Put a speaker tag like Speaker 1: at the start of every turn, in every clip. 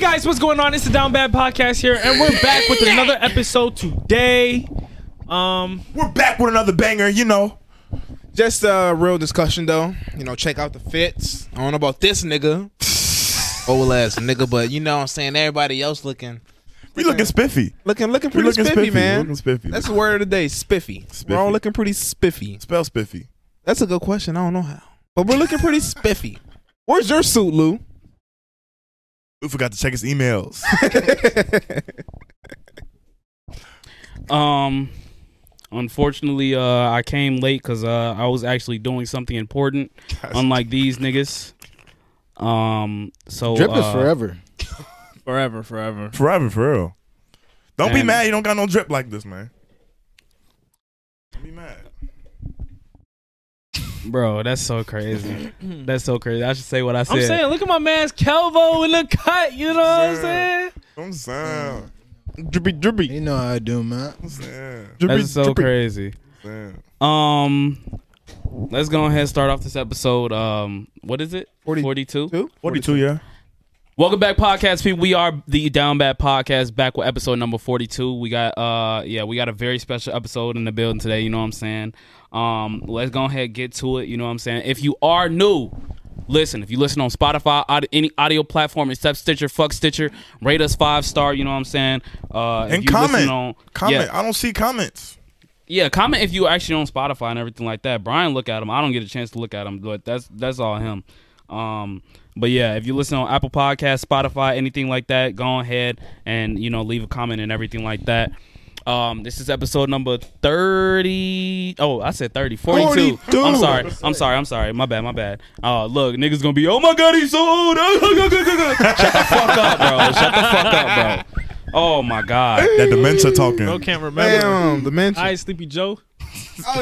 Speaker 1: guys, what's going on? It's the Down Bad Podcast here, and we're back with another episode today. Um,
Speaker 2: We're back with another banger, you know.
Speaker 3: Just a real discussion though. You know, check out the fits. I don't know about this nigga. Old ass nigga, but you know what I'm saying? Everybody else looking
Speaker 2: We looking spiffy.
Speaker 3: looking looking pretty
Speaker 2: looking
Speaker 3: spiffy,
Speaker 2: spiffy,
Speaker 3: man.
Speaker 2: looking spiffy.
Speaker 3: That's the word of the day, spiffy.
Speaker 2: Spiffy.
Speaker 3: We're all looking pretty spiffy.
Speaker 2: Spell spiffy.
Speaker 3: That's a good question. I don't know how. But we're looking pretty spiffy. Where's your suit, Lou?
Speaker 2: We forgot to check his emails.
Speaker 4: Um, unfortunately, uh, I came late because uh, I was actually doing something important, unlike these niggas. Um, so
Speaker 5: Drip is
Speaker 4: uh,
Speaker 5: forever.
Speaker 4: forever, forever.
Speaker 2: Forever, for real. Don't be
Speaker 4: And-
Speaker 2: mad you don't got no drip like this, man. Don't be mad.
Speaker 4: bro. That's so crazy. that's so crazy. I should say what I said.
Speaker 1: I'm saying, look at my man's Calvo in the cut. You know what I'm
Speaker 2: Yeah.
Speaker 1: saying?
Speaker 2: I'm saying.
Speaker 3: Drippy drippy.
Speaker 5: You know how I do, man.
Speaker 2: I'm saying.
Speaker 4: that's so crazy.
Speaker 2: I'm
Speaker 4: Um, let's go ahead and start off this episode. Um, what is it?
Speaker 3: 40
Speaker 4: Forty-two.
Speaker 3: Who?
Speaker 2: 42, yeah.
Speaker 4: Welcome back, podcast people. We are the Down Bad Podcast, back with episode number forty-two. We got, uh, yeah, we got a very special episode in the building today. You know what I'm saying? Um, let's go ahead and get to it. You know what I'm saying? If you are new, listen. If you listen on Spotify, aud- any audio platform except Stitcher, fuck Stitcher, rate us five star. You know what I'm saying? Uh, if
Speaker 2: And
Speaker 4: you listen
Speaker 2: comment.
Speaker 4: on-
Speaker 2: comment.
Speaker 4: Yeah,
Speaker 2: I don't see comments.
Speaker 4: yeah, comment if you actually on Spotify and everything like that. Brian, look at him. I don't get a chance to look at him, but that's that's all him. Um, but yeah, if you listen on Apple Podcast, Spotify, anything like that, go ahead and you know leave a comment and everything like that. Um, this is episode number thirty. Oh, I said 30, 42.
Speaker 3: 42.
Speaker 4: I'm sorry. I'm sorry. I'm sorry. My bad. My bad. Oh, look, niggas gonna be. Oh my god, he's so old. Shut the fuck up, bro. Shut the fuck up, bro. Oh my god.
Speaker 2: That dementia talking.
Speaker 1: Bro can't remember.
Speaker 3: Damn, the mention.
Speaker 1: Hi, Sleepy Joe.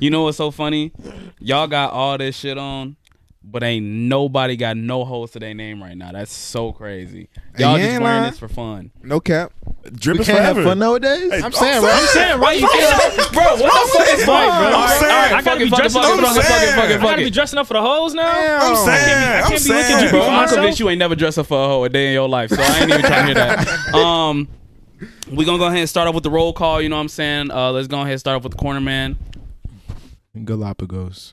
Speaker 4: You know what's so funny? Y'all got all this shit on, but ain't nobody got no holes to their name right now. That's so crazy. Y'all
Speaker 3: you
Speaker 4: just
Speaker 3: ain't
Speaker 4: wearing
Speaker 3: lying.
Speaker 4: this for fun.
Speaker 3: no cap.
Speaker 2: Drip
Speaker 5: We
Speaker 2: is
Speaker 5: can't have
Speaker 2: forever.
Speaker 5: fun nowadays.
Speaker 2: Hey,
Speaker 5: I'm saying, right?
Speaker 1: Saying right, you can't.
Speaker 4: Bro, what the fuck is
Speaker 1: wrong, bro?
Speaker 4: All right,
Speaker 2: I'm
Speaker 4: all right,
Speaker 2: saying.
Speaker 4: I gotta be
Speaker 1: Fuck it,
Speaker 4: dressed up.
Speaker 1: fuck
Speaker 4: Fuck
Speaker 1: it,
Speaker 4: it, fuck
Speaker 2: fuck it,
Speaker 4: it, fuck it,
Speaker 1: I
Speaker 4: fuck
Speaker 1: gotta be
Speaker 4: it.
Speaker 1: dressing up for the hoes now.
Speaker 3: Damn.
Speaker 2: I'm saying.
Speaker 1: I
Speaker 2: I'm
Speaker 1: can't be looking at you,
Speaker 2: saying.
Speaker 1: bro.
Speaker 4: Bro, I'm
Speaker 1: myself?
Speaker 4: convinced you ain't never dressed up for a hoe a day in your life, so I ain't even trying to hear that. Um, we gonna go ahead and start off with the roll call. You know what I'm saying? Uh, let's go ahead and start off with the corner man.
Speaker 5: Galapagos.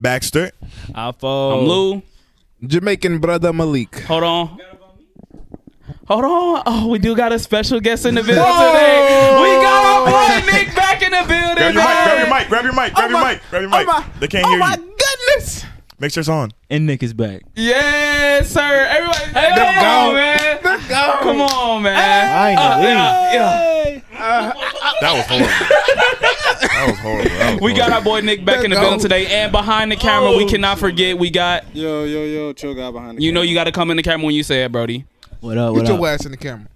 Speaker 2: Baxter.
Speaker 1: I
Speaker 4: I'm Lou.
Speaker 3: Jamaican brother Malik.
Speaker 4: Hold on. Hold on. Oh, we do got a special guest in the building today. We got our boy Nick back in the building.
Speaker 2: Grab your mic.
Speaker 4: man.
Speaker 2: Grab your mic. Grab your mic. Grab your mic. Grab your mic. They
Speaker 3: oh
Speaker 2: can't
Speaker 4: Oh
Speaker 2: hear you.
Speaker 3: goodness.
Speaker 2: Make sure it's on.
Speaker 6: And Nick is back.
Speaker 4: Yes, sir. Everybody, hey, come on, man. Come on, man.
Speaker 5: I ain't
Speaker 4: Uh, yeah, yeah.
Speaker 2: That was horrible. that was horrible. That was
Speaker 4: We got
Speaker 2: horrible.
Speaker 4: our boy Nick back in the
Speaker 3: Let's go.
Speaker 4: building today, and behind the camera,
Speaker 2: Oh.
Speaker 4: we cannot forget we got.
Speaker 5: Yo, yo, yo, chill guy behind
Speaker 4: You know, you got to come in the camera when you say it, Brody.
Speaker 6: What up?
Speaker 3: Put
Speaker 6: What
Speaker 3: your
Speaker 6: up?
Speaker 3: ass in the camera.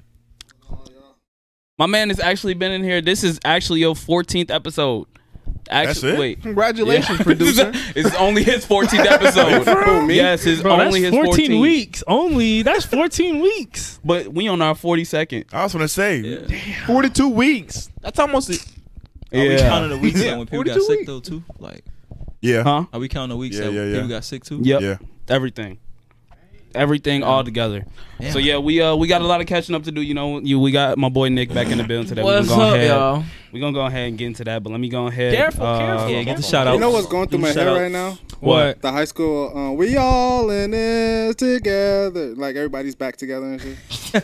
Speaker 4: My man has actually been in here. This is actually your 14th episode.
Speaker 2: That's
Speaker 4: Actually,
Speaker 2: it?
Speaker 4: wait.
Speaker 3: Congratulations,
Speaker 4: Yeah.
Speaker 3: producer.
Speaker 1: Oh,
Speaker 4: it's only his 14th episode. yes, it's
Speaker 1: Bro,
Speaker 4: only his
Speaker 1: that's 14
Speaker 4: 14th.
Speaker 1: weeks. Only that's 14 weeks.
Speaker 4: But we on our 42nd.
Speaker 2: I was gonna say.
Speaker 3: 42 weeks. That's almost it.
Speaker 6: Are we counting the weeks
Speaker 3: Yeah.
Speaker 6: on when people got
Speaker 3: 42
Speaker 6: sick
Speaker 3: weeks.
Speaker 6: though too? Like,
Speaker 2: Yeah.
Speaker 4: Huh?
Speaker 6: are we counting the weeks
Speaker 2: Yeah,
Speaker 6: that
Speaker 2: yeah, yeah.
Speaker 6: people got sick too?
Speaker 4: Yep.
Speaker 2: Yeah.
Speaker 4: Everything. Everything all together.
Speaker 6: Damn.
Speaker 4: So yeah, we uh we got a lot of catching up to do. You know, you we got my boy Nick back in the building today. we
Speaker 6: What's
Speaker 4: gonna go
Speaker 6: up,
Speaker 4: ahead.
Speaker 6: y'all?
Speaker 4: We're gonna go ahead and get into that, but let me go ahead.
Speaker 1: Careful,
Speaker 4: uh,
Speaker 1: careful.
Speaker 6: Yeah, get the shout out.
Speaker 7: You know what's going through my head
Speaker 6: Shout-outs.
Speaker 7: right now?
Speaker 4: What?
Speaker 7: The high school, uh, we all in this together. Like everybody's back together and shit.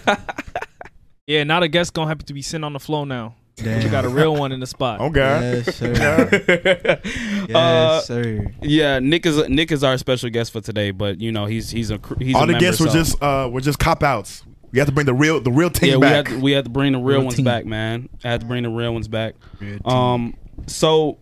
Speaker 1: Yeah, now the guest's gonna have to be sitting on the floor now. We got a real one in the spot.
Speaker 2: Oh God.
Speaker 6: Yes, sir. yes,
Speaker 4: Uh,
Speaker 6: sir.
Speaker 4: Yeah, Nick is Nick is our special guest for today, but you know he's he's a cr- he's
Speaker 2: All
Speaker 4: a
Speaker 2: the
Speaker 4: member,
Speaker 2: guests were
Speaker 4: so-
Speaker 2: just uh were just cop outs. We have to bring the real the real team
Speaker 4: yeah, we
Speaker 2: back.
Speaker 4: had to, we had to bring the real ones
Speaker 6: team.
Speaker 4: back, man. I had to bring the real ones back. Um, so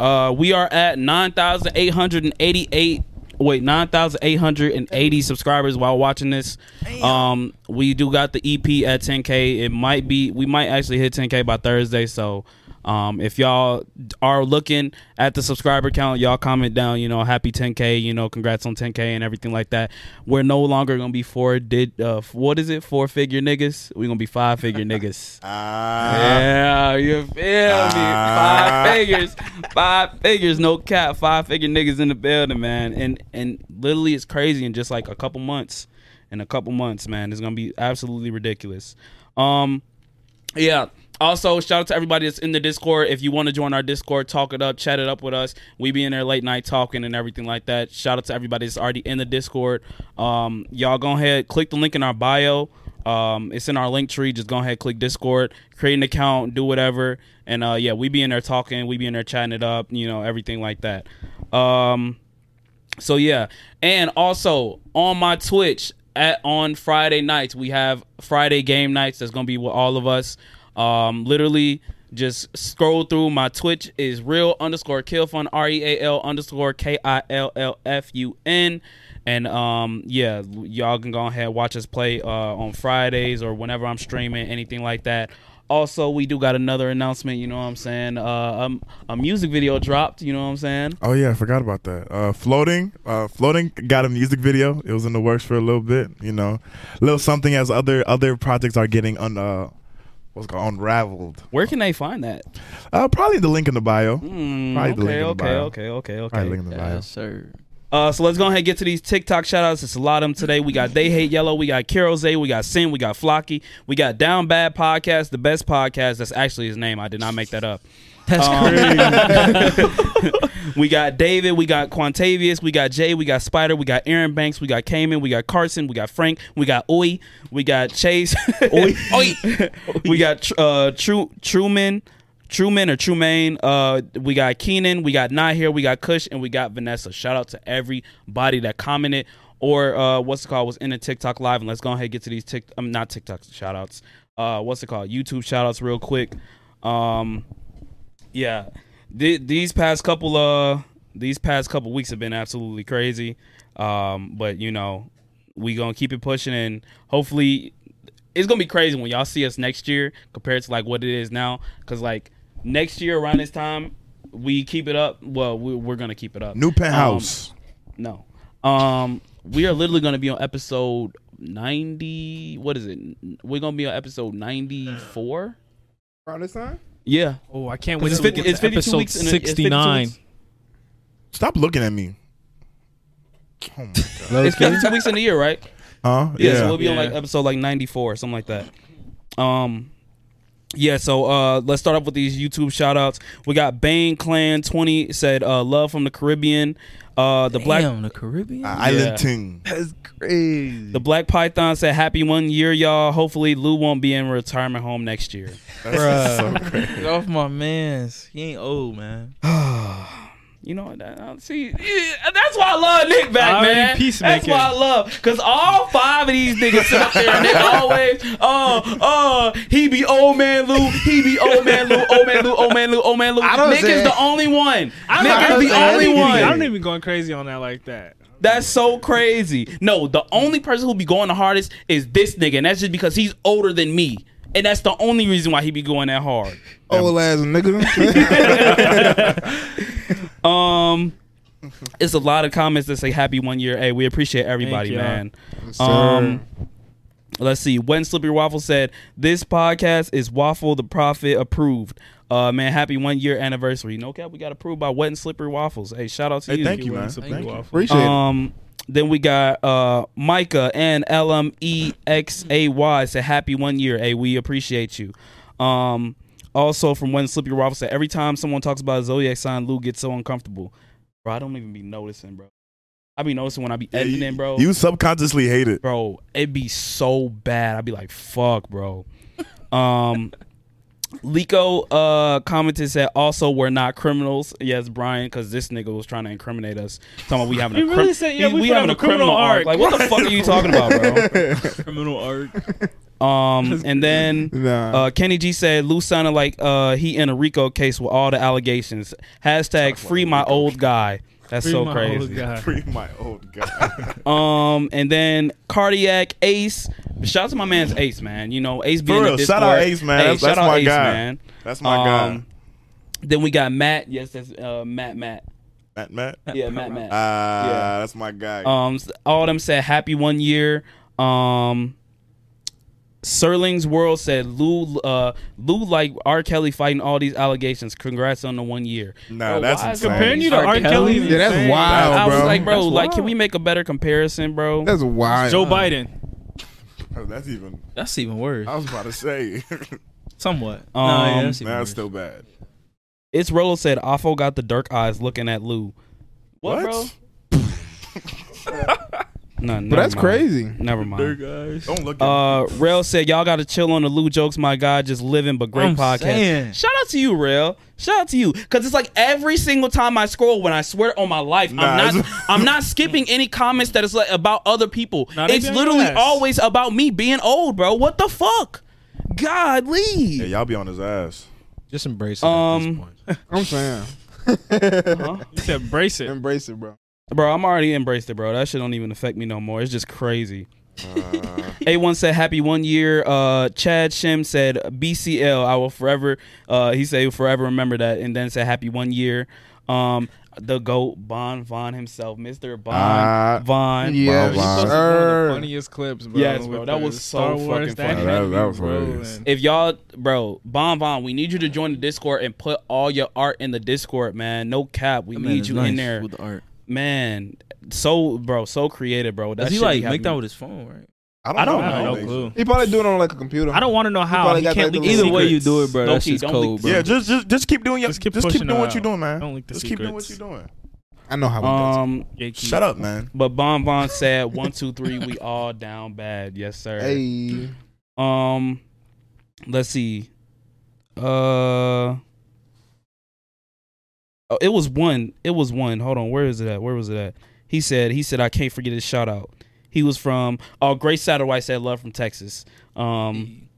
Speaker 4: uh, we are at nine thousand eight hundred and eighty-eight. Wait, nine thousand eight hundred and eighty subscribers while watching this. Um, we do got the EP at ten k. It might be we might actually hit ten k by Thursday. So. Um, if y'all are looking at the subscriber count, y'all comment down, you know, happy 10K, you know, congrats on 10K and everything like that. We're no longer going to be four did, uh, what is it? Four figure niggas. We're going to be five figure niggas.
Speaker 2: Ah,
Speaker 4: Yeah, you feel me?
Speaker 2: Ah.
Speaker 4: Five figures, five figures, no cap, five figure niggas in the building, man. And and literally, it's crazy. In just like a couple months, in a couple months, man. It's gonna be absolutely ridiculous. Um, yeah. Also, shout out to everybody that's in the Discord. If you want to join our Discord, talk it up, chat it up with us. We be in there late night talking and everything like that. Shout out to everybody that's already in the Discord. Um, y'all go ahead, click the link in our bio. Um, it's in our link tree. Just go ahead, click Discord, create an account, do whatever, and uh, yeah, we be in there talking, we be in there chatting it up, you know, everything like that. Um, so yeah, and also on my Twitch at on Friday nights we have Friday game nights. That's gonna be with all of us. Um, literally just scroll through my Twitch is real underscore kill fun R E A L underscore K I L L F U N. And um, yeah, y'all can go ahead watch us play uh, on Fridays or whenever I'm streaming anything like that. Also, we do got another announcement. You know what I'm saying? Uh, um, a music video dropped. You know what I'm saying?
Speaker 8: Oh yeah, I forgot about that. Uh, floating, uh, floating got a music video. It was in the works for a little bit, you know, a little something as other other projects are getting un uh, what's it called unraveled.
Speaker 4: Where can they find that?
Speaker 8: Uh, probably the link in the bio.
Speaker 4: Mm,
Speaker 8: probably the
Speaker 4: okay,
Speaker 8: link in the
Speaker 4: okay,
Speaker 8: bio.
Speaker 4: okay, okay, okay.
Speaker 8: Probably link in the bio.
Speaker 6: sir.
Speaker 4: Uh, so let's go ahead and get to these TikTok shout outs. It's a lot of them today. We got They Hate Yellow, we got Carol Zay, we got Sin, we got Flocky, we got Down Bad Podcast, the best podcast. That's actually his name. I did not make that up. Um,
Speaker 6: That's
Speaker 4: we got David, we got Quantavius, we got Jay, we got Spider, we got Aaron Banks, we got Cayman, we got Carson, we got Frank, we got Oi, we got Chase, Oi, Oi, we got Tr- uh, True Truman, Truman or Trumaine, uh, we got Keenan, we got Nahir, we got Kush, and we got Vanessa. Shout out to everybody that commented or uh, what's it called was in a TikTok live. And let's go ahead and get to these Tik, um, not TikTok shout outs. Uh, what's it called? YouTube shout outs real quick. Um, yeah Th- these past couple uh these past couple weeks have been absolutely crazy um but you know we gonna keep it pushing and hopefully it's gonna be crazy when y'all see us next year compared to like what it is now because like next year around this time we keep it up well we, we're gonna keep it up Um,
Speaker 8: New penthouse.
Speaker 4: no um we are literally gonna be on episode 90 what is it we're gonna be on episode 94
Speaker 7: Around this time?
Speaker 4: yeah
Speaker 1: Oh, I can't
Speaker 4: 'Cause
Speaker 1: wait
Speaker 4: it's
Speaker 1: to
Speaker 4: 50
Speaker 1: get to
Speaker 4: it's 52
Speaker 1: episode
Speaker 4: weeks in a- it's 52
Speaker 1: 69.
Speaker 4: weeks.
Speaker 8: Stop looking at me. Oh my god.
Speaker 4: It's 52 weeks in the year, right?
Speaker 8: Huh?
Speaker 4: Yeah, so we'll be on
Speaker 1: Yeah.
Speaker 4: like episode like 94 or something like that. Um yeah, so uh let's start off with these YouTube shout outs. We got Bane Clan 20 said uh love from the Caribbean. Uh the Black
Speaker 6: the Caribbean.
Speaker 1: Ah.
Speaker 8: Island Ting.
Speaker 6: That's crazy.
Speaker 4: the Black Python said happy one year y'all. Hopefully Lou won't be in retirement home next year.
Speaker 8: That's so crazy.
Speaker 6: Get off my man's. He ain't old, man.
Speaker 4: You know, that- uh, see, yeah, that's why I love Nick back,
Speaker 1: Already
Speaker 4: man. That's
Speaker 1: peacemaking.
Speaker 4: why I love, cause all five of these niggas sit up there and they always, uh, uh, he be old man Lou, he be old man Lou, old man Lou, old man Lou, old man Lou.
Speaker 7: don't
Speaker 4: Nick
Speaker 7: say-
Speaker 4: is the only one.
Speaker 1: I
Speaker 4: Nick
Speaker 1: don't
Speaker 4: is
Speaker 1: even-
Speaker 4: the
Speaker 1: I don't
Speaker 4: only
Speaker 1: even-
Speaker 4: one.
Speaker 1: I don't e-, even going crazy on that like that.
Speaker 4: That's so crazy. No, the only person who be going the hardest is this nigga, and that's just because he's older than me, and that's the only reason why he be going that hard.
Speaker 3: Old ass nigga.
Speaker 4: Um, it's a lot of comments that say happy one year. Hey, we appreciate everybody,
Speaker 1: Thank y'all.
Speaker 4: man. Um, let's see. When Slippery Waffle said this podcast is Waffle the Prophet approved. Uh, man, happy one year anniversary. No cap, we got approved by Wet and Slippery Waffles. Hey, shout out to
Speaker 8: Hey,
Speaker 4: you.
Speaker 8: thank you, man.
Speaker 1: Some
Speaker 8: Thank
Speaker 1: blue
Speaker 8: you.
Speaker 1: waffle.
Speaker 3: Appreciate it.
Speaker 4: Um, then we got uh Micah and L M E X A Y said happy one year. Hey, we appreciate you. Um, also from when Slippery Waffle said every time someone talks about a zodiac sign, Lou gets so uncomfortable. Bro, I don't even be noticing, bro. I be noticing when I be editing,
Speaker 8: you,
Speaker 4: bro.
Speaker 8: You subconsciously hate it.
Speaker 4: bro, it'd be so bad. I'd be like, fuck, bro. Um. Lico uh, commented said also we're not criminals. Yes, Brian, because this nigga was trying to incriminate us. Talking about we having
Speaker 1: He
Speaker 4: a crim-
Speaker 1: really said, yeah,
Speaker 4: we,
Speaker 1: we
Speaker 4: we
Speaker 1: finna
Speaker 4: having a criminal, arc. Like what the fuck are you talking about,
Speaker 6: Criminal art.
Speaker 4: bro? Um, and then
Speaker 3: Nah.
Speaker 4: uh, Kenny G said Lou sounded like uh, he in a Rico case with all the allegations. Hashtag free my old guy. That's
Speaker 1: Free
Speaker 4: so
Speaker 1: my
Speaker 4: crazy.
Speaker 1: old guy.
Speaker 8: Free my old guy.
Speaker 4: Um, and then cardiac Ace. Shout out to my man's Ace, man. You know, Ace being
Speaker 8: For
Speaker 4: in
Speaker 8: real,
Speaker 4: the
Speaker 8: shout out
Speaker 4: Discord.
Speaker 8: Ace, man.
Speaker 4: Hey,
Speaker 8: That's-
Speaker 4: shout
Speaker 8: that's
Speaker 4: out
Speaker 8: my
Speaker 4: Ace,
Speaker 8: guy.
Speaker 4: man.
Speaker 8: That's my guy.
Speaker 4: Um, Then we got Matt. Yes, that's uh, Matt. Matt.
Speaker 8: Matt, Matt.
Speaker 4: Yeah, Matt. Matt.
Speaker 8: Ah,
Speaker 4: Yeah.
Speaker 8: that's my guy.
Speaker 4: Um, s- all of them said happy one year. Um, Serling's World said Lou, uh, Lou like R. Kelly fighting all these allegations. Congrats on the one year.
Speaker 8: Nah,
Speaker 4: Bro,
Speaker 8: that's
Speaker 4: why is
Speaker 8: insane.
Speaker 1: Comparing you to
Speaker 4: R.
Speaker 1: R. Kelly, is
Speaker 3: Yeah, that's
Speaker 1: insane.
Speaker 3: wild,
Speaker 4: I was
Speaker 3: bro.
Speaker 4: like, bro,
Speaker 1: That's
Speaker 4: like, can
Speaker 1: wild.
Speaker 4: we make a better comparison, bro?
Speaker 3: That's wild.
Speaker 1: Joe Biden.
Speaker 8: Oh, that's even.
Speaker 6: That's even worse.
Speaker 8: I was about to say.
Speaker 6: Somewhat.
Speaker 4: Um,
Speaker 6: no, yeah, that's even
Speaker 8: that's
Speaker 6: worse.
Speaker 8: still bad.
Speaker 4: It's Rolo said Afo got the dark eyes looking at Lou. What,
Speaker 8: What?
Speaker 4: bro? no,
Speaker 3: But that's crazy.
Speaker 4: Never mind.
Speaker 6: guys.
Speaker 8: Don't look. At
Speaker 4: Uh, Rail said y'all got to chill on the Lou jokes. My God, just living, but great
Speaker 6: I'm
Speaker 4: podcast.
Speaker 6: saying.
Speaker 4: Shout out to you, Rail. Shout out to you, cause it's like every single time I scroll, when I swear on my life,
Speaker 8: Nah,
Speaker 4: I'm not,
Speaker 8: it's-
Speaker 4: I'm not skipping any comments that is like about other people.
Speaker 1: Nah, they
Speaker 4: it's
Speaker 1: being
Speaker 4: literally
Speaker 1: ass.
Speaker 4: always about me being old, bro. What the fuck? Godly.
Speaker 8: yeah, y'all be on his ass.
Speaker 9: Just embrace it at
Speaker 4: Um,
Speaker 9: this point.
Speaker 3: I'm saying,
Speaker 1: He said brace it.
Speaker 3: embrace it, bro.
Speaker 4: Bro, I'm already embraced it, bro. That shit don't even affect me no more. It's just crazy. A1 said happy one year. Uh, Chad Shim said BCL. I will forever. Uh, he said he'll forever remember that, and then said happy one year. Um, the goat Bon Von himself, Mr. Bon
Speaker 8: Ah.
Speaker 4: Von.
Speaker 3: Yes,
Speaker 8: Wow.
Speaker 3: sir.
Speaker 1: funniest clips, bro.
Speaker 4: Yes, bro. That was so fucking funny.
Speaker 8: That- that was hilarious.
Speaker 4: If y'all, bro, Bon Von, we need you to join the Discord and put all your art in the Discord, man. No cap, we
Speaker 6: Man,
Speaker 4: need
Speaker 6: it's
Speaker 4: you
Speaker 6: nice
Speaker 4: in there,
Speaker 6: with the art.
Speaker 4: man. So, bro, so creative, bro. That
Speaker 6: Does he
Speaker 4: shit be
Speaker 6: like make
Speaker 4: having-
Speaker 6: that with his phone, right?
Speaker 8: don't,
Speaker 1: I don't
Speaker 8: know.
Speaker 1: know.
Speaker 8: I think
Speaker 6: clue.
Speaker 3: He probably doing it on like a computer.
Speaker 1: I don't want to know how.
Speaker 3: probably
Speaker 1: He
Speaker 3: got
Speaker 1: can't
Speaker 3: that
Speaker 1: leak
Speaker 3: little-
Speaker 6: Either
Speaker 1: the
Speaker 6: way you
Speaker 1: secrets.
Speaker 6: do it, bro,
Speaker 4: Low
Speaker 6: that's
Speaker 4: key,
Speaker 6: just
Speaker 4: don't leak-
Speaker 6: cold,
Speaker 8: so.
Speaker 6: bro.
Speaker 8: Yeah, just just just keep doing your
Speaker 1: Just
Speaker 8: just
Speaker 1: keep
Speaker 8: keep,
Speaker 1: pushing
Speaker 8: doing
Speaker 1: it
Speaker 8: what you're
Speaker 1: out.
Speaker 8: doing, man.
Speaker 1: Don't leak the
Speaker 8: just keep doing what you're
Speaker 1: secrets.
Speaker 8: doing.
Speaker 3: I know how he does.
Speaker 4: Um,
Speaker 8: Shut up, man.
Speaker 4: But Bon Bon said one, two, three, we all down bad. Yes, sir.
Speaker 3: it. Hey,
Speaker 4: Um let's see. Uh Oh, it was one. It was one. Hold on. Where is it at? Where was it at? He said, he said, I can't forget his shout out. He was from oh Grace Satterwhite said love from Texas. Um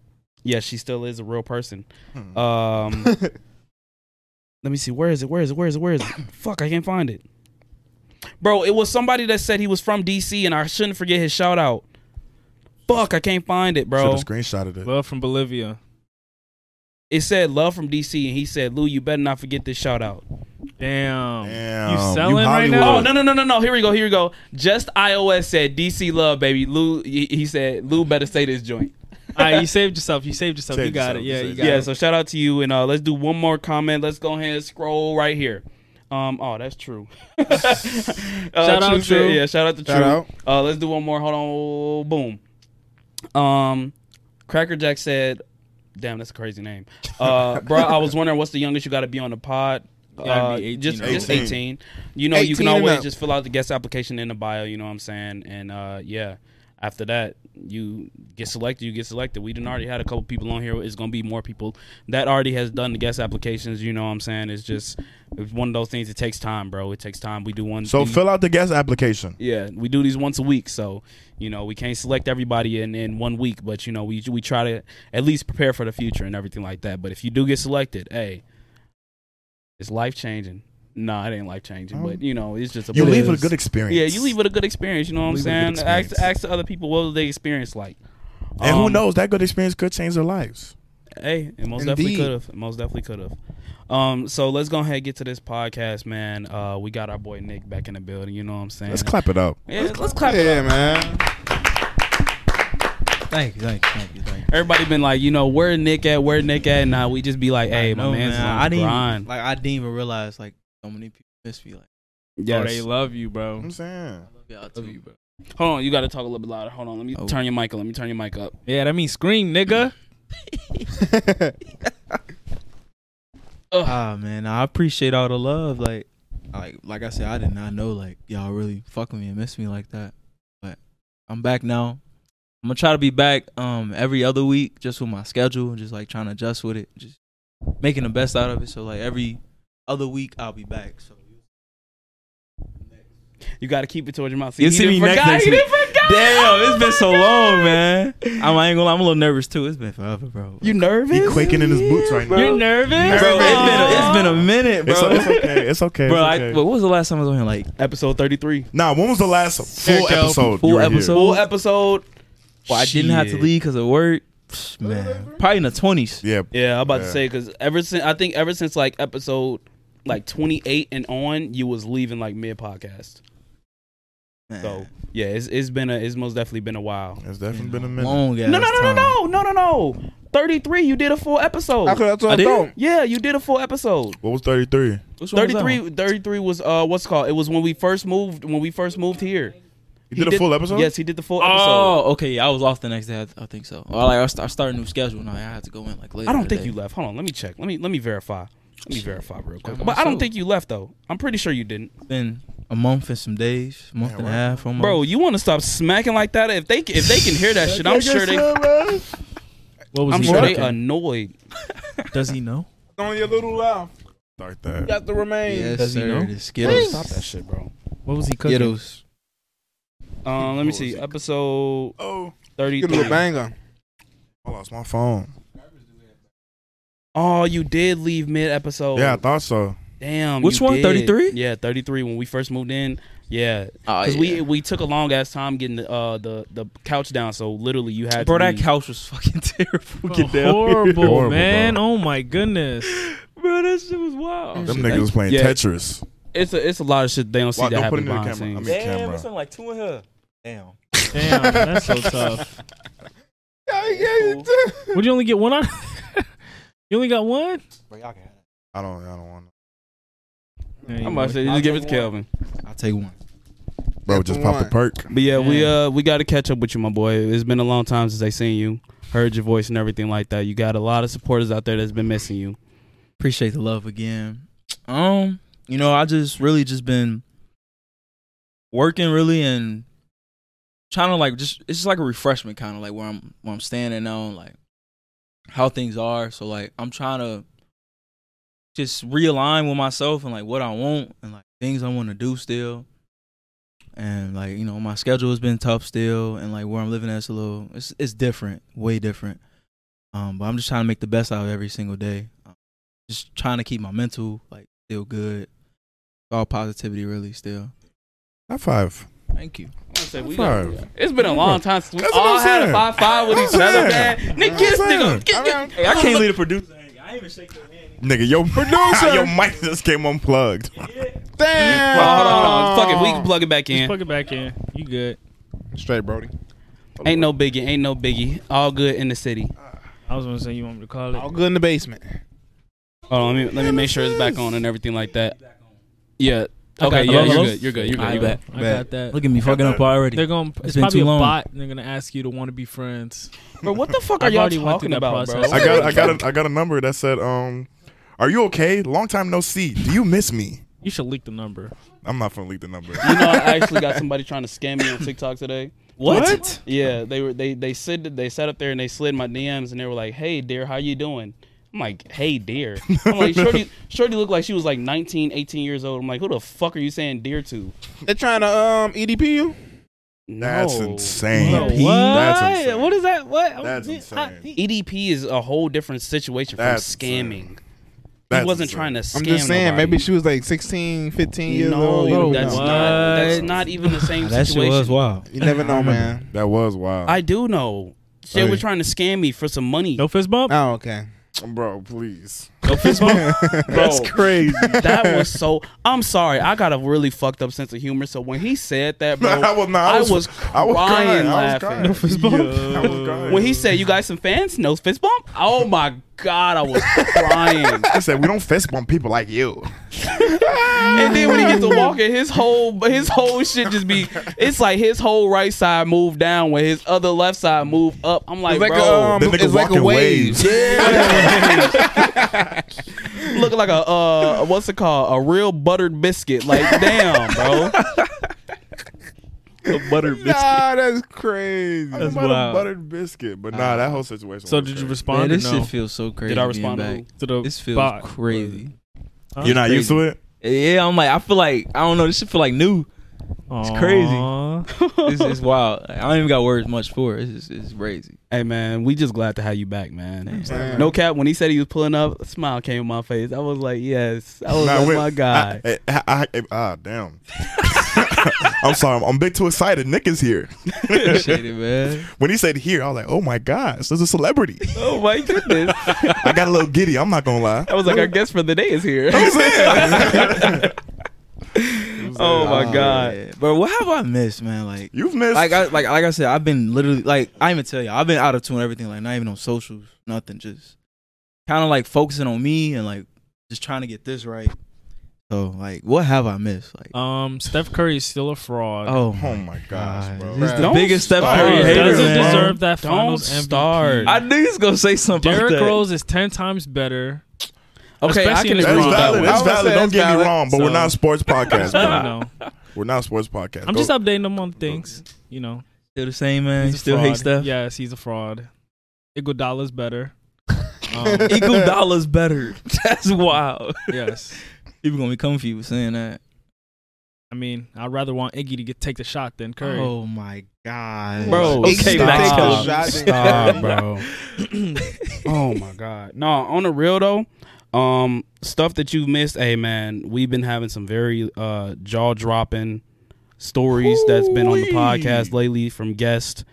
Speaker 4: yeah, she still is a real person.
Speaker 8: Hmm.
Speaker 4: Um Let me see. Where is it? Where is it? Where is it? Where is it? Fuck, I can't find it. Bro, it was somebody that said he was from DC and I shouldn't forget his shout out. Fuck, I can't find it, bro.
Speaker 8: Should have screenshotted it.
Speaker 1: Love from Bolivia.
Speaker 4: It said love from DC and he said, Lou, you better not forget this shout out.
Speaker 1: Damn.
Speaker 6: Um,
Speaker 8: Damn,
Speaker 1: You selling right now?
Speaker 4: Oh no no no no no! Here we go here we go. Just iOS said DC love baby. Lou he he said Lou better say this joint.
Speaker 1: All right, you saved yourself. You saved yourself. you
Speaker 8: Saved
Speaker 1: got
Speaker 8: yourself,
Speaker 1: it. Yeah,
Speaker 8: you
Speaker 1: you
Speaker 8: saved
Speaker 1: got
Speaker 4: Yeah.
Speaker 1: it.
Speaker 4: So shout out to you and uh, let's do one more comment. Let's go ahead and scroll right here. Um. Oh, that's true. Uh,
Speaker 1: Shout out
Speaker 4: True said-
Speaker 1: True.
Speaker 4: Yeah. Shout out to
Speaker 3: shout
Speaker 4: true.
Speaker 3: out.
Speaker 4: Uh, let's do one more. Hold on. Boom. Um, Cracker Jack said, "Damn, that's a crazy name." Uh, bro, I was wondering what's the youngest you got to be on the pod.
Speaker 6: gotta
Speaker 4: Uh,
Speaker 6: be 18
Speaker 4: just
Speaker 6: or
Speaker 4: just
Speaker 8: older.
Speaker 4: 18. You know, you can
Speaker 3: 18 and
Speaker 4: always
Speaker 3: up.
Speaker 4: just fill out the guest application in the bio. You know what I'm saying? And uh, yeah, after that, you get selected. You get selected. We didn't already had a couple people on here. It's gonna be more people that already has done the guest applications. You know what I'm saying? It's just it's one of those things. It takes time, bro. It takes time. We do one.
Speaker 8: So
Speaker 4: we-
Speaker 8: fill out the guest application.
Speaker 4: yeah, we do these once a week, so you know we can't select everybody in, in one week, but you know we we try to at least prepare for the future and everything like that. But if you do get selected, hey, it's life changing. Nah, it ain't life changing, but you know it's just a
Speaker 8: You
Speaker 4: blessing.
Speaker 8: leave with a good experience.
Speaker 4: Yeah, you leave with a good experience. You know what I'm
Speaker 8: Leave with a good
Speaker 4: saying? Ask
Speaker 8: experience.
Speaker 4: ask the other people what was their experience like.
Speaker 8: And who
Speaker 4: Um,
Speaker 8: knows? That good experience could change their lives.
Speaker 4: Hey, it most definitely
Speaker 3: Indeed.
Speaker 4: could have. Most definitely could have. Um, so let's go ahead and get to this podcast, man. Uh, we got our boy Nick back in the building. You know what I'm saying?
Speaker 8: Let's clap it up.
Speaker 4: Yeah, let's, let's clap. it up.
Speaker 3: Yeah, man.
Speaker 6: Thank you, thank you, thank you, thank you.
Speaker 4: Everybody been like, you know, where Nick at, where Nick at, and now we just be like, hey,
Speaker 6: I
Speaker 4: my
Speaker 6: know,
Speaker 4: man's
Speaker 6: man.
Speaker 4: on
Speaker 6: I
Speaker 4: the
Speaker 6: didn't
Speaker 4: grind.
Speaker 6: like I didn't even realize like so many people miss me. Like,
Speaker 1: Oh, they love you, bro.
Speaker 8: I'm saying.
Speaker 6: yeah, I love you, bro.
Speaker 4: Hold on, you got to talk a little bit louder. Hold on, let me
Speaker 6: Oh.
Speaker 4: turn your mic. up. Let me turn your mic up.
Speaker 1: Yeah, that means scream, nigga.
Speaker 6: Ah man, I appreciate all the love. Like, like, like I said, I did not know like y'all really fuck with me and miss me like that. But I'm back now. I'm gonna try to be back um every other week, just with my schedule, just like trying to adjust with it, just making the best out of it. So like every other week, I'll be back. So
Speaker 4: You got to keep it towards your mouth.
Speaker 6: You'll
Speaker 4: he
Speaker 6: see
Speaker 4: done
Speaker 6: me next-
Speaker 4: forgot.
Speaker 6: next
Speaker 4: He done
Speaker 6: week.
Speaker 4: forgot.
Speaker 6: damn,
Speaker 4: Oh
Speaker 6: it's been
Speaker 4: my
Speaker 6: so
Speaker 4: God.
Speaker 6: long, man. I'm I ain't gonna. lie, I'm a little nervous too. It's been forever, bro.
Speaker 4: You nervous?
Speaker 8: He quaking in his boots right now.
Speaker 4: You're nervous,
Speaker 6: bro, it's been a, it's
Speaker 4: Aw.
Speaker 6: been a minute,
Speaker 8: It's,
Speaker 6: bro.
Speaker 8: it's okay. It's okay.
Speaker 6: Bro,
Speaker 8: it's
Speaker 6: I,
Speaker 8: okay.
Speaker 6: what was the last time I was on here? Like
Speaker 4: Episode thirty-three,
Speaker 8: nah, when was the last full
Speaker 6: Eric, yo,
Speaker 8: episode? you
Speaker 6: full
Speaker 8: were here?
Speaker 6: episode?
Speaker 4: full episode.
Speaker 6: Well, I didn't have to
Speaker 4: Shit.
Speaker 6: leave because of work. Psh, Man, probably in the twenties.
Speaker 8: Yeah.
Speaker 4: Yeah, I'm about to
Speaker 8: Yeah.
Speaker 4: say because ever since I think ever since like episode like twenty-eight and on, you was leaving like mid podcast. So yeah, it's, it's been a it's most definitely been a while.
Speaker 8: It's definitely been a minute.
Speaker 6: long ass
Speaker 4: No, no, no, no,
Speaker 6: time.
Speaker 4: no, no, no, no. Thirty-three. You did a full
Speaker 1: oh,
Speaker 4: episode.
Speaker 3: I could have told
Speaker 6: I did?
Speaker 3: him.
Speaker 4: Yeah, you did a full episode.
Speaker 8: What was 33?
Speaker 6: Which one was that
Speaker 4: 33,
Speaker 6: one?
Speaker 4: 33 was uh, what's it called? It was when we first moved. When we first moved here,
Speaker 8: You did a full episode?
Speaker 4: Yes, he did the full
Speaker 6: Oh,
Speaker 4: episode.
Speaker 6: okay. Yeah, I was off the next day. I, I think so. Or like I start, I start a new schedule now. I had to go in like later.
Speaker 4: I don't think you
Speaker 6: today.
Speaker 4: left. Hold on, let me check. Let me let me verify. Let me verify real quick.
Speaker 6: I'm
Speaker 4: But I don't
Speaker 6: so-
Speaker 4: think you left though. I'm pretty sure you didn't.
Speaker 6: been a month and some days, month and a half. Almost.
Speaker 4: Bro, you want to stop smacking like that? If they if they can hear that shit, I'm sure they
Speaker 6: what was
Speaker 4: I'm
Speaker 6: he
Speaker 4: sure they
Speaker 6: thinking?
Speaker 4: annoyed.
Speaker 6: Does he know?
Speaker 3: Only a little laugh.
Speaker 8: Start
Speaker 3: You
Speaker 8: that.
Speaker 3: got to remain.
Speaker 6: Does he know? The Skittles.
Speaker 4: Stop that shit, bro.
Speaker 6: What was he cooking? Skittles.
Speaker 4: Um, let me see. Episode
Speaker 8: Oh,
Speaker 3: Get a little
Speaker 4: 33.
Speaker 3: banger.
Speaker 8: I lost my phone.
Speaker 4: Oh, you did leave mid episode.
Speaker 8: Yeah, I thought so.
Speaker 4: Damn.
Speaker 6: Which
Speaker 4: you
Speaker 6: one?
Speaker 4: did.
Speaker 6: 33?
Speaker 4: Yeah, 33 when we first moved in. Uh, Yeah.
Speaker 6: Oh,
Speaker 4: Cuz we we took a long ass time getting the uh the the couch down, so literally you had
Speaker 6: bro,
Speaker 4: to
Speaker 6: that
Speaker 4: leave.
Speaker 6: couch was fucking terrible. Get down.
Speaker 8: Horrible,
Speaker 1: Horrible,
Speaker 8: bro.
Speaker 1: man. Oh my goodness.
Speaker 6: Bro, that shit was wild.
Speaker 8: Them niggas was playing
Speaker 4: Yeah.
Speaker 8: Tetris.
Speaker 4: It's a it's a lot of shit they don't see
Speaker 8: Why-
Speaker 4: that
Speaker 8: don't put it
Speaker 4: happen
Speaker 8: in the
Speaker 4: behind
Speaker 8: camera. I
Speaker 4: scenes.
Speaker 8: mean- camera.
Speaker 6: like two in here. Damn.
Speaker 1: Damn, that's so tough. Would you only get one on? you only got one?
Speaker 6: Bro, y'all can have
Speaker 8: I don't. I don't want.
Speaker 4: I'm about to say just give it to Kelvin.
Speaker 6: it. I'll take one.
Speaker 8: to Bro, just pop a
Speaker 3: One.
Speaker 8: perk.
Speaker 4: But yeah, we
Speaker 6: Yeah.
Speaker 4: uh we got to catch up with you, my boy. It's been a long time since I seen you, heard your voice and everything like that. You got a lot of supporters out there that's been missing you.
Speaker 6: Appreciate the love again. Um, you know, I just really just been working really and trying to like just it's just like a refreshment kind of like where I'm where I'm standing now and like how things are. So like I'm trying to just realign with myself and like what I want and like things I want to do still. And like, you know, my schedule has been tough still and like where I'm living at is a little it's it's different, way different. Um, but I'm just trying to make the best out of every single day. Um, just trying to keep my mental like still good. All positivity really still.
Speaker 8: High five.
Speaker 6: Thank you.
Speaker 8: Five.
Speaker 4: It's been a long time since we
Speaker 8: That's what
Speaker 4: all
Speaker 8: I'm
Speaker 4: had a
Speaker 8: saying.
Speaker 4: five five with each
Speaker 8: That's what
Speaker 4: other, man. Nigga,
Speaker 8: I'm
Speaker 4: get this
Speaker 8: That's what I'm
Speaker 4: nigga. Get,
Speaker 3: saying.
Speaker 4: get, I can't leave the producer.
Speaker 8: Nigga, your producer, your mic just came unplugged.
Speaker 3: Damn.
Speaker 4: Hold on, hold on. Fuck it, we can plug it back
Speaker 1: Just
Speaker 4: in.
Speaker 1: plug it back in. You good.
Speaker 3: Straight, Brody.
Speaker 4: Ain't no biggie, ain't no biggie. All good in the city.
Speaker 1: I was gonna say you want me to call
Speaker 3: All
Speaker 1: it.
Speaker 3: good in the basement.
Speaker 4: Hold on, let me let me make sure it's back on and everything like that. Yeah.
Speaker 1: Okay,
Speaker 4: Okay, yeah,
Speaker 1: hello?
Speaker 4: you're good. You're good. You're good.
Speaker 6: I
Speaker 4: You
Speaker 6: bet.
Speaker 4: good.
Speaker 1: I got that.
Speaker 6: Look at me fucking up already.
Speaker 1: They're gonna. It's,
Speaker 6: It's been
Speaker 1: probably
Speaker 6: too long.
Speaker 1: a bot. And they're gonna ask you to want to be friends.
Speaker 4: Bro, what the fuck are
Speaker 1: I've
Speaker 4: y'all
Speaker 1: already went
Speaker 4: talking
Speaker 1: through that
Speaker 4: about, bro?
Speaker 1: process.
Speaker 8: I got, I got, a, I got a number that said, um, "Are you okay? Long time no see. Do you miss me?"
Speaker 1: You should leak the number.
Speaker 8: I'm not gonna leak the number.
Speaker 4: You know, I actually got somebody trying to scam me on TikTok today.
Speaker 6: What?
Speaker 4: Yeah, they were they they slid they sat up there and they slid my DMs and they were like, "Hey, dear, how you doing?" I'm like, "Hey, dear." I'm like, "Shorty, Shorty looked like she was like 19, 18 years old." I'm like, "Who the fuck are you saying dear to?"
Speaker 3: They're trying to um EDP you.
Speaker 4: No.
Speaker 8: That's insane.
Speaker 1: No,
Speaker 8: That's
Speaker 1: what?
Speaker 8: insane.
Speaker 1: What is that? What?
Speaker 8: That's
Speaker 1: I-
Speaker 8: insane.
Speaker 1: I- he-
Speaker 4: EDP E is a whole different situation from
Speaker 8: That's
Speaker 4: scamming.
Speaker 8: That's
Speaker 4: he wasn't
Speaker 8: insane.
Speaker 4: trying to scam.
Speaker 3: I'm just saying,
Speaker 4: nobody.
Speaker 3: maybe she was like 16, 15 years
Speaker 4: no,
Speaker 3: old. You don't
Speaker 4: that's
Speaker 3: know.
Speaker 4: not. That's
Speaker 1: What?
Speaker 4: not even the same
Speaker 6: that shit
Speaker 4: situation.
Speaker 6: was wild.
Speaker 3: You never know, man.
Speaker 8: That was wild.
Speaker 4: I do know. They
Speaker 8: Hey.
Speaker 4: were trying to scam me for some money.
Speaker 1: No fist bump.
Speaker 3: Oh, okay.
Speaker 8: bro, please.
Speaker 4: That's
Speaker 8: crazy.
Speaker 4: that was so. I'm sorry. I got a really fucked up sense of humor. So when he said that, bro,
Speaker 8: I was, nah,
Speaker 4: I was
Speaker 8: I was
Speaker 4: crying laughing.
Speaker 8: I was crying. I was crying.
Speaker 4: when he said, "You guys some fans? No fist bump." Oh my god, I was crying.
Speaker 8: I said, "We don't fist bump people like you."
Speaker 4: and then when he gets to walking, his whole his whole shit just be. It's like his whole right side moved down, when his other left side moved up. I'm like,
Speaker 3: It's like
Speaker 4: bro,
Speaker 3: a, um,
Speaker 8: That nigga
Speaker 3: it's like a
Speaker 8: walking
Speaker 3: wave.
Speaker 8: waves.
Speaker 4: look like a uh, what's it called? A real buttered biscuit. Like, damn, bro.
Speaker 3: nah, that's crazy.
Speaker 8: That's
Speaker 1: wild.
Speaker 8: buttered biscuit, but nah, that whole situation.
Speaker 1: So
Speaker 8: was
Speaker 1: did you
Speaker 8: crazy.
Speaker 1: respond?
Speaker 6: Man,
Speaker 1: or
Speaker 6: this
Speaker 1: no?
Speaker 6: shit feels so crazy.
Speaker 4: Did I respond?
Speaker 6: being back.
Speaker 4: to-
Speaker 1: to the
Speaker 6: This feels
Speaker 1: bot?
Speaker 6: crazy.
Speaker 8: You're not used to it.
Speaker 6: Yeah, I'm like, I feel like I don't know. This shit feel like new.
Speaker 1: It's
Speaker 6: crazy. This is wild. Like, I don't even got words much for it. It's, it's, it's crazy.
Speaker 4: Hey man, we just glad to have you back, man.
Speaker 3: Man.
Speaker 4: No cap. When he said he was pulling up, a smile came on my face. I was like, yes, I was
Speaker 8: Nah,
Speaker 4: like,
Speaker 8: wait,
Speaker 4: my guy.
Speaker 8: I, I, I, I- ah, damn. I'm sorry. I'm, I'm big too excited. Nick is here.
Speaker 6: Appreciate it, man.
Speaker 8: When he said here, I was like, oh my gosh, there's a celebrity.
Speaker 4: oh my goodness. I
Speaker 8: I got a little giddy. I'm not gonna lie.
Speaker 4: was like, our guest for the day is here. oh my god.
Speaker 6: Yeah. Bro, what have I missed, man? Like,
Speaker 8: You've missed.
Speaker 6: like I like like I said, I've been literally like I even tell you, I've been out of tune and everything, like not even on socials, nothing, just kind of like focusing on me and like just trying to get this right, So like, what have I missed? Like,
Speaker 1: Um, Steph Curry is still a fraud.
Speaker 6: oh,
Speaker 8: Oh my gosh, bro.
Speaker 6: He's the
Speaker 4: Don't
Speaker 6: biggest Steph
Speaker 4: start.
Speaker 6: Curry hater,
Speaker 1: doesn't
Speaker 6: man.
Speaker 1: deserve that
Speaker 4: Don't
Speaker 1: Finals
Speaker 4: start.
Speaker 1: MVP.
Speaker 6: I knew he was gonna say something. about
Speaker 1: Derrick
Speaker 6: that.
Speaker 1: Rose is ten times better.
Speaker 4: Okay, I
Speaker 1: Especially
Speaker 4: can
Speaker 1: in
Speaker 8: That's
Speaker 1: his
Speaker 4: agree with that
Speaker 8: valid.
Speaker 4: one.
Speaker 8: That's
Speaker 3: I would say
Speaker 8: valid. Don't
Speaker 3: it's
Speaker 8: get me
Speaker 3: valid.
Speaker 8: wrong, but we're
Speaker 1: So-
Speaker 8: not a sports podcast.
Speaker 1: I
Speaker 8: bro.
Speaker 1: don't know.
Speaker 8: We're not a sports podcast.
Speaker 1: I'm
Speaker 8: Go-
Speaker 1: just updating them on things. You know,
Speaker 6: Still the same man.
Speaker 1: He's
Speaker 6: You
Speaker 1: a
Speaker 6: still
Speaker 1: fraud.
Speaker 6: hate Steph.
Speaker 1: Yes, he's a fraud. Iguodala's better. Um,
Speaker 6: Iguodala's better. That's wild.
Speaker 1: yes,
Speaker 6: People gonna be comfy with saying that.
Speaker 1: I mean, I'd rather want Iggy to get take the shot than Curry.
Speaker 6: Oh my god,
Speaker 4: Bro,
Speaker 3: Iggy
Speaker 6: Okay,
Speaker 3: still
Speaker 6: Max
Speaker 3: takes the
Speaker 6: Kellerman.
Speaker 3: shot.
Speaker 4: Stop, bro. oh my god. No, on the real though, um, stuff that you've missed. Hey man, we've been having some very uh jaw dropping stories that's been on the podcast lately from guests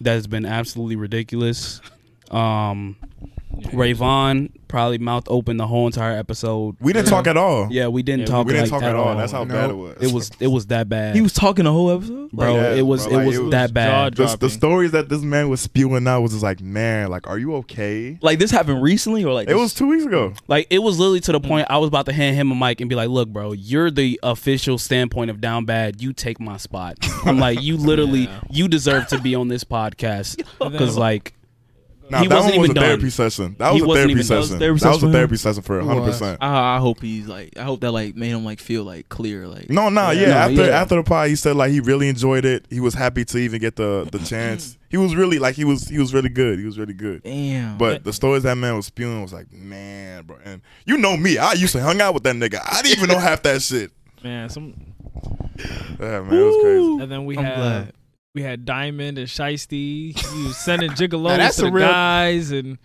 Speaker 4: that's been absolutely ridiculous. Um, Rayvon probably mouth open the whole entire episode.
Speaker 8: we didn't talk at all.
Speaker 4: Yeah, we didn't
Speaker 1: Yeah,
Speaker 4: talk.
Speaker 8: we didn't
Speaker 4: like,
Speaker 8: talk at all. That's how
Speaker 3: No.
Speaker 8: bad it was.
Speaker 4: it was. It was that bad,
Speaker 6: He was talking the whole episode.
Speaker 4: bro.
Speaker 8: Yeah,
Speaker 4: it was.
Speaker 8: bro, like,
Speaker 4: it was
Speaker 8: it was
Speaker 4: that bad.
Speaker 8: The, the stories that this man was spewing out was just like, man, like, are you okay?
Speaker 6: Like this happened recently, or like
Speaker 8: It
Speaker 6: this-
Speaker 8: was two weeks ago.
Speaker 4: Like it was literally to the point I was about to hand him a mic and be like, "Look, bro, you're the official standpoint of down bad. You take my spot." I'm like, "You literally, you deserve to be on this podcast because like
Speaker 8: Nah,
Speaker 4: He
Speaker 8: that
Speaker 4: wasn't
Speaker 8: one was
Speaker 4: even
Speaker 8: a
Speaker 4: done.
Speaker 8: therapy session. That was
Speaker 4: He
Speaker 8: a
Speaker 4: wasn't
Speaker 8: therapy
Speaker 4: even- that was
Speaker 8: session. That
Speaker 6: therapy
Speaker 8: was
Speaker 6: session
Speaker 8: a
Speaker 6: for
Speaker 8: therapy session for hundred percent.
Speaker 6: I, I hope he's like. I hope that like made him like feel like clear. Like
Speaker 8: No, nah, yeah.
Speaker 4: No,
Speaker 8: after
Speaker 4: yeah.
Speaker 8: after the pod, he said like he really enjoyed it. He was happy to even get the the chance. He was really like he was he was really good. He was really good.
Speaker 6: damn.
Speaker 8: But the stories that man was spewing was like, man, bro. And you know me, I used to hung out with that nigga. I didn't even know half that shit.
Speaker 1: Man, some
Speaker 8: Yeah, man, it was crazy.
Speaker 1: and then we
Speaker 6: I'm
Speaker 1: had
Speaker 6: glad.
Speaker 1: we had Diamond and Shiesty. He was sending
Speaker 3: Now,
Speaker 1: gigolos
Speaker 3: that's
Speaker 1: to the
Speaker 3: a real-
Speaker 1: guys and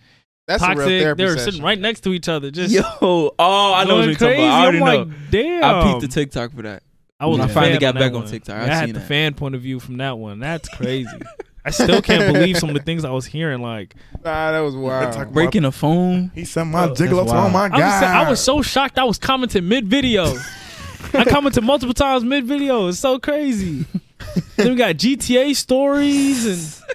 Speaker 3: That's a real
Speaker 1: toxic.
Speaker 3: therapy
Speaker 1: They were
Speaker 3: session.
Speaker 1: sitting right next to each other, just
Speaker 6: yo, oh, I know what
Speaker 1: going
Speaker 6: you're
Speaker 1: crazy.
Speaker 6: talking about. I already
Speaker 1: am
Speaker 6: know.
Speaker 1: like, damn.
Speaker 6: I peeped the TikTok for that.
Speaker 1: I was
Speaker 6: when
Speaker 1: a
Speaker 6: I finally
Speaker 1: fan
Speaker 6: got
Speaker 1: that
Speaker 6: back on
Speaker 1: one.
Speaker 6: TikTok,
Speaker 1: Yeah,
Speaker 6: I've
Speaker 1: I had
Speaker 6: seen
Speaker 1: the
Speaker 6: that.
Speaker 1: fan point of view from that one. That's crazy. I still can't believe some of the things I was hearing. Like,
Speaker 3: Nah, that was
Speaker 8: talk-
Speaker 3: wild.
Speaker 6: Breaking a phone.
Speaker 8: He sent my
Speaker 6: That's
Speaker 8: jiggle up. Oh
Speaker 6: wild.
Speaker 8: my god!
Speaker 1: I was, I was so shocked. I was commenting mid video. I commented multiple times mid video. It's so crazy. then we got GTA stories and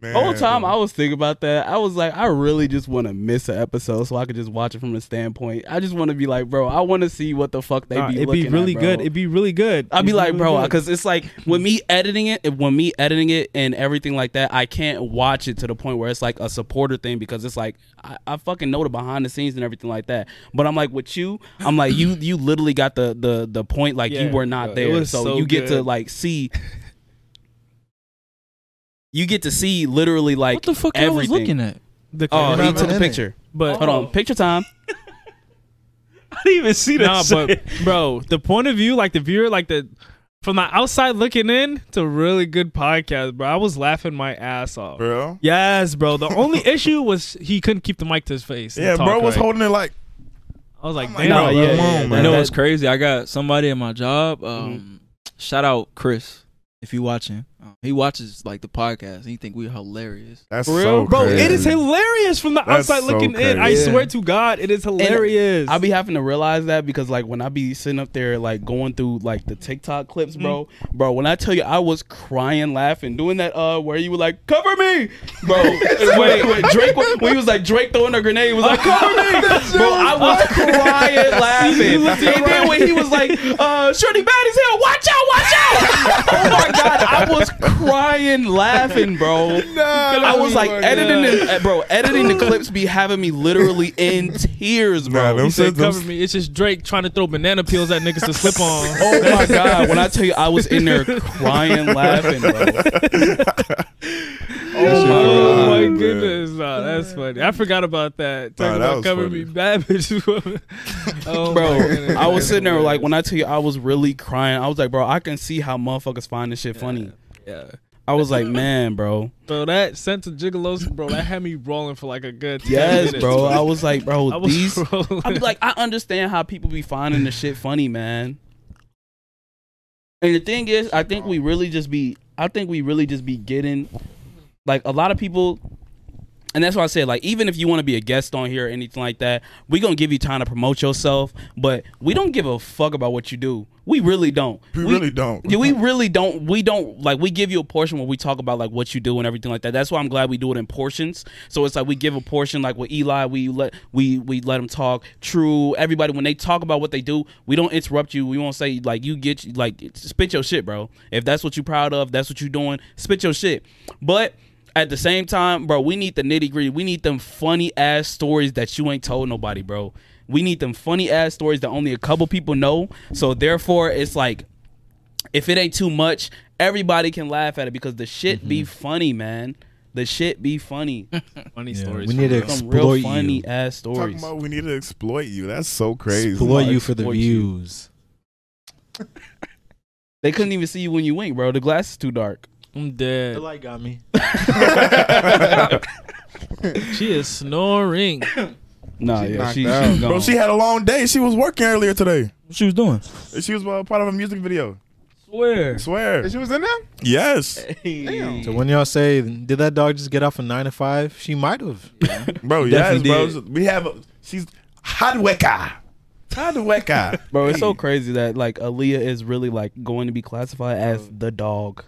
Speaker 8: Man.
Speaker 4: whole time I was thinking about that. I was like, I really just want to miss an episode so I could just watch it from the standpoint. I just want to be like, bro, I want to see what the fuck they
Speaker 1: Nah,
Speaker 4: be.
Speaker 1: it'd
Speaker 4: looking
Speaker 1: be
Speaker 4: at,
Speaker 1: really
Speaker 4: bro.
Speaker 1: good. It'd be really good.
Speaker 4: I'd be
Speaker 1: It'd
Speaker 4: like,
Speaker 1: really
Speaker 4: bro,
Speaker 1: good.
Speaker 4: because it's like when me editing it, when me editing it and everything like that, I can't watch it to the point where it's like a supporter thing because it's like I, I fucking know the behind the scenes and everything like that. But I'm like with you, I'm like you, you literally got the the the point like you
Speaker 1: Yeah.
Speaker 4: were not
Speaker 1: It
Speaker 4: there,
Speaker 1: was
Speaker 4: so,
Speaker 1: so
Speaker 4: you get to
Speaker 1: good.
Speaker 4: like see. You get to see literally like
Speaker 6: What the fuck I was
Speaker 4: everything.
Speaker 6: looking at?
Speaker 1: the
Speaker 4: Oh, he
Speaker 1: camera- Oh.
Speaker 4: took a
Speaker 5: in it.
Speaker 4: picture.
Speaker 1: but
Speaker 4: Hold on, picture time.
Speaker 6: I didn't even see
Speaker 1: nah, but bro, the point of view, like the viewer, like the from the outside looking in, it's a really good podcast, bro. I was laughing my ass off.
Speaker 8: bro.
Speaker 1: Yes, bro. The only issue was he couldn't keep the mic to his face. and
Speaker 8: Yeah,
Speaker 1: talk
Speaker 8: bro was
Speaker 1: right.
Speaker 8: holding it like
Speaker 1: I was like,
Speaker 8: like, bro,
Speaker 1: damn, bro.
Speaker 8: come on,
Speaker 6: You
Speaker 8: man.
Speaker 6: know what's crazy? I got somebody at my job. Um, Shout out Chris if you watching. Um, he watches like the podcast. He think we're hilarious.
Speaker 8: that's
Speaker 1: For
Speaker 8: so
Speaker 1: real? bro,
Speaker 8: crazy.
Speaker 1: it is hilarious from the
Speaker 8: That's
Speaker 1: outside
Speaker 8: so
Speaker 1: looking in. I
Speaker 8: crazy.
Speaker 1: swear to God, it is hilarious.
Speaker 4: I be having to realize that because like when I be sitting up there like going through like the TikTok clips, bro, bro. When I tell you I was crying, laughing, doing that uh where you were like cover me, bro. wait, wait, Drake when he was like Drake throwing a grenade, he was like cover me, bro. I was crying, laughing, and then when he was like uh Shorty bad as hell, watch out, watch out. oh my god, I was crying, laughing, bro. I
Speaker 3: Oh
Speaker 4: was like editing, the, uh, bro. Editing the clips be having me literally in tears, bro.
Speaker 8: Nah, them
Speaker 1: You said
Speaker 8: shit- them-
Speaker 1: cover me. It's just Drake trying to throw banana peels at niggas to slip on.
Speaker 4: Oh my god! When I tell you, I was in there crying, laughing, bro.
Speaker 1: Oh,
Speaker 8: God,
Speaker 1: my
Speaker 8: man.
Speaker 1: goodness, nah, that's funny. I forgot about that.
Speaker 8: Nah,
Speaker 1: Talking
Speaker 8: that
Speaker 1: about
Speaker 8: was
Speaker 1: covering
Speaker 8: funny.
Speaker 1: me bad bitches. woman. oh
Speaker 4: Bro,
Speaker 1: my goodness.
Speaker 4: I was sitting there like when I tell you, I was really crying. I was like, bro, I can see how motherfuckers find this shit funny.
Speaker 1: yeah.
Speaker 4: I was like, man, bro.
Speaker 1: Bro, that sense of gigolos, bro, that had me rolling for like a good 10
Speaker 4: Yes,
Speaker 1: minutes,
Speaker 4: bro. I was like, bro,
Speaker 1: I was
Speaker 4: these.
Speaker 1: rolling.
Speaker 4: I be like, I understand how people be finding the shit funny, man. And the thing is, I think we really just be, I think we really just be getting, like, a lot of people and that's why I said like even if you want to be a guest on here or anything like that, we gonna give you time to promote yourself. But we don't give a fuck about what you do. We really don't.
Speaker 8: We really don't.
Speaker 4: Yeah, we really don't. We don't like. We give you a portion where we talk about like what you do and everything like that. That's why I'm glad we do it in portions. So it's like we give a portion like with Eli. We let we we let them talk. True. Everybody when they talk about what they do, we don't interrupt you. We won't say like you get like spit your shit, bro. If that's what you proud of, that's what you doing. Spit your shit. But at the same time, bro, we need the nitty gritty. We need them funny ass stories that you ain't told nobody, bro. We need them funny ass stories that only a couple people know. So therefore, it's like if it ain't too much, everybody can laugh at it because the shit be funny, man. The shit be funny.
Speaker 1: funny
Speaker 9: stories. we need to
Speaker 4: Some
Speaker 9: exploit
Speaker 4: real
Speaker 9: you.
Speaker 4: funny ass
Speaker 8: Talking
Speaker 4: stories.
Speaker 8: about we need to exploit you. That's so crazy.
Speaker 9: Exploit you for the
Speaker 4: Exploit you.
Speaker 9: views.
Speaker 4: They couldn't even see you when you wink, bro. The glass is too dark.
Speaker 1: I'm dead.
Speaker 9: The light got me.
Speaker 1: She is snoring.
Speaker 4: Nah,
Speaker 7: She
Speaker 4: yeah,
Speaker 7: knocked
Speaker 4: she, she's
Speaker 7: out.
Speaker 4: gone.
Speaker 8: Bro, she had a long day. She was working earlier today.
Speaker 6: What she was doing?
Speaker 8: She was uh, part of a music video.
Speaker 1: Swear.
Speaker 8: I swear.
Speaker 7: She was in there.
Speaker 8: Yes,
Speaker 9: So when y'all say, did that dog just get off a nine to five? She might have.
Speaker 8: bro. Yes,
Speaker 9: Definitely
Speaker 8: bro.
Speaker 9: did.
Speaker 8: We have. A, she's hard worker. Hard worker.
Speaker 4: Bro, it's so crazy that like Aaliyah is really like going to be classified as the dog.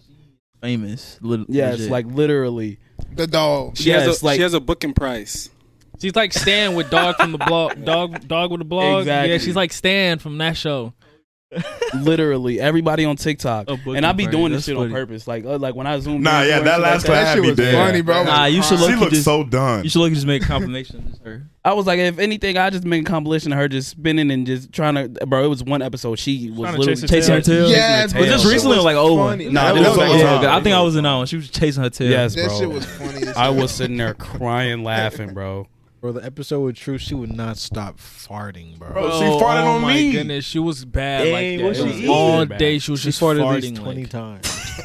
Speaker 6: Famous. Lit-
Speaker 4: Yes,
Speaker 6: legit.
Speaker 4: like literally.
Speaker 3: The dog.
Speaker 4: She
Speaker 7: She
Speaker 4: yes,
Speaker 7: has a,
Speaker 4: like
Speaker 7: she has a booking price.
Speaker 1: She's like Stan with dog from the blog. Dog, dog with the blog. Yeah,
Speaker 4: Exactly.
Speaker 1: she's like Stan from that show.
Speaker 4: literally everybody on TikTok.
Speaker 1: A booking
Speaker 4: And I be
Speaker 1: party,
Speaker 4: doing
Speaker 6: Oh,
Speaker 4: this
Speaker 6: that's
Speaker 4: shit on
Speaker 6: funny.
Speaker 4: purpose. Like uh, like when I zoom.
Speaker 8: Nah,
Speaker 4: in
Speaker 8: yeah,
Speaker 4: or
Speaker 8: that
Speaker 4: shit like
Speaker 8: last laugh
Speaker 7: That
Speaker 8: had
Speaker 7: shit
Speaker 8: me
Speaker 7: was
Speaker 8: dead.
Speaker 7: funny, bro. I was
Speaker 6: Nah, you should
Speaker 7: crying.
Speaker 6: look-
Speaker 8: She
Speaker 6: Look,
Speaker 8: looks
Speaker 6: just-
Speaker 8: so done.
Speaker 6: you should look just make compilation just her.
Speaker 4: I was like, if anything, I just made a compilation of her just spinning and just trying to. Bro, it was one episode. She was
Speaker 1: Trying to
Speaker 4: literally
Speaker 1: chase her
Speaker 4: chasing her
Speaker 6: tail.
Speaker 4: tail.
Speaker 3: Yeah,
Speaker 4: Chasing her
Speaker 3: but
Speaker 4: tail.
Speaker 6: just recently or like old one?
Speaker 3: funny.
Speaker 4: Nah,
Speaker 8: That
Speaker 4: this
Speaker 8: was
Speaker 4: was
Speaker 8: like-
Speaker 4: old.
Speaker 8: Yeah,
Speaker 4: one.
Speaker 6: I think I was in that one. She was chasing her tail.
Speaker 4: Yes,
Speaker 3: That
Speaker 4: bro.
Speaker 3: shit was funny. As
Speaker 4: I
Speaker 3: hell.
Speaker 4: was sitting there crying, laughing, bro.
Speaker 9: Bro, the episode with True, she would not stop farting, bro.
Speaker 8: Bro, she farted
Speaker 1: oh
Speaker 8: on
Speaker 1: my
Speaker 8: me.
Speaker 1: goodness, she was bad
Speaker 6: Dang,
Speaker 1: like
Speaker 6: what
Speaker 1: that.
Speaker 6: she
Speaker 1: It was
Speaker 6: eating?
Speaker 1: all day she was
Speaker 9: she
Speaker 1: just
Speaker 9: farted at
Speaker 1: farting
Speaker 9: least 20
Speaker 1: like,
Speaker 9: times.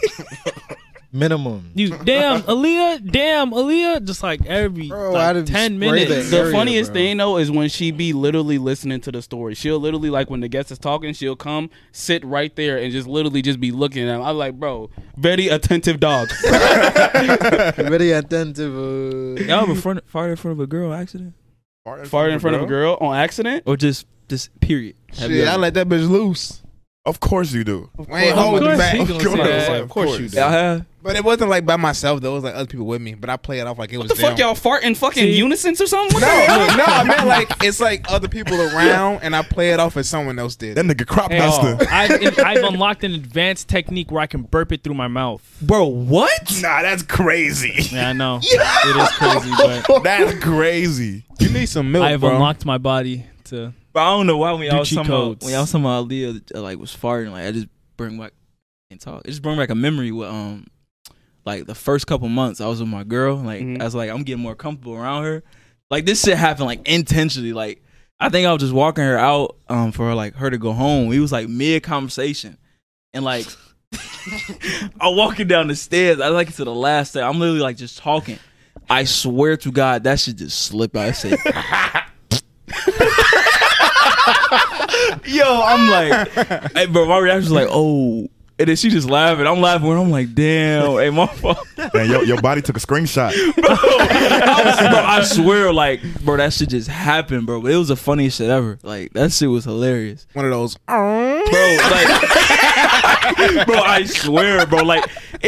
Speaker 9: Minimum.
Speaker 1: You damn Aaliyah, damn Aaliyah, just like every
Speaker 9: Bro,
Speaker 1: like,
Speaker 9: I done
Speaker 1: ten
Speaker 9: spray
Speaker 1: minutes.
Speaker 9: that.
Speaker 4: The
Speaker 9: area,
Speaker 4: funniest
Speaker 9: bro.
Speaker 4: thing though is when she be literally listening to the story. She'll literally like when the guest is talking, she'll come sit right there and just literally just be looking at him. I'm like, bro, very attentive dog.
Speaker 9: Very attentive. uh,
Speaker 6: Y'all ever front, farted in front of a girl on accident?
Speaker 4: Farted in front of a girl on accident.
Speaker 6: Or just, just period? Have you
Speaker 3: Shit, I
Speaker 6: ever-
Speaker 3: let that bitch loose.
Speaker 8: Of course you do.
Speaker 3: I ain't
Speaker 1: course.
Speaker 3: holding
Speaker 1: Of course
Speaker 3: back.
Speaker 1: he gonna say that.
Speaker 4: Of course you do.
Speaker 6: Y'all have?
Speaker 3: But it wasn't like by myself though. It was like other people with me. But I play it off like it
Speaker 4: What
Speaker 3: was
Speaker 4: the fuck,
Speaker 3: them.
Speaker 4: y'all fart in fucking
Speaker 1: See?
Speaker 4: unisons or something? What
Speaker 3: No,
Speaker 4: the-
Speaker 3: no, I meant like it's like other people around, and I play it off as someone else did.
Speaker 8: That nigga crop
Speaker 1: Hey,
Speaker 8: duster.
Speaker 1: I've, I've unlocked an advanced technique where I can burp it through my mouth.
Speaker 6: Bro, what?
Speaker 8: Nah, that's crazy.
Speaker 1: Yeah, I know it is crazy, but
Speaker 8: that's crazy.
Speaker 3: You need some milk,
Speaker 1: I have unlocked my body to.
Speaker 6: But I don't know why when y'all was
Speaker 1: Gucci
Speaker 6: talking about,
Speaker 1: codes.
Speaker 6: when y'all was talking about Aaliyah, uh, like was farting. Like I just bring back and talk. It just bring back a memory with um, like the first couple months I was with my girl. Like
Speaker 4: Mhm.
Speaker 6: I was like I'm getting more comfortable around her. Like this shit happened like intentionally. Like I think I was just walking her out um for like her to go home. We was like mid conversation, and like I'm walking down the stairs. I like it to the last step. I'm literally like just talking. I swear to God, that shit just slipped out. I said, Yo, I'm like, hey, bro, my reaction was like, oh. And then she just laughing. I'm laughing. And I'm like, damn. Hey, my fault.
Speaker 8: Man, yo, your body took a screenshot.
Speaker 6: I was- bro, I swear, like, bro, that shit just happened, bro. But it was the funniest shit ever. Like, that shit was hilarious.
Speaker 3: One of those.
Speaker 6: bro. Like, bro, I swear, bro. Like,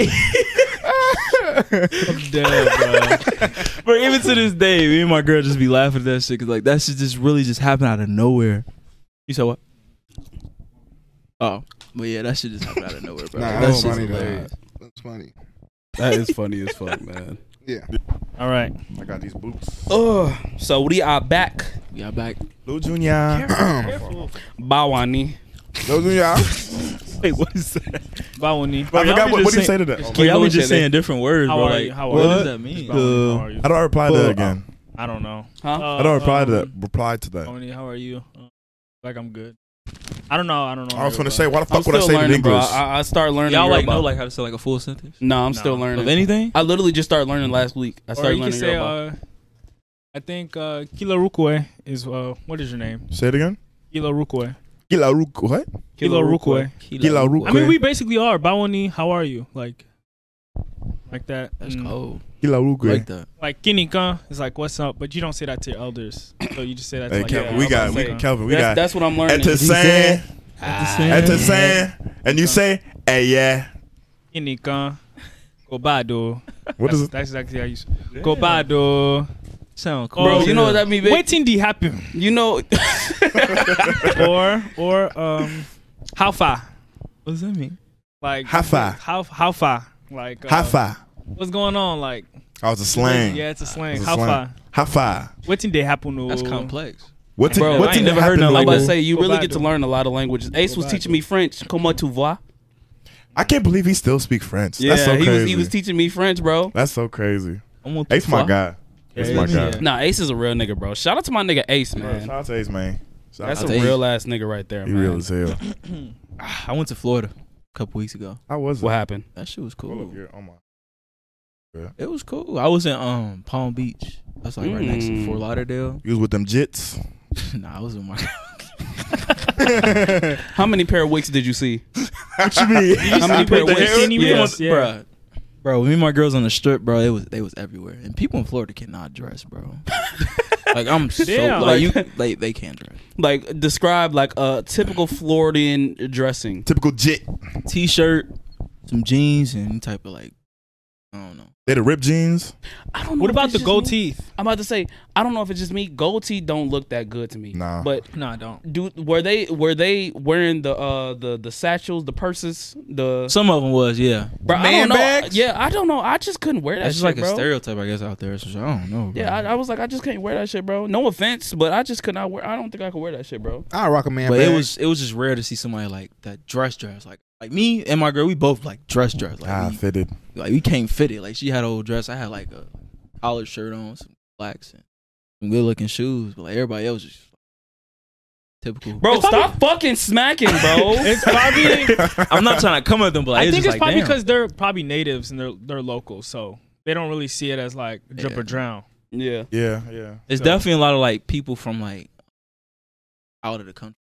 Speaker 6: bro. Even to this day, me and my girl just be laughing at that shit because like that shit just really just happened out of nowhere. You said what? Oh, but yeah, that shit just happened out of nowhere, bro.
Speaker 3: Nah,
Speaker 6: Like,
Speaker 3: that's
Speaker 6: that shit's
Speaker 3: funny, though.
Speaker 6: hilarious.
Speaker 3: That's funny.
Speaker 4: that is funny as fuck, man.
Speaker 3: Yeah.
Speaker 1: All right,
Speaker 8: I got these boots.
Speaker 4: Ugh. So we are back,
Speaker 6: We all back.
Speaker 8: Lil Junior.
Speaker 4: Bawani.
Speaker 8: Lil Junior.
Speaker 6: Wait, what is that?
Speaker 1: Bawani.
Speaker 8: I forgot what, what
Speaker 6: be just
Speaker 8: do you say
Speaker 6: saying-
Speaker 8: to that?
Speaker 6: Bro, y'all was
Speaker 4: Keep
Speaker 6: just
Speaker 4: going.
Speaker 6: saying different words,
Speaker 1: How
Speaker 6: bro.
Speaker 1: are
Speaker 6: like,
Speaker 1: you? How are
Speaker 6: what
Speaker 1: you?
Speaker 6: does that mean?
Speaker 1: How are you?
Speaker 8: How do I reply to that again?
Speaker 1: I don't know.
Speaker 4: Huh?
Speaker 1: Uh,
Speaker 8: How do I reply to that?
Speaker 1: um,
Speaker 8: Reply to that.
Speaker 1: Bawani, how are you? Uh, like I'm good. I don't know. I don't know.
Speaker 8: I was
Speaker 1: how
Speaker 8: gonna
Speaker 1: reply.
Speaker 8: say, why the
Speaker 4: I'm
Speaker 8: fuck would I
Speaker 4: still
Speaker 8: say it in
Speaker 4: learning, bro.
Speaker 8: English?
Speaker 4: I, I start learning.
Speaker 6: Y'all like
Speaker 4: Yoruba.
Speaker 6: know like how to say like a full sentence
Speaker 4: No, I'm still
Speaker 1: Nah.
Speaker 6: of
Speaker 4: learning.
Speaker 6: anything.
Speaker 4: I literally just started learning last week. I
Speaker 1: Or
Speaker 4: started
Speaker 1: you can
Speaker 4: learning.
Speaker 1: say,
Speaker 4: Yoruba.
Speaker 1: uh, I think uh, Kila Rukwe is uh, what is your name?
Speaker 8: say it again.
Speaker 1: Kila Rukwe.
Speaker 8: Kila Ruk. What?
Speaker 1: Kila Rukwe.
Speaker 8: Kila Rukwe.
Speaker 1: I mean, we basically are Bawani. How are you? Like, like that.
Speaker 6: That's
Speaker 1: Mm.
Speaker 6: cold.
Speaker 8: Kila Uke.
Speaker 6: Like that.
Speaker 1: Like Kinika is like what's up, but you don't say that to your elders. So you just say that to
Speaker 8: Hey,
Speaker 1: like
Speaker 8: Kelvin,
Speaker 1: your
Speaker 8: we
Speaker 1: elders.
Speaker 8: got we,
Speaker 4: say.
Speaker 8: Kelvin, we
Speaker 4: That's-
Speaker 8: got.
Speaker 4: that's what I'm learning.
Speaker 8: At the
Speaker 4: He
Speaker 8: same,
Speaker 4: said-
Speaker 8: at the same, and you say, "Hey, yeah."
Speaker 1: Kinika. Kobado.
Speaker 8: What
Speaker 1: that's,
Speaker 8: is it?
Speaker 1: That's exactly how you say Kobado.
Speaker 6: Sound cool.
Speaker 1: Oh,
Speaker 4: Bro, you know what that mean, babe?
Speaker 1: Waiting the happen.
Speaker 4: You know,
Speaker 1: or or um how far?
Speaker 6: What does that mean?
Speaker 1: Like
Speaker 8: How far?
Speaker 1: How how far? Like uh,
Speaker 8: High five.
Speaker 1: What's going on? Like
Speaker 8: I was a slang.
Speaker 1: yeah, it's a slang.
Speaker 8: It's a
Speaker 1: how
Speaker 8: slang.
Speaker 1: far?
Speaker 8: High five.
Speaker 1: Waiting they happen. oh.
Speaker 6: That's complex.
Speaker 8: What's
Speaker 4: Bro,
Speaker 8: it?
Speaker 4: I
Speaker 8: What's
Speaker 4: ain't
Speaker 8: it
Speaker 4: never
Speaker 6: heard nothing
Speaker 4: I'm
Speaker 6: like
Speaker 4: about to
Speaker 6: that.
Speaker 4: say you
Speaker 1: Go
Speaker 4: really
Speaker 1: back
Speaker 4: get to
Speaker 1: to-
Speaker 4: learn a lot of languages. Ace was teaching me French. Comment tu vois?
Speaker 8: I can't believe he still speak French.
Speaker 4: Yeah,
Speaker 8: That's so
Speaker 4: he
Speaker 8: crazy.
Speaker 4: was he was teaching me French, bro.
Speaker 8: That's so crazy.
Speaker 6: I'm gonna
Speaker 8: Ace, my guy. Ace, my
Speaker 6: Yeah.
Speaker 8: guy.
Speaker 4: Nah, Ace is a real nigga, bro. Shout out to my nigga Ace,
Speaker 8: Bro, Shout
Speaker 4: man.
Speaker 8: out to Ace, man. Shout
Speaker 4: That's
Speaker 8: out
Speaker 4: a
Speaker 8: to
Speaker 6: Ace.
Speaker 4: real ass nigga right there,
Speaker 8: He real
Speaker 4: man.
Speaker 8: as hell.
Speaker 6: I went to Florida a couple weeks ago.
Speaker 8: How was it?
Speaker 4: What happened?
Speaker 6: That shit was
Speaker 8: Pull up
Speaker 6: cool.
Speaker 8: your- oh my.
Speaker 6: It was cool. I was in um Palm Beach. That's like right next to
Speaker 4: Mm.
Speaker 6: Fort Lauderdale.
Speaker 8: You was with them jits.
Speaker 6: nah, I was in my.
Speaker 4: How many pair of wigs did you see?
Speaker 8: What you mean?
Speaker 4: How many pair of
Speaker 1: the
Speaker 4: wigs?
Speaker 1: skinny
Speaker 4: Yeah.
Speaker 1: ones? Yeah.
Speaker 6: Bruh. Bro, me and my girls on the strip, bro. It was they was everywhere, and people in Florida cannot dress, bro. like I'm so
Speaker 1: Damn.
Speaker 6: like you, they they can't dress.
Speaker 4: Like describe like a typical Floridian dressing.
Speaker 8: Typical jit.
Speaker 6: T-shirt, some jeans, and any type of like, I don't know.
Speaker 8: They the ripped jeans.
Speaker 4: I don't know.
Speaker 1: What
Speaker 4: if
Speaker 1: about
Speaker 4: it's
Speaker 1: the
Speaker 4: just
Speaker 1: gold
Speaker 4: me.
Speaker 1: teeth?
Speaker 4: I'm about to say I don't know if it's just me. Gold teeth don't look that good to me.
Speaker 8: Nah.
Speaker 4: But
Speaker 1: No, I don't.
Speaker 4: do were they were they wearing the uh the the satchels, the purses, the
Speaker 6: Some of them was, yeah.
Speaker 4: bro, I
Speaker 3: man
Speaker 4: don't know.
Speaker 3: bags?
Speaker 4: Yeah, I don't know. I just couldn't wear that.
Speaker 6: That's just
Speaker 4: shit,
Speaker 6: like
Speaker 4: bro.
Speaker 6: a stereotype, I guess, out there. or some shit. I don't know. Bro.
Speaker 4: Yeah, I, I was like, I just can't wear that shit, bro. No offense, but I just could not wear. I don't think I could wear that shit, bro.
Speaker 3: I rock a man.
Speaker 6: but it
Speaker 3: bag.
Speaker 6: was it was just rare to see somebody like that dress dress like like me and my girl. We both like dress dress like
Speaker 8: Ah,
Speaker 6: we,
Speaker 8: fitted.
Speaker 6: like we can't fit it. Like she had an old dress. I had like a collared shirt on, some blacks, and some good looking shoes. But like everybody else was just typical.
Speaker 4: Bro,
Speaker 1: It's probably-
Speaker 4: stop fucking smacking, bro.
Speaker 1: It's probably
Speaker 6: I'm not trying to come at them, but like,
Speaker 1: I think it's
Speaker 6: just like,
Speaker 1: probably
Speaker 6: damn.
Speaker 1: because they're probably natives and they're they're local, so they don't really see it as like jump
Speaker 6: Yeah.
Speaker 1: or drown.
Speaker 4: yeah,
Speaker 8: Yeah, yeah.
Speaker 6: it's
Speaker 1: so-
Speaker 6: definitely a lot of like people from like out of the country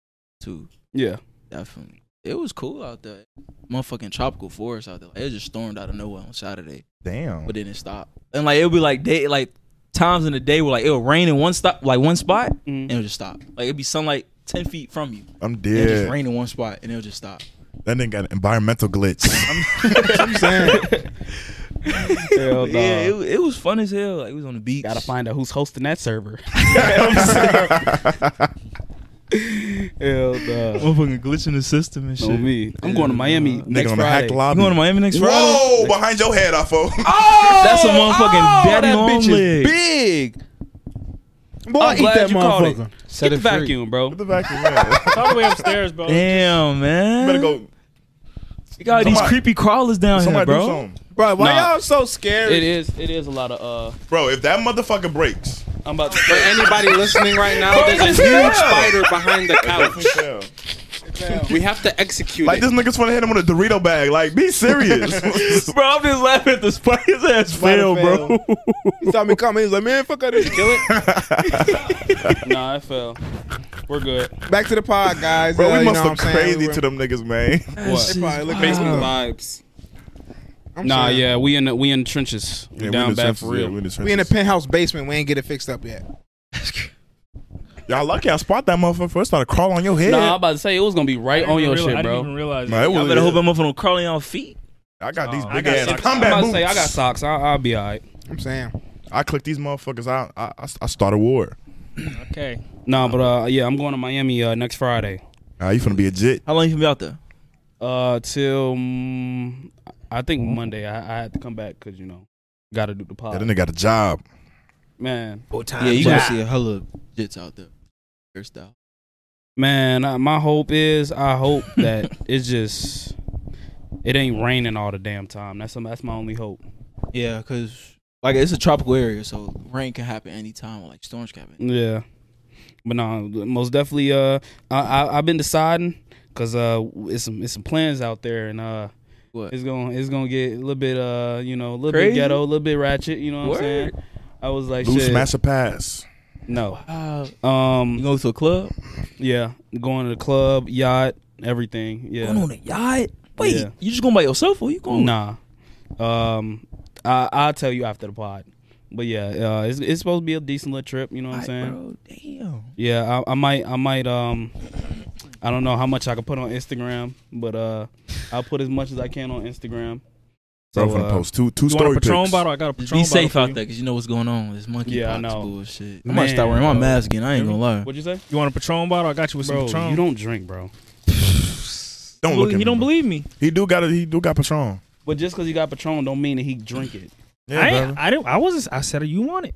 Speaker 6: too.
Speaker 4: yeah.
Speaker 6: Definitely, it was cool out there. Motherfucking tropical forest out there. Like, it just stormed out of nowhere on Saturday.
Speaker 8: Damn.
Speaker 6: but then it stopped. And like it would be like day like times in the day where like it would rain in one stop like one spot
Speaker 4: Mm.
Speaker 6: and it would just stop. Like it'd be sunlight ten feet from you.
Speaker 8: I'm
Speaker 6: And it'd just
Speaker 8: dead.
Speaker 6: rain in one spot and it'll just stop.
Speaker 8: That nigga got an environmental glitch.
Speaker 3: I'm saying.
Speaker 4: Hell
Speaker 6: yeah, it, wa- it was fun as hell. Like it was on the beach.
Speaker 4: Gotta find out who's hosting that server. Hell no.
Speaker 6: Uh, motherfucking glitch in the system and shit.
Speaker 4: Know me. I'm going to Miami
Speaker 8: nigga
Speaker 4: next
Speaker 8: on the hack
Speaker 4: Friday.
Speaker 6: You
Speaker 8: lobby.
Speaker 6: going to Miami next Friday? Ah!
Speaker 8: Whoa, behind your head, Afo.
Speaker 6: That's a
Speaker 8: Oh,
Speaker 6: motherfucking daddy long leg.
Speaker 4: Big.
Speaker 3: Boy,
Speaker 4: I'm
Speaker 3: eat
Speaker 4: glad
Speaker 3: that
Speaker 4: you called it.
Speaker 3: motherfucker.
Speaker 4: Get the vacuum, bro.
Speaker 8: Put the back of that.
Speaker 1: It's all the way upstairs, bro.
Speaker 6: Damn,
Speaker 8: You
Speaker 6: man.
Speaker 8: better go.
Speaker 6: You got these
Speaker 8: Somebody-
Speaker 6: creepy crawlers down here,
Speaker 8: Somebody do
Speaker 6: bro.
Speaker 8: something.
Speaker 3: Bro, why
Speaker 4: Nah.
Speaker 3: y'all so scared?
Speaker 4: It is. It is a lot of. uh
Speaker 8: Bro, if that motherfucker breaks.
Speaker 4: I'm about to.
Speaker 5: For anybody listening right now, there's a huge spider behind the couch. We have to execute
Speaker 8: Like
Speaker 5: it.
Speaker 8: this nigga's trying to hit him with a Dorito bag. Like, be serious.
Speaker 6: Bro, I'm just laughing at the spider's ass
Speaker 3: Spider
Speaker 6: fail, bro.
Speaker 3: He saw me coming. He was like, man, fuck out of here. Kill it.
Speaker 4: Nah, I fell. We're good.
Speaker 3: Back to the pod, guys.
Speaker 8: Bro,
Speaker 3: Uh,
Speaker 8: we
Speaker 3: you
Speaker 8: must
Speaker 3: know
Speaker 8: look
Speaker 3: what I'm saying?
Speaker 8: crazy to them niggas, man.
Speaker 4: What?
Speaker 3: Probably look
Speaker 5: Facebook
Speaker 3: Facebook Live.
Speaker 5: vibes.
Speaker 3: I'm
Speaker 4: Nah,
Speaker 3: saying.
Speaker 4: yeah, we in the, we in the trenches. We
Speaker 8: Yeah, we in
Speaker 4: down
Speaker 8: the
Speaker 4: bad
Speaker 8: trenches,
Speaker 4: for
Speaker 8: yeah,
Speaker 4: real.
Speaker 8: we in the trenches.
Speaker 3: We in the penthouse basement. We ain't get it fixed up yet.
Speaker 8: Y'all lucky I spot that motherfucker first. Started crawling on your head.
Speaker 4: Nah, I'm about to say it was gonna be right on your
Speaker 1: real-
Speaker 4: shit,
Speaker 1: I didn't
Speaker 4: bro.
Speaker 1: even realize
Speaker 8: Nah,
Speaker 1: it.
Speaker 8: it was-
Speaker 6: I better hope that motherfucker don't crawl on y'all feet.
Speaker 8: I got these
Speaker 1: Oh, I
Speaker 8: big
Speaker 1: got
Speaker 8: ass
Speaker 1: socks.
Speaker 8: combat
Speaker 4: I'm about
Speaker 8: boots.
Speaker 4: to say I got socks. I'll, I'll be all right.
Speaker 3: I'm saying.
Speaker 8: I click these motherfuckers out. I, I, I start a war.
Speaker 1: Okay.
Speaker 4: Nah, but uh, yeah, I'm going to Miami uh, next Friday.
Speaker 8: Nah, you finna be a jit.
Speaker 6: How long you gonna be out there?
Speaker 4: Uh, till mm, I think Monday. I, I had to come back because you know, got to do the
Speaker 8: Yeah,
Speaker 4: pod.
Speaker 8: then they got a job.
Speaker 4: man,
Speaker 6: Yeah, you gonna see a hella jits out there. Hairstyle.
Speaker 4: man, uh, my hope is I hope that it's just it ain't raining all the damn time. That's that's my only hope.
Speaker 6: Yeah, cause like it's a tropical area, so rain can happen anytime. Like storms can happen.
Speaker 4: Yeah, but no, most definitely. Uh, I, I I've been deciding because uh, it's some it's some plans out there, and uh,
Speaker 6: What?
Speaker 4: it's gonna it's gonna get a little bit uh, you know, a little bit
Speaker 6: Crazy?
Speaker 4: ghetto, a little bit ratchet. You know what
Speaker 6: Word.
Speaker 4: I'm saying? I was like,
Speaker 8: Loose
Speaker 4: shit,
Speaker 8: smash a pass.
Speaker 4: no.
Speaker 6: Uh, you
Speaker 4: Um,
Speaker 6: go to a club?
Speaker 4: yeah, going to the club, yacht, everything.
Speaker 6: Going
Speaker 4: Yeah,
Speaker 6: on a yacht? Wait,
Speaker 4: Yeah.
Speaker 6: you just going by yourself or you going?
Speaker 4: nah. Um, I I'll tell you after the pod. But yeah, uh, it's, it's supposed to be a decent little trip. You know what I'm saying?
Speaker 6: damn.
Speaker 4: Yeah, I, I might, I might, um, I don't know how much I can put on Instagram, but uh, I'll put as much as I can on Instagram.
Speaker 8: Bro, from
Speaker 4: uh,
Speaker 8: post two two
Speaker 1: You want
Speaker 8: story
Speaker 1: a Patron
Speaker 8: pics.
Speaker 1: bottle? I got a
Speaker 6: Just
Speaker 1: Patron
Speaker 6: be
Speaker 1: bottle.
Speaker 6: safe
Speaker 1: for
Speaker 6: out
Speaker 1: you.
Speaker 6: there because you know what's going on. This monkey
Speaker 4: Yeah, I
Speaker 6: pox
Speaker 4: know.
Speaker 6: bullshit. I
Speaker 4: Man,
Speaker 6: might start wearing my
Speaker 4: bro.
Speaker 6: mask again. I ain't gonna lie.
Speaker 4: What'd you say,
Speaker 1: You want a Patron bottle? I got you with
Speaker 4: bro?
Speaker 1: some Patron.
Speaker 4: You don't drink, bro.
Speaker 8: Don't
Speaker 1: Well,
Speaker 8: look at
Speaker 1: you don't
Speaker 8: me.
Speaker 1: believe me?
Speaker 8: He do got a, he do got Patron.
Speaker 4: But just because he got Patron, don't mean that he drink it.
Speaker 8: Yeah,
Speaker 1: I
Speaker 8: brother.
Speaker 1: ain't, I didn't. I wasn't. I said you want it.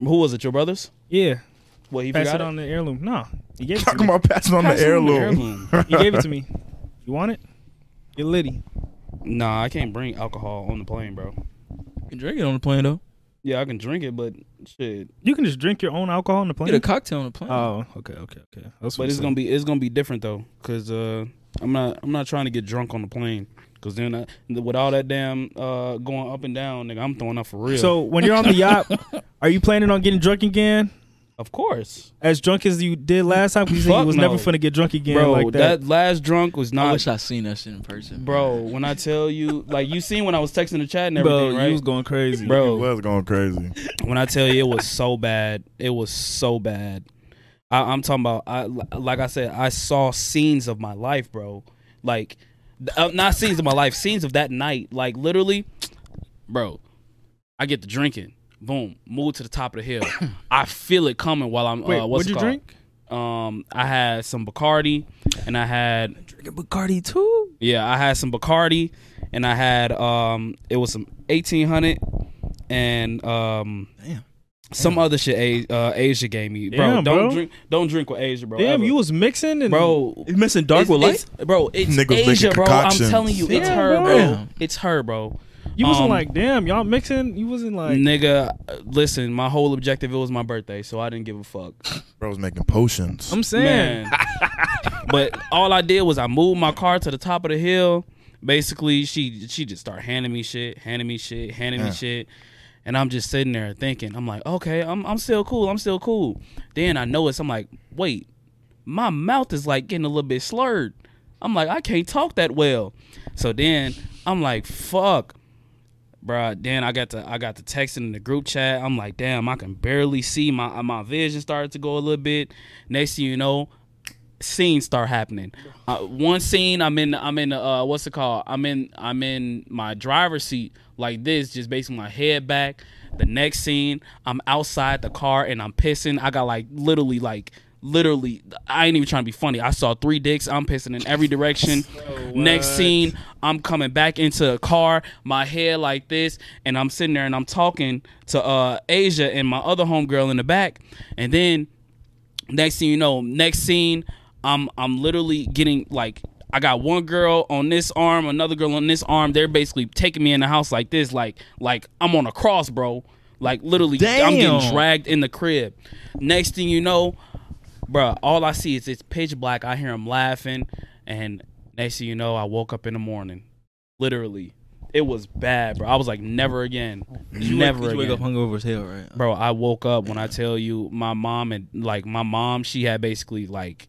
Speaker 4: Who was it? Your brothers?
Speaker 1: Yeah.
Speaker 4: Well, he
Speaker 1: Pass
Speaker 4: forgot
Speaker 1: it on the heirloom. No, you gave it to
Speaker 8: Talking
Speaker 1: me.
Speaker 8: about passing on
Speaker 4: Pass
Speaker 8: the
Speaker 4: it on the
Speaker 8: heirloom.
Speaker 1: You gave it to me. You want it? You're Liddy.
Speaker 4: Nah, I can't bring alcohol on the plane, bro.
Speaker 6: You can drink it on the plane though.
Speaker 4: Yeah, I can drink it, but shit.
Speaker 1: You can just drink your own alcohol on the
Speaker 6: Get a
Speaker 1: plane.
Speaker 6: cocktail on the plane.
Speaker 4: Uh,
Speaker 1: Oh, okay, okay, okay. That's
Speaker 4: But it's gonna be it's gonna be different though, cause uh, I'm not I'm not trying to get drunk on the plane, cause then I, with all that damn uh going up and down, nigga, I'm throwing up for real.
Speaker 1: So when you're on the yacht, are you planning on getting drunk again?
Speaker 4: of course,
Speaker 1: As drunk as you did last time? 'Cause you said
Speaker 4: Fuck
Speaker 1: you was
Speaker 4: no.
Speaker 1: never finna get drunk again
Speaker 4: bro,
Speaker 1: like
Speaker 4: that.
Speaker 1: that.
Speaker 4: last drunk was
Speaker 6: I
Speaker 4: not,
Speaker 6: wish I seen that shit in person.
Speaker 4: bro. When I tell you, like you seen when I was texting the chat and
Speaker 1: bro,
Speaker 4: everything, right?
Speaker 1: you was going crazy.
Speaker 8: He
Speaker 4: bro,
Speaker 8: was going crazy.
Speaker 4: when I tell you it was so bad, it was so bad. I, I'm talking about, I like I said, I saw scenes of my life, bro. Like, th- uh, not scenes of my life, scenes of that night. Like literally, bro. I get to drinking. Boom, move to the top of the hill. I feel it coming while I'm.
Speaker 1: Wait,
Speaker 4: uh, what's
Speaker 1: what'd
Speaker 4: it
Speaker 1: you
Speaker 4: called?
Speaker 1: drink?
Speaker 4: Um, I had some Bacardi, and I had
Speaker 6: drinking Bacardi too.
Speaker 4: yeah, I had some Bacardi, and I had um, it was some eighteen hundred, and um,
Speaker 6: Damn.
Speaker 4: some other shit. A- uh, Asia gave me, bro.
Speaker 1: Damn,
Speaker 4: don't
Speaker 1: bro.
Speaker 4: drink, don't drink with Asia, bro.
Speaker 1: Damn,
Speaker 4: ever.
Speaker 1: you was mixing and
Speaker 4: bro.
Speaker 6: You missing dark
Speaker 4: it's-
Speaker 6: with light.
Speaker 4: it's- bro. It's
Speaker 8: Niggas making
Speaker 4: Asia, bro. I'm
Speaker 8: concoctions.
Speaker 4: telling you, it's
Speaker 1: Damn,
Speaker 4: her, bro.
Speaker 1: bro.
Speaker 6: Damn.
Speaker 4: It's her, bro.
Speaker 1: You wasn't
Speaker 4: Um,
Speaker 1: like, damn, y'all mixing. You wasn't like,
Speaker 4: Nigga, uh, listen. My whole objective it was my birthday, so I didn't give a fuck,
Speaker 8: Bro was making potions.
Speaker 1: I'm saying.
Speaker 4: man. but all I did was I moved my car to the top of the hill. Basically, she she just started handing me shit, handing me shit, handing me shit, and I'm just sitting there thinking. I'm like, okay, I'm I'm still cool. I'm still cool. Then I notice I'm like, wait, my mouth is like getting a little bit slurred. I'm like, I can't talk that well. So then I'm like, fuck. Bruh, then I got to I got to texting in the group chat. I'm like, damn, I can barely see my my vision started to go a little bit. Next thing you know, scenes start happening. Uh, one scene, I'm in, I'm in, uh, what's it called? I'm in, I'm in my driver's seat like this, just basing my head back. The next scene, I'm outside the car and I'm pissing. I got like literally like. Literally, I ain't even trying to be funny. I saw three dicks. I'm pissing in every direction. Next scene, I'm coming back into a car, my head like this, and I'm sitting there and I'm talking to uh Asia and my other homegirl in the back. And then next thing you know, next scene, I'm I'm literally getting like I got one girl on this arm, another girl on this arm. They're basically taking me in the house like this, like like I'm on a cross, bro. Like literally, I'm getting
Speaker 6: Damn.
Speaker 4: dragged in the crib. Next thing you know, bruh, all I see is it's pitch black. I hear him laughing, and next thing you know, I woke up in the morning. Literally, it was bad, bro. I was like, never again, never
Speaker 6: You
Speaker 4: again
Speaker 6: wake up hungover as hell, right?
Speaker 4: bro i woke up when i tell you my mom and like my mom she had basically like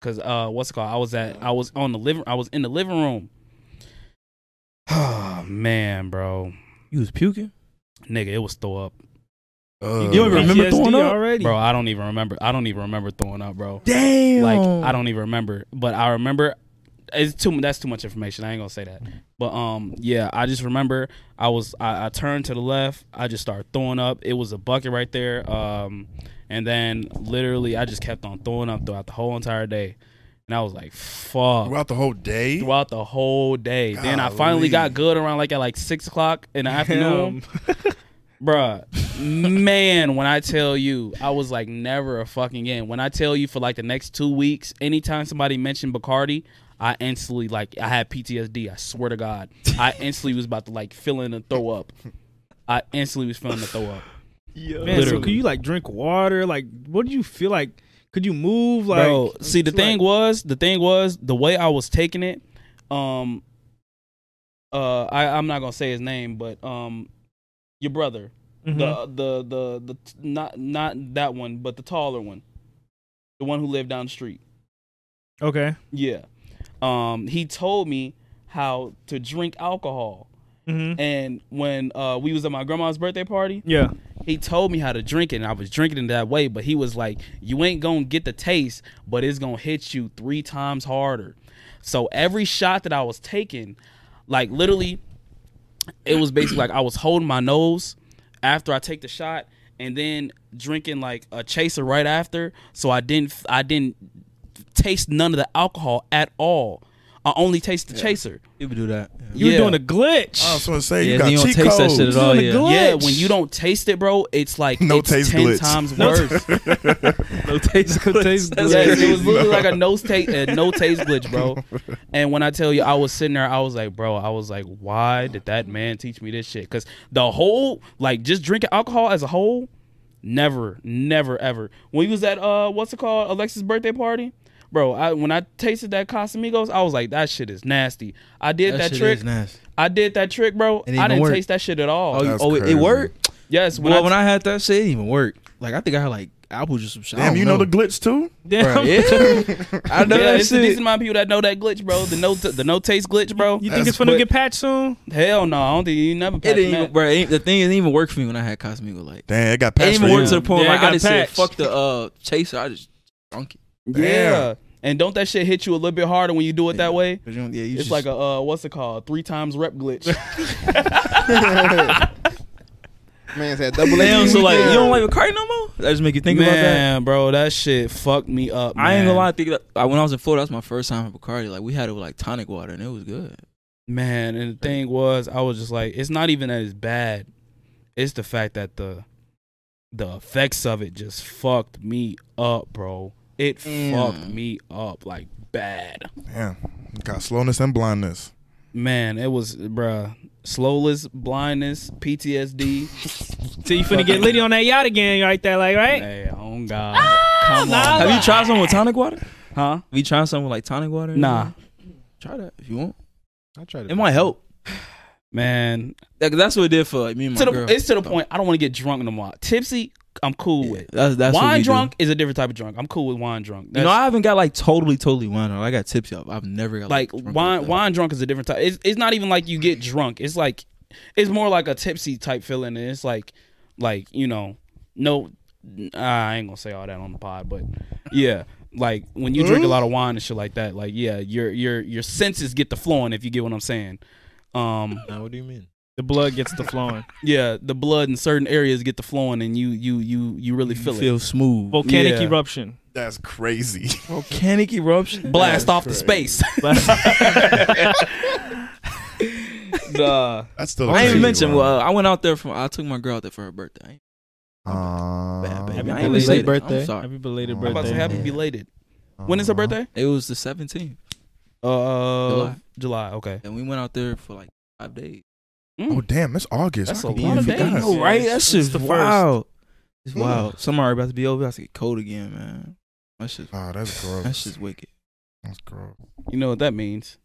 Speaker 4: because uh what's it called i was at i was on the living i was in the living room oh man bro
Speaker 6: You was puking.
Speaker 4: nigga it was throw up
Speaker 8: Uh,
Speaker 6: You don't even remember throwing
Speaker 1: PTSD
Speaker 6: up?
Speaker 1: already?
Speaker 4: bro i don't even remember i don't even remember throwing up bro
Speaker 6: Damn.
Speaker 4: like i don't even remember but i remember it's too that's too much information i ain't gonna say that but um yeah i just remember i was i, I turned to the left i just started throwing up it was a bucket right there um and then literally i just kept on throwing up throughout the whole entire day and i was like fuck
Speaker 8: throughout the whole day.
Speaker 4: throughout the whole day then i finally
Speaker 8: Golly.
Speaker 4: got good around like at like six o'clock in the afternoon
Speaker 1: Damn.
Speaker 4: Bruh, man, when I tell you, I was like never a fucking in. When I tell you for like the next two weeks, anytime somebody mentioned Bacardi, I instantly like I had PTSD. I swear to God, I instantly was about to like fill in and throw up. I instantly was feeling the throw up.
Speaker 1: Man, so
Speaker 4: Literally.
Speaker 1: could you like drink water? Like, what do you feel like? Could you move? Like,
Speaker 4: Bro, see the
Speaker 1: it's
Speaker 4: thing
Speaker 1: like-
Speaker 4: was, the thing was the way I was taking it. Um, uh, I I'm not gonna say his name, but um, your brother.
Speaker 1: Mhm.
Speaker 4: the the the the t- not not that one, but the taller one, the one who lived down the street.
Speaker 1: okay.
Speaker 4: Yeah, um, he told me how to drink alcohol, And when uh, we was at my grandma's birthday party,
Speaker 1: Mm-hmm. Yeah.
Speaker 4: he told me how to drink it, and I was drinking it that way. But he was like, "You ain't gonna get the taste, but it's gonna hit you three times harder." So every shot that I was taking, like literally, it was basically like I was holding my nose after I take the shot, and then drinking like a chaser right after. So I didn't, I didn't taste none of the alcohol at all. I only taste the chaser.
Speaker 6: People do that.
Speaker 1: You
Speaker 4: Yeah.
Speaker 1: were doing a glitch.
Speaker 8: I was gonna say
Speaker 6: Yeah,
Speaker 8: you
Speaker 6: you
Speaker 8: got
Speaker 6: don't
Speaker 8: cheat
Speaker 6: taste that
Speaker 8: codes.
Speaker 6: shit at all.
Speaker 1: Doing the
Speaker 6: Yeah.
Speaker 1: glitch.
Speaker 4: Yeah, when you don't taste it, bro, it's like
Speaker 8: No
Speaker 4: it's
Speaker 8: taste
Speaker 4: ten
Speaker 8: glitch.
Speaker 4: times
Speaker 1: No
Speaker 4: worse.
Speaker 1: no taste, no taste
Speaker 4: Yes,
Speaker 1: glitch.
Speaker 4: it was literally like a no taste, a no taste glitch, bro. And when I tell you, I was sitting there, I was like, bro, I was like, why did that man teach me this shit? Because the whole, like, just drinking alcohol as a whole, never, never, ever. When we was at uh, what's it called, Alexis' birthday party, bro. I when I tasted that Casamigos, I was like, that shit is nasty. I did that,
Speaker 6: shit
Speaker 4: trick.
Speaker 6: is nasty.
Speaker 4: I did that trick, bro.
Speaker 6: It
Speaker 4: I
Speaker 6: even
Speaker 4: didn't
Speaker 6: work.
Speaker 4: taste that shit at all.
Speaker 6: Oh, you,
Speaker 8: That's
Speaker 6: oh it,
Speaker 8: crazy.
Speaker 6: it worked.
Speaker 4: yes, when
Speaker 6: well,
Speaker 4: I
Speaker 6: when I had that shit, it didn't even work. Like I think I had like apple juice. or something. I
Speaker 8: Damn,
Speaker 6: don't
Speaker 8: you know. the glitch too.
Speaker 1: Damn.
Speaker 6: yeah, I know
Speaker 4: yeah,
Speaker 6: that
Speaker 4: it's a decent
Speaker 6: shit.
Speaker 4: amount of people that know that glitch, bro. The no, the no taste glitch, bro.
Speaker 1: You think it's
Speaker 8: That's
Speaker 1: gonna
Speaker 4: what-
Speaker 1: get patched soon?
Speaker 4: Hell no, I don't think you never.
Speaker 6: It
Speaker 4: patched
Speaker 6: didn't,
Speaker 4: that.
Speaker 6: even, bro. It, ain't- the thing it didn't even work for me when I had Cosmigo. Like it
Speaker 8: Damn, it got
Speaker 6: didn't
Speaker 8: passed.
Speaker 6: even
Speaker 8: for
Speaker 6: work
Speaker 8: you.
Speaker 6: to the point
Speaker 1: Yeah,
Speaker 6: where
Speaker 1: I
Speaker 6: like, I,
Speaker 1: got
Speaker 6: just said
Speaker 1: patched.
Speaker 6: fuck the uh, chaser. I just drunk it.
Speaker 4: Yeah, and don't that shit hit you a little bit harder when you do it that way?
Speaker 6: 'Cause you don't- yeah, you
Speaker 4: It's
Speaker 6: just-
Speaker 4: like a uh, what's it called? Three times rep glitch.
Speaker 3: Man said double A.
Speaker 6: damn. So like you
Speaker 3: Yeah.
Speaker 6: don't like McCartney no more. That just make you think
Speaker 4: man,
Speaker 6: about that.
Speaker 4: bro, that shit fucked me up.
Speaker 6: I
Speaker 4: man.
Speaker 6: ain't gonna lie. I think that I, when I was in Florida, that was my first time at Bacardi. Like we had it with like tonic water, and it was good.
Speaker 4: man. And the thing was, I was just like, it's not even that it's bad. It's the fact that the the effects of it just fucked me up, bro. It fucked
Speaker 6: Mm.
Speaker 4: me up like bad.
Speaker 8: Damn, got slowness and blindness.
Speaker 4: Man, it was bruh. Slowless, blindness, PTSD.
Speaker 1: So you finna get Liddy on that yacht again, right there, like right?
Speaker 4: hey, oh God. Come on.
Speaker 6: Have you tried something with tonic water? Have
Speaker 4: Huh?
Speaker 6: you tried something with like tonic water?
Speaker 4: Nah.
Speaker 6: Try that if you want.
Speaker 9: I tried to
Speaker 6: It might help.
Speaker 4: Man.
Speaker 6: That- that's what it did for like, me and my
Speaker 4: To
Speaker 6: girl.
Speaker 4: the, it's to the point I don't want to get drunk no more. Tipsy, I'm cool
Speaker 6: Yeah,
Speaker 4: with.
Speaker 6: that's that's what we
Speaker 4: wine
Speaker 6: do.
Speaker 4: drunk is a different type of drunk. I'm cool with wine drunk.
Speaker 6: you know,
Speaker 4: That's-
Speaker 6: I haven't got like totally, totally wine drunk. I got tipsy up. I've never got
Speaker 4: like
Speaker 6: drunk
Speaker 4: wine
Speaker 6: that.
Speaker 4: wine drunk is a different type. It's, it's not even like you get drunk. It's like it's more like a tipsy type feeling and it's like like, you know, no I ain't going to say all that on the pod, but yeah. Like when you drink a lot of wine and shit like that, like yeah, your your your senses get to flowing if you get what I'm saying. Um
Speaker 9: Now what do you mean?
Speaker 1: The blood gets to flowing.
Speaker 4: yeah, the blood in certain areas get to flowing and you you you you really
Speaker 6: You
Speaker 4: feel,
Speaker 6: feel smooth.
Speaker 1: Volcanic
Speaker 4: Yeah.
Speaker 1: eruption.
Speaker 8: That's crazy.
Speaker 6: Volcanic eruption.
Speaker 4: it. Blast off to space. Duh.
Speaker 8: That's still.
Speaker 6: I ain't even
Speaker 8: crazy,
Speaker 6: mentioned.
Speaker 8: bro.
Speaker 6: Well, uh, I went out there for. I took my girl out there for her birthday.
Speaker 8: Uh,
Speaker 6: Bad, baby.
Speaker 1: happy
Speaker 6: I ain't even
Speaker 1: belated
Speaker 6: say that.
Speaker 9: birthday.
Speaker 6: I'm sorry.
Speaker 1: Happy belated
Speaker 8: I'm
Speaker 4: I'm about to
Speaker 1: birthday.
Speaker 4: say happy belated. When is her birthday?
Speaker 6: It was the 17th,
Speaker 4: Uh,
Speaker 6: July.
Speaker 4: July. Okay. Mm,
Speaker 6: and we went out there for like five days.
Speaker 8: Oh damn, that's August.
Speaker 4: That's
Speaker 8: I
Speaker 4: a
Speaker 8: could be
Speaker 4: lot of
Speaker 8: even
Speaker 4: days.
Speaker 8: forgot.
Speaker 4: Oh, right? That
Speaker 6: That's
Speaker 4: shit's
Speaker 6: just
Speaker 4: the
Speaker 6: wow. It's wow. Summer already about to be over. I have to get cold again, man. That's just
Speaker 8: Oh, that's gross.
Speaker 6: that's just wicked.
Speaker 8: That's gross.
Speaker 4: You know what that means?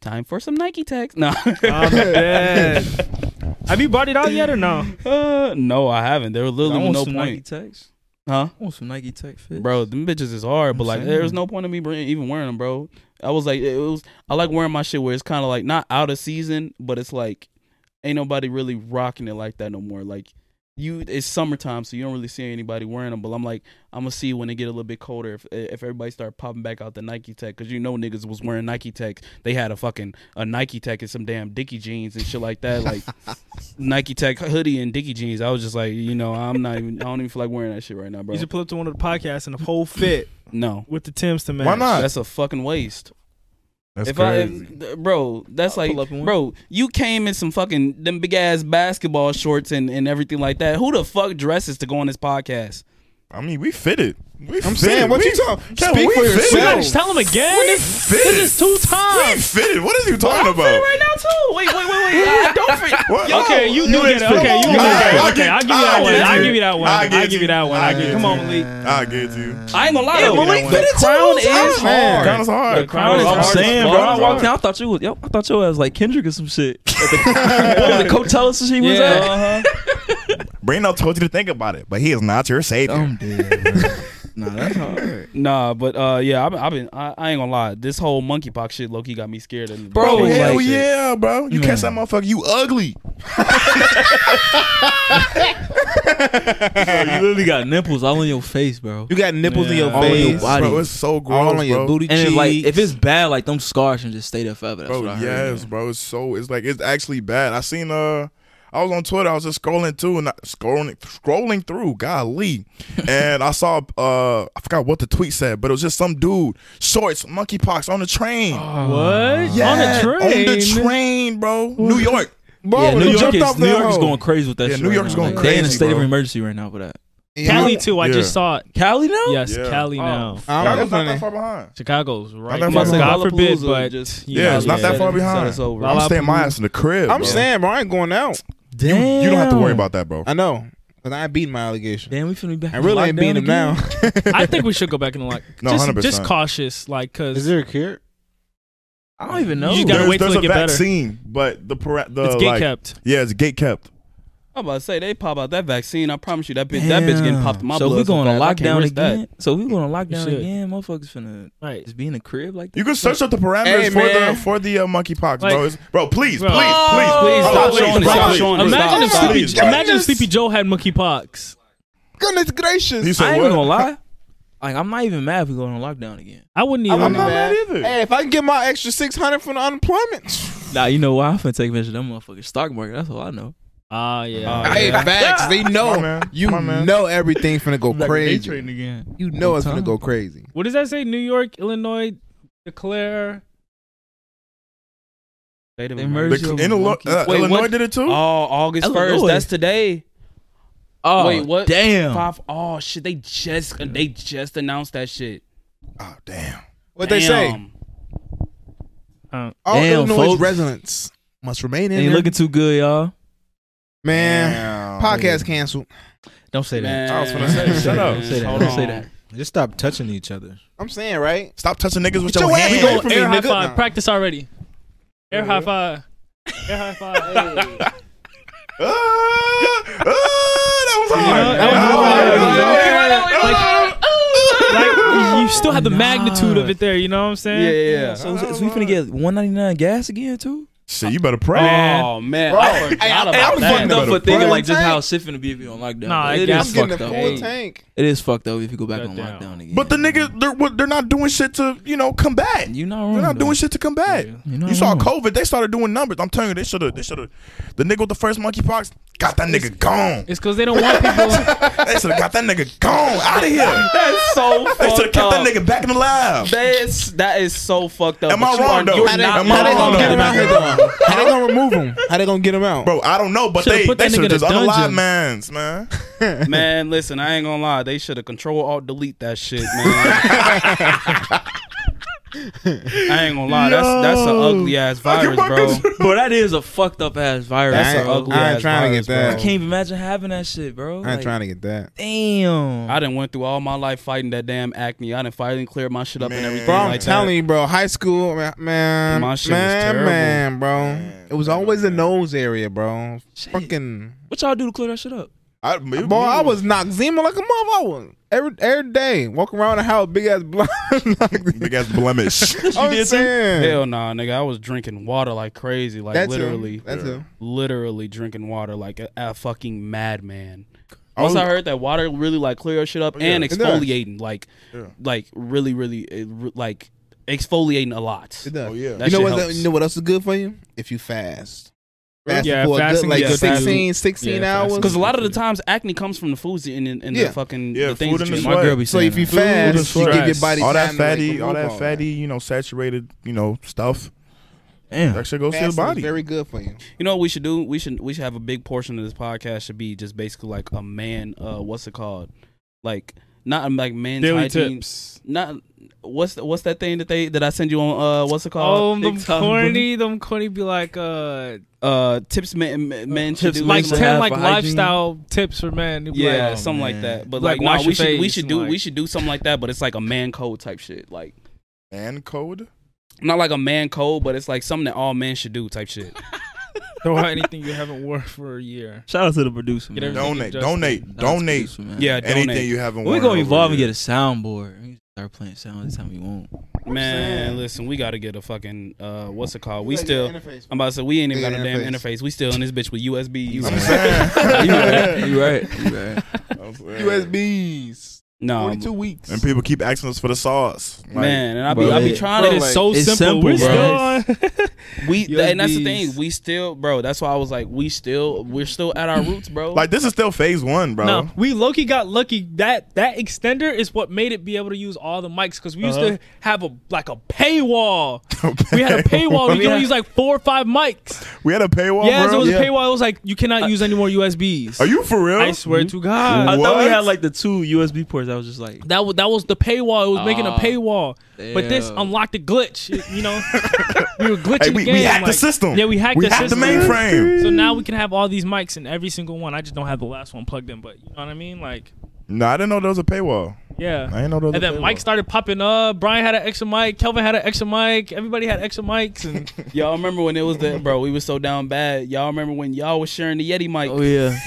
Speaker 4: Time for some Nike techs. No.
Speaker 1: I'm dead. Have you brought it out yet or no?
Speaker 4: Uh, no, I haven't. There was
Speaker 6: Um, I
Speaker 4: literally
Speaker 6: want
Speaker 4: no
Speaker 6: some
Speaker 4: point,
Speaker 6: Nike Techs.
Speaker 4: huh?
Speaker 6: I want some Nike Tech fit.
Speaker 4: Bro, them bitches is hard, but
Speaker 6: I'm
Speaker 4: like,
Speaker 6: saying.
Speaker 4: there was no point in me bring, even wearing them, bro. I was like, it was. I like wearing my shit where it's kind of like not out of season, but it's like, ain't nobody really rocking it like that no more. Like, you, it's summertime, so you don't really see anybody wearing them. But I'm like, I'm gonna see when it get a little bit colder if if everybody start popping back out the Nike Tech, cause you know niggas was wearing Nike Tech. They had a fucking a Nike Tech and some damn Dickie jeans and shit like that, like Nike Tech hoodie and Dickie jeans. I was just like, you know, I'm not even. I don't even feel like wearing that shit right now, bro.
Speaker 1: You should pull up to one of the podcasts and the whole fit
Speaker 4: No.
Speaker 1: with the Tims to match.
Speaker 8: Why not?
Speaker 4: That's a fucking waste.
Speaker 8: That's
Speaker 4: if
Speaker 8: crazy.
Speaker 4: I, if, bro, that's
Speaker 6: I'll pull
Speaker 4: like,
Speaker 6: up in one.
Speaker 4: bro, you came in some fucking them big ass basketball shorts and, and everything like that. Who the fuck dresses to go on this podcast?
Speaker 8: I, mean, we fitted. We
Speaker 3: I'm saying, what
Speaker 8: we,
Speaker 3: you talking-
Speaker 8: Cal,
Speaker 3: speak
Speaker 8: we
Speaker 3: for
Speaker 8: fitted.
Speaker 1: You gotta
Speaker 3: yourself.
Speaker 1: tell him again.
Speaker 8: We
Speaker 1: This
Speaker 8: fitted.
Speaker 1: is two
Speaker 8: We
Speaker 1: times.
Speaker 8: fitted. What are you talking
Speaker 4: I'm feeling
Speaker 8: about?
Speaker 4: right now too. Wait, wait, wait, wait. Ah, don't forget.
Speaker 8: What? Oh,
Speaker 1: Okay, you do get it.
Speaker 8: Come
Speaker 1: Okay,
Speaker 8: on.
Speaker 1: you get it.
Speaker 8: Alright, I'll
Speaker 1: Okay, okay,
Speaker 8: get-
Speaker 1: I'll give you that
Speaker 8: I'll
Speaker 1: one.
Speaker 8: get
Speaker 1: I'll
Speaker 8: you.
Speaker 1: give you that one.
Speaker 8: I'll get
Speaker 1: I'll give
Speaker 8: you.
Speaker 1: you that one.
Speaker 8: I'll
Speaker 1: I'll give
Speaker 8: get
Speaker 1: you. Come
Speaker 8: you.
Speaker 1: on, Malik.
Speaker 8: I get you.
Speaker 4: I ain't gonna lie though.
Speaker 8: Malik
Speaker 4: the
Speaker 8: fitted
Speaker 4: crown is hard.
Speaker 8: Crown is hard.
Speaker 1: The crown
Speaker 4: That's hard
Speaker 6: That's
Speaker 1: is
Speaker 6: what I'm
Speaker 4: as
Speaker 6: saying,
Speaker 4: fuck.
Speaker 6: bro. I
Speaker 8: That's
Speaker 6: walked
Speaker 8: hard.
Speaker 6: in. I thought you was. Yo, I thought your ass like Kendrick or some shit. At the, what was it, Coachella she was at.
Speaker 8: Bruno told you to think about it, but he is not your savior.
Speaker 6: I'm dead. bro. Nah, that's hard.
Speaker 4: Nah, but uh, yeah, I've been, I've been I, I ain't gonna lie. This whole monkeypox shit, low key, got me scared. And
Speaker 8: Bro, hell
Speaker 4: like,
Speaker 8: yeah, bro. You catch that motherfucker, you ugly.
Speaker 6: you literally got nipples all on your face, bro.
Speaker 3: You got nipples in your
Speaker 8: All on your
Speaker 3: face,
Speaker 6: body.
Speaker 8: Bro, it's so gross.
Speaker 3: all on your
Speaker 8: bro.
Speaker 3: booty
Speaker 6: And
Speaker 3: cheeks.
Speaker 6: then, like, if it's bad, like them scars can just stay there forever. That's
Speaker 8: Bro,
Speaker 6: what I heard.
Speaker 8: yes, bro. It's so it's like it's actually bad. I seen uh I was on Twitter, I was just scrolling too and I, scrolling scrolling through, golly. and I saw uh I forgot what the tweet said, but it was just some dude, shorts, monkeypox on the train.
Speaker 1: Ah. What?
Speaker 8: Yeah,
Speaker 1: Oh. on the train.
Speaker 8: On the train, bro. New York.
Speaker 3: bro,
Speaker 6: yeah,
Speaker 3: when
Speaker 6: New
Speaker 3: they
Speaker 6: York,
Speaker 3: jumped
Speaker 6: is,
Speaker 3: off
Speaker 6: New
Speaker 3: that
Speaker 6: York is
Speaker 3: hoe.
Speaker 6: going crazy with that
Speaker 8: Yeah,
Speaker 6: shit.
Speaker 8: New
Speaker 6: right
Speaker 8: York is
Speaker 6: now.
Speaker 8: going
Speaker 6: Like, They in a
Speaker 8: crazy,
Speaker 6: state of
Speaker 8: bro.
Speaker 6: emergency right now for that.
Speaker 1: Cali too. I just saw it.
Speaker 6: Cali now?
Speaker 1: Yes,
Speaker 8: Yeah.
Speaker 1: Cali now.
Speaker 3: I
Speaker 8: Chicago's
Speaker 3: don't know,
Speaker 8: not
Speaker 3: funny.
Speaker 8: that far behind.
Speaker 1: Chicago's right.
Speaker 8: that far
Speaker 1: now. God
Speaker 4: behind.
Speaker 1: forbid,
Speaker 4: Lollapalooza
Speaker 1: but
Speaker 4: just-
Speaker 1: you
Speaker 8: Yeah,
Speaker 1: know,
Speaker 8: it's not that
Speaker 4: Set
Speaker 8: far
Speaker 4: us-
Speaker 8: behind.
Speaker 4: set us over.
Speaker 8: I'm staying my ass in the crib.
Speaker 3: I'm
Speaker 8: bro.
Speaker 3: saying, bro, I ain't going out.
Speaker 6: Damn.
Speaker 8: you don't have to worry about that, bro.
Speaker 3: I know, cause I ain't beating my allegation.
Speaker 6: Damn, we finna be back.
Speaker 3: I
Speaker 6: in
Speaker 3: really ain't
Speaker 6: lockdown
Speaker 3: beating him
Speaker 6: again.
Speaker 3: now.
Speaker 1: I think we should go back and like
Speaker 8: No,
Speaker 1: just,
Speaker 8: 100%.
Speaker 1: just cautious, like because
Speaker 9: Is there a cure?
Speaker 6: I don't even know.
Speaker 1: You gotta
Speaker 8: there's
Speaker 1: wait till
Speaker 8: there's
Speaker 1: it
Speaker 8: a
Speaker 1: get better.
Speaker 8: vaccine, but the para- the
Speaker 1: it's gate
Speaker 8: like,
Speaker 1: kept.
Speaker 8: Yeah, it's gate kept.
Speaker 4: I'm about to say they pop out that vaccine. I promise you, that bitch, that bitch getting
Speaker 6: Damn.
Speaker 4: popped in my
Speaker 6: So
Speaker 4: blood.
Speaker 6: we going on
Speaker 4: sometimes. I can't
Speaker 6: lockdown
Speaker 4: risk that.
Speaker 6: again. So we going on lockdown
Speaker 1: should.
Speaker 6: again. Motherfuckers finna
Speaker 1: Right.
Speaker 6: just be in the crib like that.
Speaker 8: You can search up the parameters
Speaker 3: Hey,
Speaker 8: for
Speaker 3: man.
Speaker 8: the for the uh, monkeypox,
Speaker 1: Like-
Speaker 8: bro. It's, bro, please,
Speaker 1: Bro.
Speaker 8: please,
Speaker 4: Please
Speaker 8: please, Hold
Speaker 4: stop
Speaker 8: on, please,
Speaker 4: showing it.
Speaker 8: bro,
Speaker 4: Stop
Speaker 8: please.
Speaker 4: showing it.
Speaker 1: Imagine if
Speaker 4: Stop.
Speaker 1: Sleepy,
Speaker 8: Stop.
Speaker 1: imagine if Sleepy Joe had monkeypox.
Speaker 3: Goodness gracious!
Speaker 8: He
Speaker 6: I
Speaker 8: said
Speaker 6: ain't gonna
Speaker 8: what?
Speaker 6: lie. Like I'm not even mad if we going on lockdown again.
Speaker 1: I wouldn't
Speaker 3: I
Speaker 1: even.
Speaker 8: I'm not
Speaker 3: wouldn't be
Speaker 8: mad either.
Speaker 3: Hey, if I can get my extra six hundred from the unemployment,
Speaker 6: Nah, you know why? I'm finna take advantage of them motherfuckers. Stock market. That's all I know.
Speaker 1: Ah, yeah.
Speaker 4: Uh,
Speaker 3: hey, facts. They know
Speaker 8: My man.
Speaker 3: you
Speaker 8: My man.
Speaker 3: know everything finna go crazy.
Speaker 6: again.
Speaker 3: You know it's
Speaker 6: Time.
Speaker 3: finna go crazy.
Speaker 1: what does that say? New York, Illinois, declare.
Speaker 4: State of
Speaker 6: They
Speaker 4: emergency.
Speaker 6: merged-
Speaker 8: The, in Illinois, uh,
Speaker 4: Wait,
Speaker 8: Illinois
Speaker 4: what?
Speaker 8: did it too.
Speaker 4: Oh, August first.
Speaker 6: Illinois.
Speaker 4: That's today.
Speaker 6: Oh,
Speaker 4: Wait, what?
Speaker 6: Damn.
Speaker 4: Five. Oh shit! They just they just announced that shit.
Speaker 8: Oh, damn.
Speaker 3: What they say?
Speaker 4: Damn.
Speaker 3: All
Speaker 6: Damn,
Speaker 3: Illinois
Speaker 6: folks.
Speaker 3: residents must remain in.
Speaker 6: Ain't
Speaker 3: their-
Speaker 6: looking too good, y'all.
Speaker 3: man, podcast
Speaker 9: Podcast.
Speaker 3: canceled.
Speaker 9: Don't say that.
Speaker 4: Man.
Speaker 8: I was finna say, shut up.
Speaker 6: Say that.
Speaker 4: Hold
Speaker 6: Don't say
Speaker 4: on.
Speaker 6: that.
Speaker 9: Just stop touching each other.
Speaker 3: I'm saying right.
Speaker 8: Stop touching niggas with
Speaker 3: Get
Speaker 8: your,
Speaker 3: your ass
Speaker 8: hands.
Speaker 3: away
Speaker 1: Air
Speaker 3: from me,
Speaker 1: high
Speaker 3: nigga.
Speaker 1: five.
Speaker 3: Nah.
Speaker 1: Practice already. Air high five. Air high five.
Speaker 8: Ah,
Speaker 1: Hey.
Speaker 8: ah, that was hard.
Speaker 1: know, that was
Speaker 8: Ah,
Speaker 1: hard.
Speaker 8: ah, ah,
Speaker 1: like you still have the
Speaker 6: Nah.
Speaker 1: magnitude of it there. You know what I'm saying?
Speaker 4: Yeah, yeah.
Speaker 6: So, so we finna get 199 gas again too.
Speaker 8: Shit, you better pray.
Speaker 4: yeah. Oh man, I forgot
Speaker 3: Hey, I-
Speaker 4: about
Speaker 3: hey, I'm
Speaker 4: that.
Speaker 3: fucking
Speaker 6: Fucked up for
Speaker 8: But
Speaker 6: thinking
Speaker 3: a
Speaker 6: like just
Speaker 3: tank.
Speaker 6: how shit finna be if you on lockdown.
Speaker 1: Nah,
Speaker 6: it
Speaker 1: gas
Speaker 6: is
Speaker 3: I'm getting a
Speaker 6: fucked
Speaker 3: full
Speaker 6: up.
Speaker 3: tank.
Speaker 6: It is fucked up if you go back
Speaker 1: Shut
Speaker 6: on
Speaker 1: down.
Speaker 6: lockdown again.
Speaker 8: But the nigga, they're what- they're not doing shit to you know combat.
Speaker 6: you not wrong.
Speaker 8: They're not
Speaker 6: though.
Speaker 8: doing shit to combat.
Speaker 6: You're not
Speaker 8: You saw
Speaker 6: wrong.
Speaker 8: COVID. They started doing numbers. I'm telling you, they should have. They should have. The nigga with the first monkeypox got that nigga gone.
Speaker 1: It's because they don't want people.
Speaker 8: They should have got that nigga gone out of here.
Speaker 4: That's so
Speaker 8: They should have
Speaker 4: fucked
Speaker 8: kept
Speaker 4: up.
Speaker 8: that nigga back in the lab.
Speaker 4: That is that is so fucked up.
Speaker 8: Am
Speaker 4: But
Speaker 8: I
Speaker 4: you
Speaker 8: wrong,
Speaker 4: are-
Speaker 8: though?
Speaker 4: You're
Speaker 8: How
Speaker 3: How they,
Speaker 4: not
Speaker 8: Am I
Speaker 3: how they
Speaker 8: wrong,
Speaker 3: gonna
Speaker 8: though?
Speaker 3: get him out
Speaker 4: wrong.
Speaker 3: here though? How they gonna remove him? How they gonna get him out?
Speaker 8: Bro, I don't know, but
Speaker 1: Should've
Speaker 8: they,
Speaker 1: put
Speaker 8: they
Speaker 1: that
Speaker 8: should
Speaker 1: nigga
Speaker 8: have
Speaker 1: in
Speaker 8: just
Speaker 1: a
Speaker 8: unalive
Speaker 1: dungeon.
Speaker 8: mans, man.
Speaker 4: Man, listen, I ain't gonna lie. They should have control alt delete that shit, man. I ain't gonna lie. That's that's an
Speaker 8: Yo.
Speaker 4: ugly ass virus, bro.
Speaker 6: Bro, that is a fucked up ass virus.
Speaker 3: I
Speaker 4: That's
Speaker 3: ain't,
Speaker 4: an ugly
Speaker 3: I ain't
Speaker 4: ass
Speaker 3: trying to
Speaker 4: virus,
Speaker 3: get
Speaker 4: bro.
Speaker 3: that.
Speaker 6: I can't even imagine having that shit, bro.
Speaker 3: I ain't trying to get that.
Speaker 6: Damn.
Speaker 4: I done went through all my life fighting that damn acne. I done finally cleared my shit up
Speaker 8: Man.
Speaker 4: and everything
Speaker 3: Bro, I'm
Speaker 4: like
Speaker 3: telling
Speaker 4: that.
Speaker 3: you, bro. High school, man, man,
Speaker 4: My shit was
Speaker 3: man,
Speaker 4: terrible.
Speaker 3: man, bro. it was
Speaker 8: man,
Speaker 3: always the
Speaker 8: man.
Speaker 3: nose area, bro. Fucking,
Speaker 6: what y'all do to clear that shit up?
Speaker 8: I,
Speaker 3: boy, I was noxema like a motherfucker every every day, walking around the house, big ass blind.
Speaker 8: big ass blemish.
Speaker 3: I'm saying
Speaker 4: Hell nah, nigga. I was drinking water like crazy, like
Speaker 3: That's
Speaker 4: literally,
Speaker 3: him. That's him.
Speaker 4: literally drinking water like a, a fucking madman.
Speaker 3: Oh.
Speaker 8: I
Speaker 4: Once
Speaker 8: was-
Speaker 4: I heard that water really like clear your shit up
Speaker 8: yeah.
Speaker 4: and
Speaker 8: It
Speaker 3: does.
Speaker 4: exfoliating, like,
Speaker 8: Yeah.
Speaker 4: like really, really, it re- like exfoliating a lot.
Speaker 3: It does.
Speaker 8: Oh, yeah.
Speaker 4: That
Speaker 3: you know
Speaker 4: shit
Speaker 3: what?
Speaker 4: helps.
Speaker 3: You know what else is good for you? If you fast. Fast
Speaker 1: Yeah,
Speaker 3: for a good,
Speaker 1: fasting
Speaker 3: like
Speaker 1: is good for you.
Speaker 3: 16, 16
Speaker 1: Yeah,
Speaker 3: hours.
Speaker 1: fasting.
Speaker 4: Because a lot of the times acne comes from the foods in in, in
Speaker 3: Yeah.
Speaker 4: the fucking
Speaker 8: Yeah,
Speaker 4: the things
Speaker 8: food
Speaker 4: that
Speaker 8: and the
Speaker 4: you eat.
Speaker 8: sweat.
Speaker 6: My girl be
Speaker 3: so
Speaker 6: saying
Speaker 3: if you
Speaker 6: that.
Speaker 3: fast,
Speaker 1: and
Speaker 3: you give your
Speaker 1: stress.
Speaker 3: body
Speaker 8: all that
Speaker 3: time to, like,
Speaker 8: fatty,
Speaker 3: remove
Speaker 8: all that
Speaker 3: that.
Speaker 8: fatty, you know, saturated, you know, stuff.
Speaker 6: Damn.
Speaker 8: That shit goes to the
Speaker 3: Fasting is
Speaker 8: body.
Speaker 3: Very good for you.
Speaker 4: You know what we should do? We should we should have a big portion of this podcast should be just basically like a man. Uh, what's it called? Like not um, like man's
Speaker 1: Daily
Speaker 4: hygiene.
Speaker 1: tips.
Speaker 4: Not what's the, what's that thing that they that I send you on? Uh, what's it
Speaker 1: Oh,
Speaker 4: called?
Speaker 1: them
Speaker 6: TikTok, bro.
Speaker 1: corny, them corny be like, uh,
Speaker 4: Uh, tips men men, men should
Speaker 6: tips
Speaker 4: do
Speaker 1: like
Speaker 6: Like
Speaker 1: ten
Speaker 6: half
Speaker 1: like
Speaker 6: a hygiene.
Speaker 1: lifestyle tips for men. They be
Speaker 4: yeah,
Speaker 1: like, "Oh,
Speaker 4: something
Speaker 6: man.
Speaker 4: like that. But
Speaker 1: Like,
Speaker 4: like, nah,
Speaker 1: wash
Speaker 4: we
Speaker 1: your
Speaker 4: should we
Speaker 1: face
Speaker 4: should
Speaker 1: and,
Speaker 4: do we
Speaker 1: like-
Speaker 4: should do something like that. But it's like a man code type shit. Like
Speaker 8: Man code.
Speaker 4: not like a man code, but it's like something that all men should do type shit.
Speaker 1: Throw out anything you haven't worn for a year.
Speaker 6: Shout out to the producer,
Speaker 1: Get
Speaker 6: man.
Speaker 1: everything
Speaker 8: Donate,
Speaker 1: adjusted.
Speaker 8: donate,
Speaker 6: Shout out to the
Speaker 8: donate.
Speaker 6: producer, man.
Speaker 4: Yeah,
Speaker 8: Anything
Speaker 4: donate.
Speaker 8: you haven't.
Speaker 6: We're
Speaker 8: worn
Speaker 6: gonna
Speaker 8: over
Speaker 6: evolve and
Speaker 8: yet.
Speaker 6: get a soundboard. We can start playing sound anytime we want.
Speaker 4: Man, listen, we gotta get a fucking uh, what's it called? We
Speaker 7: gotta
Speaker 4: still.
Speaker 7: get an interface.
Speaker 4: I'm about to say we ain't even got
Speaker 3: Get
Speaker 4: a
Speaker 3: an
Speaker 4: damn
Speaker 3: interface.
Speaker 4: interface. We still in this bitch with USB.
Speaker 8: I'm saying.
Speaker 6: you right. You right. You right.
Speaker 8: I'm saying.
Speaker 3: USBs.
Speaker 4: No,
Speaker 3: Forty-two weeks.
Speaker 8: And people keep asking us for the sauce. Like,
Speaker 4: man, and I be
Speaker 6: Bro,
Speaker 4: I be
Speaker 6: it-
Speaker 4: trying
Speaker 1: It
Speaker 4: to
Speaker 1: is so
Speaker 6: it's
Speaker 1: simple.
Speaker 6: simple,
Speaker 1: We're
Speaker 6: bro.
Speaker 1: still on.
Speaker 4: we th- and that's the
Speaker 1: USBs.
Speaker 4: thing. We still, bro. That's why I was like, we still, we're still at our roots, bro.
Speaker 8: Like this is still phase one, bro.
Speaker 1: No, we Loki got lucky. That that extender is what made it be able to use all the mics because we used
Speaker 8: Uh-huh.
Speaker 1: to have a like a paywall. we had a paywall. We could only use like four or five mics.
Speaker 8: We had a paywall,
Speaker 1: yes,
Speaker 8: Oh, bro.
Speaker 1: it was a paywall. It was like you cannot use any more USBs.
Speaker 8: Are you for real?
Speaker 1: I swear to God.
Speaker 8: What?
Speaker 6: I thought we had like the two USB ports. I was just like,
Speaker 1: That was that was the paywall. It was making a
Speaker 6: Ah,
Speaker 1: paywall, but this
Speaker 6: damn.
Speaker 1: unlocked the glitch. It- You know, we were
Speaker 8: Hey,
Speaker 1: glitching the
Speaker 8: we,
Speaker 1: game.
Speaker 8: we hacked the
Speaker 1: like-
Speaker 8: system.
Speaker 1: Yeah, we hacked
Speaker 8: we
Speaker 1: the
Speaker 8: hacked the
Speaker 1: system.
Speaker 8: mainframe.
Speaker 1: So now we can have all these mics in every single one. I just don't have the last one plugged in, but you know what I mean? Like,
Speaker 8: no, I didn't know there was a paywall.
Speaker 1: yeah.
Speaker 8: I didn't know there was
Speaker 1: And
Speaker 8: a
Speaker 1: then
Speaker 8: paywall.
Speaker 1: Mike started popping up. Brian had an extra mic. Kelvin had an extra mic. Everybody had extra mics, and
Speaker 4: y'all remember when it was the bro? We was so down bad. Y'all remember when y'all was sharing the Yeti mic?
Speaker 6: oh yeah.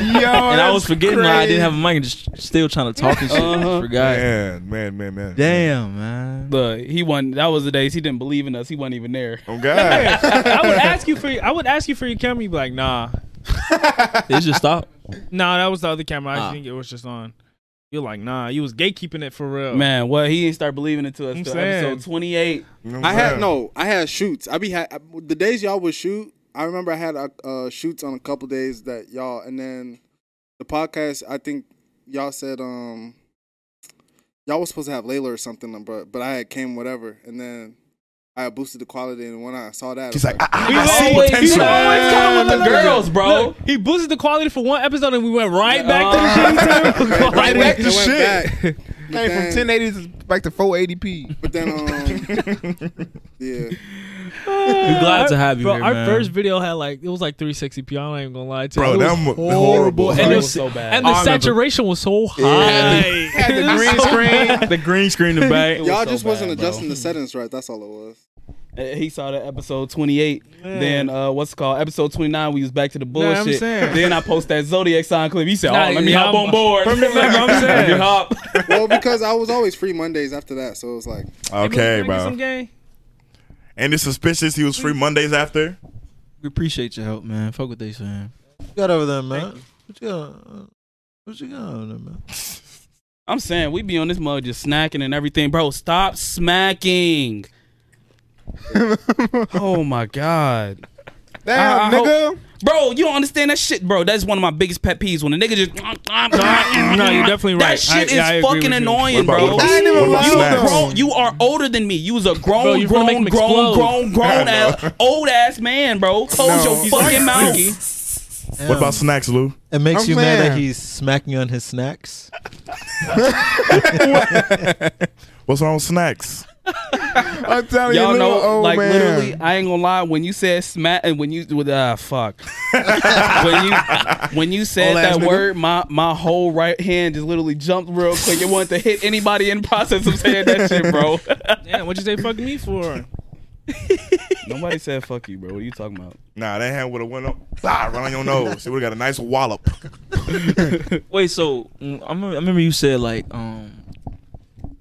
Speaker 3: Yo,
Speaker 6: and I was forgetting that I didn't have a mic and just still trying to talk and shit.
Speaker 4: Uh-huh.
Speaker 6: Just forgot.
Speaker 8: Man, man, man, man.
Speaker 6: Damn, man.
Speaker 4: Look, he wasn't. That was the days he didn't believe in us. He wasn't even there.
Speaker 8: Oh God.
Speaker 1: I would ask you for I would ask you for your camera. You'd be like, Nah,
Speaker 6: They just stopped.
Speaker 1: nah, that was the other camera. I
Speaker 6: Ah.
Speaker 1: think it was just on. You're like, Nah, you was gatekeeping it for real,
Speaker 4: Man, well, he didn't start believing it to us
Speaker 1: I'm
Speaker 4: till
Speaker 1: saying.
Speaker 4: episode 28.
Speaker 8: You know what
Speaker 7: I
Speaker 8: I'm
Speaker 7: had
Speaker 8: saying?
Speaker 7: no. I had shoots. I be ha- the days y'all would shoot. I remember I had uh, uh, shoots on a couple days that y'all, and then the podcast. I think y'all said um y'all was supposed to have Layla or something, but but I had came whatever, and then I had boosted the quality, and when I saw that,
Speaker 8: She's
Speaker 7: I was
Speaker 8: like, I, I, I
Speaker 1: We've
Speaker 8: see
Speaker 1: always-
Speaker 8: potential.
Speaker 1: we've always
Speaker 4: coming with the girls, bro.
Speaker 1: Look, he boosted the quality for one episode, and we went right back to the shitty term.
Speaker 3: Right back to
Speaker 7: It went
Speaker 3: shit. Came
Speaker 7: back. But
Speaker 3: from
Speaker 7: then-
Speaker 3: 1080 to back to 480p.
Speaker 7: But then, um, yeah,
Speaker 6: We're glad to have you
Speaker 1: Bro,
Speaker 6: here,
Speaker 1: our
Speaker 6: man.
Speaker 1: first video had like it was like 360p. I'm not even gonna lie to you.
Speaker 8: Bro,
Speaker 1: It
Speaker 8: that
Speaker 1: was
Speaker 8: was
Speaker 1: horrible.
Speaker 8: horrible.
Speaker 1: And,
Speaker 4: It
Speaker 1: the-
Speaker 4: was so bad.
Speaker 1: and the
Speaker 4: I
Speaker 6: remember.
Speaker 1: saturation was so high.
Speaker 3: Had the
Speaker 1: It was
Speaker 3: green
Speaker 1: so
Speaker 3: screen.
Speaker 1: bad.
Speaker 6: the green screen in the back.
Speaker 4: It was
Speaker 7: y'all
Speaker 4: so
Speaker 7: just wasn't
Speaker 4: bad, bro.
Speaker 7: adjusting the settings right. That's all it was.
Speaker 4: Uh, He saw that episode 28. Then, uh, what's it called? Episode 29, we was back to the
Speaker 1: I'm
Speaker 4: bullshit.
Speaker 1: saying.
Speaker 4: then I post that Zodiac sign clip. He said,
Speaker 1: Nah,
Speaker 4: oh, let me
Speaker 1: yeah,
Speaker 4: hop
Speaker 1: I'm-
Speaker 4: on board.
Speaker 1: permanent member, I'm saying.
Speaker 4: Let me hop.
Speaker 7: Well, because I was always free Mondays after that, so it was like
Speaker 8: Okay,
Speaker 1: Can we get
Speaker 8: bro.
Speaker 1: some game?
Speaker 8: And it's suspicious he was free Mondays after.
Speaker 6: We appreciate your help, man. Fuck what they saying.
Speaker 9: you got over there, man? What you got? What you got over there, man?
Speaker 4: I'm saying, we be on this mug just snacking and everything. Bro, stop smacking. oh, my God.
Speaker 3: Damn,
Speaker 4: I- I
Speaker 3: nigga.
Speaker 4: Bro, you don't understand that shit, bro. That's one of my biggest pet peeves when a nigga just.
Speaker 1: No, you're definitely
Speaker 4: That
Speaker 1: right. I-
Speaker 4: shit
Speaker 1: yeah, I
Speaker 4: is
Speaker 1: agree with
Speaker 4: fucking
Speaker 1: you.
Speaker 4: annoying,
Speaker 8: What about-
Speaker 4: bro.
Speaker 8: what about-
Speaker 3: I ain't even
Speaker 8: what about
Speaker 3: lied,
Speaker 8: snacks?
Speaker 3: though.
Speaker 4: grown, you are older than me. You was a grown,
Speaker 1: Bro, you're gonna
Speaker 4: grown,
Speaker 1: make 'em
Speaker 4: grown, grown,
Speaker 1: explode.
Speaker 4: grown, ass, old ass man, bro. Close
Speaker 3: No.
Speaker 4: your fucking mouth.
Speaker 8: What about snacks, Lou?
Speaker 9: Um, It makes
Speaker 3: I'm
Speaker 9: you mad that
Speaker 3: saying.
Speaker 9: he's smacking on his snacks.
Speaker 8: What's wrong with snacks?
Speaker 3: I'm telling you,
Speaker 4: Y'all
Speaker 3: little
Speaker 4: know,
Speaker 3: old
Speaker 4: like
Speaker 3: man.
Speaker 4: literally, I ain't gonna lie. When you said smack, and when you with ah fuck, when you when you said
Speaker 3: Old ass
Speaker 4: that
Speaker 3: nigga.
Speaker 4: word, my my whole right hand just literally jumped real quick. It wanted to hit anybody in the process of saying that shit, bro.
Speaker 1: Damn, what you say? Fuck me for?
Speaker 4: Nobody said fuck you, bro. What are you talking about?
Speaker 8: Nah, that hand would have went up. Bah, right on your nose. It would have got a nice wallop.
Speaker 6: Wait, so mm, I remember, I remember you said like um.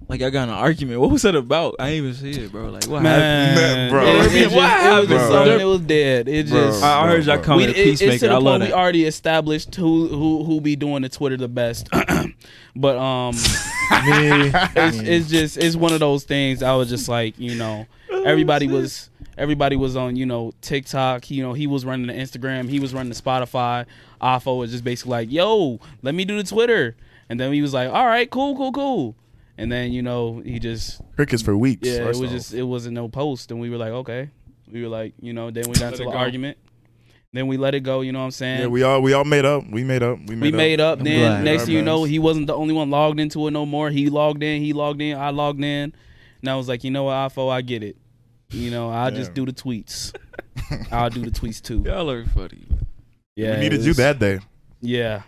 Speaker 6: Like I got in an argument. What was that about? I ain't even see it, bro. Like what happened?
Speaker 8: Man,
Speaker 4: It,
Speaker 8: bro. It
Speaker 4: was
Speaker 8: was
Speaker 4: just- it was
Speaker 6: happened,
Speaker 4: just
Speaker 8: bro?
Speaker 4: something that was dead. It
Speaker 8: Bro.
Speaker 4: just.
Speaker 6: I I heard y'all
Speaker 8: bro.
Speaker 6: coming to
Speaker 4: it- it's to the
Speaker 6: peacemaker. I love
Speaker 4: point We
Speaker 6: that.
Speaker 4: already established who who who be doing the Twitter the best, but um, it's, it's just it's one of those things. I was just like, you know, everybody was everybody was on you know TikTok. You know, he was running the Instagram. He was running the Spotify. Afo was just basically like, yo, let me do the Twitter, and then he was like, all right, cool, cool, cool, and then you know he just
Speaker 8: Crickets for weeks.
Speaker 4: yeah, it
Speaker 8: first
Speaker 4: was
Speaker 8: off.
Speaker 4: just it wasn't no post, and we were like, okay, we were like, you know, then we got to
Speaker 1: it
Speaker 4: the
Speaker 1: go.
Speaker 4: argument, then we let it go. You know what I'm saying?
Speaker 8: Yeah, we all we all made up. We made up. We made
Speaker 4: we
Speaker 8: up.
Speaker 4: made up. then
Speaker 6: glad.
Speaker 4: next thing you know,
Speaker 8: Garbage.
Speaker 4: he wasn't the only one logged into it no more. He logged in. He logged in. I logged in, and I was like, you know what, Afo, I get it. You know, I will just
Speaker 8: Yeah.
Speaker 4: do the tweets. I'll do the tweets too.
Speaker 6: Y'all are funny. man.
Speaker 4: Yeah,
Speaker 8: we needed
Speaker 4: it
Speaker 8: you
Speaker 4: was-
Speaker 8: that day.
Speaker 4: Yeah,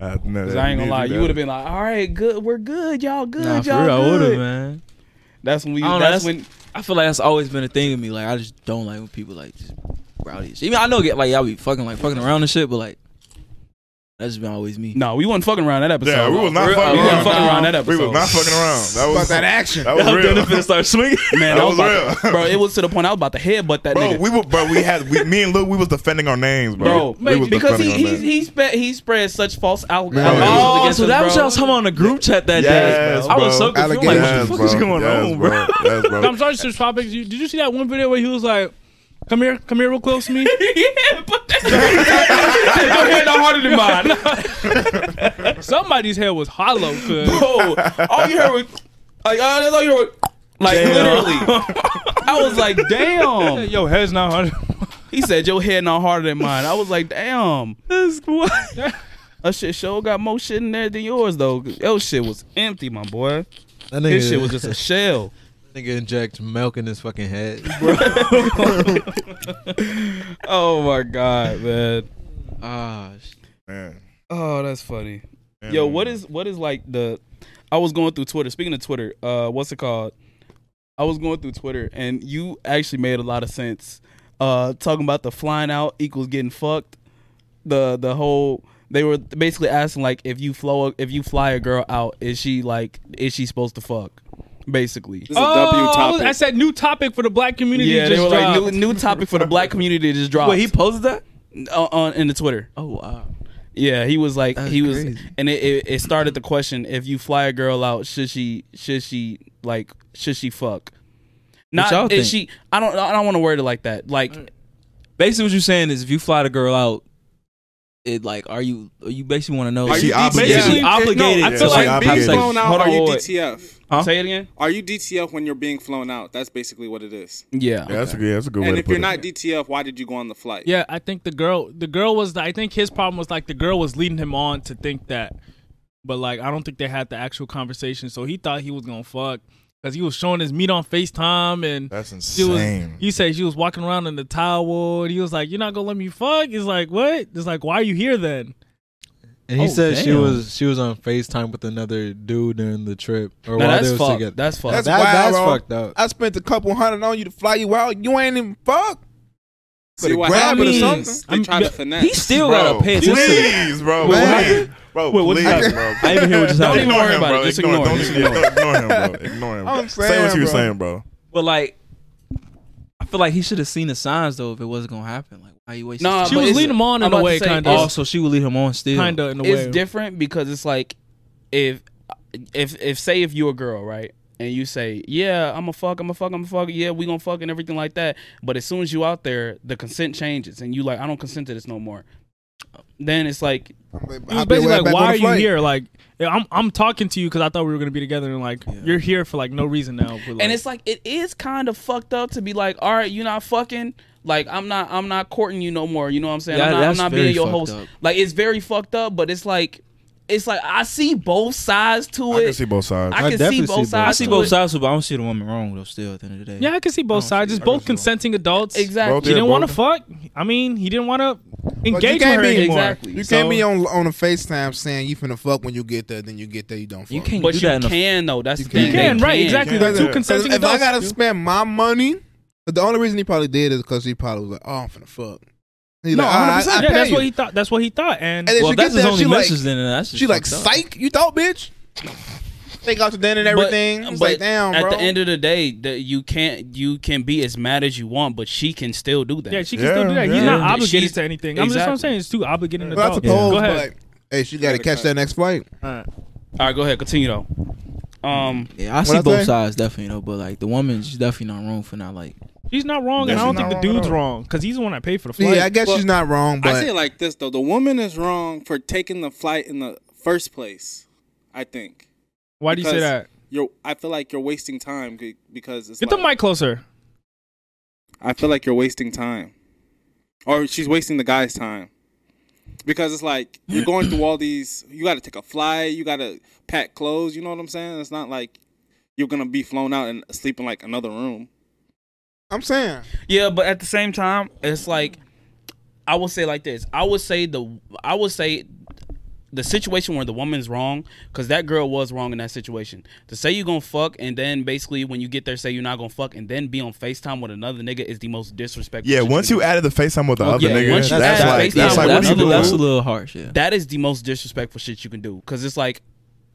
Speaker 8: Uh, no,
Speaker 4: 'Cause
Speaker 8: we
Speaker 4: I ain't
Speaker 8: needed
Speaker 4: gonna lie, you
Speaker 8: that
Speaker 4: would have
Speaker 8: day.
Speaker 4: been like, all right, good, we're good, y'all good,
Speaker 6: Nah, for
Speaker 4: y'all
Speaker 6: real, I
Speaker 4: good.
Speaker 6: would've, man.
Speaker 4: That's when we.
Speaker 6: I don't
Speaker 8: Oh,
Speaker 4: That's,
Speaker 6: know, that's-
Speaker 4: when.
Speaker 6: I feel like that's always been a thing with me. Like I just don't like when people like just rowdy. as shit. Even I know get like y'all be fucking like fucking around and shit, but like that's just been always me.
Speaker 4: No, we wasn't fucking around that episode.
Speaker 8: Yeah, we was not
Speaker 4: Real-
Speaker 8: fucking
Speaker 4: we wasn't
Speaker 8: around.
Speaker 4: fucking around that
Speaker 8: We
Speaker 4: episode.
Speaker 8: was not fucking around. That was
Speaker 3: About that action.
Speaker 8: That was
Speaker 4: I'm
Speaker 8: real.
Speaker 4: done if it start swinging. Man,
Speaker 8: That
Speaker 4: I
Speaker 8: was
Speaker 4: about to-
Speaker 8: real.
Speaker 4: bro, it was to the point I was about to headbutt that
Speaker 8: Bro,
Speaker 4: nigga.
Speaker 8: we were, bro, we had, we, me and Lil, we was defending our names, bro.
Speaker 4: Bro,
Speaker 8: We was
Speaker 4: because he
Speaker 8: defending our
Speaker 4: he,
Speaker 8: names.
Speaker 4: he, spe- he spread such false al-
Speaker 8: Man.
Speaker 4: allegations
Speaker 8: Oh,
Speaker 6: Oh,
Speaker 4: against
Speaker 6: so
Speaker 4: us,
Speaker 6: that was
Speaker 4: bro.
Speaker 6: y'all talking on the group chat that
Speaker 8: Yes,
Speaker 6: day. I was
Speaker 8: bro.
Speaker 6: so confused. I'm Like,
Speaker 8: Yes,
Speaker 6: what the fuck is
Speaker 8: bro.
Speaker 6: going
Speaker 8: Yes,
Speaker 6: on, bro?
Speaker 8: Yes, bro.
Speaker 1: I'm sorry, Sir Topics. You, did you see that one video where he was like, "Come here, come here, real close to me."
Speaker 4: yeah, but that's your head not harder than mine.
Speaker 1: Somebody's head was hollow. Cause
Speaker 4: Bro, all you heard was like, uh, that's all you heard. was- Like literally, I was like, "Damn!"
Speaker 1: yo, head's not hard.
Speaker 4: He said, "Your head not harder than mine." I was like, "Damn!"
Speaker 6: That's what?
Speaker 4: That shit show got more shit in there than yours though. Your shit was empty, my boy.
Speaker 9: That nigga,
Speaker 4: His shit was just a shell.
Speaker 9: nigga inject milk in his fucking head.
Speaker 4: Oh my god, man.
Speaker 6: Ah, shit.
Speaker 8: Man.
Speaker 4: Oh, that's funny.
Speaker 8: Man,
Speaker 4: Yo,
Speaker 8: man,
Speaker 4: what
Speaker 8: man.
Speaker 4: is what is like the I was going through Twitter. Speaking of Twitter, uh what's it called? I was going through Twitter and you actually made a lot of sense. Uh talking about the flying out equals getting fucked. The the whole they were basically asking like if you flow if you fly a girl out, is she like is she supposed to fuck? Basically.
Speaker 7: This is a W topic.
Speaker 1: that's that Oh, new topic for the black community.
Speaker 4: Yeah, they
Speaker 1: just
Speaker 4: were like
Speaker 1: dropped.
Speaker 4: new, new topic for the black community just dropped.
Speaker 6: Wait, he posted that?
Speaker 4: uh, on in the Twitter.
Speaker 6: Oh wow.
Speaker 4: Yeah, he was like
Speaker 6: That's
Speaker 4: he was,
Speaker 6: crazy.
Speaker 4: and it, it, it started the question: if you fly a girl out, should she should she like should she fuck? Not
Speaker 6: y'all
Speaker 4: is
Speaker 6: think?
Speaker 4: she? I don't I don't want to word it like that. Like
Speaker 6: Basically, what you're saying is if you fly the girl out, it like are you are you basically want to know
Speaker 8: Are
Speaker 6: is
Speaker 8: you
Speaker 6: she
Speaker 8: obligated?
Speaker 6: is she
Speaker 1: Yeah.
Speaker 6: obligated?
Speaker 1: No, I
Speaker 6: to,
Speaker 1: feel like
Speaker 6: have
Speaker 7: being
Speaker 6: sex?
Speaker 7: flown out,
Speaker 4: Hold on,
Speaker 7: are you
Speaker 4: wait.
Speaker 7: DTF?
Speaker 6: Huh?
Speaker 4: say it again.
Speaker 7: Are you DTF when you're being flown out? That's basically what it is.
Speaker 4: Yeah,
Speaker 8: Yeah, that's a good, that's a good way
Speaker 7: and
Speaker 8: to
Speaker 7: if
Speaker 8: put
Speaker 7: you're
Speaker 8: it.
Speaker 7: not DTF, why did you go on the flight?
Speaker 1: Yeah, I think the girl, the girl was. I think his problem was like the girl was leading him on to think that, but like I don't think they had the actual conversation. So he thought he was gonna fuck because he was showing his meat on Facetime and
Speaker 8: That's
Speaker 1: she was.
Speaker 8: insane.
Speaker 1: He said she was walking around in the towel and he was like, "You're not gonna let me fuck." It's like what? It's like why are you here then?
Speaker 9: And he
Speaker 6: Oh,
Speaker 9: said she
Speaker 6: damn.
Speaker 9: was she was on Facetime with another dude during the trip
Speaker 4: No,
Speaker 9: or while
Speaker 4: that's
Speaker 9: they was
Speaker 4: fucked.
Speaker 9: together.
Speaker 4: That's fucked.
Speaker 9: That-
Speaker 3: wild,
Speaker 9: that's
Speaker 3: bro.
Speaker 9: fucked up.
Speaker 3: I spent a couple hundred on you to fly you out. You ain't even fuck.
Speaker 7: See what
Speaker 3: grab it or
Speaker 7: happens?
Speaker 3: something?
Speaker 7: They try to finesse.
Speaker 6: He still
Speaker 8: Bro,
Speaker 6: gotta pay attention. to that.
Speaker 8: Please, bro.
Speaker 6: Wait, what
Speaker 8: please. Bro,
Speaker 6: what
Speaker 8: please,
Speaker 6: did you-
Speaker 8: bro.
Speaker 6: I didn't hear what just
Speaker 4: Don't
Speaker 6: happened.
Speaker 4: even worry about it.
Speaker 8: bro.
Speaker 4: Just ignore
Speaker 8: don't
Speaker 4: it.
Speaker 8: even- yeah, Ignore him, bro. Ignore him.
Speaker 3: I'm
Speaker 8: Say what you were
Speaker 3: saying, bro.
Speaker 8: saying, bro.
Speaker 6: But like, I feel like he should have seen the signs though if it wasn't gonna happen. Like, why you wasting?
Speaker 4: Nah,
Speaker 6: time?
Speaker 1: She
Speaker 4: but
Speaker 1: was
Speaker 4: it's-
Speaker 1: leading him on
Speaker 4: I'm
Speaker 1: in a
Speaker 4: about to
Speaker 1: way,
Speaker 4: say,
Speaker 1: kind
Speaker 6: oh,
Speaker 1: of,
Speaker 6: so she would lead him on still.
Speaker 1: kind of in a way.
Speaker 4: it's different because it's like if if if say if you a girl right and you say yeah i'm a fuck i'm a fuck i'm a fuck yeah we gonna fuck and everything like that but as soon as you out there the consent changes and you like i don't consent to this no more then it's like
Speaker 1: It was basically like, why are you here? Like, yeah, I'm I'm talking to you because I thought we were gonna be together, and like you're here for like no reason now. But, like,
Speaker 4: and it's like it is kind of fucked up to be like all right you're not fucking like i'm not i'm not courting you no more you know what i'm saying
Speaker 6: Yeah,
Speaker 4: i'm not, I'm
Speaker 6: that's
Speaker 4: not
Speaker 6: very
Speaker 4: being your
Speaker 6: fucked
Speaker 4: host
Speaker 6: up.
Speaker 4: like it's very fucked up but it's like it's like i see both sides to
Speaker 8: I
Speaker 4: it
Speaker 8: can see both sides.
Speaker 4: I
Speaker 9: I
Speaker 4: can see
Speaker 9: definitely
Speaker 4: both
Speaker 9: see both
Speaker 4: sides
Speaker 6: I
Speaker 9: sides.
Speaker 6: see
Speaker 4: to
Speaker 6: both
Speaker 4: it.
Speaker 6: sides, but I don't see the woman wrong though. Still, at the end of the day,
Speaker 1: yeah, I can see both
Speaker 6: I don't
Speaker 1: sides.
Speaker 6: see-
Speaker 1: It's
Speaker 6: I
Speaker 1: both
Speaker 9: don't see-
Speaker 1: consenting adults.
Speaker 4: exactly
Speaker 8: Both
Speaker 1: He didn't
Speaker 8: Yeah,
Speaker 1: want to
Speaker 8: bro.
Speaker 1: fuck. I mean, he didn't want to engage with
Speaker 3: can't
Speaker 1: her
Speaker 3: be-
Speaker 1: anymore.
Speaker 4: Exactly.
Speaker 3: You
Speaker 4: So-
Speaker 3: can't be on on a FaceTime saying you finna fuck when you get there, then you get there, you don't fuck.
Speaker 6: you can't
Speaker 4: But
Speaker 6: do
Speaker 4: you
Speaker 6: that. in a,
Speaker 4: can though. That's the
Speaker 1: You
Speaker 4: thing.
Speaker 1: can,
Speaker 4: They
Speaker 1: right? Exactly.
Speaker 8: Yeah.
Speaker 1: Like two
Speaker 8: Yeah.
Speaker 1: consenting
Speaker 3: if I
Speaker 1: adults.
Speaker 3: gotta spend my money, but the only reason he probably did is because he probably was like, "Oh, I'm finna fuck." He
Speaker 1: no,
Speaker 3: like, "All right,
Speaker 1: 100%.
Speaker 3: I, I
Speaker 1: yeah,
Speaker 3: pay
Speaker 1: that's
Speaker 3: you."
Speaker 1: what he thought. That's what he thought. And,
Speaker 3: And then
Speaker 6: well,
Speaker 3: she
Speaker 6: if that's
Speaker 3: gets
Speaker 6: his
Speaker 3: there,
Speaker 6: only
Speaker 3: she like,
Speaker 6: message. Then that's just
Speaker 3: she like,
Speaker 6: fucked up.
Speaker 3: "Psych, you thought, bitch." Take out the dinner and everything. It's like, damn,
Speaker 4: at
Speaker 3: bro.
Speaker 4: the end of the day, that you can't. You can be as mad as you want, but she can still do that.
Speaker 1: yeah, she can
Speaker 8: Yeah,
Speaker 1: still do that. He's
Speaker 8: yeah.
Speaker 1: not obligated
Speaker 4: She's-
Speaker 1: to anything. I'm just I'm
Speaker 4: exactly.
Speaker 1: saying it's too obligating
Speaker 3: Well, I
Speaker 1: adults.
Speaker 3: suppose,
Speaker 1: Go ahead.
Speaker 3: but hey, she gotta catch that next flight.
Speaker 4: All right, go ahead. Continue though. Um,
Speaker 6: Yeah, I see
Speaker 3: I
Speaker 6: both
Speaker 3: say?
Speaker 6: sides definitely though, but like the woman, she's definitely not wrong for not like.
Speaker 1: He's not wrong, and
Speaker 8: Yeah,
Speaker 1: I don't
Speaker 8: she's
Speaker 1: think the
Speaker 8: not wrong at
Speaker 1: dude's
Speaker 8: all.
Speaker 1: wrong because he's the one that paid for the flight.
Speaker 3: Yeah, I guess
Speaker 7: Well,
Speaker 3: she's not wrong,
Speaker 7: I say it
Speaker 3: but
Speaker 7: like this though: the woman is wrong for taking the flight in the first place. I think
Speaker 1: Why do you say
Speaker 7: because
Speaker 1: that?
Speaker 7: you're. I feel like you're wasting time be- because it's.
Speaker 1: Get the
Speaker 7: like,
Speaker 1: mic closer.
Speaker 7: I feel like you're wasting time, or she's wasting the guy's time, because it's like you're going through all these. You got to take a flight. You got to pack clothes. You know what I'm saying? It's not like you're gonna be flown out and sleep in like another room.
Speaker 3: I'm saying
Speaker 4: yeah, but at the same time, it's like I would say like this. I would say the I would say the situation where the woman's wrong, because that girl was wrong in that situation. To say you gonna fuck and then basically when you get there say you're not gonna fuck and then be on FaceTime with another nigga is the most disrespectful.
Speaker 8: Yeah,
Speaker 4: shit
Speaker 8: once
Speaker 4: can
Speaker 8: you
Speaker 4: do.
Speaker 8: added the FaceTime with the
Speaker 4: Okay,
Speaker 8: other nigga,
Speaker 4: once
Speaker 8: that's,
Speaker 4: you add
Speaker 8: like
Speaker 4: FaceTime
Speaker 8: that's
Speaker 4: with
Speaker 8: like what
Speaker 4: the
Speaker 8: are you
Speaker 4: other-
Speaker 8: doing?
Speaker 4: that's
Speaker 6: a little harsh. Yeah.
Speaker 4: That is the most disrespectful shit you can do. Cause it's like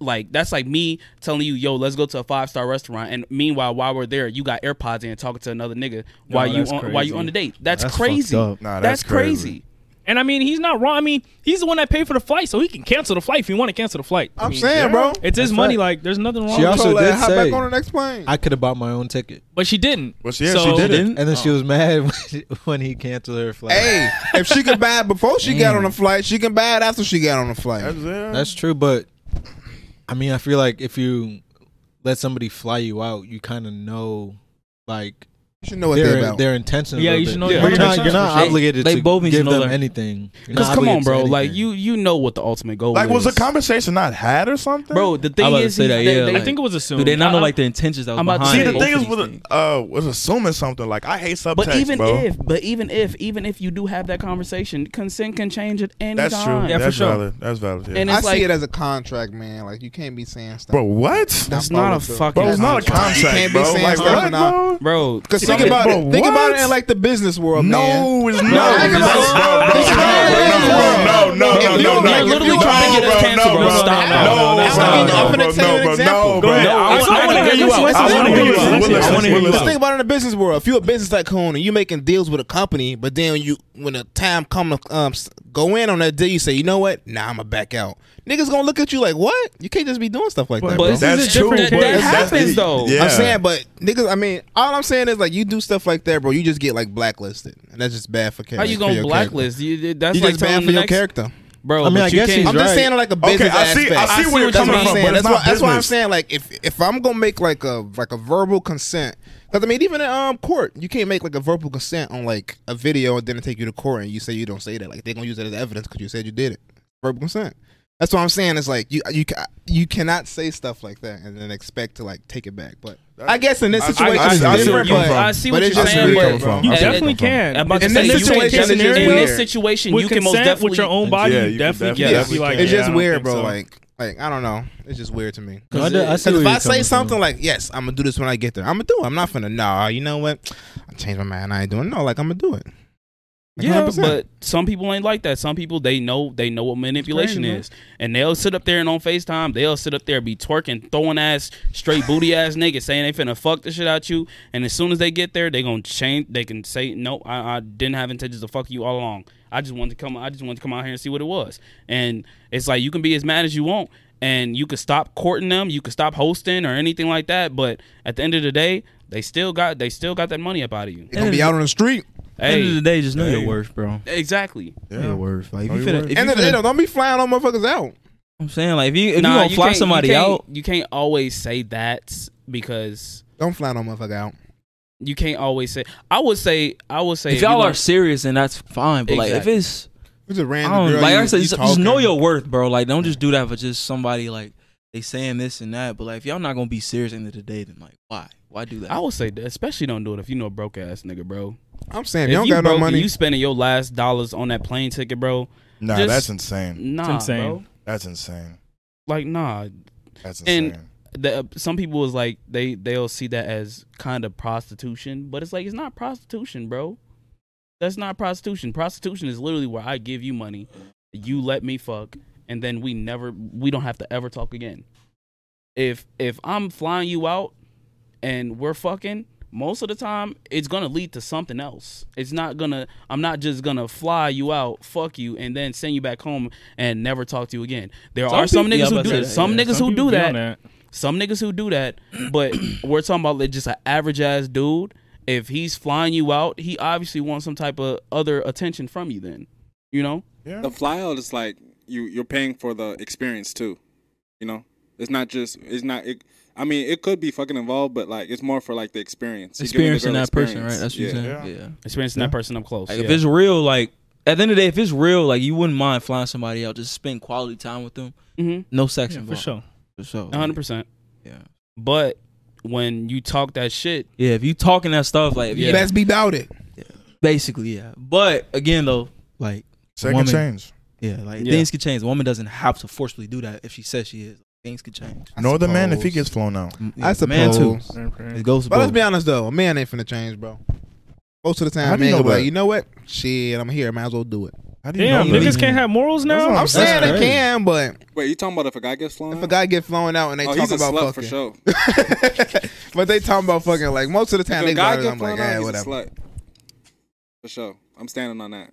Speaker 4: like that's like me telling you, yo, let's go to a five star restaurant and meanwhile while we're there, you got AirPods in talking to another nigga while you
Speaker 1: that's
Speaker 4: on while you
Speaker 1: crazy.
Speaker 4: on the date. That's,
Speaker 9: That's
Speaker 4: crazy.
Speaker 9: fucked up.
Speaker 8: Nah,
Speaker 4: that's
Speaker 8: that's
Speaker 4: crazy.
Speaker 8: crazy.
Speaker 1: And I mean, he's not wrong. I mean, he's the one that paid for the flight, so he can cancel the flight if he want to cancel the flight. I
Speaker 3: I'm
Speaker 1: mean,
Speaker 3: saying, bro.
Speaker 1: it's his
Speaker 9: That's
Speaker 1: money.
Speaker 9: right.
Speaker 1: Like, there's nothing wrong.
Speaker 9: She
Speaker 1: with
Speaker 9: also
Speaker 1: it.
Speaker 9: did
Speaker 3: Like, hop
Speaker 9: say-
Speaker 3: back on the next plane.
Speaker 9: I could have bought my own ticket.
Speaker 1: but she didn't.
Speaker 8: Well, she- yeah,
Speaker 1: So-
Speaker 8: she did it.
Speaker 9: And then she was mad when- when he canceled her flight.
Speaker 3: hey, if she could buy it before she got on the flight, she can buy it after she got on the
Speaker 8: That's it.
Speaker 3: flight.
Speaker 9: That's true, but I mean, I feel like if you let somebody fly you out, you kind of know, like
Speaker 3: You should know what they're
Speaker 9: their
Speaker 3: about.
Speaker 9: their intentions.
Speaker 1: Yeah,
Speaker 9: a little
Speaker 1: you
Speaker 9: bit.
Speaker 1: should know Yeah. their
Speaker 9: You're not, you're
Speaker 1: intentions.
Speaker 9: not
Speaker 4: They-
Speaker 9: obligated
Speaker 4: they
Speaker 9: to
Speaker 4: both need to
Speaker 9: give
Speaker 4: know
Speaker 9: them
Speaker 4: their-
Speaker 9: anything. You're
Speaker 4: Cause
Speaker 9: not
Speaker 4: come on,
Speaker 9: obligated to
Speaker 4: bro, like
Speaker 9: anything.
Speaker 4: you you know what the ultimate goal
Speaker 8: Like,
Speaker 4: is.
Speaker 8: was the conversation not had or something?
Speaker 4: Bro, the thing
Speaker 6: about to
Speaker 4: is,
Speaker 6: say
Speaker 4: he-
Speaker 6: that,
Speaker 4: they-
Speaker 6: yeah,
Speaker 4: they-
Speaker 1: I
Speaker 6: like-
Speaker 1: think it was assumed.
Speaker 6: Do they not know
Speaker 1: I-
Speaker 6: like the intentions that was
Speaker 4: I'm about to
Speaker 6: behind?
Speaker 8: See, the
Speaker 4: Both
Speaker 8: thing
Speaker 6: both
Speaker 8: is,
Speaker 6: these
Speaker 8: with
Speaker 6: things?
Speaker 8: uh, was assuming something. Like, I hate subtext,
Speaker 4: But even
Speaker 8: bro.
Speaker 4: if, but even if, even if you do have that conversation, consent can change at any
Speaker 8: that's true.
Speaker 4: time.
Speaker 1: Yeah, for
Speaker 8: that's
Speaker 1: sure.
Speaker 8: valid. That's valid. Yeah.
Speaker 4: And
Speaker 3: I
Speaker 4: it's like,
Speaker 3: see it as a contract, man. Like you can't be saying stuff.
Speaker 8: bro, what?
Speaker 4: That's not a fucking-
Speaker 8: Bro, it's not a
Speaker 3: contract. You
Speaker 8: contract,
Speaker 3: can't be
Speaker 8: bro.
Speaker 3: saying
Speaker 8: Like,
Speaker 3: stuff
Speaker 8: what,
Speaker 3: now.
Speaker 8: bro?
Speaker 4: bro,
Speaker 3: Because think about it. Think about it in like the business world, man.
Speaker 8: No, it's not.
Speaker 3: think about it. Think about
Speaker 8: No, bro, bro,
Speaker 3: it.
Speaker 8: no,
Speaker 3: If
Speaker 8: no,
Speaker 3: you
Speaker 8: no, no, no, no,
Speaker 3: don't like
Speaker 8: no,
Speaker 3: it,
Speaker 8: no,
Speaker 3: you're
Speaker 4: trying to get us
Speaker 8: bro,
Speaker 4: canceled,
Speaker 8: no,
Speaker 4: bro.
Speaker 8: bro.
Speaker 4: Stop,
Speaker 8: No,
Speaker 4: bro. No, I'm
Speaker 8: bro, bro, no,
Speaker 3: finna
Speaker 8: bro,
Speaker 3: tell you an
Speaker 8: no, bro, no,
Speaker 3: example. Go
Speaker 8: bro.
Speaker 3: ahead.
Speaker 8: I
Speaker 4: I'm
Speaker 8: wanna-
Speaker 4: trying to
Speaker 8: I
Speaker 4: hear you
Speaker 8: wanna
Speaker 4: out. I wanna
Speaker 8: We'll
Speaker 4: hear you
Speaker 8: listen,
Speaker 4: out.
Speaker 8: we'll listen,
Speaker 4: I wanna hear
Speaker 8: we'll
Speaker 4: you
Speaker 8: listen.
Speaker 4: out.
Speaker 3: Think about it in the business world. If you're a business tycoon and you making deals with a company, but then when you when the time come to um, s- go in on that deal, you say, you know what? Nah, I'ma back out. Niggas gonna look at you like, what? You can't just be doing stuff like that.
Speaker 4: But
Speaker 3: bro.
Speaker 4: this is
Speaker 8: That's
Speaker 4: a
Speaker 8: true.
Speaker 4: different-
Speaker 8: but
Speaker 4: that
Speaker 8: that's-
Speaker 4: happens, though.
Speaker 8: Yeah.
Speaker 3: I'm saying, but niggas, I mean, all I'm saying is like you do stuff like that, bro. You just get like blacklisted, and that's just bad for character.
Speaker 4: how you
Speaker 3: for
Speaker 4: gonna
Speaker 3: your
Speaker 4: blacklist? You, that's
Speaker 3: Character. You
Speaker 4: like
Speaker 3: just
Speaker 4: telling
Speaker 3: bad
Speaker 4: the
Speaker 3: for your
Speaker 4: next-
Speaker 3: character.
Speaker 4: bro.
Speaker 9: I mean,
Speaker 4: but
Speaker 9: I
Speaker 4: you
Speaker 9: guess
Speaker 4: can't-
Speaker 9: he's
Speaker 3: I'm just saying like a
Speaker 8: Okay,
Speaker 3: business
Speaker 8: I see.
Speaker 3: aspect.
Speaker 8: I see where you're
Speaker 3: That's what
Speaker 8: coming
Speaker 3: I'm
Speaker 8: from,
Speaker 3: saying.
Speaker 8: but it's
Speaker 3: That's why,
Speaker 8: not
Speaker 3: that's why I'm
Speaker 8: business.
Speaker 3: saying like if if I'm gonna make like a like a verbal consent, because I mean even in um court you can't make like a verbal consent on like a video and then it take you to court and you say you don't say that like they're gonna use it as evidence because you said you did it. Verbal consent. That's what I'm saying. It's like you you ca- you cannot say stuff like that and then expect to like take it back. But I guess in this
Speaker 8: I- I-
Speaker 3: situation,
Speaker 8: I see-
Speaker 3: it's
Speaker 8: I see
Speaker 3: different.
Speaker 8: where you're
Speaker 3: but-
Speaker 8: coming
Speaker 4: I see
Speaker 3: but
Speaker 4: what
Speaker 3: it's
Speaker 4: you're
Speaker 3: just
Speaker 4: saying,
Speaker 3: weird.
Speaker 8: where you're
Speaker 4: but
Speaker 8: coming
Speaker 1: You
Speaker 8: from.
Speaker 4: and-
Speaker 1: definitely
Speaker 4: and-
Speaker 1: can.
Speaker 4: I'm about to
Speaker 3: In
Speaker 4: say,
Speaker 3: this
Speaker 4: you can-
Speaker 3: situation, it's
Speaker 4: in this
Speaker 3: weird.
Speaker 4: situation,
Speaker 1: with
Speaker 4: you can most
Speaker 1: consent
Speaker 4: definitely
Speaker 1: with your own body,
Speaker 8: Yeah,
Speaker 1: you,
Speaker 8: you can
Speaker 1: definitely,
Speaker 8: definitely-
Speaker 1: can't be
Speaker 8: yeah,
Speaker 1: like,
Speaker 3: it's
Speaker 1: yeah, I
Speaker 3: just
Speaker 1: don't
Speaker 3: weird,
Speaker 1: think
Speaker 3: bro.
Speaker 1: so.
Speaker 3: Like, like I don't know. It's just weird to me.
Speaker 9: No, I do- I see
Speaker 3: if
Speaker 9: where
Speaker 3: I
Speaker 9: you're
Speaker 3: say
Speaker 9: coming
Speaker 3: something
Speaker 9: from.
Speaker 3: like, "Yes, I'm gonna do this when I get there," I'm gonna do it. I'm not finna. Nah, you know what? I changed my mind. I ain't doing. it. No, like I'm gonna do it. Like,
Speaker 4: Yeah,
Speaker 3: 100%.
Speaker 4: but some people ain't like that. Some people they know they know what manipulation
Speaker 1: man.
Speaker 4: is, and they'll sit up there and on Facetime they'll sit up there be twerking, throwing ass, straight booty ass niggas saying they finna fuck the shit out you, and as soon as they get there they gonna change. They can say no, I, I didn't have intentions to fuck you all along. I just wanted to come. I just wanted to come out here and see what it was. And it's like you can be as mad as you want, and you can stop courting them, you can stop hosting or anything like that. But at the end of the day, they still got they still got that money up out of you.
Speaker 3: They gonna be out on the street.
Speaker 6: End of the
Speaker 4: Hey,
Speaker 6: day, just know
Speaker 8: Hey.
Speaker 6: your worth, bro.
Speaker 4: exactly.
Speaker 6: Know Your worth. Like if
Speaker 8: Know
Speaker 6: you
Speaker 8: your
Speaker 6: finna,
Speaker 8: worth.
Speaker 3: And
Speaker 6: if you
Speaker 3: then they
Speaker 6: finna,
Speaker 3: don't, don't be flying on motherfuckers out.
Speaker 6: I'm saying like if you if
Speaker 4: Nah,
Speaker 6: you gonna fly
Speaker 4: can't-
Speaker 6: somebody
Speaker 4: you can't-
Speaker 6: out,
Speaker 4: you can't always say that because
Speaker 3: Don't fly no motherfucker out.
Speaker 4: you can't always say. I would say, I would say,
Speaker 6: if y'all
Speaker 4: you
Speaker 6: are serious, then that's fine. But like if
Speaker 4: Exactly.
Speaker 6: it's
Speaker 3: It's a
Speaker 6: I
Speaker 3: random
Speaker 6: don't
Speaker 3: girl.
Speaker 6: like
Speaker 3: you,
Speaker 6: I said,
Speaker 3: you
Speaker 6: just, just know
Speaker 3: talking.
Speaker 6: your worth, bro. Like don't just do that for just somebody like they saying this and that. But like if y'all not gonna be serious at the end of the day, then like why why do that?
Speaker 4: I would say, that, especially don't do it if you know a broke ass nigga, bro.
Speaker 3: I'm saying
Speaker 4: If
Speaker 3: if you don't got
Speaker 4: broke
Speaker 3: no
Speaker 4: and
Speaker 3: money.
Speaker 4: you spending your last dollars on that plane ticket, bro.
Speaker 8: Nah,
Speaker 4: Just-
Speaker 8: that's insane.
Speaker 4: Nah,
Speaker 1: insane.
Speaker 4: bro.
Speaker 8: That's insane.
Speaker 4: Like nah.
Speaker 8: That's
Speaker 4: And-
Speaker 8: insane.
Speaker 4: The, uh, some people is like they they'll see that as kind of prostitution, but it's like it's not prostitution, bro. That's not prostitution. Prostitution is literally where I give you money, you let me fuck, and then we never we don't have to ever talk again. If if I'm flying you out and we're fucking, most of the time it's gonna lead to something else. It's not gonna I'm not just gonna fly you out, fuck you, and then send you back home and never talk to you again. There
Speaker 6: Some
Speaker 4: are some
Speaker 6: peop- yeah,
Speaker 4: niggas
Speaker 6: I'm
Speaker 4: who
Speaker 6: about
Speaker 4: do
Speaker 6: to say
Speaker 4: that.
Speaker 6: that,
Speaker 4: Some
Speaker 6: yeah.
Speaker 4: niggas
Speaker 1: Some
Speaker 4: who
Speaker 1: people
Speaker 4: do
Speaker 1: be
Speaker 4: that
Speaker 1: on
Speaker 4: some niggas who do that, but we're talking about like just an average ass dude. If he's flying you out, he obviously wants some type of other attention from you. Then, you know,
Speaker 8: Yeah.
Speaker 7: The flyout is like you you're paying for the experience too. You know, it's not just it's not. It, I mean, it could be fucking involved, but like it's more for like the experience. You're giving the
Speaker 6: experiencing
Speaker 7: girl
Speaker 6: that person,
Speaker 7: experience.
Speaker 6: right? That's what
Speaker 7: yeah.
Speaker 6: you're saying. Yeah.
Speaker 4: experiencing that person up close.
Speaker 6: Like
Speaker 4: yeah.
Speaker 6: if it's real, like at the end of the day, if it's real, like you wouldn't mind flying somebody out, just spend quality time with them.
Speaker 4: Mhm.
Speaker 6: No sex
Speaker 1: Yeah, for
Speaker 6: involved.
Speaker 1: sure.
Speaker 6: For sure.
Speaker 4: one hundred percent.
Speaker 6: Yeah.
Speaker 4: But when you talk that shit,
Speaker 6: Yeah, if you talking that stuff, like if
Speaker 3: You
Speaker 6: you-
Speaker 3: best be doubted.
Speaker 6: basically, yeah. But again though, like
Speaker 8: Second
Speaker 6: woman-
Speaker 8: change.
Speaker 6: Yeah, like
Speaker 4: Yeah.
Speaker 6: things could change. A woman doesn't have to forcibly do that if she says she is. Things could change.
Speaker 8: Nor the man if he gets flown out.
Speaker 6: I
Speaker 3: That's a
Speaker 6: suppose. Man too.
Speaker 3: Okay.
Speaker 6: It goes.
Speaker 3: But let's
Speaker 6: both.
Speaker 3: be honest though, a man ain't finna change, bro. Most of the
Speaker 8: How
Speaker 3: time,
Speaker 8: do you
Speaker 3: man,
Speaker 8: know
Speaker 3: go be
Speaker 8: that?
Speaker 3: like, you know what? Shit, I'm here. Might as well do it.
Speaker 8: How do you
Speaker 1: Damn,
Speaker 8: know that?
Speaker 1: niggas can't have morals now.
Speaker 3: I'm saying they
Speaker 8: crazy.
Speaker 3: can, but
Speaker 7: Wait, you talking about if a guy gets flown?
Speaker 3: if a guy get flown out and they
Speaker 7: Mm. oh,
Speaker 3: talk
Speaker 7: he's a
Speaker 3: about
Speaker 7: slut for
Speaker 3: fucking,
Speaker 7: sure.
Speaker 3: but they talking about fucking like most of the time
Speaker 7: If
Speaker 3: they
Speaker 7: a
Speaker 3: go
Speaker 7: guy
Speaker 3: out and
Speaker 7: get
Speaker 3: I'm like,
Speaker 7: flown
Speaker 3: yeah,
Speaker 7: out, he's a
Speaker 3: whatever.
Speaker 7: slut. For sure, I'm standing on that.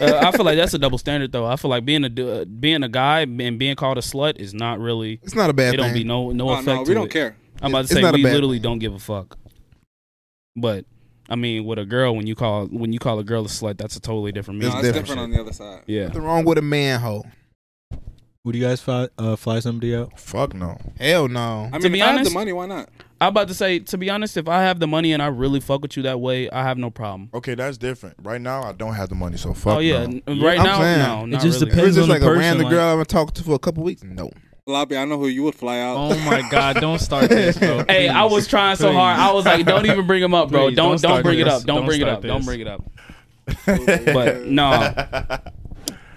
Speaker 4: Uh, I feel like that's a double standard, though. I feel like being a du- uh, being a guy and being called a slut is not really.
Speaker 3: It's not a bad
Speaker 4: It don't be
Speaker 3: thing.
Speaker 4: no no
Speaker 7: Oh,
Speaker 4: effect.
Speaker 7: no,
Speaker 4: to
Speaker 7: we don't
Speaker 4: it.
Speaker 7: care.
Speaker 4: I'm about
Speaker 3: It's
Speaker 4: to say
Speaker 3: not a
Speaker 4: we
Speaker 3: bad
Speaker 4: literally
Speaker 3: thing.
Speaker 4: don't give a fuck. But I mean, with a girl, when you call when you call a girl a slut, that's a totally different
Speaker 3: It's
Speaker 4: meaning.
Speaker 7: No, it's
Speaker 3: different.
Speaker 7: different on the other side.
Speaker 4: Yeah.
Speaker 3: Nothing wrong with a man hoe.
Speaker 9: Would you guys fly, uh, fly somebody out?
Speaker 8: Fuck no.
Speaker 3: Hell no.
Speaker 7: I mean,
Speaker 4: To be
Speaker 7: if I have
Speaker 4: honest-
Speaker 7: the money, why not?
Speaker 4: I'm about to say, to be honest, if I have the money and I really fuck with you that way, I have no problem.
Speaker 8: Okay, that's different. Right now, I don't have the money, so fuck.
Speaker 4: oh yeah,
Speaker 8: no.
Speaker 4: n- right
Speaker 3: I'm
Speaker 4: now,
Speaker 3: saying.
Speaker 4: no,
Speaker 6: It
Speaker 4: not really.
Speaker 3: If
Speaker 6: just
Speaker 3: it's
Speaker 6: Depends
Speaker 3: just
Speaker 6: on the
Speaker 3: like a
Speaker 6: person,
Speaker 3: random
Speaker 6: like-
Speaker 3: girl I've been talking to for a couple weeks, no.
Speaker 7: Lobby, I know who you would fly out.
Speaker 1: Oh my god, don't start this, bro.
Speaker 4: Hey, I
Speaker 1: Please.
Speaker 4: was trying so hard. I was like, don't even bring him up, bro.
Speaker 1: Please,
Speaker 4: don't
Speaker 1: don't
Speaker 4: don't
Speaker 1: start
Speaker 4: bring it
Speaker 1: this.
Speaker 4: up. Don't,
Speaker 1: Don't
Speaker 4: bring it
Speaker 1: start
Speaker 4: up. Don't
Speaker 1: this.
Speaker 4: bring it up. But no,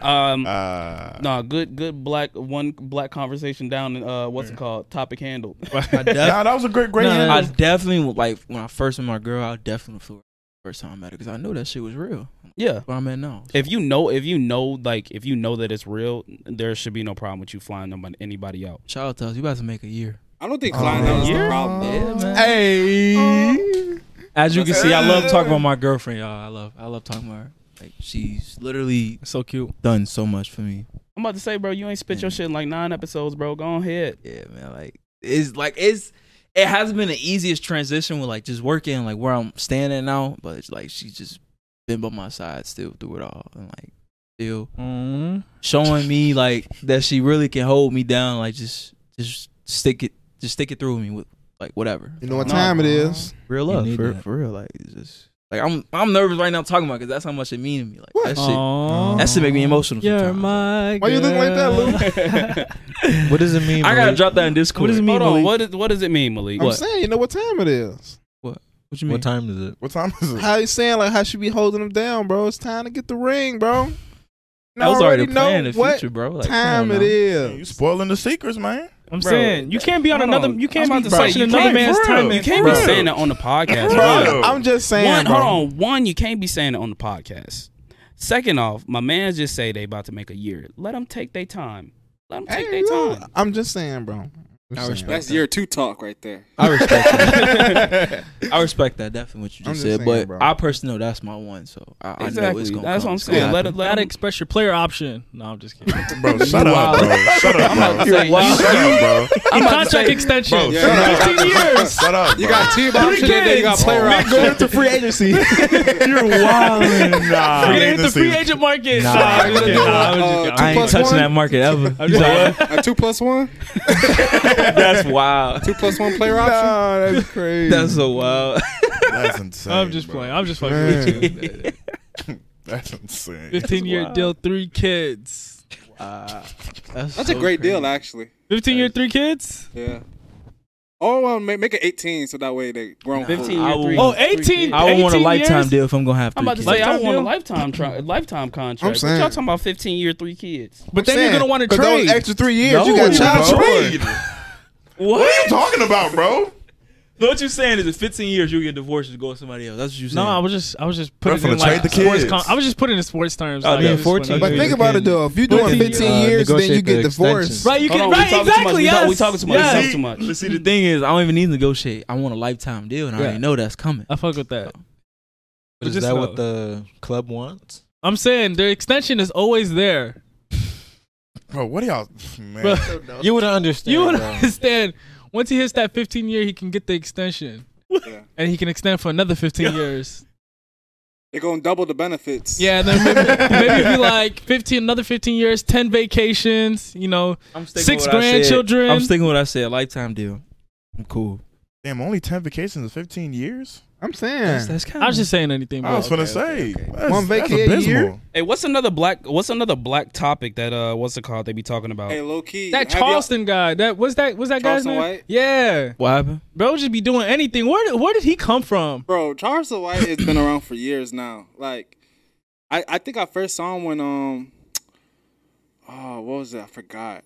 Speaker 4: um,
Speaker 1: Uh.
Speaker 4: no, good good black one black conversation down. in, Uh, what's it called? Topic handle.
Speaker 6: I, def-
Speaker 8: Nah, that was a great, great.
Speaker 6: nah,
Speaker 8: handle.
Speaker 6: I definitely would, like when I first met my girl. I definitely flew her first time I met her because I knew that shit was real.
Speaker 4: yeah.
Speaker 6: But I'm at now.
Speaker 4: If you know, if you know, like, if you know that it's real, there should be no problem with you flying nobody, anybody out.
Speaker 6: Child tells you about to make a year.
Speaker 7: I don't
Speaker 3: Oh,
Speaker 7: think flying out is the problem.
Speaker 6: Uh, Yeah, man.
Speaker 9: Hey.
Speaker 6: As you can see, I love talking about my girlfriend, y'all. I love, I love talking about her. Like she's literally
Speaker 1: so cute.
Speaker 6: done so much for me.
Speaker 4: I'm about to say, bro, you ain't spit your shit in like nine episodes, bro. Go on ahead.
Speaker 6: Yeah, man. Like it's like it's it hasn't been the easiest transition with like just working like where I'm staying at now, but it's like she's just been by my side still through it all and like still
Speaker 1: Mm.
Speaker 6: showing me like that she really can hold me down. Like just just stick it, just stick it through me with like whatever.
Speaker 3: You know what
Speaker 6: No,
Speaker 3: time it
Speaker 6: bro.
Speaker 3: is?
Speaker 6: Real
Speaker 9: You
Speaker 6: love,
Speaker 9: need
Speaker 6: for,
Speaker 9: that.
Speaker 6: for real. Like it's just like I'm I'm nervous right now talking about because that's how much it means to me. Like that shit. Mm-hmm.
Speaker 1: Aw.
Speaker 6: That shit make me emotional.
Speaker 1: You're
Speaker 6: sometimes.
Speaker 1: my
Speaker 3: Why you look like that, Lou?
Speaker 9: What does it mean?
Speaker 6: I gotta
Speaker 9: Malik?
Speaker 6: drop that in Discord.
Speaker 1: What does it mean,
Speaker 4: Hold on.
Speaker 1: Malik?
Speaker 4: What, is, what does it mean, Malik?
Speaker 3: I'm
Speaker 4: What?
Speaker 3: saying, you know what time it is.
Speaker 6: What you mean?
Speaker 9: What time is it?
Speaker 8: what time is it?
Speaker 3: How you saying like how she be holding him down, bro? It's time to get the ring, bro. You
Speaker 6: That was already
Speaker 3: already
Speaker 6: planned in
Speaker 3: know
Speaker 6: the
Speaker 3: what
Speaker 6: future, bro. Like, come on
Speaker 3: time
Speaker 6: now.
Speaker 3: it
Speaker 8: Man, you
Speaker 3: is.
Speaker 8: spoiling the secrets, man.
Speaker 1: I'm
Speaker 4: Bro,
Speaker 1: saying you can't be on
Speaker 4: hold
Speaker 1: another.
Speaker 4: on.
Speaker 1: You can't
Speaker 4: I'm
Speaker 1: be
Speaker 4: about to say,
Speaker 1: touching
Speaker 4: you
Speaker 1: another
Speaker 4: can't,
Speaker 1: man's
Speaker 8: bro.
Speaker 1: time.
Speaker 8: You
Speaker 1: and-
Speaker 4: can't
Speaker 1: bro.
Speaker 4: be saying that on the podcast. bro.
Speaker 3: Bro, I'm just saying,
Speaker 4: one,
Speaker 3: bro.
Speaker 4: hold on. One, you can't be saying it on the podcast. Second off, my man's just say they about to make a year. Let them take their time. Let them take
Speaker 3: Hey,
Speaker 4: their
Speaker 3: yo,
Speaker 4: time.
Speaker 3: I'm just saying, bro. I'm just
Speaker 6: I
Speaker 3: saying.
Speaker 7: That's year two talk right there.
Speaker 6: I respect that. I respect that definitely what you
Speaker 3: I'm
Speaker 6: just
Speaker 3: just
Speaker 6: said,
Speaker 3: saying,
Speaker 6: but
Speaker 3: bro.
Speaker 6: I personally know that's my one, so I, I know
Speaker 4: Exactly.
Speaker 6: it's gonna
Speaker 4: That's
Speaker 6: come.
Speaker 4: what I'm
Speaker 6: It's gonna
Speaker 4: saying. Let
Speaker 6: happen.
Speaker 4: it.
Speaker 1: Gotta
Speaker 4: Let it.
Speaker 1: express your player option. No, I'm just kidding.
Speaker 8: Bro, shut up, bro. Shut up, bro.
Speaker 4: Say,
Speaker 8: Shut up, bro.
Speaker 4: I'm about to
Speaker 1: Contract
Speaker 4: say-
Speaker 1: extension.
Speaker 8: Bro,
Speaker 7: Yeah, yeah.
Speaker 8: shut up.
Speaker 1: years.
Speaker 8: Shut up,
Speaker 7: You
Speaker 8: bro.
Speaker 7: got team option, and then you got player
Speaker 8: Oh,
Speaker 7: option.
Speaker 3: Going to free agency.
Speaker 8: You're wildin'. Nah.
Speaker 1: Free agent- the free agent market. Nah, I'm just kidding. Nah, I'm just kidding.
Speaker 6: I ain't
Speaker 3: plus
Speaker 6: touching
Speaker 3: one?
Speaker 6: that market ever.
Speaker 1: I'm just kidding.
Speaker 7: A two plus one,
Speaker 6: that's wild.
Speaker 7: two plus one player
Speaker 3: nah,
Speaker 7: option.
Speaker 3: that's crazy.
Speaker 6: That's so wild.
Speaker 8: That's insane.
Speaker 1: I'm just
Speaker 8: bro.
Speaker 1: playing. I'm just fucking with you.
Speaker 8: That's insane.
Speaker 1: 15 year deal, three kids.
Speaker 7: That's a great deal, actually.
Speaker 1: 15 year, three kids?
Speaker 7: Yeah. Oh, well, make, make it 18 so that way they grown.
Speaker 4: 15
Speaker 7: Fifteen.
Speaker 6: I
Speaker 4: year
Speaker 6: will-
Speaker 4: three.
Speaker 1: Oh, 18.
Speaker 6: I would want a
Speaker 1: 18
Speaker 6: lifetime
Speaker 1: years?
Speaker 6: deal if I'm gonna have.
Speaker 4: I'm about to
Speaker 6: three
Speaker 4: say
Speaker 6: kids.
Speaker 4: I
Speaker 1: Lifetime
Speaker 4: want a
Speaker 1: deal?
Speaker 4: lifetime tri- lifetime contract.
Speaker 3: I'm
Speaker 4: But
Speaker 3: saying.
Speaker 4: y'all talking about 15 year three kids.
Speaker 1: But then you're
Speaker 3: Saying,
Speaker 1: going to want to
Speaker 3: 'cause
Speaker 1: trade.
Speaker 3: Those extra three years, you got
Speaker 8: You
Speaker 3: child
Speaker 8: gotta
Speaker 3: support.
Speaker 8: trade. What are you talking about, bro?
Speaker 6: what you're saying is, in 15 years you get divorced and go with somebody else. That's what you're
Speaker 1: no, I was just, I was just putting
Speaker 8: Bro,
Speaker 1: it in
Speaker 8: finna trade
Speaker 1: like
Speaker 8: the
Speaker 1: sports.
Speaker 8: kids.
Speaker 1: con- I was just putting it in sports terms.
Speaker 6: Oh,
Speaker 1: like,
Speaker 6: yeah,
Speaker 1: I was just
Speaker 6: 14
Speaker 1: putting
Speaker 3: But
Speaker 1: it-
Speaker 3: think about it though. If you're doing
Speaker 1: 14,
Speaker 3: 15
Speaker 9: uh,
Speaker 3: years, then you
Speaker 9: negotiate
Speaker 3: get
Speaker 9: the
Speaker 3: divorced.
Speaker 9: extensions.
Speaker 1: Right, you
Speaker 4: Hold
Speaker 1: can.
Speaker 4: on, we
Speaker 1: Right,
Speaker 4: talking too much.
Speaker 1: exactly.
Speaker 4: We talk-
Speaker 1: Yes.
Speaker 4: we talking too much.
Speaker 1: Yes.
Speaker 4: We talking too much.
Speaker 9: But see,
Speaker 6: The thing is, I don't even need to negotiate. I want a lifetime deal, and I already know that's coming.
Speaker 1: I fuck with that. But
Speaker 9: Is
Speaker 1: just
Speaker 9: that
Speaker 1: know.
Speaker 9: what the club wants?
Speaker 1: I'm saying their extension is always there.
Speaker 8: Bro, what are y'all, man?
Speaker 1: Bro,
Speaker 9: You would understand.
Speaker 1: you would
Speaker 9: bro.
Speaker 1: understand. Once he hits that 15 year, he can get the extension,
Speaker 7: Yeah.
Speaker 1: and he can extend for another 15 years.
Speaker 7: They're going to double the benefits.
Speaker 1: Yeah, and then maybe, maybe be like 15, another 15 years, 10 vacations. You know,
Speaker 6: I'm
Speaker 1: Six grandchildren.
Speaker 6: I'm sticking with what I said. Lifetime deal. I'm cool.
Speaker 8: Damn, only 10 vacations in 15 years?
Speaker 3: I'm
Speaker 6: That's,
Speaker 3: saying.
Speaker 6: that's kind
Speaker 1: I was just saying anything.
Speaker 8: I
Speaker 1: Bro.
Speaker 7: Oh,
Speaker 8: was gonna say. That's, that's
Speaker 3: One vacation a
Speaker 8: abysmal.
Speaker 3: year?
Speaker 4: Hey, what's another black? What's another black topic that uh, what's it called? They be talking about.
Speaker 7: Hey, low key.
Speaker 1: That
Speaker 7: have y'all-
Speaker 1: Charleston guy. That was that was that
Speaker 7: Charleston
Speaker 1: guy's name.
Speaker 7: White?
Speaker 1: Yeah,
Speaker 6: what happened.
Speaker 1: bro, just be doing anything. Where did, where did he come from?
Speaker 7: Bro, Charleston White has been around for years now. Like, I, I think I first saw him when um Oh, what was it? I forgot.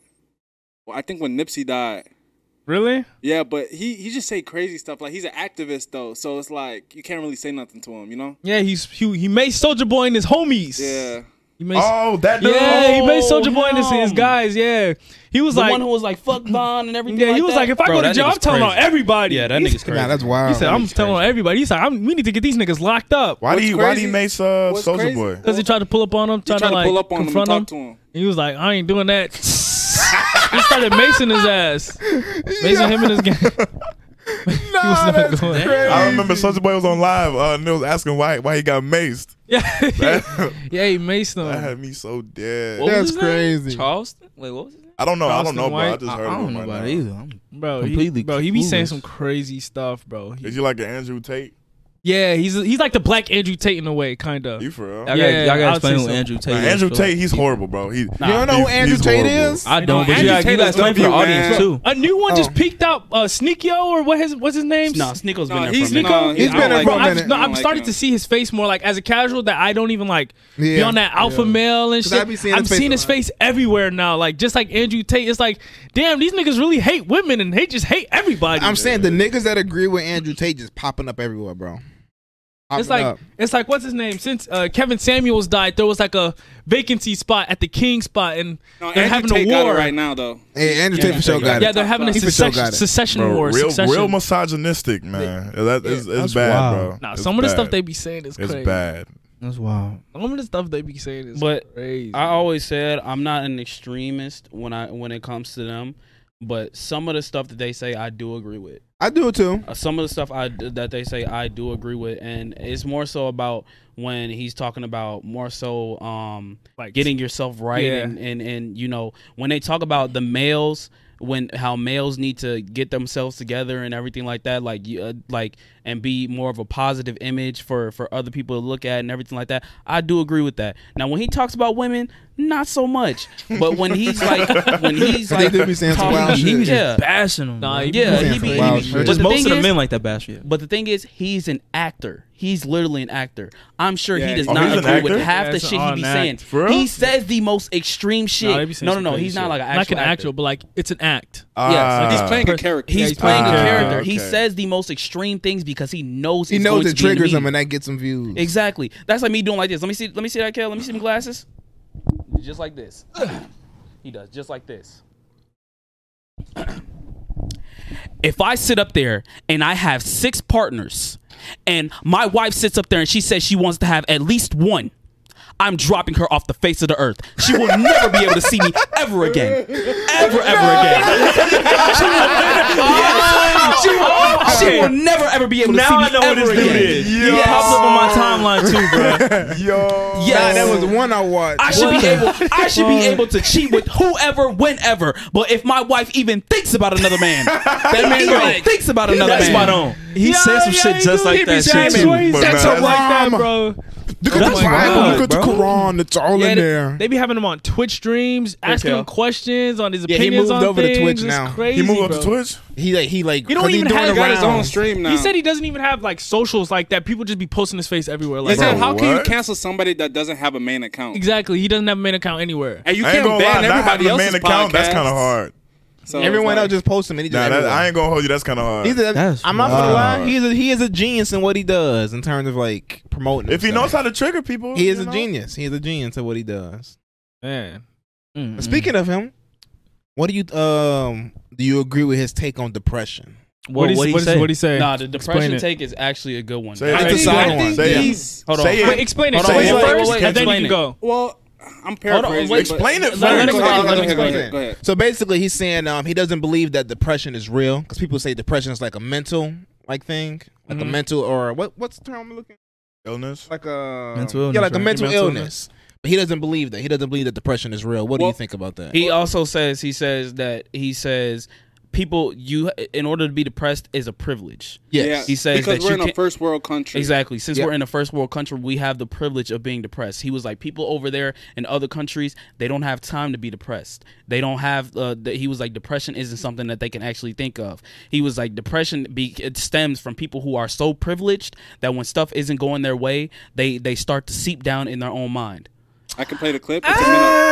Speaker 7: Well, I think when Nipsey died.
Speaker 1: Really?
Speaker 7: Yeah, but he he just say crazy stuff. Like he's an activist though, so it's like you can't really say nothing to him, you know?
Speaker 1: Yeah, he's he, he made Soldier Boy and his homies.
Speaker 7: Yeah.
Speaker 1: He made,
Speaker 7: Oh, that dude.
Speaker 1: Yeah, he made Soldier Boy and his,
Speaker 4: Oh,
Speaker 1: his
Speaker 4: him.
Speaker 1: guys. Yeah, he was
Speaker 4: the
Speaker 1: like
Speaker 4: one who was like fuck Von and everything.
Speaker 1: Yeah, he was
Speaker 4: that.
Speaker 1: like, if I go to jail, I'm telling on everybody.
Speaker 4: Yeah, that
Speaker 1: He
Speaker 4: nigga's
Speaker 1: said-
Speaker 4: crazy.
Speaker 3: Nah, that's wild.
Speaker 1: He said, I'm telling on everybody. He said, I'm, we need to get these niggas locked up.
Speaker 8: Why do you why do you make uh, Soldier Boy?
Speaker 1: Because he tried to pull up on him, trying to
Speaker 7: tried to
Speaker 1: like
Speaker 7: pull up on him and
Speaker 1: confront
Speaker 7: talk
Speaker 1: him.
Speaker 7: to him.
Speaker 1: And he was like, I ain't doing that. he started macing his ass. Macing him in his game.
Speaker 8: Nah, that's
Speaker 1: going.
Speaker 8: crazy. I remember Soldier Boy was on live uh, and they was asking why why he got maced.
Speaker 1: Yeah,
Speaker 8: that,
Speaker 1: yeah, he maced
Speaker 8: that
Speaker 1: him.
Speaker 8: had me so dead.
Speaker 4: What was his name?
Speaker 3: crazy.
Speaker 4: Charleston? Wait, what was his name?
Speaker 8: I don't know.
Speaker 1: Charleston
Speaker 8: I don't know, bro. I
Speaker 1: White?
Speaker 8: just
Speaker 6: I,
Speaker 8: heard
Speaker 6: I
Speaker 8: him
Speaker 6: don't know
Speaker 8: right
Speaker 6: about
Speaker 8: now.
Speaker 6: it either. I'm
Speaker 1: Bro,
Speaker 6: Completely
Speaker 1: he, bro, he be saying
Speaker 6: clueless.
Speaker 1: some crazy stuff, bro. He-
Speaker 8: Is you like an Andrew Tate?
Speaker 1: yeah, he's he's like the black Andrew Tate in a way, kind of.
Speaker 8: You for real?
Speaker 6: Y'all gotta,
Speaker 1: Yeah,
Speaker 6: y'all
Speaker 1: I
Speaker 6: gotta
Speaker 1: would
Speaker 6: explain
Speaker 1: say
Speaker 6: who
Speaker 1: so.
Speaker 6: Andrew Tate
Speaker 8: Nah,
Speaker 6: is.
Speaker 8: Andrew
Speaker 6: for-
Speaker 8: Tate, he's horrible, bro. He,
Speaker 3: You don't know who
Speaker 8: he's-
Speaker 3: Andrew
Speaker 8: he's
Speaker 3: Tate
Speaker 8: horrible.
Speaker 3: is?
Speaker 6: I
Speaker 1: No,
Speaker 6: don't, but
Speaker 1: Andrew
Speaker 6: you gotta,
Speaker 1: Tate
Speaker 6: you gotta
Speaker 1: is
Speaker 6: explain for the
Speaker 7: W, man.
Speaker 6: audience too.
Speaker 1: A new one
Speaker 3: Oh.
Speaker 1: just peaked out. Uh, Sneakyo or what his what's his name?
Speaker 4: Nah, Sneako's
Speaker 7: Nah,
Speaker 4: been there
Speaker 7: he's
Speaker 4: for a minute.
Speaker 7: Sneako.
Speaker 1: He's
Speaker 7: He's
Speaker 1: been
Speaker 7: bro,
Speaker 1: like,
Speaker 7: like
Speaker 1: bro,
Speaker 7: him.
Speaker 1: I've, no,
Speaker 7: I
Speaker 1: I'm
Speaker 7: don't like
Speaker 1: starting
Speaker 7: him.
Speaker 1: to see his face more like as a casual that I don't even like be
Speaker 3: Yeah.
Speaker 1: on that alpha male and
Speaker 3: 'Cause
Speaker 1: shit.
Speaker 3: I be seeing his
Speaker 1: I'm
Speaker 3: face
Speaker 1: seeing his
Speaker 3: around.
Speaker 1: face everywhere now. Like just like Andrew Tate, it's like, damn, these niggas really hate women and they just hate everybody.
Speaker 3: I'm saying the niggas that agree with Andrew Tate just popping up everywhere, bro.
Speaker 1: it's
Speaker 3: Popping
Speaker 1: like
Speaker 3: up.
Speaker 1: it's like what's his name? Since uh, Kevin Samuels died, there was like a vacancy spot at the King spot, and
Speaker 7: No,
Speaker 1: they're
Speaker 7: Andrew
Speaker 1: having
Speaker 7: Tate
Speaker 1: a
Speaker 7: got
Speaker 1: war
Speaker 7: it right now though.
Speaker 3: Hey, Andrew Tate for sure got
Speaker 1: Yeah,
Speaker 3: it.
Speaker 1: they're having a
Speaker 3: He for sure
Speaker 1: secession,
Speaker 3: got it.
Speaker 1: secession
Speaker 8: Bro,
Speaker 1: war.
Speaker 8: real,
Speaker 1: succession.
Speaker 8: real misogynistic, man. That is it's bad,
Speaker 6: wild.
Speaker 8: bro.
Speaker 1: Nah,
Speaker 8: It's
Speaker 1: some of the
Speaker 8: bad.
Speaker 1: stuff they be saying is
Speaker 8: It's
Speaker 1: crazy.
Speaker 8: bad.
Speaker 6: That's wild.
Speaker 1: Some of the stuff they be saying is
Speaker 4: But
Speaker 1: crazy.
Speaker 4: I always said I'm not an extremist when I when it comes to them, but some of the stuff that they say I do agree with.
Speaker 3: I do too.
Speaker 4: Uh, some of the stuff I d- that they say I do agree with, and it's more so about when he's talking about more so um
Speaker 1: Like-
Speaker 4: getting yourself right,
Speaker 1: Yeah.
Speaker 4: and, and and you know when they talk about the males when how males need to get themselves together and everything like that, like you- uh, like and be more of a positive image for for other people to look at and everything like that. I do agree with that. Now when he talks about women, not so much, but when he's like when he's
Speaker 3: They
Speaker 4: like
Speaker 3: do be saying some
Speaker 4: talking-
Speaker 3: wild
Speaker 6: He was
Speaker 3: shit.
Speaker 6: just
Speaker 4: Yeah.
Speaker 6: bashing him.
Speaker 1: Nah,
Speaker 6: bro.
Speaker 1: he be
Speaker 4: Yeah,
Speaker 3: saying
Speaker 4: he
Speaker 3: some
Speaker 4: be,
Speaker 3: wild
Speaker 4: he be-
Speaker 3: shit.
Speaker 4: but
Speaker 6: just
Speaker 4: the
Speaker 6: most
Speaker 4: thing
Speaker 6: of the
Speaker 4: is-
Speaker 6: men like that bash. Yeah.
Speaker 4: but the thing is, he's an actor. He's literally an actor. I'm sure he
Speaker 7: Yeah.
Speaker 4: does
Speaker 8: Oh, he's
Speaker 4: not
Speaker 8: an
Speaker 4: agree with
Speaker 8: actor?
Speaker 4: half
Speaker 1: Yeah,
Speaker 4: the
Speaker 1: it's
Speaker 4: shit he
Speaker 1: on
Speaker 4: be
Speaker 1: that.
Speaker 4: saying.
Speaker 8: For real?
Speaker 4: He says the most extreme
Speaker 1: Nah, they
Speaker 4: shit.
Speaker 1: be saying
Speaker 4: no, no,
Speaker 1: some
Speaker 4: no.
Speaker 1: crazy
Speaker 4: He's not
Speaker 1: shit.
Speaker 4: like an actual,
Speaker 1: like an
Speaker 4: actor.
Speaker 1: actual, but like it's an act.
Speaker 4: Yes,
Speaker 8: Ah.
Speaker 7: He's playing a character.
Speaker 4: He's,
Speaker 1: he's
Speaker 4: playing,
Speaker 1: playing
Speaker 4: a
Speaker 1: a
Speaker 4: character.
Speaker 8: character.
Speaker 4: He
Speaker 8: Okay.
Speaker 4: says the most extreme things because he knows
Speaker 3: He
Speaker 4: it's
Speaker 3: knows
Speaker 4: going to be
Speaker 3: it
Speaker 4: in the
Speaker 3: triggers him
Speaker 4: media.
Speaker 3: and that gets him views.
Speaker 4: Exactly. That's like me doing like this. Let me see. Let me see that cat. Let me see them glasses. Just like this. he does just like this. if I sit up there and I have six partners, and my wife sits up there and she says she wants to have at least one. I'm dropping her off the face of the earth. She will never be able to see me ever again. Ever, ever again. she, will, she will never ever be able to see
Speaker 6: Now
Speaker 4: me
Speaker 6: I know what
Speaker 4: ever
Speaker 6: this dude
Speaker 4: again.
Speaker 6: is. He
Speaker 8: Yes.
Speaker 6: pops up on my timeline too, bro.
Speaker 8: Yo.
Speaker 3: Nah,
Speaker 4: Yes.
Speaker 3: that was the one I watched.
Speaker 4: I should be able I should be able to cheat with whoever, whenever. But if my wife even thinks about another man, that man even thinks about another
Speaker 6: That's
Speaker 4: man.
Speaker 6: spot on. He
Speaker 1: Yeah,
Speaker 6: says some
Speaker 1: yeah,
Speaker 6: shit
Speaker 1: he
Speaker 6: just
Speaker 1: do.
Speaker 6: like
Speaker 1: He be
Speaker 6: that shit
Speaker 1: saying
Speaker 6: too.
Speaker 1: some way-
Speaker 8: But
Speaker 1: saying
Speaker 8: nah,
Speaker 3: that's
Speaker 1: something like that,
Speaker 3: wrong.
Speaker 1: bro.
Speaker 3: Look at
Speaker 6: That's
Speaker 3: the Bible.
Speaker 6: wild,
Speaker 3: Look at the
Speaker 6: bro.
Speaker 3: Quran. It's all
Speaker 1: Yeah,
Speaker 3: in
Speaker 1: they,
Speaker 3: there.
Speaker 1: they be having him on Twitch streams, asking
Speaker 6: Okay.
Speaker 1: him questions on his
Speaker 3: Yeah,
Speaker 1: opinions
Speaker 3: he moved
Speaker 1: on
Speaker 3: over to
Speaker 1: things.
Speaker 3: Twitch
Speaker 1: It's
Speaker 3: now. He
Speaker 1: Crazy,
Speaker 8: He moved up
Speaker 1: bro.
Speaker 8: to Twitch?
Speaker 3: He like he like.
Speaker 1: He don't
Speaker 3: 'cause
Speaker 1: even
Speaker 3: doing
Speaker 1: have-
Speaker 3: it
Speaker 1: got his
Speaker 7: He's on
Speaker 3: round.
Speaker 7: stream now.
Speaker 1: He said he doesn't even have like socials like that. People just be posting his face everywhere. Like,
Speaker 7: He said,
Speaker 8: Bro,
Speaker 7: how can you
Speaker 8: what?
Speaker 7: cancel somebody that doesn't have a main account?
Speaker 1: exactly, he doesn't have a main account anywhere.
Speaker 7: And you
Speaker 8: I ain't
Speaker 7: can't
Speaker 8: gonna lie,
Speaker 7: ban
Speaker 8: not having
Speaker 7: everybody
Speaker 8: a
Speaker 7: else's
Speaker 8: man account, that's kind of
Speaker 7: podcasts.
Speaker 8: hard.
Speaker 7: So it's
Speaker 3: Everyone
Speaker 7: like-
Speaker 3: else just posts him and he just.
Speaker 8: Nah, that,
Speaker 3: everywhere.
Speaker 8: I ain't gonna hold you. That's kind of hard.
Speaker 3: He's a,
Speaker 6: That's
Speaker 3: I'm not gonna
Speaker 6: wild.
Speaker 3: lie. He's a, he is a genius in what he does in terms of like promoting.
Speaker 8: If he
Speaker 3: himself.
Speaker 8: knows how to trigger people,
Speaker 3: he is
Speaker 8: you
Speaker 3: a
Speaker 8: know?
Speaker 3: genius. He is a genius at what he does.
Speaker 1: Man,
Speaker 6: Mm-mm.
Speaker 3: Speaking of him, what do you um do you agree with his take on depression?
Speaker 1: what
Speaker 6: what'd
Speaker 1: he
Speaker 6: he
Speaker 1: what
Speaker 6: say?
Speaker 1: what he say?
Speaker 4: Nah, the depression
Speaker 1: it.
Speaker 4: take is actually a good one.
Speaker 8: Say it.
Speaker 7: I
Speaker 8: It's
Speaker 3: a
Speaker 7: think-
Speaker 3: solid
Speaker 7: I
Speaker 3: one.
Speaker 7: think
Speaker 8: Say it.
Speaker 7: he's-
Speaker 4: Hold on.
Speaker 8: Say it.
Speaker 1: Wait, explain it.
Speaker 4: Hold on,
Speaker 1: Say
Speaker 4: wait,
Speaker 1: it
Speaker 4: wait,
Speaker 1: first,
Speaker 4: wait,
Speaker 1: and then you
Speaker 4: explain
Speaker 1: can
Speaker 4: it.
Speaker 1: go.
Speaker 7: Well, I'm
Speaker 4: on,
Speaker 7: paraphrasing.
Speaker 4: wait,
Speaker 7: but-
Speaker 8: Explain
Speaker 4: Let
Speaker 8: it
Speaker 4: him
Speaker 8: first.
Speaker 7: Go
Speaker 4: explain it, let
Speaker 7: ahead,
Speaker 4: him
Speaker 7: go ahead,
Speaker 4: explain
Speaker 7: go
Speaker 4: it.
Speaker 7: ahead, go ahead.
Speaker 3: So basically, he's saying um he doesn't believe that depression is real because people say depression is like a mental like thing, like a
Speaker 4: Mm-hmm.
Speaker 1: Mhm.
Speaker 3: mental or what what's the term I'm looking
Speaker 8: Illness.
Speaker 3: like uh, a
Speaker 6: Mental illness,
Speaker 3: yeah like a
Speaker 6: right?
Speaker 3: mental,
Speaker 1: Mental
Speaker 3: illness. But he doesn't believe that. He doesn't believe that depression is real. What do
Speaker 7: Well-
Speaker 3: you think about that?
Speaker 4: He also says he says that he says people you in order to be depressed is a privilege.
Speaker 3: yes.
Speaker 4: He says
Speaker 7: because
Speaker 4: that
Speaker 7: we're
Speaker 4: you
Speaker 7: in a
Speaker 4: can't-
Speaker 7: first world country.
Speaker 4: Exactly. Since
Speaker 3: Yeah.
Speaker 4: we're in a first world country, we have the privilege of being depressed. He was like, people over there in other countries, they don't have time to be depressed. They don't have. Uh, the, he was like, depression isn't something that they can actually think of. He was like, depression be, it stems from people who are so privileged that when stuff isn't going their way, they they start to seep down in their own mind.
Speaker 7: I can play the clip. It's a minute.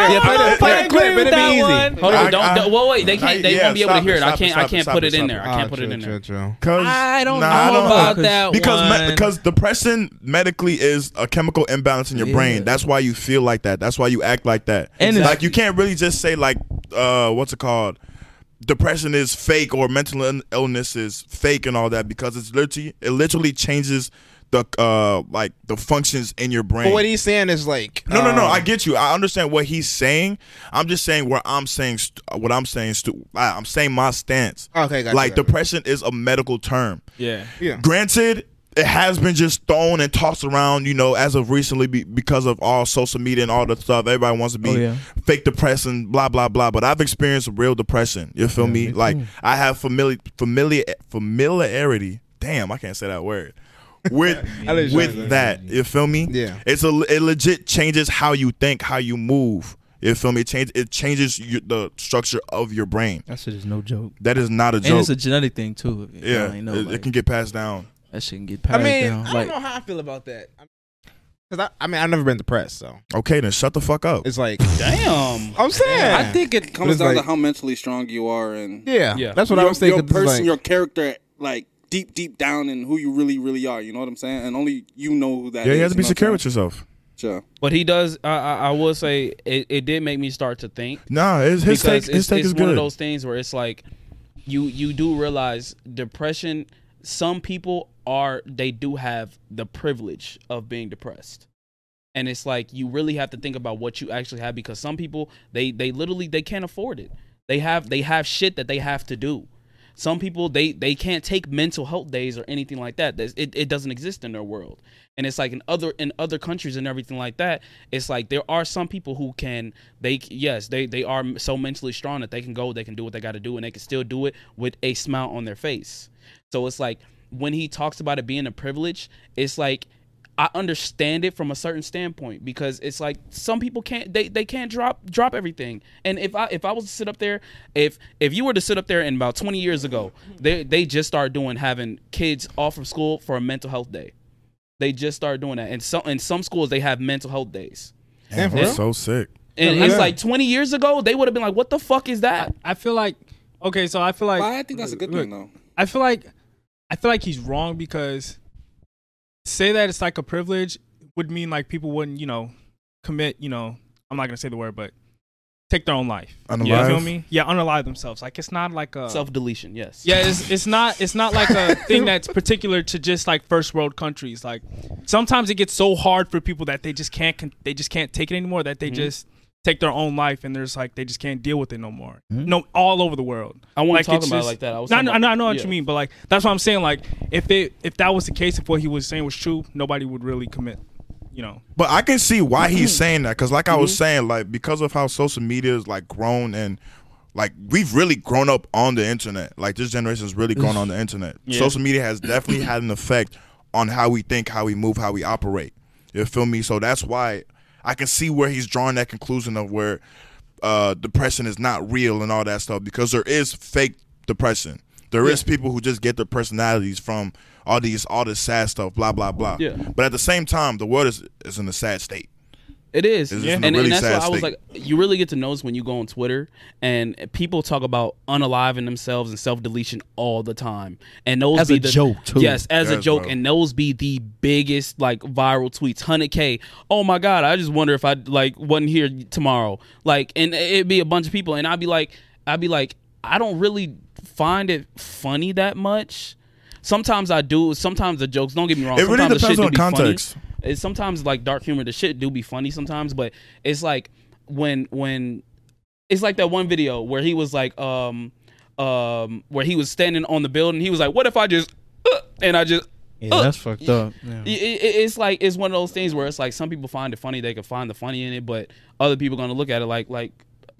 Speaker 4: I
Speaker 3: Yeah,
Speaker 4: don't
Speaker 3: play
Speaker 4: know
Speaker 3: that-
Speaker 4: if I
Speaker 3: yeah,
Speaker 4: agree
Speaker 3: clip,
Speaker 4: with
Speaker 3: it'll be
Speaker 4: that
Speaker 3: easy.
Speaker 4: one. Hold
Speaker 3: I-
Speaker 4: on, don't,
Speaker 3: I-
Speaker 4: don't- well, wait, they
Speaker 3: I-
Speaker 4: can't, they
Speaker 3: yeah,
Speaker 4: won't be able to
Speaker 3: stop
Speaker 4: hear
Speaker 3: it,
Speaker 4: it. I
Speaker 3: stop
Speaker 4: can't,
Speaker 3: it,
Speaker 4: I
Speaker 3: stop
Speaker 4: can't
Speaker 3: it,
Speaker 4: put it
Speaker 3: stop
Speaker 4: in
Speaker 3: it,
Speaker 4: there. I
Speaker 3: stop it.
Speaker 1: "Ah,
Speaker 3: Ah,
Speaker 4: can't put it
Speaker 3: Chill,
Speaker 4: in there.
Speaker 3: chill, chill.
Speaker 8: Cause
Speaker 4: I don't
Speaker 8: nah, I
Speaker 4: know
Speaker 8: don't know.
Speaker 4: about that
Speaker 8: because
Speaker 4: one.
Speaker 8: because depression medically is a chemical imbalance in your brain. That's why you feel like that. That's why you act like that.
Speaker 6: And it's-
Speaker 8: like you can't really just say like uh what's it called? Depression is fake or mental ill- illness is fake and all that because it's literally it literally changes the uh like the functions in your brain.
Speaker 3: But what he's saying is like
Speaker 8: No, no, no.
Speaker 3: um,
Speaker 8: I get you. I understand what he's saying. I'm just saying what I'm saying. St- what I'm saying. Stu- I- I'm saying my stance.
Speaker 3: Okay, got you,
Speaker 8: like
Speaker 3: got you.
Speaker 8: depression is a medical term.
Speaker 1: Yeah.
Speaker 3: yeah.
Speaker 8: Granted, it has been just thrown and tossed around. You know, as of recently, be- because of all social media and all the stuff, everybody wants to be
Speaker 6: Oh, yeah.
Speaker 8: fake depressed and blah blah blah. But I've experienced real depression. You feel me? Like I have familiar familiar familiarity. Damn, I can't say that word. With
Speaker 3: let you try
Speaker 8: with
Speaker 3: that.
Speaker 8: that, you feel me?
Speaker 3: Yeah.
Speaker 8: it's a it legit changes how you think, how you move. You feel me? It change it changes you, the structure of your brain.
Speaker 6: That shit is no joke.
Speaker 8: That is not a
Speaker 6: And
Speaker 8: joke.
Speaker 6: it's a genetic thing too. You
Speaker 8: yeah,
Speaker 6: know, you know,
Speaker 8: it, it
Speaker 6: like,
Speaker 8: can get passed down.
Speaker 6: that shit can get
Speaker 3: I
Speaker 6: passed
Speaker 3: mean,
Speaker 6: down.
Speaker 3: I
Speaker 6: like,
Speaker 3: don't know how I feel about that. Because I, I mean, I've never been depressed, so
Speaker 8: Okay, then shut the fuck up.
Speaker 3: it's like
Speaker 4: Damn.
Speaker 3: I'm saying.
Speaker 7: I think it comes
Speaker 3: it's
Speaker 7: down
Speaker 3: like-
Speaker 7: to how mentally strong you are and
Speaker 3: yeah,
Speaker 1: Yeah.
Speaker 3: that's what
Speaker 7: your,
Speaker 3: I was thinking.
Speaker 7: Your
Speaker 3: It's
Speaker 7: person,
Speaker 3: like-
Speaker 7: your character, like deep, deep down, and who you really, really are. You know what I'm saying? And only you know who that is.
Speaker 8: Yeah, you have to be
Speaker 7: know
Speaker 8: secure
Speaker 7: what
Speaker 8: with yourself.
Speaker 7: I'm saying?
Speaker 4: But he does. I, I, I will say it, it did make me start to think
Speaker 8: Nah, his, his take,
Speaker 4: because
Speaker 8: his
Speaker 4: it's,
Speaker 8: take
Speaker 4: it's
Speaker 8: is
Speaker 4: one of
Speaker 8: good.
Speaker 4: those things where it's like you you do realize depression. Some people are they do have the privilege of being depressed. and it's like you really have to think about what you actually have because some people they they literally they can't afford it they have they have shit that they have to do some people they they can't take mental health days or anything like that There's- it, it doesn't exist in their world and it's like in other in other countries and everything like that it's like there are some people who can they yes they they are so mentally strong that they can go they can do what they got to do and they can still do it with a smile on their face so it's like when he talks about it being a privilege it's like I understand it from a certain standpoint because it's like some people can't they, they can't drop drop everything. And if I if I was to sit up there, if if you were to sit up there and about 20 years ago, they they just started doing having kids off from school for a mental health day. They just started doing that. And so in some schools they have mental health days.
Speaker 8: Damn,
Speaker 4: Yeah.
Speaker 8: that's so sick.
Speaker 4: And it's like 20 years ago, they would have been like, "What the fuck is that?"
Speaker 1: I feel like okay, so I feel like
Speaker 7: But I think that's a good thing, though.
Speaker 1: I feel like I feel like he's wrong because say that it's like a privilege would mean like people wouldn't, you know, commit, you know, I'm not gonna say the word, but take their own life. You feel
Speaker 8: Unalive?
Speaker 1: me? Yeah, unalive themselves. Like it's not like a
Speaker 4: Self deletion, yes.
Speaker 1: yeah, it's, it's not it's not like a thing that's particular to just like first world countries. Like sometimes it gets so hard for people that they just can't con- they just can't take it anymore that they
Speaker 4: Mm-hmm.
Speaker 1: just take their own life and there's like they just can't deal with it no more. No, all over the world.
Speaker 4: Mm-hmm. I wasn't
Speaker 1: Like,
Speaker 4: talking
Speaker 1: it's
Speaker 4: about it
Speaker 1: just-
Speaker 4: like that. I was
Speaker 1: No, I
Speaker 4: talking
Speaker 1: know,
Speaker 4: about-
Speaker 1: I know, I know what
Speaker 4: yeah.
Speaker 1: you mean, but like that's what I'm saying. Like if it if that was the case, if what he was saying was true, nobody would really commit. You know,
Speaker 8: But I can see why he's saying that because, like I was saying, like because of how social media is like grown and like we've really grown up on the internet. Like this generation's really grown on the internet. Social media has definitely had an effect on how we think, how we move, how we operate. You feel me? So that's why I can see where he's drawing that conclusion of where uh, depression is not real and all that stuff because there is fake depression. There is people who just get their personalities from all these all this sad stuff, blah blah blah.
Speaker 4: Yeah.
Speaker 8: But at the same time, the world is is in a sad state.
Speaker 4: It is.
Speaker 8: It's just
Speaker 4: Yeah.
Speaker 8: in
Speaker 4: And,
Speaker 8: a really
Speaker 4: and that's
Speaker 8: sad
Speaker 4: why I was
Speaker 8: state.
Speaker 4: like, you really get to notice when you go on Twitter and people talk about unaliving themselves and self deletion all the time. And those
Speaker 6: As
Speaker 4: be
Speaker 6: a
Speaker 4: the,
Speaker 6: joke, too.
Speaker 4: Yes, as a
Speaker 8: Yes,
Speaker 4: joke.
Speaker 8: bro.
Speaker 4: And those be the biggest like viral tweets. Hundred K. Oh my God, I just wonder if I like wasn't here tomorrow. Like and it'd be a bunch of people and I'd be like I'd be like, I don't really find it funny that much. Sometimes I do. Sometimes the jokes. Don't get me wrong.
Speaker 8: It really
Speaker 4: sometimes the shit
Speaker 8: depends
Speaker 4: do
Speaker 8: on
Speaker 4: be funny.
Speaker 8: context.
Speaker 4: It's sometimes like dark humor. The shit do be funny sometimes, but it's like when when it's like that one video where he was like um um where he was standing on the building. He was like, "What if I just uh, and I just."
Speaker 6: yeah, that's fucked up. Yeah.
Speaker 4: i- i- i- it's like it's one of those things where it's like some people find it funny, they can find the funny in it, but other people gonna look at it like like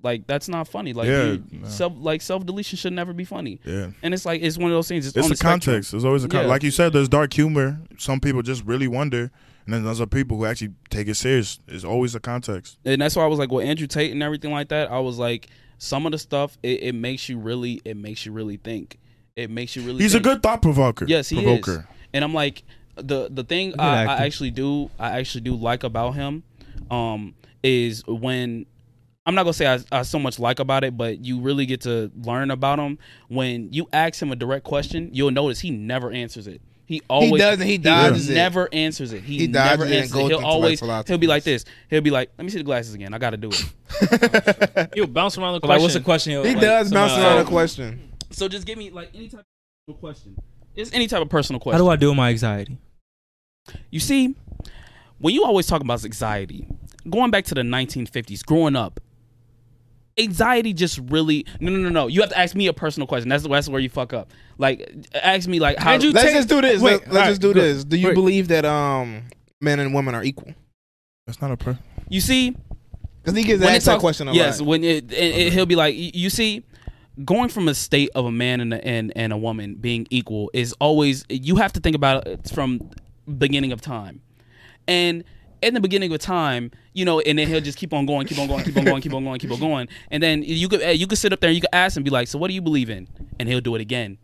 Speaker 4: like that's not funny. Like
Speaker 8: Yeah,
Speaker 4: you-
Speaker 8: no.
Speaker 4: self like self deletion should never be funny.
Speaker 8: Yeah.
Speaker 4: And it's like it's one of those things. It's,
Speaker 8: It's
Speaker 4: on
Speaker 8: a
Speaker 4: the spectrum.
Speaker 8: context. There's always a con-
Speaker 4: Yeah.
Speaker 8: like you said. There's dark humor. Some people just really wonder, and then there's other people who actually take it serious. It's always a context.
Speaker 4: and that's why I was like, with Andrew Tate and everything like that, I was like, some of the stuff it, it makes you really, it makes you really think. It makes you really.
Speaker 8: He's a
Speaker 4: think.
Speaker 8: good thought provoker.
Speaker 4: Yes, he
Speaker 8: provoker.
Speaker 4: is. And I'm like, the the thing I, I
Speaker 6: actor.
Speaker 4: actually do, I actually do like about him, um, is when I'm not gonna say I, I so much like about it, but you really get to learn about him when you ask him a direct question. You'll notice he never answers it. He always
Speaker 3: doesn't, he dodges it.
Speaker 4: Never answers it. He,
Speaker 3: He dodges
Speaker 4: never
Speaker 3: it and
Speaker 4: answers it.
Speaker 3: goes
Speaker 4: He'll
Speaker 3: into, like,
Speaker 4: always
Speaker 3: philosophy.
Speaker 4: he'll be like this. He'll be like, "Let me see the glasses again. I got to do it."
Speaker 1: He'll bounce around the question.
Speaker 4: Like, what's the question?
Speaker 3: He
Speaker 4: Like,
Speaker 3: does bounce
Speaker 4: so-
Speaker 3: around a question.
Speaker 4: So just give me like any type of question. It's any type of personal
Speaker 6: How
Speaker 4: question.
Speaker 6: do I deal with my anxiety?
Speaker 4: You see, when you always talk about anxiety, going back to the 1950s, growing up, anxiety just really no no no no. You have to ask me a personal question. That's that's where you fuck up. Like ask me like how
Speaker 1: Andrew,
Speaker 3: Let's
Speaker 1: take-
Speaker 3: just do this.
Speaker 1: Wait,
Speaker 3: Let, us
Speaker 1: all right,
Speaker 3: just do
Speaker 1: good.
Speaker 3: this. Do you
Speaker 1: Wait.
Speaker 3: believe that um men and women are equal?
Speaker 8: That's not a per.
Speaker 4: you see
Speaker 3: Because he gets
Speaker 4: when
Speaker 3: asked
Speaker 4: it
Speaker 3: that
Speaker 4: talks-
Speaker 3: question a
Speaker 4: yes,
Speaker 3: lot.
Speaker 4: when it, it, it- he'll be like, y- you see, going from a state of a man and a, and, and a woman being equal is always you have to think about it from beginning of time, and in the beginning of time, you know, and then he'll just keep on going, keep on going, keep on going, keep on going, keep on going, and then you could eh, you could sit up there and you could ask him, be like, so what do you believe in? And he'll do it again,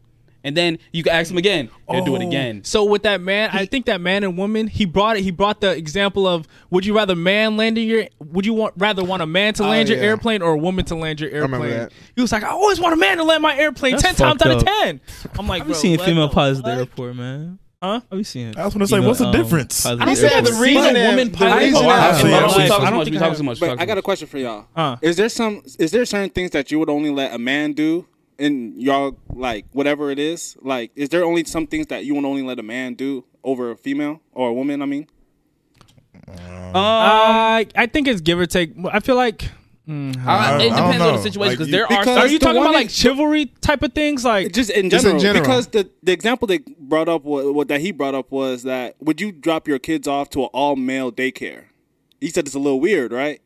Speaker 4: and then you could ask him again, he'll do it again.
Speaker 1: So with that man, I think that man and woman, he brought it. He brought the example of would you rather man landing your would you want rather want a man to land your
Speaker 3: Oh, yeah.
Speaker 1: airplane or a woman to land your
Speaker 3: remember
Speaker 1: airplane?
Speaker 3: that.
Speaker 1: He was like, I always want a man to land my airplane
Speaker 6: That's
Speaker 1: ten times
Speaker 6: fucked
Speaker 1: out of
Speaker 6: up.
Speaker 1: ten. I'm like,
Speaker 6: I've been
Speaker 1: bro,
Speaker 6: seeing
Speaker 1: what
Speaker 6: female
Speaker 1: the
Speaker 6: pilots at the
Speaker 1: fuck?
Speaker 6: airport, man.
Speaker 1: Huh?
Speaker 6: I be seeing. um,
Speaker 8: I was gonna say, what's the difference?
Speaker 1: I don't think
Speaker 3: said
Speaker 1: I've
Speaker 3: the
Speaker 1: seen
Speaker 3: reason
Speaker 1: a
Speaker 3: that-
Speaker 1: woman
Speaker 3: the
Speaker 1: pilot.
Speaker 3: reason
Speaker 1: Oh,
Speaker 3: that-
Speaker 1: I
Speaker 8: Actually,
Speaker 1: have.
Speaker 8: I
Speaker 1: I
Speaker 8: don't
Speaker 1: don't
Speaker 8: think
Speaker 1: think
Speaker 4: we
Speaker 1: I
Speaker 4: talk
Speaker 1: have.
Speaker 4: too much. we
Speaker 7: But
Speaker 4: talk
Speaker 7: I
Speaker 4: too
Speaker 7: got a
Speaker 4: much.
Speaker 7: question for y'all.
Speaker 1: Huh.
Speaker 7: Is there some? Is there certain things that you would only let a man do, and y'all like whatever it is? Like, is there only some things that you would only let a man do over a female or a woman? I mean,
Speaker 1: I I think it's give or take. I feel like.
Speaker 4: Uh,
Speaker 1: Mm,
Speaker 4: it
Speaker 8: I don't
Speaker 4: depends on the
Speaker 8: know.
Speaker 4: situation
Speaker 8: Like,
Speaker 4: because
Speaker 8: you-
Speaker 4: there are.
Speaker 7: because-
Speaker 1: are
Speaker 7: it's
Speaker 1: you
Speaker 7: the
Speaker 1: talking about
Speaker 7: woman-
Speaker 1: like chivalry type of things? Like
Speaker 7: just in
Speaker 3: Just
Speaker 7: general,
Speaker 3: in general.
Speaker 7: because the the example that brought up what, what that he brought up was that would you drop your kids off to an all male daycare? He said it's a little weird, right?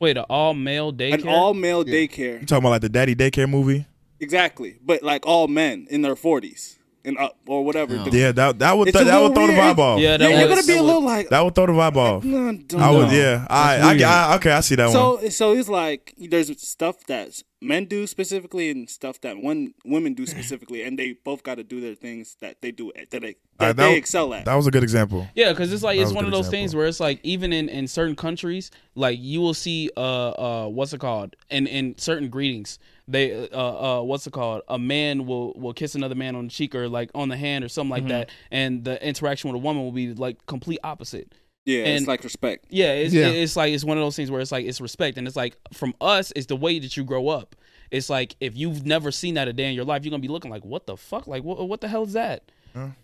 Speaker 4: Wait, an all male daycare.
Speaker 7: An all male daycare,
Speaker 8: You talking about like the daddy daycare movie?
Speaker 7: exactly. But like all men in their forties and up or whatever. The-
Speaker 8: Yeah, that that would
Speaker 7: It's a
Speaker 8: that would
Speaker 7: little
Speaker 8: throw the
Speaker 7: weird.
Speaker 8: vibe off.
Speaker 4: yeah, that
Speaker 7: yeah, you're
Speaker 4: was-
Speaker 7: gonna be a little like.
Speaker 8: that would throw the vibe off.
Speaker 7: "No, don't
Speaker 8: I would,
Speaker 7: know."
Speaker 8: yeah. I, I, I, okay, I see that one.
Speaker 7: So so it's like there's stuff that men do specifically and stuff that one women do specifically, and they both got to do their things that they do that they, that
Speaker 8: Alright, that
Speaker 7: they
Speaker 8: w-
Speaker 7: excel at.
Speaker 8: That was a good example.
Speaker 4: Yeah, because it's like
Speaker 8: That
Speaker 4: it's
Speaker 8: was a
Speaker 4: one of
Speaker 8: good
Speaker 4: those
Speaker 8: example.
Speaker 4: things where it's like even in in certain countries, like you will see uh uh what's it called, and in certain greetings, they uh uh what's it called, a man will will kiss another man on the cheek or like on the hand or something like
Speaker 7: Mm-hmm.
Speaker 4: that, and the interaction with a woman will be like complete opposite.
Speaker 7: yeah,
Speaker 4: and-
Speaker 7: it's like respect.
Speaker 4: Yeah, it's,
Speaker 3: Yeah.
Speaker 4: it's like it's one of those things where it's like it's respect, and it's like from us, it's the way that you grow up. It's like if you've never seen that a day in your life, you're gonna be looking like, what the fuck, like what, what the hell is that?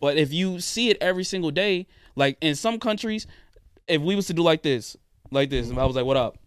Speaker 4: But if you see it every single day, like in some countries, if we was to do like this, like this, and I was like, what up?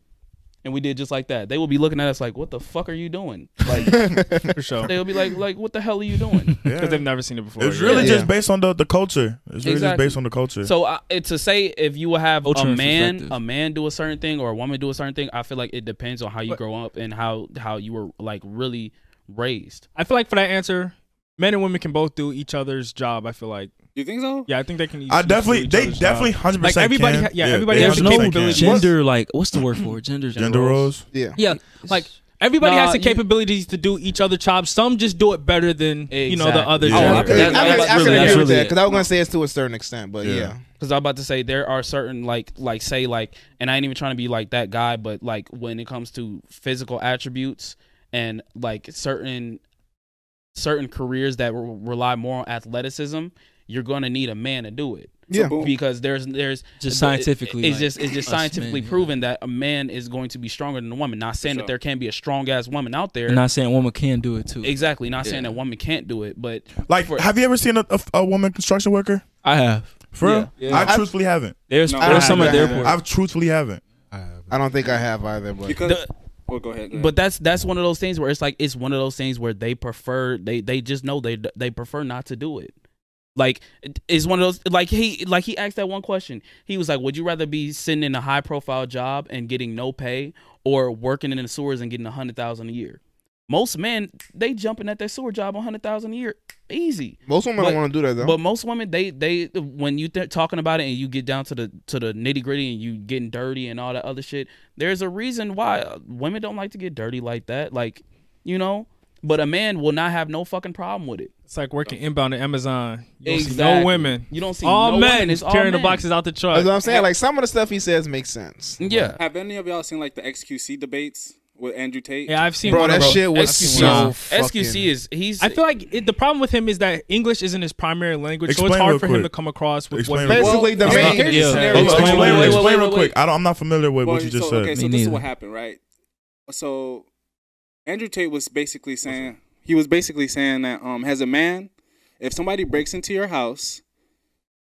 Speaker 4: And we did just like that. They would be looking at us like, "What the fuck are you doing?" Like
Speaker 1: for sure,
Speaker 4: they would be like, "Like what the hell are you doing?"
Speaker 8: Yeah.
Speaker 1: because they've never seen it before.
Speaker 8: It's really
Speaker 3: Yeah.
Speaker 8: just based on the, the culture. It's really just
Speaker 4: Exactly.
Speaker 8: based on the culture.
Speaker 4: So I, it- to say if you will have
Speaker 6: Culture
Speaker 4: a
Speaker 6: and
Speaker 4: man,
Speaker 6: perspective.
Speaker 4: a man do a certain thing or a woman do a certain thing, I feel like it depends on how you
Speaker 1: But-
Speaker 4: grow up and how how you were like really raised.
Speaker 1: I feel like for that answer, men and women can both do each other's job. I feel like,
Speaker 7: You think so?
Speaker 1: yeah, I think they can. Each
Speaker 8: I
Speaker 1: do
Speaker 8: definitely,
Speaker 1: each
Speaker 8: they
Speaker 1: other's
Speaker 8: definitely
Speaker 1: job.
Speaker 8: hundred
Speaker 1: Like,
Speaker 8: percent.
Speaker 1: everybody
Speaker 8: can.
Speaker 1: ha- yeah, everybody
Speaker 8: they
Speaker 1: has
Speaker 6: There's no
Speaker 8: 100% can.
Speaker 6: gender. Like, what's the word for it? Gender.
Speaker 8: Gender roles.
Speaker 3: Yeah.
Speaker 1: Yeah, like everybody
Speaker 4: Nah,
Speaker 1: has the
Speaker 4: you-
Speaker 1: capabilities to do each other jobs. Some just do it better than you know the
Speaker 4: Exactly.
Speaker 1: other.
Speaker 4: Oh,
Speaker 1: gender.
Speaker 4: I
Speaker 3: I
Speaker 4: Okay,
Speaker 3: can,
Speaker 4: that's-
Speaker 3: I can,
Speaker 4: that's
Speaker 3: I can
Speaker 4: really-
Speaker 3: agree
Speaker 4: that's
Speaker 3: with
Speaker 4: really
Speaker 3: that
Speaker 4: it.
Speaker 3: because I was gonna say it's to a certain extent, but yeah.
Speaker 4: Because I'm about to say there are certain like like say like and I ain't even trying to be like that guy, but like when it comes to physical attributes and like certain certain careers that re- rely more on athleticism, you're gonna need a man to do it.
Speaker 3: Yeah.
Speaker 4: because there's there's
Speaker 6: Just
Speaker 4: the-
Speaker 6: scientifically,
Speaker 4: it's
Speaker 6: like,
Speaker 4: just it's just
Speaker 6: us men,
Speaker 4: scientifically
Speaker 6: yeah.
Speaker 4: proven that a man is going to be stronger than a woman. Not saying that
Speaker 7: sure.
Speaker 4: there can be a strong ass woman out there.
Speaker 6: I'm not saying a woman can do it too.
Speaker 4: exactly. Not saying that woman can't do it, but
Speaker 8: Like,
Speaker 4: For-
Speaker 8: have you ever seen a, a, a woman construction worker?
Speaker 6: I have.
Speaker 8: For real? I truthfully haven't.
Speaker 6: There's
Speaker 7: No,
Speaker 6: there was
Speaker 3: I
Speaker 6: some at the
Speaker 3: haven't.
Speaker 6: airport.
Speaker 8: I've truthfully haven't.
Speaker 3: I don't think I have either, but
Speaker 7: Because
Speaker 4: The-
Speaker 7: oh, go ahead.
Speaker 4: but that's that's one of those things where it's like it's one of those things where they prefer they they just know they they prefer not to do it. Like it- it's one of those like he like he asked that one question. He was like, "Would you rather be sitting in a high profile job and getting no pay, or working in the sewers and getting a hundred thousand a year?" Most men they jumping at their sewer job a hundred thousand a year, easy.
Speaker 3: most women
Speaker 4: but-
Speaker 3: don't want to do that though.
Speaker 4: But most women, they they when you th- talking about it and you get down to the to the nitty gritty and you getting dirty and all that other shit, there's a reason why uh, women don't like to get dirty like that. Like, you know, but a man will not have no fucking problem with it.
Speaker 1: It's like working inbound at Amazon. You don't see
Speaker 4: Exactly.
Speaker 1: no women.
Speaker 4: You don't see
Speaker 1: all
Speaker 4: no
Speaker 1: men
Speaker 4: women, it's all
Speaker 1: carrying
Speaker 4: men.
Speaker 1: the boxes out the truck.
Speaker 3: That's what I'm saying. Like some of the stuff he says makes sense.
Speaker 7: Have any of y'all seen like the XQC debates with Andrew Tate?
Speaker 1: Yeah, I've seen
Speaker 3: Bro,
Speaker 1: one
Speaker 3: that
Speaker 1: of those.
Speaker 3: shit was so
Speaker 4: SQC is he's.
Speaker 1: I feel like it, the problem with him is that English isn't his primary language, so
Speaker 8: Explain
Speaker 1: it's hard
Speaker 8: real
Speaker 1: for
Speaker 8: quick.
Speaker 1: him to come across with
Speaker 8: Explain
Speaker 1: what.
Speaker 8: real
Speaker 3: Basically, the
Speaker 8: quick.
Speaker 3: main
Speaker 8: Explain-
Speaker 3: here's the
Speaker 4: yeah.
Speaker 3: scenario.
Speaker 4: Wait,
Speaker 8: Explain,
Speaker 4: wait, wait, wait,
Speaker 8: explain
Speaker 4: wait,
Speaker 8: real
Speaker 4: wait.
Speaker 8: quick. I don't, I'm not familiar with what you just
Speaker 7: so,
Speaker 8: said.
Speaker 7: Okay, so
Speaker 6: Me
Speaker 7: this is
Speaker 6: neither.
Speaker 7: what happened, right? So Andrew Tate was basically saying he was basically saying that um, as a man, if somebody breaks into your house,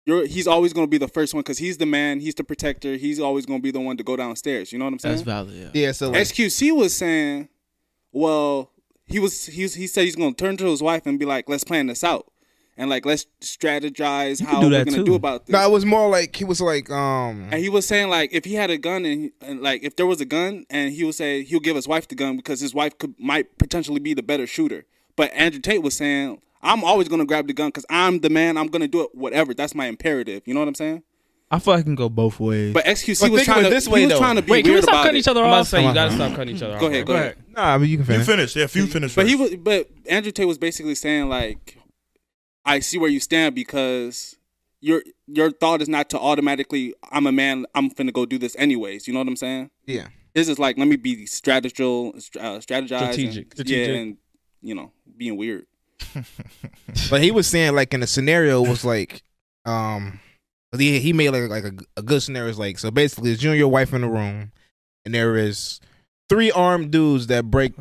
Speaker 7: you're he's always going to be the first one because he's the man, he's the protector, he's always going to be the one to go downstairs. You know what I'm saying?
Speaker 6: That's valid. Yeah.
Speaker 3: Yeah, so like,
Speaker 7: SQC was saying, well, he was he was, he said he's gonna turn to his wife and be like, let's plan this out, and like let's strategize
Speaker 6: You can
Speaker 7: how
Speaker 6: do
Speaker 7: we're
Speaker 6: that
Speaker 7: gonna
Speaker 6: too.
Speaker 7: do about this.
Speaker 3: no, it was more like he was like, um,
Speaker 7: and he was saying like if he had a gun and, and like if there was a gun and he would say he'll give his wife the gun because his wife could might potentially be the better shooter. But Andrew Tate was saying I'm always gonna grab the gun because I'm the man. I'm gonna do it whatever. That's my imperative. You know what I'm saying?
Speaker 6: I feel like it can go both ways.
Speaker 7: But XQC
Speaker 3: But
Speaker 7: was
Speaker 3: think
Speaker 7: trying
Speaker 3: of
Speaker 7: to
Speaker 3: it this way,
Speaker 7: he was
Speaker 3: though.
Speaker 7: trying to be
Speaker 1: Wait, can we
Speaker 7: weird
Speaker 1: stop
Speaker 7: about
Speaker 1: cutting
Speaker 7: it.
Speaker 1: each other
Speaker 4: I'm about to
Speaker 1: off?
Speaker 4: say you gotta stop cutting each other off.
Speaker 7: Go ahead, go
Speaker 4: bro.
Speaker 7: ahead.
Speaker 3: nah, but you can
Speaker 8: You
Speaker 3: finish.
Speaker 8: finish. Yeah, if you finish.
Speaker 7: But
Speaker 8: first.
Speaker 7: he was, but Andrew Tate was basically saying like, I see where you stand because your your thought is not to automatically I'm a man I'm finna go do this anyways. You know what I'm saying?
Speaker 3: Yeah.
Speaker 7: This is like let me be strategical, uh, strategize, and-
Speaker 4: Strategic.
Speaker 7: yeah,
Speaker 4: Strategic.
Speaker 7: and you know being weird.
Speaker 3: But he was saying like in the scenario was like, um, 'cause he he made like like a, a good scenario is like so basically it's you and your wife in the room, and there is three armed dudes that break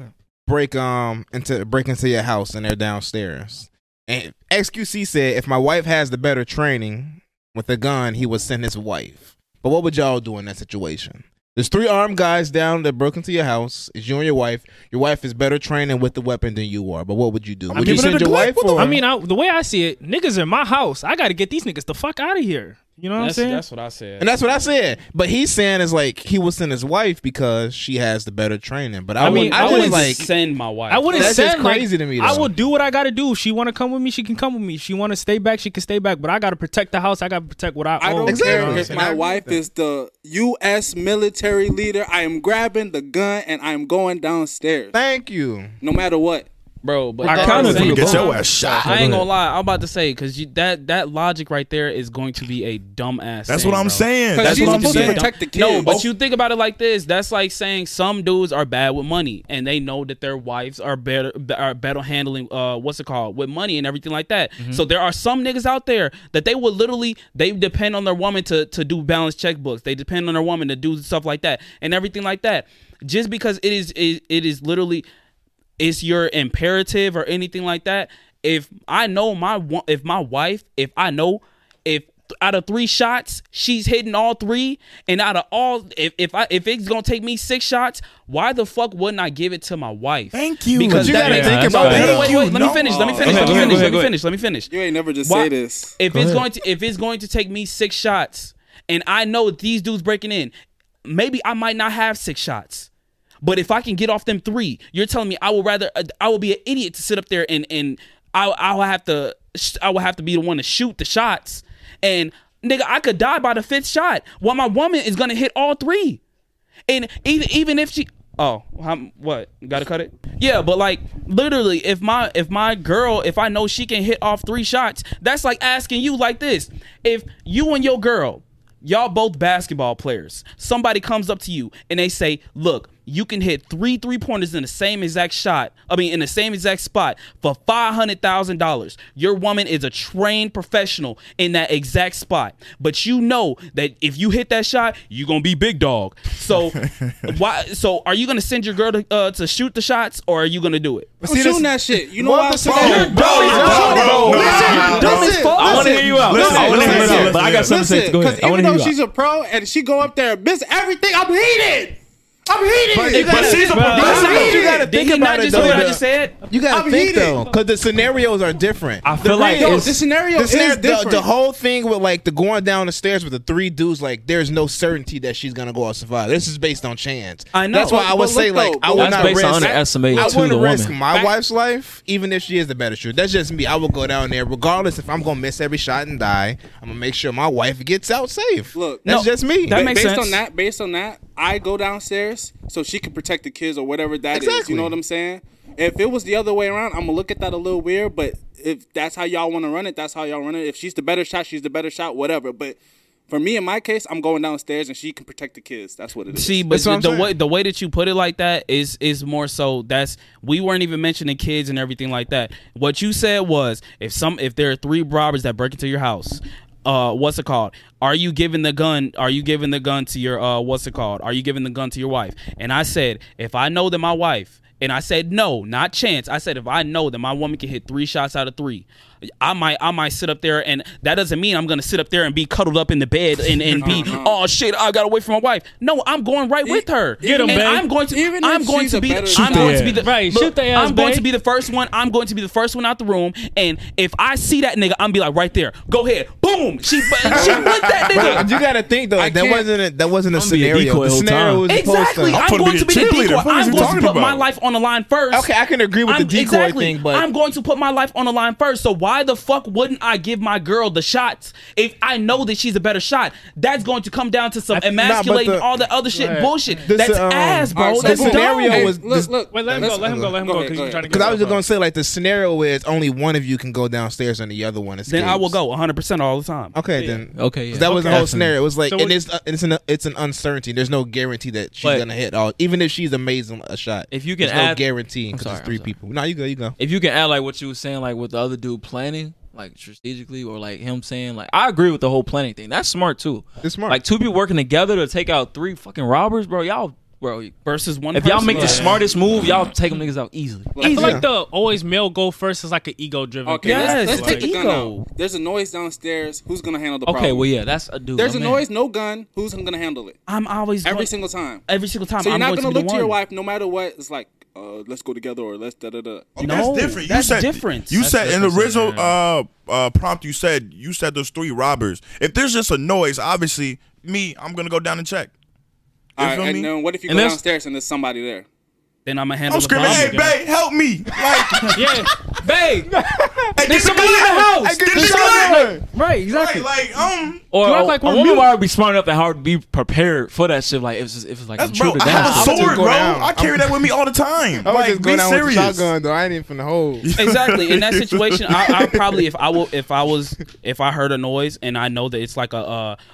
Speaker 3: break um into break into your house and they're downstairs. And XQC said if my wife has the better training with a gun, he would send his wife. But what would y'all do in that situation? There's three armed guys down that broke into your house. It's you and your wife. Your wife is better trained and with the weapon than you are. But what would you do? Would
Speaker 8: giving
Speaker 3: you
Speaker 8: her
Speaker 3: send
Speaker 8: the
Speaker 3: your
Speaker 8: clip.
Speaker 3: wife?
Speaker 8: What the
Speaker 3: or-
Speaker 1: I mean, I, the way I see it, niggas in my house, I got to get these niggas the fuck out of here. You know what
Speaker 4: That's,
Speaker 1: I'm saying?
Speaker 4: that's what I said.
Speaker 3: And that's what I said. But he's saying is like he will send his wife because she has the better training. But I,
Speaker 4: I mean,
Speaker 3: would, I,
Speaker 4: I,
Speaker 3: was
Speaker 4: wouldn't
Speaker 3: like,
Speaker 4: send my wife.
Speaker 1: I wouldn't
Speaker 3: That's
Speaker 1: send
Speaker 3: just
Speaker 1: like,
Speaker 3: crazy to me,
Speaker 1: I
Speaker 3: though.
Speaker 1: would do what I got to do. If she want to come with me, she can come with me. If she want to stay back, she can stay back. But I got to protect the house. I got to protect what I,
Speaker 7: I
Speaker 1: own.
Speaker 7: don't care
Speaker 3: Exactly.
Speaker 7: if
Speaker 3: And
Speaker 7: my
Speaker 3: I-
Speaker 7: wife is the U.S. military leader. I am grabbing the gun and I am going downstairs,
Speaker 3: thank you.
Speaker 7: no matter what.
Speaker 4: bro. But
Speaker 1: I
Speaker 4: at
Speaker 1: kinda
Speaker 4: the same
Speaker 1: agree.
Speaker 8: get
Speaker 4: time-
Speaker 8: your ass shot.
Speaker 4: I ain't gonna lie. I'm about to say because that that logic right there is going to be a dumbass.
Speaker 8: That's
Speaker 4: thing,
Speaker 8: what I'm
Speaker 4: bro.
Speaker 8: saying.
Speaker 7: Because
Speaker 8: That's
Speaker 7: she's
Speaker 8: what I'm
Speaker 7: supposed to
Speaker 8: saying.
Speaker 7: protect the kids.
Speaker 4: No, but you think about it like this. That's like saying some dudes are bad with money, and they know that their wives are better are better handling uh what's it called with money and everything like that.
Speaker 7: Mm-hmm.
Speaker 4: So there are some niggas out there that they will literally they depend on their woman to to do balanced checkbooks. They depend on their woman to do stuff like that and everything like that. Just because it is it, it is literally it's your imperative or anything like that. If I know my wa- if my wife, if I know if th- out of three shots she's hitting all three, and out of all if if I if it's gonna take me six shots, why the fuck wouldn't I give it to my wife?
Speaker 8: Thank you.
Speaker 4: Because
Speaker 3: you
Speaker 4: that
Speaker 3: gotta
Speaker 4: makes-
Speaker 3: think
Speaker 4: no,
Speaker 3: about
Speaker 4: wait,
Speaker 3: that.
Speaker 4: wait, wait, wait, let me
Speaker 8: No.
Speaker 4: finish. Let me finish.
Speaker 6: Go
Speaker 4: Let
Speaker 6: ahead,
Speaker 4: me
Speaker 6: go
Speaker 4: finish.
Speaker 6: ahead, go
Speaker 4: Let me
Speaker 6: ahead.
Speaker 4: finish. Let me finish.
Speaker 7: You ain't never just
Speaker 4: Why-
Speaker 7: say this.
Speaker 4: If it's going to if it's going to take me six shots, and I know these dudes breaking in, maybe I might not have six shots. But if I can get off them three, you're telling me I would rather uh, I would be an idiot to sit up there and and I I will have to I will have to be the one to shoot the shots and nigga I could die by the fifth shot while my woman is gonna hit all three. And even even if she oh how, what gotta cut it yeah but like literally if my if my girl if I know she can hit off three shots that's like asking you like this if you and your girl y'all both basketball players somebody comes up to you and they say look you can hit three three pointers in the same exact shot I mean in the same exact spot for five hundred thousand dollars your woman is a trained professional in that exact spot but you know that if you hit that shot you're gonna be big dog so why so are you gonna send your girl to, uh, to shoot the shots or are you gonna do it
Speaker 7: I'm shooting that shit. You know
Speaker 3: Well,
Speaker 7: why?
Speaker 3: listen,
Speaker 7: Because
Speaker 3: bro,
Speaker 7: you're
Speaker 3: you're
Speaker 7: dumb.
Speaker 3: dumb,
Speaker 8: bro.
Speaker 3: bro.
Speaker 8: Listen,
Speaker 3: Nah,
Speaker 7: dumb
Speaker 3: listen,
Speaker 7: as fuck.
Speaker 6: I want to
Speaker 7: listen,
Speaker 6: hear you out.
Speaker 8: listen,
Speaker 6: I want to hear
Speaker 8: listen,
Speaker 6: you out. But I got
Speaker 8: listen.
Speaker 6: something to say. so Go
Speaker 7: Because
Speaker 6: ahead. I
Speaker 7: even
Speaker 6: want to
Speaker 7: though
Speaker 6: hear you out.
Speaker 7: she's a pro and she go up there and miss everything, I'm heated. I'm
Speaker 3: But
Speaker 7: heated.
Speaker 3: you gotta-
Speaker 8: she's a
Speaker 3: but
Speaker 8: professional.
Speaker 3: listen, but you gotta
Speaker 4: Did
Speaker 3: think
Speaker 4: he
Speaker 3: about
Speaker 4: not
Speaker 3: it
Speaker 4: just do what I
Speaker 3: though.
Speaker 4: just said?
Speaker 3: You gotta
Speaker 7: I'm
Speaker 3: think
Speaker 7: heated.
Speaker 3: though, because the scenarios are different.
Speaker 6: I feel like
Speaker 7: Yo,
Speaker 6: it's,
Speaker 7: the scenario
Speaker 3: The,
Speaker 7: is
Speaker 3: scenario- the-
Speaker 7: different.
Speaker 3: the whole thing with like the going down the stairs with the three dudes, like there's no certainty that she's gonna go out and survive. This is based on chance.
Speaker 4: I know.
Speaker 3: That's why I
Speaker 7: But-
Speaker 3: would
Speaker 7: but
Speaker 3: say
Speaker 7: look,
Speaker 3: like
Speaker 7: though,
Speaker 3: I
Speaker 7: but
Speaker 3: would
Speaker 6: that's
Speaker 3: not
Speaker 6: based
Speaker 3: risk.
Speaker 6: on underestimating
Speaker 3: I
Speaker 6: to the
Speaker 3: wouldn't risk
Speaker 6: woman.
Speaker 3: my wife's life, even if she is the better shooter. That's just me. I will go down there, regardless if I'm gonna miss every shot and die. I'm gonna make sure my wife gets out safe.
Speaker 7: Look,
Speaker 3: that's
Speaker 7: no,
Speaker 3: just me.
Speaker 6: that
Speaker 7: Ba-
Speaker 6: makes
Speaker 7: based
Speaker 6: sense.
Speaker 7: on that, based on that, I go downstairs so she can protect the kids or whatever that is.
Speaker 3: Exactly.
Speaker 7: You know what I'm saying? If it was the other way around, I'm gonna look at that a little weird, but if that's how y'all want to run it, that's how y'all run it. If she's the better shot, she's the better shot. Whatever. But for me, in my case, I'm going downstairs and she can protect the kids. That's what it is.
Speaker 4: See, but the, the way the way that you put it like that is is more so that's we weren't even mentioning kids and everything like that. What you said was if some if there are three robbers that break into your house, uh, what's it called? Are you giving the gun? Are you giving the gun to your uh, what's it called? Are you giving the gun to your wife? And I said if I know that my wife. And I said no, not chance. I said if I know that my woman can hit three shots out of three, I might I might sit up there and that doesn't mean I'm gonna sit up there and be cuddled up in the bed and, and be oh shit I got away from my wife. No, I'm going right with her.
Speaker 1: Get 'em,
Speaker 4: And
Speaker 1: babe.
Speaker 4: I'm going to
Speaker 7: Even
Speaker 4: I'm
Speaker 7: if
Speaker 4: going
Speaker 7: she's
Speaker 4: to
Speaker 7: a
Speaker 4: be
Speaker 7: better
Speaker 4: I'm
Speaker 7: shooter.
Speaker 4: going to
Speaker 1: Yeah.
Speaker 4: be the
Speaker 1: Right, shoot their ass,
Speaker 4: I'm going to
Speaker 1: babe.
Speaker 4: be the first one. I'm going to be the first one out the room. And if I see that nigga, I'm be like right there. Go ahead. Boom. She she put that nigga.
Speaker 3: you gotta think though. that
Speaker 7: can't-
Speaker 3: wasn't a, that wasn't a
Speaker 6: be a
Speaker 3: scenario.
Speaker 6: decoy
Speaker 3: the
Speaker 6: whole
Speaker 3: scenario
Speaker 6: time.
Speaker 3: was supposed
Speaker 4: Exactly.
Speaker 3: to.
Speaker 4: I'm,
Speaker 8: supposed
Speaker 4: going
Speaker 8: to
Speaker 4: to
Speaker 8: be
Speaker 4: be
Speaker 8: a
Speaker 4: the
Speaker 8: cheerleader.
Speaker 4: decoy.
Speaker 8: What is
Speaker 4: I'm
Speaker 8: you
Speaker 4: going
Speaker 8: talking
Speaker 4: to put my
Speaker 8: about?
Speaker 4: life on the line first.
Speaker 3: Okay, I can agree with the
Speaker 4: I'm-
Speaker 3: decoy
Speaker 4: exactly.
Speaker 3: thing, but
Speaker 4: I'm going to put my life on the line first. So why the fuck wouldn't I give my girl the shots if I know that she's a better shot? That's going to come down to some emasculating
Speaker 3: the-
Speaker 4: all the other shit bullshit.
Speaker 3: This,
Speaker 4: That's
Speaker 3: um,
Speaker 4: ass, bro.
Speaker 7: All right, so
Speaker 3: the
Speaker 4: That's
Speaker 7: boom.
Speaker 3: scenario
Speaker 7: Hey,
Speaker 4: dumb.
Speaker 3: was-
Speaker 7: look,
Speaker 3: this-
Speaker 7: look.
Speaker 1: Wait, let him go.
Speaker 3: Let's-
Speaker 1: Let him go. Let him
Speaker 7: go
Speaker 1: go.
Speaker 7: ahead,
Speaker 1: Because
Speaker 7: go
Speaker 1: you're trying to
Speaker 7: ahead.
Speaker 3: Because
Speaker 1: get
Speaker 3: I was
Speaker 1: us
Speaker 3: just gonna
Speaker 1: off.
Speaker 3: say like the scenario is only one of you can go downstairs and the other one escapes.
Speaker 4: Then I will go 100 percent all the time.
Speaker 3: Okay, then.
Speaker 6: Okay,
Speaker 3: 'Cause
Speaker 6: yeah.
Speaker 3: That was the whole
Speaker 6: Definitely.
Speaker 3: scenario. It was like,
Speaker 1: So
Speaker 3: and
Speaker 1: we-
Speaker 3: it's uh, it's an it's an uncertainty. There's no guarantee that she's
Speaker 6: But-
Speaker 3: gonna hit all. Even if she's amazing a shot,
Speaker 6: If you can
Speaker 3: there's no
Speaker 6: add-
Speaker 3: guarantee
Speaker 6: I'm
Speaker 3: because
Speaker 6: sorry,
Speaker 3: there's
Speaker 6: I'm
Speaker 3: three
Speaker 6: sorry.
Speaker 3: people. No, you go, you go.
Speaker 6: if you can add like what you were saying, like with the other dude planning, like strategically, or like him saying, like I agree with the whole planning thing. That's smart too.
Speaker 3: It's smart.
Speaker 6: Like two people working together to take out three fucking robbers, bro. Y'all, bro.
Speaker 4: Versus one.
Speaker 6: If y'all make the
Speaker 4: person.
Speaker 6: smartest move, y'all take them niggas out easily.
Speaker 1: I feel like the always male go first is like an ego driven.
Speaker 7: Okay,
Speaker 1: thing.
Speaker 7: let's,
Speaker 4: Yes,
Speaker 7: let's
Speaker 4: it's
Speaker 7: take
Speaker 4: the
Speaker 7: the gun
Speaker 4: ego.
Speaker 7: out. There's a noise downstairs. Who's gonna handle the problem?
Speaker 6: Okay, well yeah, that's a dude.
Speaker 7: There's
Speaker 6: a
Speaker 7: a noise, no gun. Who's gonna handle it?
Speaker 4: I'm always
Speaker 7: Every
Speaker 4: going-
Speaker 7: single time.
Speaker 4: every single time.
Speaker 7: So you're
Speaker 4: I'm
Speaker 7: not
Speaker 4: going be
Speaker 7: gonna
Speaker 4: the
Speaker 7: look to your
Speaker 4: one.
Speaker 7: wife, no matter what. It's like, uh, let's go together or let's da da da.
Speaker 4: No,
Speaker 8: that's different. You
Speaker 4: that's
Speaker 8: said,
Speaker 4: different.
Speaker 8: You
Speaker 4: That's
Speaker 8: said in the
Speaker 9: different.
Speaker 8: original uh, uh, prompt, you said you said there's three robbers. If there's just a noise, obviously me, I'm gonna go down and check. You
Speaker 7: All right,
Speaker 8: feel me?
Speaker 7: and then what if you
Speaker 6: And
Speaker 7: go
Speaker 6: that's-
Speaker 7: downstairs and there's somebody there?
Speaker 4: Then I'm gonna handle
Speaker 8: I'm
Speaker 4: the
Speaker 8: screaming,
Speaker 4: bomb.
Speaker 8: "Hey, babe, help me!" Like,
Speaker 6: Yeah, babe.
Speaker 8: hey, get the
Speaker 6: somebody in the
Speaker 8: gun!
Speaker 6: house!
Speaker 8: Get the gun!
Speaker 6: right,
Speaker 8: Like,
Speaker 6: exactly.
Speaker 8: like, um,
Speaker 6: or
Speaker 1: You act
Speaker 6: a, like
Speaker 1: like we're
Speaker 6: a woman
Speaker 1: mute.
Speaker 6: why would be smart enough and how to be prepared for that shit. Like if it's, if it's like
Speaker 8: that's
Speaker 6: I'm
Speaker 8: bro.
Speaker 6: shooting
Speaker 8: I
Speaker 6: down.
Speaker 8: have a sword,
Speaker 3: go
Speaker 8: bro.
Speaker 3: down.
Speaker 8: I carry that with me all the time.
Speaker 3: I was
Speaker 8: like,
Speaker 3: just going
Speaker 8: be
Speaker 3: out with
Speaker 8: serious.
Speaker 3: the shotgun though. I ain't even from the hole.
Speaker 4: exactly in that situation I, I probably if i will if i was if i heard a noise and i know that it's like a,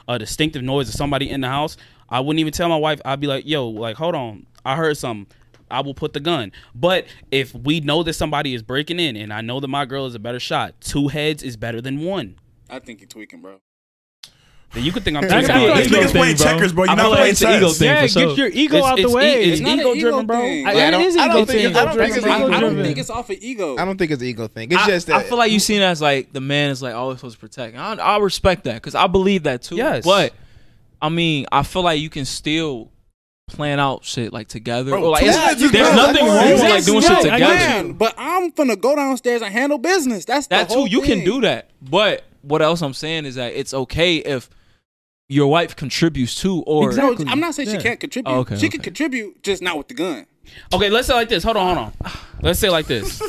Speaker 4: a a distinctive noise of somebody in the house i wouldn't even tell my wife i'd be like yo like hold on i heard something I will put the gun. But if we know that somebody is breaking in and I know that my girl is a better shot, two heads is better than one.
Speaker 7: I think you're tweaking, bro.
Speaker 4: Then you could think I'm
Speaker 1: That's
Speaker 4: talking
Speaker 1: how
Speaker 4: about
Speaker 1: it
Speaker 8: These
Speaker 1: is.
Speaker 4: it's,
Speaker 1: Ego
Speaker 8: niggas
Speaker 1: thing,
Speaker 8: playing
Speaker 1: bro.
Speaker 8: checkers, bro.
Speaker 6: I
Speaker 8: You're
Speaker 6: feel
Speaker 8: not
Speaker 6: like
Speaker 8: playing
Speaker 6: it's an ego
Speaker 8: chess.
Speaker 6: thing
Speaker 1: Yeah,
Speaker 6: for
Speaker 1: get
Speaker 6: sure.
Speaker 1: your ego out the
Speaker 4: it's
Speaker 1: way.
Speaker 4: e- it's
Speaker 7: not an
Speaker 4: ego
Speaker 7: ego
Speaker 4: driven, bro.
Speaker 7: thing.
Speaker 1: I-
Speaker 3: Yeah, I
Speaker 1: it
Speaker 3: don't-
Speaker 1: is
Speaker 3: I
Speaker 1: ego
Speaker 3: don't think
Speaker 1: thing.
Speaker 3: it's- I don't think it's
Speaker 7: I,
Speaker 3: ego
Speaker 7: I don't
Speaker 3: driven.
Speaker 7: think it's off of ego.
Speaker 3: I don't think it's an ego thing. It's
Speaker 6: I,
Speaker 3: just that
Speaker 6: I feel like you seen it as like the man is like always supposed to protect. I, I respect that because I believe that too.
Speaker 4: Yes.
Speaker 6: but I mean, I feel like you can still plan out shit like together.
Speaker 8: Bro,
Speaker 6: or like
Speaker 8: two
Speaker 6: it's-
Speaker 8: heads is
Speaker 6: there's
Speaker 8: better than
Speaker 6: nothing
Speaker 8: one.
Speaker 6: wrong with like
Speaker 8: Exactly.
Speaker 6: doing shit
Speaker 1: Right, I
Speaker 6: together.
Speaker 1: agree.
Speaker 7: Man, but I'm finna go downstairs and handle business. That's the
Speaker 6: That too,
Speaker 7: whole
Speaker 6: you can
Speaker 7: thing.
Speaker 6: do that. But what else I'm saying is that it's okay if your wife contributes too, or
Speaker 7: No, I'm not saying she can't contribute.
Speaker 6: Oh, okay,
Speaker 7: she can
Speaker 6: okay.
Speaker 7: contribute, just not with the gun.
Speaker 4: Okay, let's say it like this. Hold on, hold on. Let's say it like this.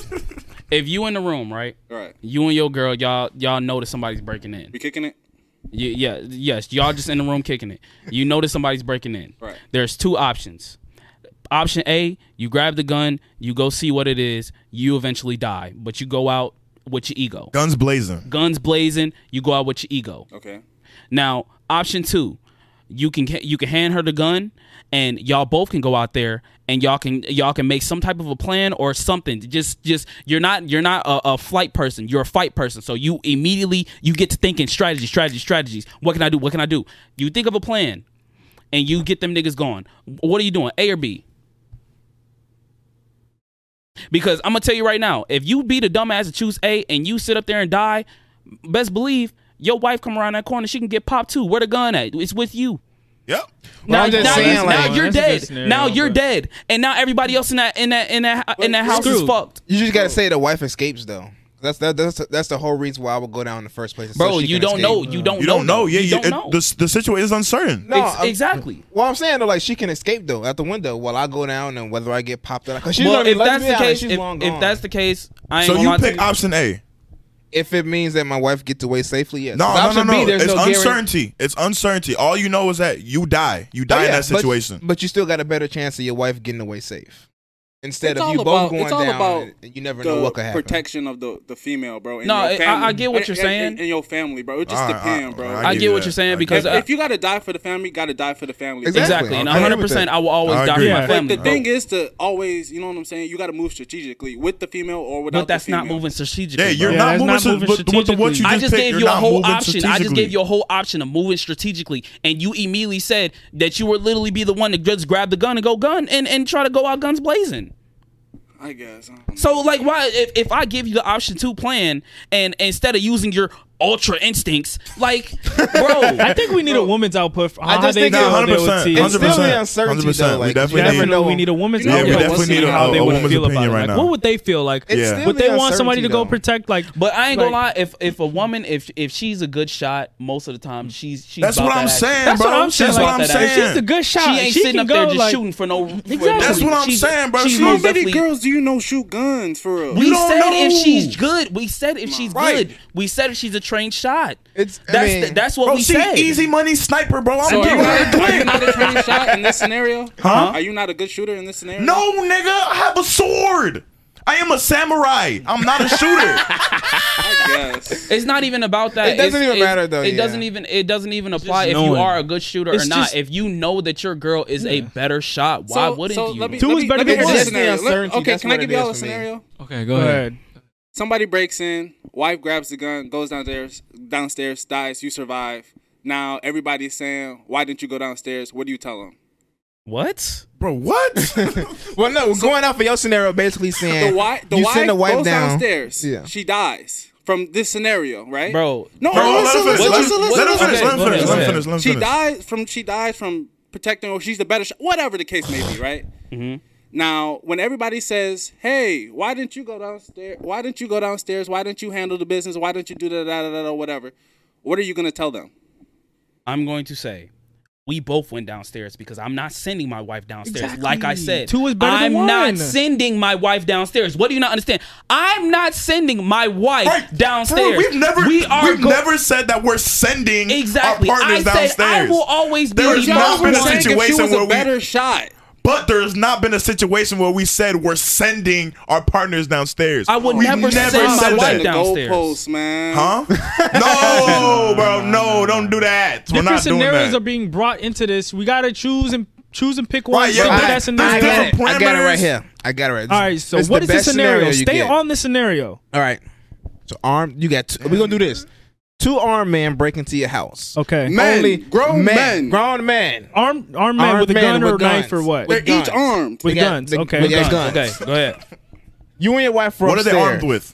Speaker 4: if you in the room, right?
Speaker 7: All right,
Speaker 4: You and your girl, y'all y'all know that somebody's breaking in.
Speaker 7: we kicking it.
Speaker 4: Y- yeah, yes. Y'all just in the room kicking it. You notice somebody's breaking in.
Speaker 7: Right.
Speaker 4: There's two options. Option A, you grab the gun, you go see what it is, you eventually die, but you go out with your ego.
Speaker 8: Guns blazing.
Speaker 4: Guns blazing, you go out with your ego.
Speaker 7: Okay.
Speaker 4: Now, option two, you can you can hand her the gun, and y'all both can go out there and y'all can y'all can make some type of a plan or something. Just just you're not you're not a, a flight person. You're a fight person. So you immediately you get to thinking strategies, strategies, strategies. What can I do? What can I do? You think of a plan, and you get them niggas gone. What are you doing? A or B? Because I'm gonna tell you right now, if you be the dumbass to choose A and you sit up there and die, best believe your wife come around that corner, she can get popped too. Where the gun at? It's with you.
Speaker 8: Yep.
Speaker 3: Well, I'm just
Speaker 4: now,
Speaker 3: saying,
Speaker 4: you,
Speaker 3: like-
Speaker 4: now you're
Speaker 1: That's a good
Speaker 4: dead.
Speaker 1: scenario,
Speaker 4: now you're
Speaker 1: but-
Speaker 4: dead, and now everybody else in that in that in that in that house is
Speaker 6: screwed.
Speaker 4: fucked.
Speaker 3: you just gotta say the wife escapes though. That's that, that's that's the whole reason why I would go down in the first place. is so
Speaker 4: Bro,
Speaker 3: she
Speaker 4: you
Speaker 3: can
Speaker 4: don't
Speaker 3: escape. uh,
Speaker 4: know. You don't.
Speaker 8: You don't know. Yeah,
Speaker 4: You
Speaker 8: you,
Speaker 4: don't
Speaker 8: it-
Speaker 4: know.
Speaker 8: The, the situation is uncertain.
Speaker 3: No,
Speaker 4: Ex-
Speaker 3: I'm-
Speaker 4: exactly.
Speaker 3: Well, I'm saying though, like she can escape though out the window while I go down and whether I get popped out. Cause she's
Speaker 4: well,
Speaker 3: gonna be
Speaker 4: if that's the
Speaker 3: lesbian, like,
Speaker 4: case,
Speaker 3: she's
Speaker 4: if,
Speaker 3: long
Speaker 4: if
Speaker 3: gone.
Speaker 4: that's the case, I ain't
Speaker 8: So
Speaker 4: gonna
Speaker 8: you
Speaker 4: lie to
Speaker 8: pick option A.
Speaker 3: if it means that my wife gets away safely, yes.
Speaker 8: No,
Speaker 3: 'Cause
Speaker 8: no, no, no.
Speaker 3: option B, there's
Speaker 8: it's
Speaker 3: no guarantee-
Speaker 8: uncertainty. It's uncertainty. All you know is that you die. You die
Speaker 3: Oh, yeah,
Speaker 8: in that
Speaker 3: but-
Speaker 8: situation.
Speaker 3: But, you still got a better chance of your wife getting away safe. Instead
Speaker 7: It's
Speaker 3: of you
Speaker 7: all
Speaker 3: both
Speaker 7: about-
Speaker 3: going
Speaker 7: it's all
Speaker 3: down,
Speaker 7: about
Speaker 3: and- and you never
Speaker 7: the
Speaker 3: know what could happen.
Speaker 7: Protection of the, the female, bro. and
Speaker 4: No,
Speaker 7: your
Speaker 4: I- I-
Speaker 7: family.
Speaker 4: I get what
Speaker 7: And-
Speaker 4: you're
Speaker 7: and-
Speaker 4: saying.
Speaker 7: And, and your family, bro. It just
Speaker 8: All right,
Speaker 7: depends,
Speaker 8: I-
Speaker 7: bro.
Speaker 8: I
Speaker 4: I get what you're saying because
Speaker 7: if,
Speaker 4: uh,
Speaker 7: if you gotta die for the family, you gotta die for the family.
Speaker 4: exactly, and
Speaker 8: Okay.
Speaker 4: 100, percent I will always
Speaker 8: I
Speaker 4: die for
Speaker 8: agree.
Speaker 4: my
Speaker 8: Yeah.
Speaker 7: But
Speaker 4: family.
Speaker 7: the thing is to always, you know what I'm saying. You gotta move strategically with the female or without.
Speaker 4: but that's
Speaker 7: the female.
Speaker 4: not moving strategically.
Speaker 8: Yeah, you're
Speaker 4: bro.
Speaker 8: not
Speaker 1: that's
Speaker 8: moving
Speaker 1: not
Speaker 8: to-
Speaker 1: moving
Speaker 8: with- with the what you
Speaker 1: strategically.
Speaker 8: just
Speaker 4: I just
Speaker 8: picked,
Speaker 4: gave
Speaker 8: you're
Speaker 4: you a
Speaker 8: not
Speaker 4: whole
Speaker 8: moving
Speaker 4: option. I just
Speaker 8: strategically.
Speaker 4: gave you a whole option of moving strategically, and you immediately said that you would literally be the one to just grab the gun and go gun and, and try to go out guns blazing.
Speaker 7: I guess.
Speaker 4: So like, why if, if I give you the option to plan and instead of using your ultra instincts, like, bro,
Speaker 1: I think we need a woman's output. For how
Speaker 3: just
Speaker 1: they
Speaker 3: think
Speaker 1: deal
Speaker 3: it's-
Speaker 1: with it with
Speaker 8: 100%,
Speaker 1: tea.
Speaker 3: It's still
Speaker 8: 100%,
Speaker 3: the uncertainty, though.
Speaker 8: 100%. We
Speaker 3: Like,
Speaker 1: You
Speaker 8: definitely
Speaker 3: you
Speaker 1: never
Speaker 8: need-
Speaker 1: know. We need a woman's
Speaker 7: You know,
Speaker 1: output.
Speaker 7: yeah, we
Speaker 1: to
Speaker 7: definitely
Speaker 1: see
Speaker 7: need a-
Speaker 1: how
Speaker 7: a-
Speaker 1: they
Speaker 7: a
Speaker 1: would
Speaker 8: woman's
Speaker 1: feel about
Speaker 8: opinion
Speaker 1: it.
Speaker 8: right
Speaker 1: like,
Speaker 8: now.
Speaker 1: what would they feel like?
Speaker 8: Yeah.
Speaker 3: It's still
Speaker 1: Would they
Speaker 3: the
Speaker 1: want somebody to go
Speaker 3: uncertainty, though.
Speaker 1: protect? Like,
Speaker 4: But I ain't gonna
Speaker 1: Like-
Speaker 4: lie. If if a woman, if if she's a good shot, most of the time she's she's.
Speaker 8: That's
Speaker 4: about
Speaker 8: what
Speaker 4: that
Speaker 8: I'm
Speaker 4: action.
Speaker 8: saying,
Speaker 1: that's
Speaker 8: bro.
Speaker 1: what I'm saying.
Speaker 8: That's
Speaker 1: like,
Speaker 8: what I'm
Speaker 1: if
Speaker 8: saying.
Speaker 1: She's a good
Speaker 4: She
Speaker 1: shot.
Speaker 4: ain't
Speaker 1: She
Speaker 4: sitting
Speaker 1: can
Speaker 4: up there
Speaker 1: go,
Speaker 4: just
Speaker 1: like-
Speaker 4: shooting for no.
Speaker 1: Exactly.
Speaker 8: That's what I'm saying, bro. She-
Speaker 7: How
Speaker 8: Most
Speaker 7: many girls do you know shoot guns for real?
Speaker 4: We
Speaker 8: don't
Speaker 4: said
Speaker 8: know.
Speaker 4: if she's good. We said if she's
Speaker 8: Right.
Speaker 4: good. We said if she's a trained shot.
Speaker 3: It's- I
Speaker 4: that's
Speaker 3: mean-
Speaker 4: the- that's what
Speaker 8: bro,
Speaker 4: we
Speaker 8: she
Speaker 4: said.
Speaker 8: easy money sniper, bro. I'm
Speaker 7: So are you,
Speaker 8: giving her
Speaker 7: not,
Speaker 8: the
Speaker 7: are you
Speaker 8: clip.
Speaker 7: not a training shot in this scenario?
Speaker 8: Huh?
Speaker 7: Are you not a good shooter in this scenario?
Speaker 8: No, nigga, I have a sword. I am a samurai. I'm not a shooter.
Speaker 7: I guess.
Speaker 4: It's not even about that.
Speaker 3: It doesn't
Speaker 4: It's-
Speaker 3: even
Speaker 4: it's-
Speaker 3: matter, though,
Speaker 4: It
Speaker 3: yeah.
Speaker 4: doesn't even it doesn't even apply if you
Speaker 6: knowing.
Speaker 4: are a good shooter
Speaker 6: It's
Speaker 4: or not.
Speaker 6: just-
Speaker 4: if you know that your girl is a better shot, why wouldn't you?
Speaker 7: Let me,
Speaker 1: Two
Speaker 7: let
Speaker 1: is
Speaker 7: me-
Speaker 1: better
Speaker 7: let me
Speaker 1: than
Speaker 7: give
Speaker 1: one.
Speaker 7: you a
Speaker 1: It's
Speaker 3: the
Speaker 7: scenario. Let-
Speaker 3: uncertainty.
Speaker 7: okay,
Speaker 3: That's
Speaker 7: can I
Speaker 3: what
Speaker 7: give
Speaker 3: it
Speaker 7: y'all a
Speaker 3: is for me.
Speaker 7: scenario?
Speaker 6: Okay, go
Speaker 1: Go
Speaker 6: ahead.
Speaker 1: ahead.
Speaker 7: Somebody breaks in, wife grabs the gun, goes downstairs, downstairs, dies. You survive. Now everybody's saying, "Why didn't you go downstairs?" What do you tell them?
Speaker 4: what?
Speaker 8: bro, what?
Speaker 3: Well, no, going off of your scenario, basically saying
Speaker 7: The wife, the
Speaker 3: you
Speaker 7: wife,
Speaker 3: send the wife
Speaker 7: goes
Speaker 3: down.
Speaker 7: downstairs.
Speaker 3: Yeah.
Speaker 7: She dies from this scenario, right,
Speaker 4: Bro.
Speaker 7: No,
Speaker 8: Bro, let
Speaker 7: listen,
Speaker 8: him finish.
Speaker 7: listen,
Speaker 8: Let- let
Speaker 7: listen,
Speaker 8: him finish.
Speaker 7: listen, listen.
Speaker 8: Let him
Speaker 4: Okay,
Speaker 8: finish. Let
Speaker 4: okay.
Speaker 8: him finish. Let him
Speaker 7: she
Speaker 8: finish.
Speaker 7: dies from she dies from protecting or she's the better shot whatever the case may be right
Speaker 4: Mm-hmm.
Speaker 7: now when everybody says hey why didn't you go downstairs why didn't you go downstairs why didn't you handle the business why didn't you do da da da da, da whatever what are you going to tell them
Speaker 4: I'm going to say we both went downstairs because I'm not sending my wife downstairs. Like I said,
Speaker 1: Two is better than
Speaker 4: I'm
Speaker 1: one.
Speaker 4: not sending my wife downstairs. What do you not understand? I'm not sending my wife
Speaker 8: Right.
Speaker 4: downstairs.
Speaker 8: Bro, we've never
Speaker 4: We are
Speaker 8: we've
Speaker 4: go-
Speaker 8: never said that we're sending
Speaker 4: exactly.
Speaker 8: our
Speaker 4: I
Speaker 8: partners
Speaker 4: said
Speaker 8: downstairs.
Speaker 4: I will always be
Speaker 8: There
Speaker 4: the
Speaker 8: is
Speaker 4: number
Speaker 8: not been a
Speaker 7: Y'all were saying
Speaker 4: one.
Speaker 7: if she
Speaker 8: situation
Speaker 7: was
Speaker 8: where
Speaker 7: a
Speaker 8: we-
Speaker 7: better shot
Speaker 8: But there has not been a situation where we said we're sending our partners downstairs.
Speaker 4: I would
Speaker 8: We've
Speaker 4: never send my
Speaker 8: said
Speaker 4: wife
Speaker 8: that.
Speaker 4: down- downstairs.
Speaker 7: goalposts man
Speaker 8: Huh? No, bro, no, don't do that. We're
Speaker 1: Different
Speaker 8: not doing
Speaker 1: scenarios are
Speaker 8: that.
Speaker 1: being brought into this. We gotta choose and choose and pick one.
Speaker 8: Right, yeah,
Speaker 1: from
Speaker 8: but
Speaker 1: that
Speaker 8: there's
Speaker 1: scenario.
Speaker 8: different
Speaker 3: I got, it. I got it
Speaker 8: parameters.
Speaker 3: right here. I got it right.
Speaker 1: All right, so
Speaker 3: It's
Speaker 1: what is the
Speaker 3: best
Speaker 1: scenario?
Speaker 3: you
Speaker 1: Stay
Speaker 3: get.
Speaker 1: on the scenario.
Speaker 3: All right. So armed, you got. Two, we gonna do this. Two armed men break into your house.
Speaker 1: Okay.
Speaker 3: Men, Only
Speaker 7: grown men.
Speaker 3: grown men.
Speaker 1: Armed armed man
Speaker 3: Armed
Speaker 1: with a
Speaker 3: men
Speaker 1: gun or
Speaker 3: with
Speaker 1: knife or
Speaker 3: guns.
Speaker 1: what?
Speaker 7: they're
Speaker 1: With
Speaker 3: With guns.
Speaker 7: each armed
Speaker 3: They got-
Speaker 1: guns.
Speaker 3: they-
Speaker 1: Okay.
Speaker 3: they got
Speaker 1: Guns.
Speaker 3: guns.
Speaker 4: Okay, go ahead.
Speaker 3: You and your wife were
Speaker 8: What are they
Speaker 3: upstairs.
Speaker 8: armed with?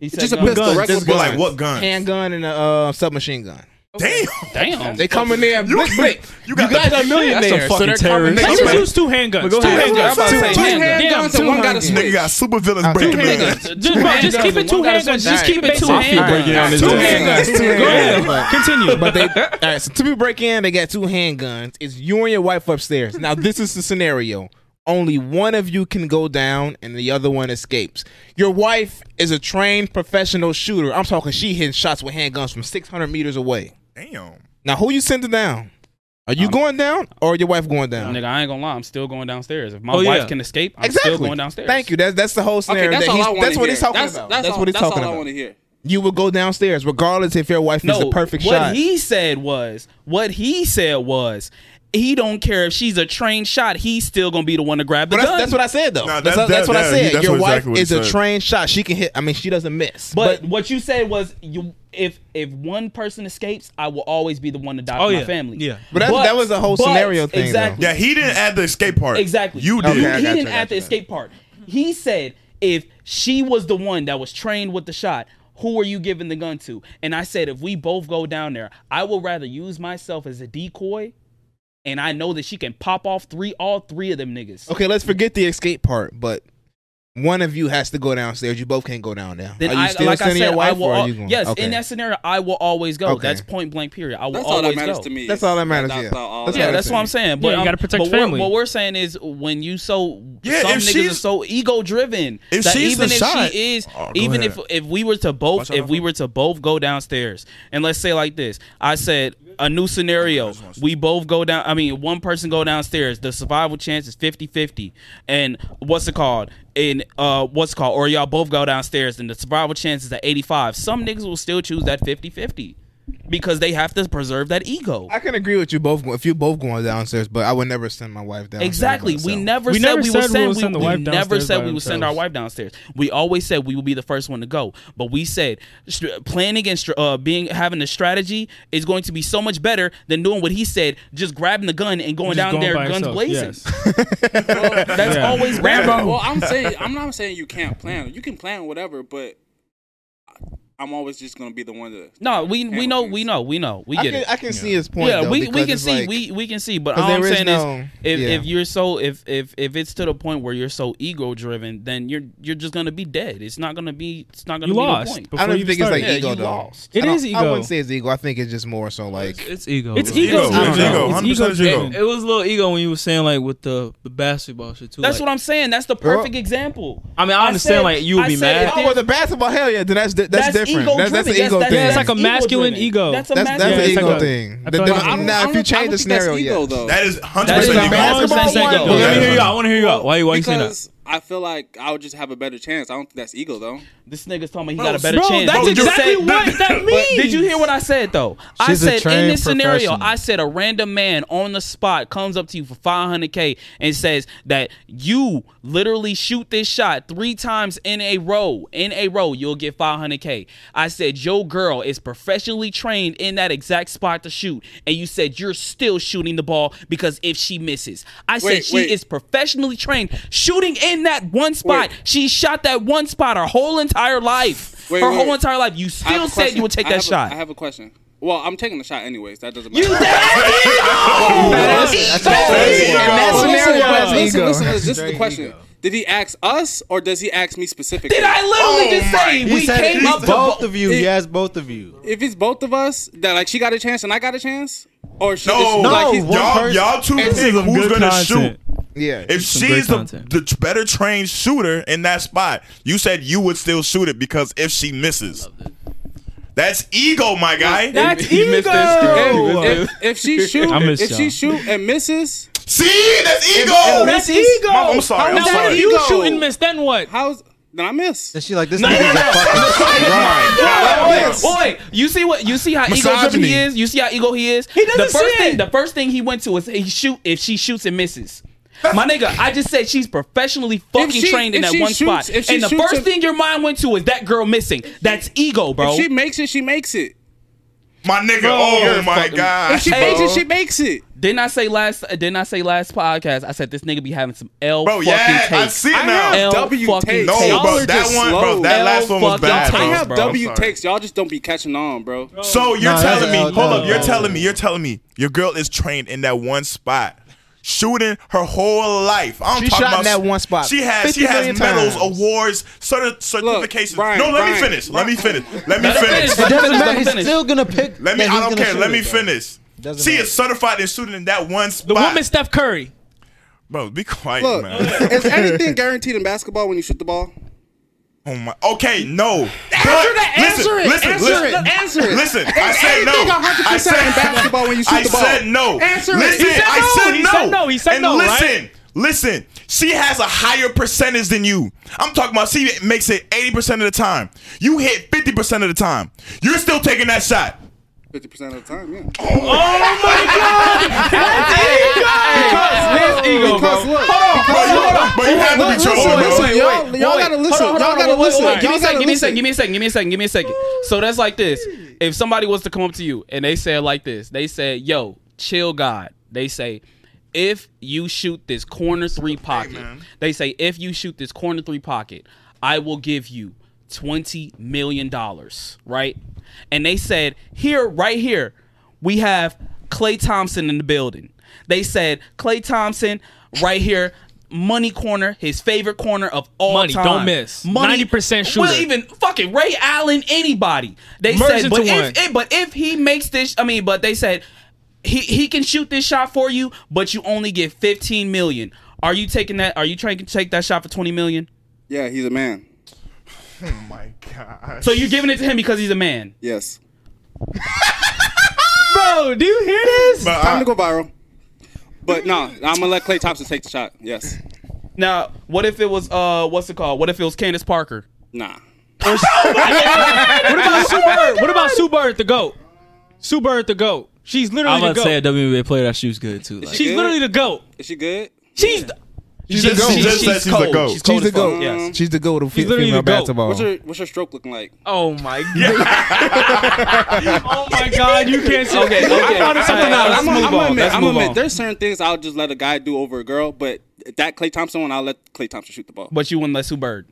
Speaker 4: It's
Speaker 7: just a pistol
Speaker 1: guns.
Speaker 7: reckless
Speaker 3: Just
Speaker 8: But
Speaker 3: guns.
Speaker 8: like what gun?
Speaker 3: Handgun and a uh, submachine gun.
Speaker 8: Damn.
Speaker 4: Damn.
Speaker 3: They come in there and blick, blick.
Speaker 8: You got
Speaker 3: you guys
Speaker 8: the-
Speaker 3: are millionaires, so they're coming.
Speaker 6: terrorist.
Speaker 1: Let's just
Speaker 8: Okay.
Speaker 1: use two handguns. Two
Speaker 6: go ahead.
Speaker 1: handguns.
Speaker 4: That's what I'm about to
Speaker 7: two
Speaker 4: say.
Speaker 1: Damn,
Speaker 7: handguns
Speaker 1: two
Speaker 7: and one got a
Speaker 8: Nigga
Speaker 7: switch
Speaker 8: got super villains
Speaker 3: two
Speaker 8: breaking in.
Speaker 3: handguns.
Speaker 1: Just, bro, just keep it two
Speaker 4: One gotta
Speaker 1: handguns.
Speaker 4: switch.
Speaker 1: Just keep
Speaker 4: Alright.
Speaker 1: it two handguns.
Speaker 6: breaking on his
Speaker 1: Two
Speaker 6: door.
Speaker 1: handguns.
Speaker 3: Two
Speaker 1: Go
Speaker 3: handguns.
Speaker 1: ahead. Continue.
Speaker 3: But they, all right, so two people break in, they got two handguns. It's you and your wife upstairs. Now, this is the scenario. Only one of you can go down and the other one escapes. Your wife is a trained professional shooter. I'm talking she hitting shots with handguns from 600 meters away.
Speaker 8: Damn.
Speaker 3: Now, who you sending down? Are you going down or your wife going down?
Speaker 4: Um, Nigga, I ain't gonna lie. I'm still going downstairs. If my
Speaker 6: Oh,
Speaker 4: wife
Speaker 6: yeah.
Speaker 4: can escape, I'm
Speaker 3: Exactly.
Speaker 4: still going downstairs.
Speaker 3: Thank you. That's that's the whole
Speaker 7: okay
Speaker 3: scenario.
Speaker 7: that's
Speaker 3: that
Speaker 7: all
Speaker 3: he's-
Speaker 7: I want
Speaker 3: that's
Speaker 7: to
Speaker 3: what
Speaker 7: hear
Speaker 3: he's talking
Speaker 7: that's
Speaker 3: about.
Speaker 7: that's all-
Speaker 3: what he's
Speaker 7: that's
Speaker 3: talking
Speaker 7: all I
Speaker 3: about.
Speaker 7: want to hear
Speaker 3: You would go downstairs regardless if your wife is the perfect
Speaker 4: what
Speaker 3: shot.
Speaker 4: he said was, what he said was, he don't care if she's a trained shot. He's still gonna be the one to grab the
Speaker 3: But that's,
Speaker 4: gun.
Speaker 3: that's what I said though.
Speaker 8: Nah,
Speaker 3: that's,
Speaker 8: that-
Speaker 3: that's
Speaker 8: that-
Speaker 3: what
Speaker 8: that-
Speaker 3: I said.
Speaker 8: that's
Speaker 3: Your
Speaker 8: what
Speaker 3: wife
Speaker 8: exactly what he
Speaker 3: is a
Speaker 8: said.
Speaker 3: trained shot. She can hit. I mean, she doesn't miss.
Speaker 4: But, what you said was, you if if one person escapes, I will always be the one to die
Speaker 6: Oh,
Speaker 4: for my
Speaker 6: yeah.
Speaker 4: family.
Speaker 6: Yeah.
Speaker 3: But that- that was the whole scenario thing, though.
Speaker 4: Exactly.
Speaker 8: Yeah, he didn't add the escape part.
Speaker 4: Exactly.
Speaker 8: You
Speaker 4: He,
Speaker 8: did.
Speaker 3: I
Speaker 4: he
Speaker 3: got you,
Speaker 4: didn't
Speaker 3: I
Speaker 4: add
Speaker 3: got
Speaker 4: the
Speaker 3: you.
Speaker 4: escape part. He said if she was the one that was trained with the shot, who are you giving the gun to? And I said if we both go down there, I would rather use myself as a decoy, and I know that she can pop off three all three of them niggas.
Speaker 3: okay, let's forget the escape part. But one of you has to go downstairs. You both can't go down there.
Speaker 4: Then
Speaker 3: are you
Speaker 4: I,
Speaker 3: still
Speaker 4: like I
Speaker 3: sending
Speaker 4: said,
Speaker 3: your wife,
Speaker 4: I will.
Speaker 3: or
Speaker 4: al-
Speaker 3: are you going?
Speaker 4: yes,
Speaker 3: okay.
Speaker 4: in that scenario, I will always go.
Speaker 3: Okay.
Speaker 4: That's point blank. Period. I will
Speaker 7: that's all
Speaker 4: always
Speaker 7: that matters
Speaker 4: go.
Speaker 7: to me
Speaker 3: That's all that matters, yeah.
Speaker 7: all
Speaker 3: That's
Speaker 7: that
Speaker 4: Yeah,
Speaker 3: all
Speaker 4: that's what I'm saying. But
Speaker 1: you
Speaker 4: um,
Speaker 1: gotta protect
Speaker 4: but we're-
Speaker 1: family.
Speaker 4: What we're saying is when you so
Speaker 8: Yeah,
Speaker 4: some
Speaker 8: if
Speaker 4: niggas are
Speaker 8: she's-
Speaker 4: so ego driven
Speaker 8: if
Speaker 4: that
Speaker 8: she's
Speaker 4: even
Speaker 8: the
Speaker 4: if
Speaker 8: shot-
Speaker 4: she is
Speaker 8: Oh, go
Speaker 4: even
Speaker 8: ahead.
Speaker 4: if if we were to both
Speaker 8: Watch out,
Speaker 4: if we
Speaker 8: Alpha.
Speaker 4: were to both go downstairs and let's say like this, I said a new scenario. We both go down. I mean, one person go downstairs. The survival chance is 50-50. And what's it called? And uh, what's it called? Or y'all both go downstairs, and the survival chance is at eighty five. Some niggas will still choose that 50-50 because they have to preserve that ego.
Speaker 3: I can agree with you both if you both going downstairs, but I would never send my wife downstairs.
Speaker 4: Exactly.
Speaker 3: myself.
Speaker 4: We never
Speaker 1: We
Speaker 4: said
Speaker 1: never
Speaker 4: we
Speaker 1: said
Speaker 4: would
Speaker 1: we
Speaker 4: send.
Speaker 1: would
Speaker 4: We,
Speaker 1: send the wife
Speaker 4: we never
Speaker 1: downstairs
Speaker 4: said
Speaker 1: by
Speaker 4: we would send
Speaker 1: ourselves.
Speaker 4: our wife downstairs. We always said we would be the first one to go. But we said st- planning and str- uh, being having a strategy is going to be so much better than doing what he said, just grabbing the gun and going
Speaker 1: Just
Speaker 4: down
Speaker 1: going
Speaker 4: there,
Speaker 1: by
Speaker 4: guns
Speaker 1: yourself,
Speaker 4: blazing.
Speaker 1: yes.
Speaker 4: That's
Speaker 1: Yeah.
Speaker 4: always better.
Speaker 1: Rambo.
Speaker 7: Well, I'm saying I'm not saying you can't plan. You can plan whatever, but I'm always just gonna be the one that.
Speaker 4: No, we we know we know we know we
Speaker 3: I
Speaker 4: get
Speaker 3: can,
Speaker 4: it.
Speaker 3: I can see his point.
Speaker 4: yeah,
Speaker 3: though,
Speaker 4: we, we
Speaker 3: because
Speaker 4: can
Speaker 3: it's
Speaker 4: see
Speaker 3: like-
Speaker 4: we we can see, but
Speaker 3: 'Cause
Speaker 4: all I'm
Speaker 3: there is
Speaker 4: saying
Speaker 3: no-
Speaker 4: is if,
Speaker 3: yeah.
Speaker 4: if you're so if if if it's to the point where you're so ego driven, then you're you're just gonna be dead. It's not gonna be it's not gonna
Speaker 1: You
Speaker 4: be
Speaker 1: lost.
Speaker 4: the point.
Speaker 1: Before
Speaker 3: I don't
Speaker 1: you
Speaker 3: even think it's like
Speaker 1: started.
Speaker 4: Yeah,
Speaker 3: ego
Speaker 4: you
Speaker 3: though.
Speaker 4: lost.
Speaker 3: I
Speaker 1: It
Speaker 3: don't-
Speaker 1: is
Speaker 3: I
Speaker 1: ego.
Speaker 3: wouldn't say it's ego. I think it's just more so like
Speaker 6: It's ego.
Speaker 1: It's
Speaker 6: bro.
Speaker 1: ego.
Speaker 8: Ego, it's ego,
Speaker 1: It's
Speaker 8: 100% is ego.
Speaker 6: It was a little ego when you were saying like with the, the basketball shit too.
Speaker 4: That's
Speaker 6: like,
Speaker 4: what I'm saying. That's the
Speaker 3: Girl.
Speaker 4: perfect example.
Speaker 6: I mean, I understand, like, you would
Speaker 4: I
Speaker 6: be
Speaker 4: said
Speaker 6: mad.
Speaker 4: if
Speaker 3: oh,
Speaker 4: there-
Speaker 3: well, the basketball. Hell yeah, then that's di- that's, different. That's, that's
Speaker 4: ego-driven.
Speaker 3: an ego
Speaker 4: Yes,
Speaker 3: thing.
Speaker 1: It's like a
Speaker 4: ego-driven.
Speaker 1: masculine ego.
Speaker 4: That's a
Speaker 3: that's that's
Speaker 4: masculine
Speaker 3: an
Speaker 1: it's
Speaker 3: ego
Speaker 1: like a-
Speaker 3: thing.
Speaker 1: I
Speaker 3: The-
Speaker 1: feel
Speaker 3: the-
Speaker 1: like I don't-
Speaker 3: now, if you change the scenario,
Speaker 7: ego,
Speaker 3: yeah.
Speaker 7: though.
Speaker 8: That is hundred
Speaker 4: That's
Speaker 8: percent
Speaker 4: not
Speaker 8: ego.
Speaker 3: basketball
Speaker 4: That's not
Speaker 3: one.
Speaker 4: ego.
Speaker 1: Let me hear you
Speaker 8: Yeah.
Speaker 1: out. I want to hear you out. Why you why you saying that?
Speaker 7: because I feel like I would just have a better chance. I don't think that's ego though.
Speaker 4: This nigga's talking about he got a better
Speaker 1: bro,
Speaker 4: chance.
Speaker 1: that's
Speaker 4: Bro, you
Speaker 1: exactly
Speaker 4: said-
Speaker 1: what that
Speaker 4: But Did you hear what I said though?
Speaker 9: She's a
Speaker 4: I said in
Speaker 9: trained
Speaker 4: this scenario,
Speaker 9: professional.
Speaker 4: I said a random man on the spot comes up to you for 500k and says that you literally shoot this shot three times in a row. In a row, you'll get 500k. I said your girl is professionally trained in that exact spot to shoot, and you said you're still shooting the ball because if she misses, I said
Speaker 7: Wait,
Speaker 4: she
Speaker 7: wait.
Speaker 4: is professionally trained shooting in that one spot.
Speaker 7: Wait.
Speaker 4: She shot that one spot her whole entire life.
Speaker 7: Wait,
Speaker 4: her
Speaker 7: wait.
Speaker 4: whole entire life. You
Speaker 7: I have
Speaker 4: still
Speaker 7: a
Speaker 4: said
Speaker 7: question.
Speaker 4: you would take
Speaker 7: I
Speaker 4: that
Speaker 7: have a-
Speaker 4: shot.
Speaker 7: I have a question. Well, I'm taking the shot anyways. That doesn't matter.
Speaker 4: You that ego.
Speaker 3: That's
Speaker 7: Well, Oh, listen,
Speaker 3: scenario
Speaker 7: guys,
Speaker 3: has
Speaker 7: listen,
Speaker 3: ego.
Speaker 7: listen, listen, this is the question. Did he ask us or does he ask me specifically?
Speaker 4: Did I
Speaker 8: Oh
Speaker 4: literally
Speaker 7: Oh,
Speaker 4: just say
Speaker 9: He
Speaker 4: we
Speaker 9: said
Speaker 4: came
Speaker 9: he's
Speaker 4: up to
Speaker 9: both
Speaker 4: bo-
Speaker 9: of you. He asked both of you.
Speaker 7: If it's both of us, that like she got a chance and I got a chance, or she,
Speaker 8: No,
Speaker 7: it's like he's-
Speaker 9: one
Speaker 8: y'all,
Speaker 9: person-
Speaker 8: y'all two pick
Speaker 1: some
Speaker 8: who's
Speaker 1: good
Speaker 8: gonna
Speaker 1: content.
Speaker 8: shoot.
Speaker 3: Yeah.
Speaker 8: If
Speaker 6: some great
Speaker 8: she's the,
Speaker 6: content.
Speaker 8: the t- better trained shooter in that spot, you said you would still shoot it because if she misses, that's ego, my guy.
Speaker 1: That's
Speaker 5: You missed that stupid- you missed
Speaker 1: ego.
Speaker 5: that-
Speaker 7: if she shoot,
Speaker 1: I miss
Speaker 7: if she
Speaker 1: y'all.
Speaker 7: shoot and misses,
Speaker 8: See, that's ego.
Speaker 1: That's ego.
Speaker 8: Mom, I'm sorry. I'm
Speaker 1: Now,
Speaker 8: sorry.
Speaker 1: if you shoot and miss, then what?
Speaker 7: how's then I miss?
Speaker 9: And she like this nigga's a fucking
Speaker 8: Right.
Speaker 4: Wait, wait, you see what you see how ego driven
Speaker 8: Misogyny.
Speaker 4: he is. You see how ego he is.
Speaker 1: He doesn't
Speaker 4: the first
Speaker 1: see
Speaker 4: thing,
Speaker 1: it.
Speaker 4: the first thing he went to was he shoot if she shoots and misses. My nigga, I just said she's professionally fucking
Speaker 7: she-
Speaker 4: trained in
Speaker 7: if
Speaker 4: that
Speaker 7: she
Speaker 4: one
Speaker 7: shoots-
Speaker 4: spot,
Speaker 7: if she
Speaker 4: and the
Speaker 7: shoots
Speaker 4: first
Speaker 7: a-
Speaker 4: thing your mind went to is that girl missing. That's ego, bro.
Speaker 7: If she makes it, she makes it.
Speaker 8: My nigga,
Speaker 4: you're
Speaker 8: oh my
Speaker 4: fucking-
Speaker 7: If
Speaker 8: gosh.
Speaker 7: she makes
Speaker 4: bro.
Speaker 7: it, she makes it.
Speaker 4: Didn't I say last? uh, Didn't I say last podcast? I said this nigga be having some L
Speaker 8: Bro,
Speaker 4: fucking
Speaker 8: yeah, I
Speaker 4: takes.
Speaker 8: see it
Speaker 7: I
Speaker 8: now.
Speaker 7: have
Speaker 4: L
Speaker 7: W
Speaker 4: fucking
Speaker 7: takes.
Speaker 8: No,
Speaker 4: L-
Speaker 7: Y'all
Speaker 8: bro,
Speaker 7: are
Speaker 8: that
Speaker 7: just
Speaker 8: one,
Speaker 7: slow.
Speaker 8: bro, that
Speaker 4: L
Speaker 8: last one was
Speaker 4: fucking
Speaker 8: bad.
Speaker 4: takes,
Speaker 8: bro.
Speaker 7: I have
Speaker 4: bro.
Speaker 7: W
Speaker 8: I'm sorry.
Speaker 7: takes. Y'all just don't be catching on, bro.
Speaker 8: So you're
Speaker 9: Nah, that's
Speaker 8: telling me,
Speaker 9: out
Speaker 8: hold
Speaker 9: there.
Speaker 8: up, you're
Speaker 9: Nah.
Speaker 8: telling me, you're telling me, your girl is trained in that one spot, shooting her whole life. I don't
Speaker 3: She
Speaker 8: talk
Speaker 3: shot in
Speaker 8: about
Speaker 3: that one spot
Speaker 8: She has,
Speaker 3: 50
Speaker 8: she has
Speaker 3: million
Speaker 8: medals,
Speaker 3: times.
Speaker 8: awards, certi- certifications.
Speaker 7: Brian,
Speaker 8: no, let me
Speaker 7: Brian,
Speaker 8: finish. Let me finish. Let me
Speaker 4: Let her
Speaker 8: finish.
Speaker 4: finish, let her finish, let her
Speaker 9: He's
Speaker 4: finish.
Speaker 9: still gonna pick.
Speaker 8: Let me. I
Speaker 9: that he's
Speaker 8: don't
Speaker 9: gonna
Speaker 8: care.
Speaker 9: shoot
Speaker 8: Let me
Speaker 9: it, bro.
Speaker 8: finish.
Speaker 9: Doesn't
Speaker 8: She
Speaker 9: matter.
Speaker 8: is certified in shooting in that one
Speaker 1: The
Speaker 8: spot.
Speaker 1: woman Steph Curry.
Speaker 8: bro, be quiet,
Speaker 7: Look,
Speaker 8: man.
Speaker 7: is anything guaranteed in basketball when you shoot the ball?
Speaker 8: Oh my. Okay, no. Answer
Speaker 1: that, answer it,
Speaker 8: Listen,
Speaker 1: answer
Speaker 8: listen,
Speaker 1: it,
Speaker 7: answer it.
Speaker 8: Listen, I
Speaker 7: Is
Speaker 8: said no.
Speaker 7: anything 100%
Speaker 8: I said
Speaker 7: in basketball when you shoot
Speaker 8: I
Speaker 7: the ball?
Speaker 8: said no.
Speaker 7: Answer it.
Speaker 8: listen,
Speaker 7: He said
Speaker 8: I
Speaker 1: no.
Speaker 8: said
Speaker 1: He
Speaker 8: no.
Speaker 1: said no. He said
Speaker 8: and
Speaker 1: no, right?
Speaker 8: Listen, listen. She has a higher percentage than you. I'm talking about she makes it 80% of the time. You hit 50% of the time. You're still taking that shot.
Speaker 7: Fifty percent of the time, yeah.
Speaker 4: That's ego, bro.
Speaker 7: Because look,
Speaker 8: But you, but you have to be
Speaker 7: listen,
Speaker 8: trolling, bro.
Speaker 7: listen, y'all, y'all
Speaker 4: Wait,
Speaker 7: gotta
Speaker 4: hold on,
Speaker 7: listen.
Speaker 4: hold on, hold
Speaker 7: y'all
Speaker 4: on,
Speaker 7: gotta
Speaker 4: wait, wait,
Speaker 7: listen.
Speaker 4: wait. Give me
Speaker 7: Y'all
Speaker 4: a second.
Speaker 7: gotta
Speaker 4: Give me a second.
Speaker 7: listen.
Speaker 4: Give me a second. Give me a second. Give me a second. So that's like this. If somebody was to come up to you and they said like this, they said, "Yo, chill, God." They say, "If you shoot this corner three pocket," they say, "If you shoot this corner three pocket, I will give you twenty million dollars." Right? And they said, "Here, right here, we have Clay Thompson in the building." They said, "Clay Thompson, right here." Money corner, his favorite corner of all
Speaker 1: Money,
Speaker 4: time.
Speaker 1: don't miss. 90% shooter.
Speaker 4: Well, even fucking Ray Allen, anybody. They
Speaker 1: Merge
Speaker 4: said, but
Speaker 1: into
Speaker 4: if,
Speaker 1: one.
Speaker 4: if- but if he makes this, I mean, but they said he he can shoot this shot for you, but you only get 15 million. Are you taking that? Are you trying to take that shot for 20 million?
Speaker 7: Yeah, he's a man.
Speaker 8: Oh my god.
Speaker 4: So you're giving it to him because he's a man.
Speaker 7: Yes.
Speaker 4: Bro,
Speaker 6: Yo, do you hear this?
Speaker 8: Uh,
Speaker 7: Time to go viral. But no, I'm gonna let Clay Thompson take the shot. Yes.
Speaker 4: Now, what if it was uh, what's it called? What if it was Candace Parker?
Speaker 7: Nah.
Speaker 1: what about Sue Bird? What about Sue Bird the goat? Sue Bird the goat. She's
Speaker 6: I'm
Speaker 1: literally the
Speaker 6: about to
Speaker 1: goat.
Speaker 6: say a WNBA player that shoots good too. Like,
Speaker 1: She's literally the goat.
Speaker 7: Is she good?
Speaker 1: She's the,
Speaker 3: She's
Speaker 4: She
Speaker 3: the goat.
Speaker 4: she- she's
Speaker 3: Just
Speaker 4: cold. She's cold
Speaker 3: the
Speaker 4: as fuck,
Speaker 3: goat.
Speaker 4: Yes.
Speaker 3: She's the goat of fe-
Speaker 1: She's literally
Speaker 3: female
Speaker 1: the goat.
Speaker 3: basketball.
Speaker 7: What's her What's her stroke looking like?
Speaker 4: Oh my god.
Speaker 1: Oh my God, you can't say.
Speaker 4: Okay, okay.
Speaker 1: I thought of something
Speaker 4: Alright,
Speaker 1: else.
Speaker 4: let's
Speaker 7: I'm,
Speaker 4: move
Speaker 7: I'm
Speaker 4: on.
Speaker 7: admit,
Speaker 4: Let's
Speaker 7: I'm
Speaker 4: move
Speaker 7: admit,
Speaker 4: on.
Speaker 7: there's certain things I'll just let a guy do over a girl, but that Clay Thompson one, I'll let Clay Thompson shoot the ball.
Speaker 4: But you wouldn't let Sue Bird.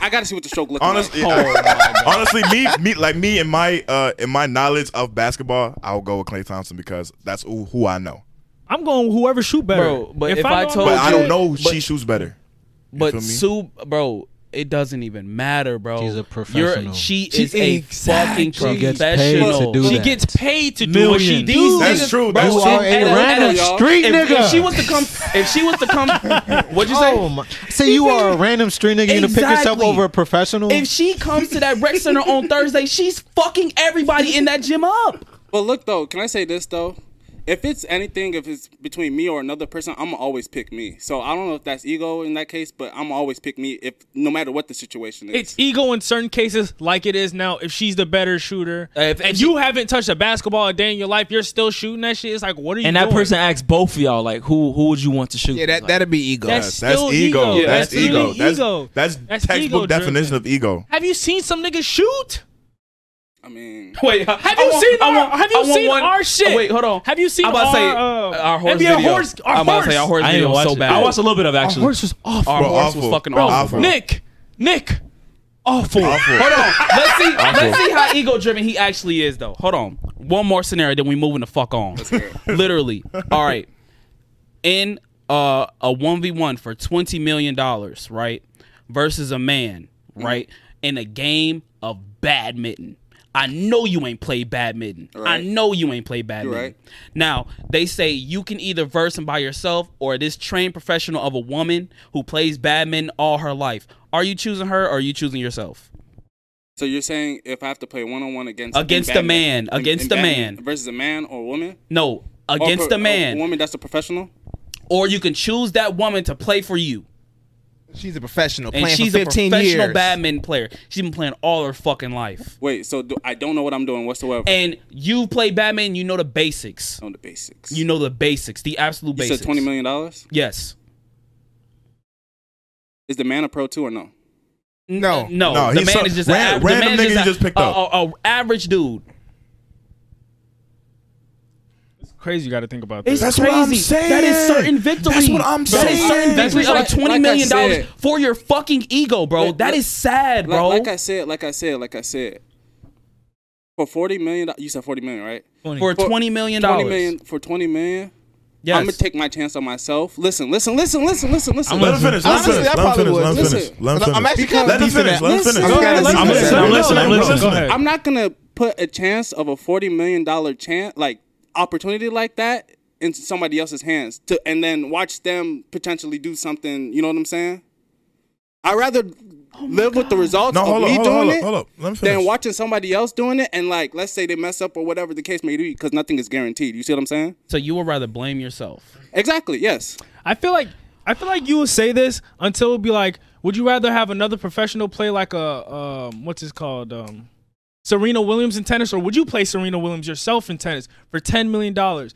Speaker 7: I gotta see what the stroke looking
Speaker 8: Honestly,
Speaker 1: Oh,
Speaker 7: like.
Speaker 8: honestly, me, me, like me, in my, uh, in my knowledge of basketball, I'll go with Clay Thompson because that's who, who I know.
Speaker 1: I'm going whoever shoot better.
Speaker 4: Bro, but if I
Speaker 1: know-
Speaker 4: told-
Speaker 8: But I don't
Speaker 4: Yeah,
Speaker 8: know who
Speaker 4: but-
Speaker 8: she shoots better. You
Speaker 4: But
Speaker 8: feel me?
Speaker 4: Sue, bro, it doesn't even matter, bro.
Speaker 9: She's a
Speaker 4: You're-
Speaker 9: professional.
Speaker 4: she
Speaker 1: She-
Speaker 4: is a
Speaker 1: exactly.
Speaker 4: fucking
Speaker 9: She gets paid
Speaker 4: professional.
Speaker 9: to do
Speaker 1: she
Speaker 9: that.
Speaker 1: gets paid to do what she
Speaker 6: Millions.
Speaker 1: do.
Speaker 8: That's
Speaker 4: niggas-
Speaker 8: true.
Speaker 4: bro,
Speaker 8: That's
Speaker 4: and-
Speaker 8: true.
Speaker 4: and-
Speaker 9: a
Speaker 4: and-
Speaker 9: random
Speaker 4: and-
Speaker 9: street
Speaker 4: if,
Speaker 9: nigga.
Speaker 4: If she was to come, if she was to come, what'd you say?
Speaker 9: Oh my! Say you are a random street nigga. You gonna pick yourself
Speaker 4: Exactly.
Speaker 9: over a professional?
Speaker 4: If she comes to that rec center on Thursday, she's fucking everybody in that gym up.
Speaker 7: But look though, can I say this though? If it's anything, if it's between me or another person, I'm gonna always pick me. So I don't know if that's ego in that case, but I'm gonna always pick me if no matter what the situation is.
Speaker 1: It's ego in certain cases, like it is now. If she's the better shooter,
Speaker 4: If- if
Speaker 1: and
Speaker 4: she-
Speaker 1: you haven't touched a basketball a day in your life, you're still shooting that shit. It's like, what are you?
Speaker 6: and that
Speaker 1: doing?
Speaker 6: person asks both of y'all like, who who would you want to shoot?
Speaker 3: Yeah, that
Speaker 6: Like,
Speaker 3: that'd be ego.
Speaker 1: That's
Speaker 8: Yes, that's
Speaker 1: still
Speaker 8: ego.
Speaker 1: ego.
Speaker 8: That's,
Speaker 1: That's
Speaker 8: ego.
Speaker 1: literally
Speaker 8: That's
Speaker 1: ego.
Speaker 8: That's,
Speaker 1: That's
Speaker 8: textbook
Speaker 1: ego-driven.
Speaker 8: definition of ego.
Speaker 1: Have you seen some niggas shoot?
Speaker 7: I mean,
Speaker 4: Wait,
Speaker 1: Have you seen our? have you seen our shit?
Speaker 4: Oh, Wait, hold on.
Speaker 1: Have you seen
Speaker 4: I'm about to
Speaker 1: our,
Speaker 4: say
Speaker 1: uh,
Speaker 4: our horse
Speaker 1: NBA
Speaker 4: video.
Speaker 1: horse? Our
Speaker 4: I'm about
Speaker 1: horse.
Speaker 4: to say our horse
Speaker 6: I didn't
Speaker 4: video was
Speaker 6: watch
Speaker 4: so
Speaker 6: it.
Speaker 4: bad.
Speaker 6: I watched a little bit of it, actually.
Speaker 1: was awful.
Speaker 4: Our
Speaker 8: Bro,
Speaker 4: horse
Speaker 8: awful.
Speaker 4: was fucking
Speaker 1: Oh,
Speaker 8: Bro,
Speaker 4: awful.
Speaker 8: awful.
Speaker 1: Nick, Nick, awful.
Speaker 4: Hold on. Let's see. let's see how ego driven he actually is, though. Hold on. One more scenario, then we moving the fuck on. Literally. All right. In uh, a one v one for twenty million dollars, right, versus a man,
Speaker 7: Mm-hmm.
Speaker 4: right, in a game of badminton. I know you ain't played badminton. I
Speaker 7: Right.
Speaker 4: know you ain't played badminton.
Speaker 7: right.
Speaker 4: Now they say you can either verse him by yourself or this trained professional of a woman who plays badminton all her life. Are you choosing her or are you choosing yourself?
Speaker 7: so you're saying if I have to play one on one against
Speaker 4: Against
Speaker 7: in
Speaker 4: a man,
Speaker 7: badminton- in-
Speaker 4: against
Speaker 7: in
Speaker 4: a
Speaker 7: badminton
Speaker 4: man.
Speaker 7: versus a man or a woman
Speaker 4: No,
Speaker 7: Or
Speaker 4: against
Speaker 7: pro-
Speaker 4: a
Speaker 7: a
Speaker 4: man,
Speaker 7: woman that's a professional.
Speaker 4: or you can choose that woman to play for you.
Speaker 3: She's a professional
Speaker 4: And
Speaker 3: playing
Speaker 4: she's
Speaker 3: for
Speaker 4: a
Speaker 3: 15
Speaker 4: professional
Speaker 3: years.
Speaker 4: badminton player. She's been playing all her fucking life.
Speaker 7: Wait, so do, I don't know what I'm doing whatsoever.
Speaker 4: And you play badminton, you know the basics.
Speaker 7: on the basics,
Speaker 4: You know the basics, the absolute
Speaker 7: you
Speaker 4: basics.
Speaker 7: said twenty million dollars.
Speaker 4: Yes.
Speaker 7: Is the man a pro too or no?
Speaker 3: No.
Speaker 4: uh, No,
Speaker 8: No,
Speaker 4: the
Speaker 8: he's
Speaker 4: man
Speaker 8: some-
Speaker 4: is just
Speaker 8: ran-
Speaker 4: an,
Speaker 8: random
Speaker 4: the man
Speaker 8: nigga
Speaker 4: is
Speaker 8: you
Speaker 4: a-
Speaker 8: just picked
Speaker 4: a-
Speaker 8: up.
Speaker 4: a- a average dude.
Speaker 1: e- Crazy, you got to think about
Speaker 4: It's
Speaker 1: this.
Speaker 8: That's what
Speaker 4: crazy.
Speaker 8: I'm saying.
Speaker 4: That is certain victory.
Speaker 8: That's what I'm
Speaker 4: That is certain
Speaker 8: saying.
Speaker 4: victory
Speaker 7: Like-
Speaker 4: of twenty
Speaker 7: like I
Speaker 4: million dollars
Speaker 7: said.
Speaker 4: for your fucking ego, bro.
Speaker 7: Like-
Speaker 4: that is sad,
Speaker 7: Like,
Speaker 4: bro.
Speaker 7: like I said, like I said, like I said, for forty million, you said forty million, right?
Speaker 4: for twenty million dollars.
Speaker 7: Twenty million for twenty million.
Speaker 4: Yes.
Speaker 7: I'm gonna take my chance on myself. Listen, listen, listen, listen, listen, listen.
Speaker 8: Let him finish. Let him
Speaker 3: Honestly,
Speaker 8: finish.
Speaker 3: I
Speaker 8: Let him
Speaker 3: probably
Speaker 8: finish.
Speaker 3: would.
Speaker 8: Let him finish. Let
Speaker 3: Listen,
Speaker 8: him
Speaker 3: I'm
Speaker 8: finish.
Speaker 3: actually kinda
Speaker 8: Let him
Speaker 3: decent
Speaker 8: finish.
Speaker 3: at-
Speaker 8: Let him
Speaker 7: Listen,
Speaker 8: finish.
Speaker 7: I'm kinda decent
Speaker 8: I'm
Speaker 7: at
Speaker 8: listening.
Speaker 7: that.
Speaker 8: I'm listening. I'm
Speaker 1: No, no,
Speaker 8: listening.
Speaker 1: go ahead.
Speaker 7: I'm not gonna put a chance of a forty million dollar chance like opportunity like that in somebody else's hands to and then watch them potentially do something. You know what I'm saying? I'd rather live with the results
Speaker 8: No,
Speaker 7: of
Speaker 8: hold up,
Speaker 7: me
Speaker 8: hold up,
Speaker 7: doing
Speaker 8: hold up,
Speaker 7: it
Speaker 8: hold up. Let me
Speaker 7: than
Speaker 8: finish.
Speaker 7: watching somebody else doing it and like let's say they mess up or whatever the case may be because nothing is guaranteed. You see what I'm saying?
Speaker 4: so you would rather blame yourself.
Speaker 7: Exactly. Yes.
Speaker 1: I feel like I feel like you would say this until it'd be like, would you rather have another professional play like a um, what's it called um, Serena Williams in tennis, or would you play Serena Williams yourself in tennis for ten million dollars?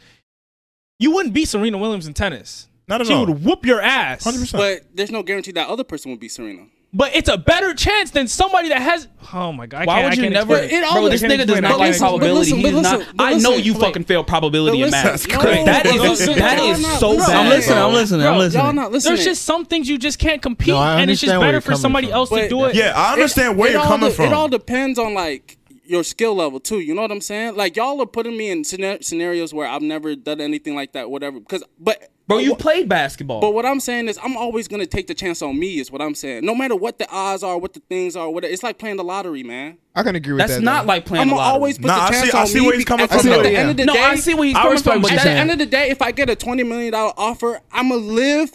Speaker 1: You wouldn't beat Serena Williams in tennis.
Speaker 8: Not at
Speaker 1: She
Speaker 8: all.
Speaker 1: would whoop your ass.
Speaker 8: 100%.
Speaker 7: But there's no guarantee that other person will be Serena.
Speaker 1: But it's a better chance than somebody that has. Oh my god! I
Speaker 4: Why
Speaker 1: can't-
Speaker 4: would
Speaker 1: I
Speaker 4: you
Speaker 1: can't
Speaker 4: never?
Speaker 1: explain
Speaker 7: But it
Speaker 4: bro,
Speaker 7: all-
Speaker 4: this
Speaker 1: I can't
Speaker 4: nigga does
Speaker 1: explain
Speaker 4: not
Speaker 1: it.
Speaker 4: like
Speaker 1: But listen, but
Speaker 4: probability. He does
Speaker 7: listen, but
Speaker 4: not.
Speaker 7: listen, but
Speaker 4: I know
Speaker 7: listen.
Speaker 4: you
Speaker 7: Wait.
Speaker 4: fucking fail probability
Speaker 7: But
Speaker 4: in math.
Speaker 7: listen, no,
Speaker 4: That
Speaker 7: but
Speaker 4: is
Speaker 7: listen,
Speaker 4: that
Speaker 7: y'all
Speaker 4: is
Speaker 7: not
Speaker 4: so
Speaker 7: listening.
Speaker 4: bad.
Speaker 6: I'm listening.
Speaker 4: bro.
Speaker 6: I'm listening.
Speaker 1: Bro,
Speaker 6: I'm listening.
Speaker 7: Y'all not listening.
Speaker 1: There's just some things you just can't compete,
Speaker 9: No, I
Speaker 1: and it's just
Speaker 9: understand where
Speaker 1: better
Speaker 9: you're
Speaker 1: for
Speaker 9: coming
Speaker 1: somebody
Speaker 9: from.
Speaker 1: else to
Speaker 7: But-
Speaker 1: do it.
Speaker 8: Yeah, I understand where
Speaker 7: it
Speaker 8: you're
Speaker 7: all
Speaker 8: coming
Speaker 7: de-
Speaker 8: from.
Speaker 7: It all depends on like your skill level too. You know what I'm saying? Like y'all are putting me in scena- scenarios where I've never done anything like that, whatever. Because but
Speaker 4: Bro, you
Speaker 7: but wh-
Speaker 4: played basketball.
Speaker 7: But what I'm saying is, I'm always gonna take the chance on me. Is what I'm saying. No matter what the odds are, what the things are, what it's like playing the lottery, man.
Speaker 3: I can agree with
Speaker 4: That's
Speaker 3: that.
Speaker 4: not
Speaker 3: though.
Speaker 4: like playing.
Speaker 7: I'm
Speaker 4: a
Speaker 7: gonna
Speaker 4: lottery.
Speaker 7: always put
Speaker 8: Nah,
Speaker 7: the
Speaker 8: I
Speaker 7: chance
Speaker 8: see- I
Speaker 7: on
Speaker 8: see
Speaker 7: me
Speaker 8: where he's
Speaker 7: bec-
Speaker 8: coming
Speaker 7: at
Speaker 8: from,
Speaker 7: the-
Speaker 3: though.
Speaker 7: At the
Speaker 3: Yeah.
Speaker 7: end of the
Speaker 4: No,
Speaker 7: day,
Speaker 4: I see where he's
Speaker 7: I
Speaker 4: coming
Speaker 7: respect
Speaker 4: from,
Speaker 7: what
Speaker 4: but
Speaker 7: At
Speaker 4: that-
Speaker 7: the end of the day, if I get a 20 million dollar offer, I'ma live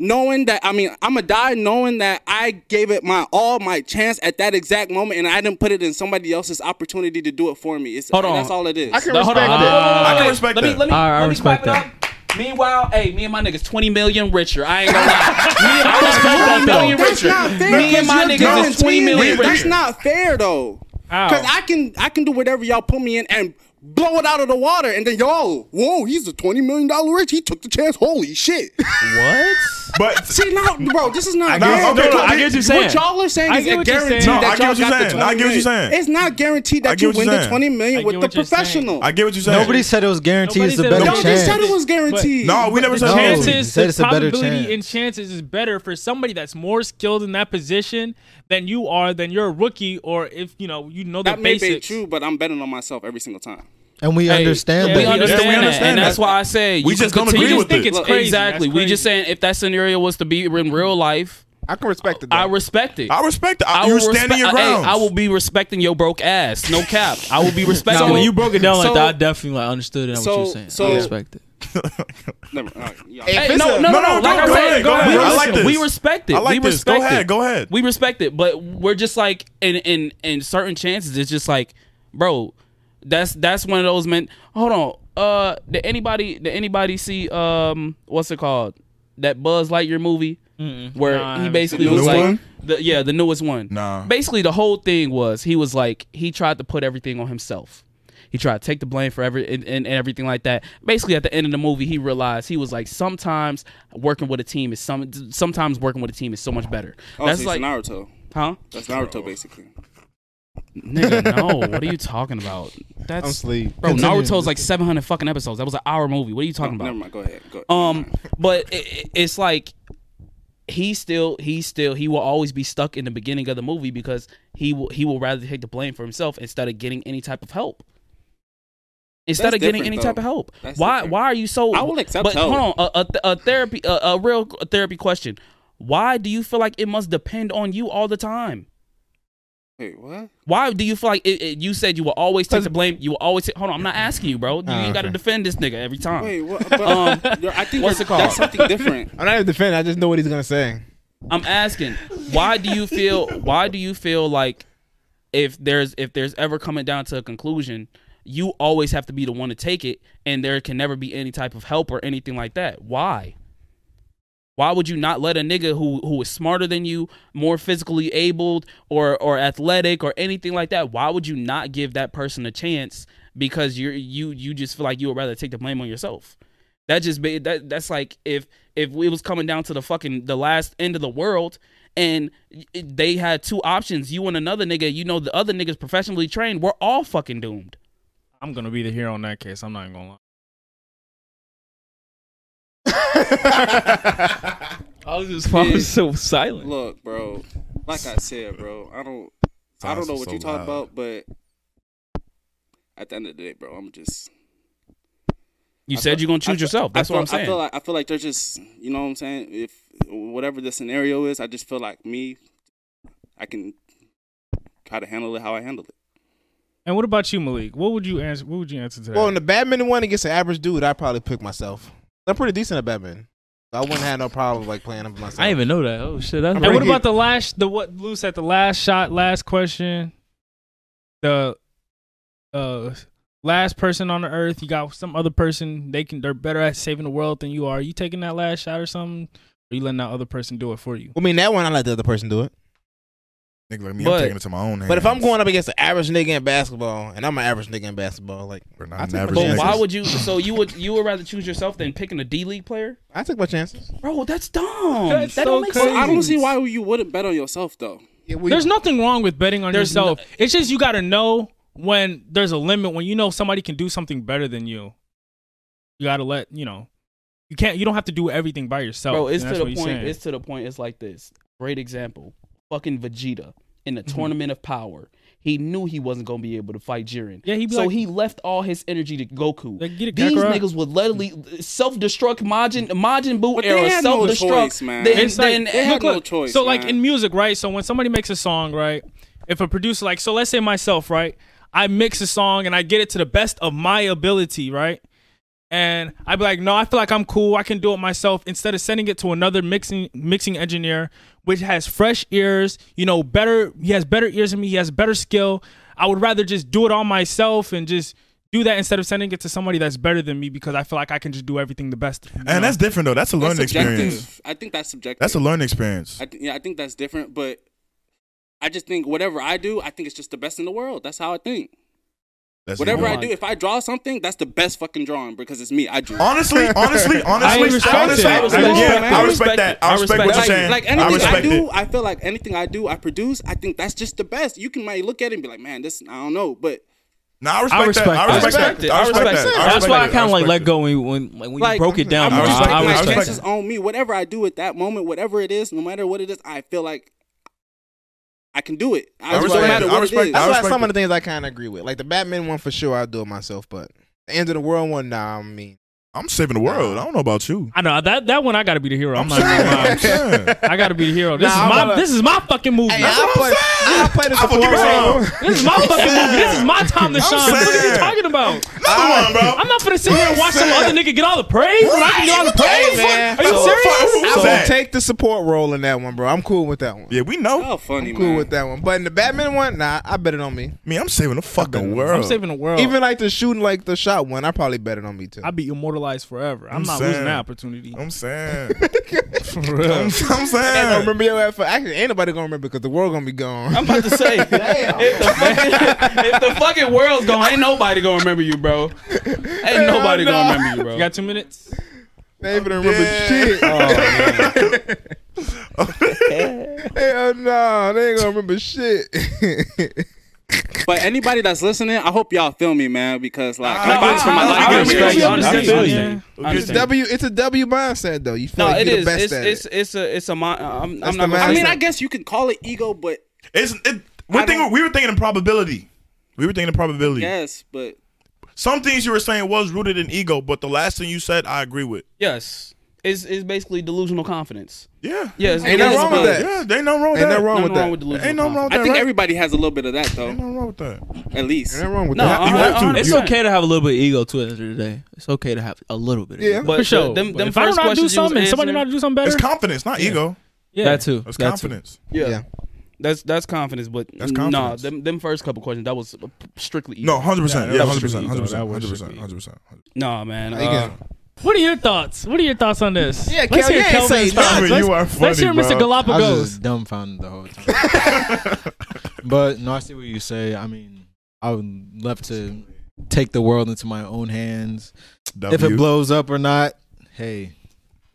Speaker 7: knowing that I mean I'ma die knowing that I gave it my all, my chance at that exact moment, and I didn't put it in somebody else's opportunity to do it for me. It's,
Speaker 4: Hold on.
Speaker 7: that's all it is.
Speaker 4: I can No, hold respect on. that. I can respect Let me- that. let me- All right, I let me respect clap it that. Meanwhile, hey, me and my niggas 20 million richer. I ain't gonna lie. me and my niggas 20 million richer. Me and my
Speaker 7: That's not fair. because you're
Speaker 4: niggas is 20 million
Speaker 7: guaranteeing-
Speaker 4: richer.
Speaker 7: That's not fair though. Because I can I can do whatever y'all put me in and blow it out of the water, and then y'all, whoa, he's a twenty million dollar rich. He took the chance. Holy shit!
Speaker 4: What?
Speaker 8: But
Speaker 7: see now, bro, this is not.
Speaker 8: I get
Speaker 7: fair.
Speaker 8: what you're- no, no, I get what you're saying.
Speaker 7: What y'all are saying
Speaker 8: I
Speaker 7: is
Speaker 8: get
Speaker 7: a
Speaker 8: what you're
Speaker 7: guarantee
Speaker 8: saying. No, I
Speaker 7: that
Speaker 8: get
Speaker 7: y'all
Speaker 8: what you're
Speaker 7: got the
Speaker 8: saying. I
Speaker 7: twenty
Speaker 8: get what
Speaker 7: million.
Speaker 8: you're saying.
Speaker 7: It's not guaranteed
Speaker 8: I
Speaker 7: that
Speaker 8: get
Speaker 7: you
Speaker 8: what you're
Speaker 7: win the
Speaker 8: saying.
Speaker 7: twenty million
Speaker 8: I
Speaker 7: with
Speaker 8: get
Speaker 7: the
Speaker 8: what you're saying.
Speaker 7: professional.
Speaker 8: I get what you're saying.
Speaker 9: Nobody said it was guaranteed. It's
Speaker 1: Nobody
Speaker 9: a
Speaker 1: said it
Speaker 9: better
Speaker 1: was
Speaker 7: Y'all just said
Speaker 9: chance.
Speaker 7: it was guaranteed.
Speaker 8: No, we never
Speaker 1: the
Speaker 8: said it was.
Speaker 1: chances,
Speaker 9: Said
Speaker 1: the
Speaker 9: it's a better
Speaker 1: probability
Speaker 9: chance.
Speaker 1: and chances is better for somebody that's more skilled in that position than you are, than you're a rookie, or if you know you know the
Speaker 7: that may be
Speaker 1: basics.
Speaker 7: true, but I'm betting on myself every single time.
Speaker 9: And we understand
Speaker 1: yeah,
Speaker 9: that.
Speaker 1: we
Speaker 4: understand
Speaker 1: Yeah, we
Speaker 4: that,
Speaker 1: understand
Speaker 4: and
Speaker 1: that.
Speaker 4: that's why I say
Speaker 8: We
Speaker 4: you can
Speaker 8: just don't
Speaker 4: continue-
Speaker 8: agree
Speaker 1: You
Speaker 8: with
Speaker 1: just think
Speaker 8: it.
Speaker 1: it's crazy.
Speaker 4: Exactly.
Speaker 1: That's
Speaker 4: We just
Speaker 1: crazy.
Speaker 4: saying if that scenario was to be in real life,
Speaker 3: I can respect it.
Speaker 4: I respect it.
Speaker 8: I respect that.
Speaker 4: I
Speaker 8: You're
Speaker 4: will
Speaker 8: standing
Speaker 4: respe-
Speaker 8: your
Speaker 4: I- hey,
Speaker 8: ground.
Speaker 4: I will be respecting your broke ass. No cap. I will be respecting.
Speaker 6: Nah, when you broke it down like
Speaker 7: so-
Speaker 6: that, I definitely like understood it. what
Speaker 7: so-
Speaker 6: you were saying.
Speaker 7: so-
Speaker 6: I respect it.
Speaker 7: Never, all right, y'all-
Speaker 4: Hey,
Speaker 8: If
Speaker 4: no,
Speaker 8: it's a-
Speaker 4: no, no, no,
Speaker 8: no, no,
Speaker 4: Like
Speaker 8: go
Speaker 4: I said,
Speaker 8: ahead, go ahead,
Speaker 4: we,
Speaker 8: bro. I
Speaker 4: respect-
Speaker 8: like this.
Speaker 4: we respect it.
Speaker 8: I like
Speaker 4: we
Speaker 8: this. Go
Speaker 4: respect
Speaker 8: ahead,
Speaker 4: It.
Speaker 8: go ahead.
Speaker 4: We respect it, but we're just like in in in certain chances, it's just like, bro, that's that's one of those men. Hold on, uh, did anybody did anybody see um what's it called that Buzz Lightyear movie where
Speaker 1: Nah, I
Speaker 4: he
Speaker 1: haven't
Speaker 4: basically
Speaker 8: seen it.
Speaker 4: was
Speaker 8: The new
Speaker 4: like,
Speaker 8: one?
Speaker 4: the, yeah, the newest one.
Speaker 8: Nah.
Speaker 4: basically the whole thing was he was like he tried to put everything on himself. He tried to take the blame for every and, and, and everything like that. Basically, at the end of the movie, he realized he was like, sometimes working with a team is some. Sometimes working with a team is so much better.
Speaker 7: Oh,
Speaker 4: That's
Speaker 7: so
Speaker 4: like,
Speaker 7: it's Naruto.
Speaker 4: huh?
Speaker 7: That's Naruto, basically.
Speaker 4: Nigga, no. what are you talking about? That's
Speaker 3: I'm sleep.
Speaker 4: bro.
Speaker 9: Continue.
Speaker 4: Naruto's like seven hundred fucking episodes. That was an hour movie. What are you talking about?
Speaker 7: Never mind. Go ahead. Go ahead.
Speaker 4: Um, but i i- it's like he still, he still, he will always be stuck in the beginning of the movie because he will, he will rather take the blame for himself instead of getting any type of help. Instead
Speaker 7: That's
Speaker 4: of getting
Speaker 7: different,
Speaker 4: any
Speaker 7: though.
Speaker 4: type of help,
Speaker 7: That's
Speaker 4: why
Speaker 7: different.
Speaker 4: why are you so?
Speaker 7: I will accept
Speaker 4: But
Speaker 7: help.
Speaker 4: hold on, a, a, th- a therapy, a, a real therapy question. Why do you feel like it must depend on you all the time?
Speaker 7: Wait, what?
Speaker 4: Why do you feel like it, it- you said you will always take the blame? You will always take, hold on. I'm not asking you, bro. You ain't got to defend this nigga every time.
Speaker 7: Wait, what? But,
Speaker 4: uh, Um,
Speaker 7: yo, I think
Speaker 4: what's
Speaker 7: that's-
Speaker 4: it called?
Speaker 7: That's something different.
Speaker 3: I'm not even defending. I just know what he's gonna say.
Speaker 4: I'm asking, why do you feel why do you feel like if there's if there's ever coming down to a conclusion, you always have to be the one to take it and there can never be any type of help or anything like that? Why? Why would you not let a nigga who who is smarter than you, more physically abled or or athletic or anything like that? Why would you not give that person a chance because you're you you just feel like you would rather take the blame on yourself? That just be, that that's like if if it was coming down to the fucking the last end of the world and it- they had two options, you and another nigga, you know the other nigga's professionally trained, we're all fucking doomed.
Speaker 1: I'm gonna be the hero in that case. I'm not even gonna lie.
Speaker 6: I was just I was so silent.
Speaker 7: Look, bro. Like I said, bro. I don't. I don't know what you talking about, but at the end of the day, bro, I'm just.
Speaker 4: You
Speaker 7: I
Speaker 4: said
Speaker 7: feel-
Speaker 4: you're gonna
Speaker 7: I
Speaker 4: choose
Speaker 7: feel-
Speaker 4: yourself. That's
Speaker 7: I feel,
Speaker 4: what I'm saying.
Speaker 7: I feel like I feel like they're just. You know what I'm saying? If whatever the scenario is, I just feel like me. I can try to handle it how I handle it.
Speaker 1: And what about you, Malik? What would you answer? What would you answer to that?
Speaker 3: Well, in the badminton one against an average dude, I probably pick myself. I'm pretty decent at badminton. I wouldn't have no problem like playing him myself.
Speaker 6: I didn't even know that. Oh shit, that's
Speaker 1: and what
Speaker 3: Ricky.
Speaker 1: about the last? The what? Loose at the last shot, last question. The uh, last person on the earth. You got some other person. They can. They're better at saving the world than you are. you taking that last shot or something? Or you letting that other person do it for you?
Speaker 3: I mean that one. I let the other person do it.
Speaker 8: Nigga like me,
Speaker 4: But-
Speaker 8: I'm taking it to my own hands.
Speaker 3: But if I'm going up against an average nigga in basketball, and I'm an average nigga in basketball, like
Speaker 8: We're
Speaker 3: I
Speaker 8: not
Speaker 3: took
Speaker 8: an average
Speaker 3: my
Speaker 4: But
Speaker 8: nigga.
Speaker 4: why would you? So you would you would rather choose yourself than picking a D league player,
Speaker 3: I took my chances.
Speaker 4: bro? That's dumb.
Speaker 1: That's
Speaker 4: that
Speaker 1: so
Speaker 4: don't make
Speaker 1: crazy.
Speaker 4: sense.
Speaker 7: Well, I don't see why you wouldn't bet on yourself though.
Speaker 3: Yeah, well,
Speaker 1: There's nothing wrong with betting on
Speaker 4: There's
Speaker 1: yourself. it's just you got to know when there's a limit. When you know somebody can do something better than you, you got to let you know. You can't. You don't have to do everything by yourself.
Speaker 4: Bro, it's
Speaker 1: and
Speaker 4: to
Speaker 1: Oh, that's
Speaker 4: the
Speaker 1: what
Speaker 4: point.
Speaker 1: he's saying.
Speaker 4: It's to the point. It's like this. Great example. Fucking Vegeta in the
Speaker 1: Mm-hmm.
Speaker 4: tournament of power. He knew he wasn't gonna be able to fight Jiren.
Speaker 1: Yeah, he'd be
Speaker 4: so
Speaker 1: like-
Speaker 4: he left all his energy to Goku.
Speaker 1: Like, get it,
Speaker 4: These
Speaker 1: Kakarot.
Speaker 4: niggas would literally self-destruct Majin Majin Buu
Speaker 7: But they
Speaker 4: era
Speaker 7: had no
Speaker 4: self-destruct.
Speaker 7: choice, man.
Speaker 4: Then,
Speaker 1: It's like-
Speaker 4: then-
Speaker 7: They had no
Speaker 1: look,
Speaker 7: choice.
Speaker 1: So like
Speaker 7: man.
Speaker 1: in music, right? So when somebody makes a song, right? If a producer like so let's say myself, right? I mix a song and I get it to the best of my ability, right? and I'd be like, no, I feel like I'm cool. I can do it myself. Instead of sending it to another mixing mixing engineer, which has fresh ears, you know, better. He has better ears than me. He has better skill. I would rather just do it all myself and just do that instead of sending it to somebody that's better than me because I feel like I can just do everything the best. you know?
Speaker 8: And that's different though. That's a learning
Speaker 1: subjective.
Speaker 8: experience.
Speaker 5: I think that's subjective.
Speaker 8: That's a learning experience.
Speaker 5: I th- yeah, I think that's different, but I just think whatever I do, I think it's just the best in the world. That's how I think.
Speaker 8: That's
Speaker 5: whatever
Speaker 8: it.
Speaker 5: I do, if I draw something, that's the best fucking drawing because it's me. I drew.
Speaker 8: Honestly, honestly, honestly, honestly,
Speaker 5: I respect
Speaker 8: again,
Speaker 5: that.
Speaker 8: I respect that. I respect what you're
Speaker 5: Like-
Speaker 8: saying.
Speaker 5: Like
Speaker 8: I
Speaker 5: anything I,
Speaker 8: respect
Speaker 5: do,
Speaker 8: it.
Speaker 5: I feel like anything I do, I produce. I think that's just the best. You can might look at it and be like, man, this I don't know, but
Speaker 8: no, I
Speaker 5: respect that. I respect that. I respect that. I
Speaker 6: That's
Speaker 5: respect
Speaker 6: why I
Speaker 5: that.
Speaker 6: kind
Speaker 5: I
Speaker 6: of like
Speaker 5: respect
Speaker 6: let go when when like, when you broke it down.
Speaker 5: I'm
Speaker 6: bro.
Speaker 5: just taking
Speaker 6: I
Speaker 5: my
Speaker 6: respect
Speaker 5: chances
Speaker 6: that.
Speaker 5: on me. Whatever I do at that moment, whatever it is, no matter what it is, I feel like I can do it. I, just don't matter what it is.
Speaker 3: That's why some of the things I kind of agree with. Like the Batman one for sure, I'll do it myself. But the end of the world one, nah. I mean,
Speaker 8: I'm saving the world. I don't know about you.
Speaker 1: I know that that one. I gotta be the hero. I'm, not. Gonna lie. I gotta be the hero. This
Speaker 3: Nah,
Speaker 1: is my
Speaker 3: I'm gonna-
Speaker 1: this is my fucking movie.
Speaker 3: I play this
Speaker 8: I fucking
Speaker 3: before.
Speaker 8: wrong.
Speaker 1: This is my fucking movie. This is my time to
Speaker 8: I'm
Speaker 1: shine. What are you
Speaker 8: saying.
Speaker 1: talking about?
Speaker 8: Another one, bro.
Speaker 1: I'm not finna sit here and watch some
Speaker 8: saying.
Speaker 1: other nigga get all the praise when I can get all the praise. Are you serious?
Speaker 8: Who was
Speaker 3: I will
Speaker 8: that?
Speaker 3: take the support role in that one, bro. I'm cool with that one.
Speaker 8: Yeah, we know.
Speaker 5: Oh, funny
Speaker 3: I'm cool
Speaker 5: man.
Speaker 3: with that one. But in the Batman one, nah, I bet it on me.
Speaker 8: Me, I'm saving the fucking world.
Speaker 1: I'm saving the world.
Speaker 3: Even like the shooting, like the shot one, I probably bet it on me too.
Speaker 1: I'll be immortalized forever. I'm,
Speaker 8: I'm
Speaker 1: not
Speaker 8: saying.
Speaker 1: losing that opportunity.
Speaker 8: I'm saying.
Speaker 1: For
Speaker 8: I'm,
Speaker 1: real.
Speaker 8: I'm
Speaker 3: They gonna
Speaker 8: saying.
Speaker 3: remember your ass. for- Actually, ain't nobody gonna remember because the world gonna be gone.
Speaker 4: I'm about to say, if, the fucking, if the fucking world's gone, ain't nobody gonna remember you, bro. Ain't nobody gonna remember you, bro.
Speaker 1: You got two minutes?
Speaker 3: they ain't gonna remember
Speaker 8: Yeah.
Speaker 3: shit. Hell no, they ain't gonna remember shit.
Speaker 5: But anybody that's listening, I hope y'all feel me, man, because like I'm
Speaker 4: I-
Speaker 5: honest with my
Speaker 4: I- I-
Speaker 5: life.
Speaker 4: I
Speaker 5: I
Speaker 4: respect
Speaker 5: respect
Speaker 4: you.
Speaker 5: y'all.
Speaker 4: I
Speaker 1: understand.
Speaker 4: feel you.
Speaker 1: Yeah.
Speaker 4: I
Speaker 3: it's
Speaker 4: understand.
Speaker 3: W. It's a W mindset though. You feel
Speaker 4: No,
Speaker 3: like
Speaker 4: it
Speaker 3: you're
Speaker 4: is.
Speaker 3: the best
Speaker 4: It's
Speaker 3: at
Speaker 4: it's
Speaker 3: it.
Speaker 4: it's a it's a mon- I'm,
Speaker 3: That's
Speaker 4: I'm not.
Speaker 3: the
Speaker 4: gonna
Speaker 5: I
Speaker 4: say
Speaker 5: mean,
Speaker 3: mindset.
Speaker 5: I guess you can call it ego, but
Speaker 8: It's, it, we're
Speaker 5: I
Speaker 8: thinking,
Speaker 5: don't-
Speaker 8: we were thinking in probability. We were thinking in probability.
Speaker 5: yes, but
Speaker 8: Some things you were saying was rooted in ego, but the last thing you said, I agree with.
Speaker 4: Yes, it's it's basically delusional confidence.
Speaker 8: Yeah.
Speaker 4: Yeah, it's,
Speaker 3: Ain't nothing
Speaker 4: it's
Speaker 3: wrong with
Speaker 4: about-
Speaker 3: that.
Speaker 8: Yeah, there ain't nothing wrong with that.
Speaker 3: Ain't nothing wrong with
Speaker 4: Nothing wrong
Speaker 3: that.
Speaker 4: with delusional
Speaker 8: Ain't nothing wrong
Speaker 4: confidence.
Speaker 8: with
Speaker 5: I
Speaker 8: that,
Speaker 5: think
Speaker 8: right?
Speaker 5: everybody has a little bit of that
Speaker 8: Ain't
Speaker 5: though,
Speaker 8: nothing wrong with that.
Speaker 5: at least.
Speaker 3: Ain't wrong with
Speaker 4: No, uh-uh.
Speaker 3: that.
Speaker 8: You have to.
Speaker 4: I, I,
Speaker 6: It's
Speaker 8: You-
Speaker 6: okay to have a little bit of ego to it at the end of the day. It's okay to have a little bit. Of
Speaker 3: Yeah.
Speaker 6: ego.
Speaker 4: But
Speaker 1: For sure.
Speaker 4: Them, them
Speaker 1: But if I don't
Speaker 4: first
Speaker 1: know how to do
Speaker 4: questions you was
Speaker 1: something, somebody know how
Speaker 4: answering-
Speaker 1: to do something better.
Speaker 8: It's confidence, not ego.
Speaker 1: yeah.
Speaker 6: that too.
Speaker 8: It's
Speaker 6: that too.
Speaker 8: confidence.
Speaker 4: Yeah.
Speaker 3: Yeah.
Speaker 4: That's that's confidence, but
Speaker 8: That's
Speaker 4: no,
Speaker 8: confidence.
Speaker 4: them them first couple questions that was strictly ego.
Speaker 8: No, hundred percent.
Speaker 2: Yeah,
Speaker 8: Yeah,
Speaker 2: that was
Speaker 8: hundred percent.
Speaker 2: ego.
Speaker 8: Hundred
Speaker 2: That
Speaker 8: percent.
Speaker 2: was
Speaker 8: Hundred
Speaker 2: should
Speaker 8: percent.
Speaker 2: be.
Speaker 8: Hundred percent.
Speaker 4: no, man.
Speaker 3: They
Speaker 4: Uh,
Speaker 3: can-
Speaker 1: What are your thoughts? What are your thoughts on this?
Speaker 3: Yeah,
Speaker 1: Let's
Speaker 3: Kel,
Speaker 1: hear
Speaker 3: you ain't
Speaker 1: Kelvin's
Speaker 3: say
Speaker 1: thoughts.
Speaker 8: nothing.
Speaker 1: Let's-
Speaker 8: You are
Speaker 1: Let's hear
Speaker 8: funny, bro.
Speaker 9: I was
Speaker 1: Mr. Galapagos.
Speaker 9: just dumbfounded the whole time. but no, I see what you say. I mean, I would love to take the world into my own hands. If it
Speaker 8: W.
Speaker 9: blows up or not, hey,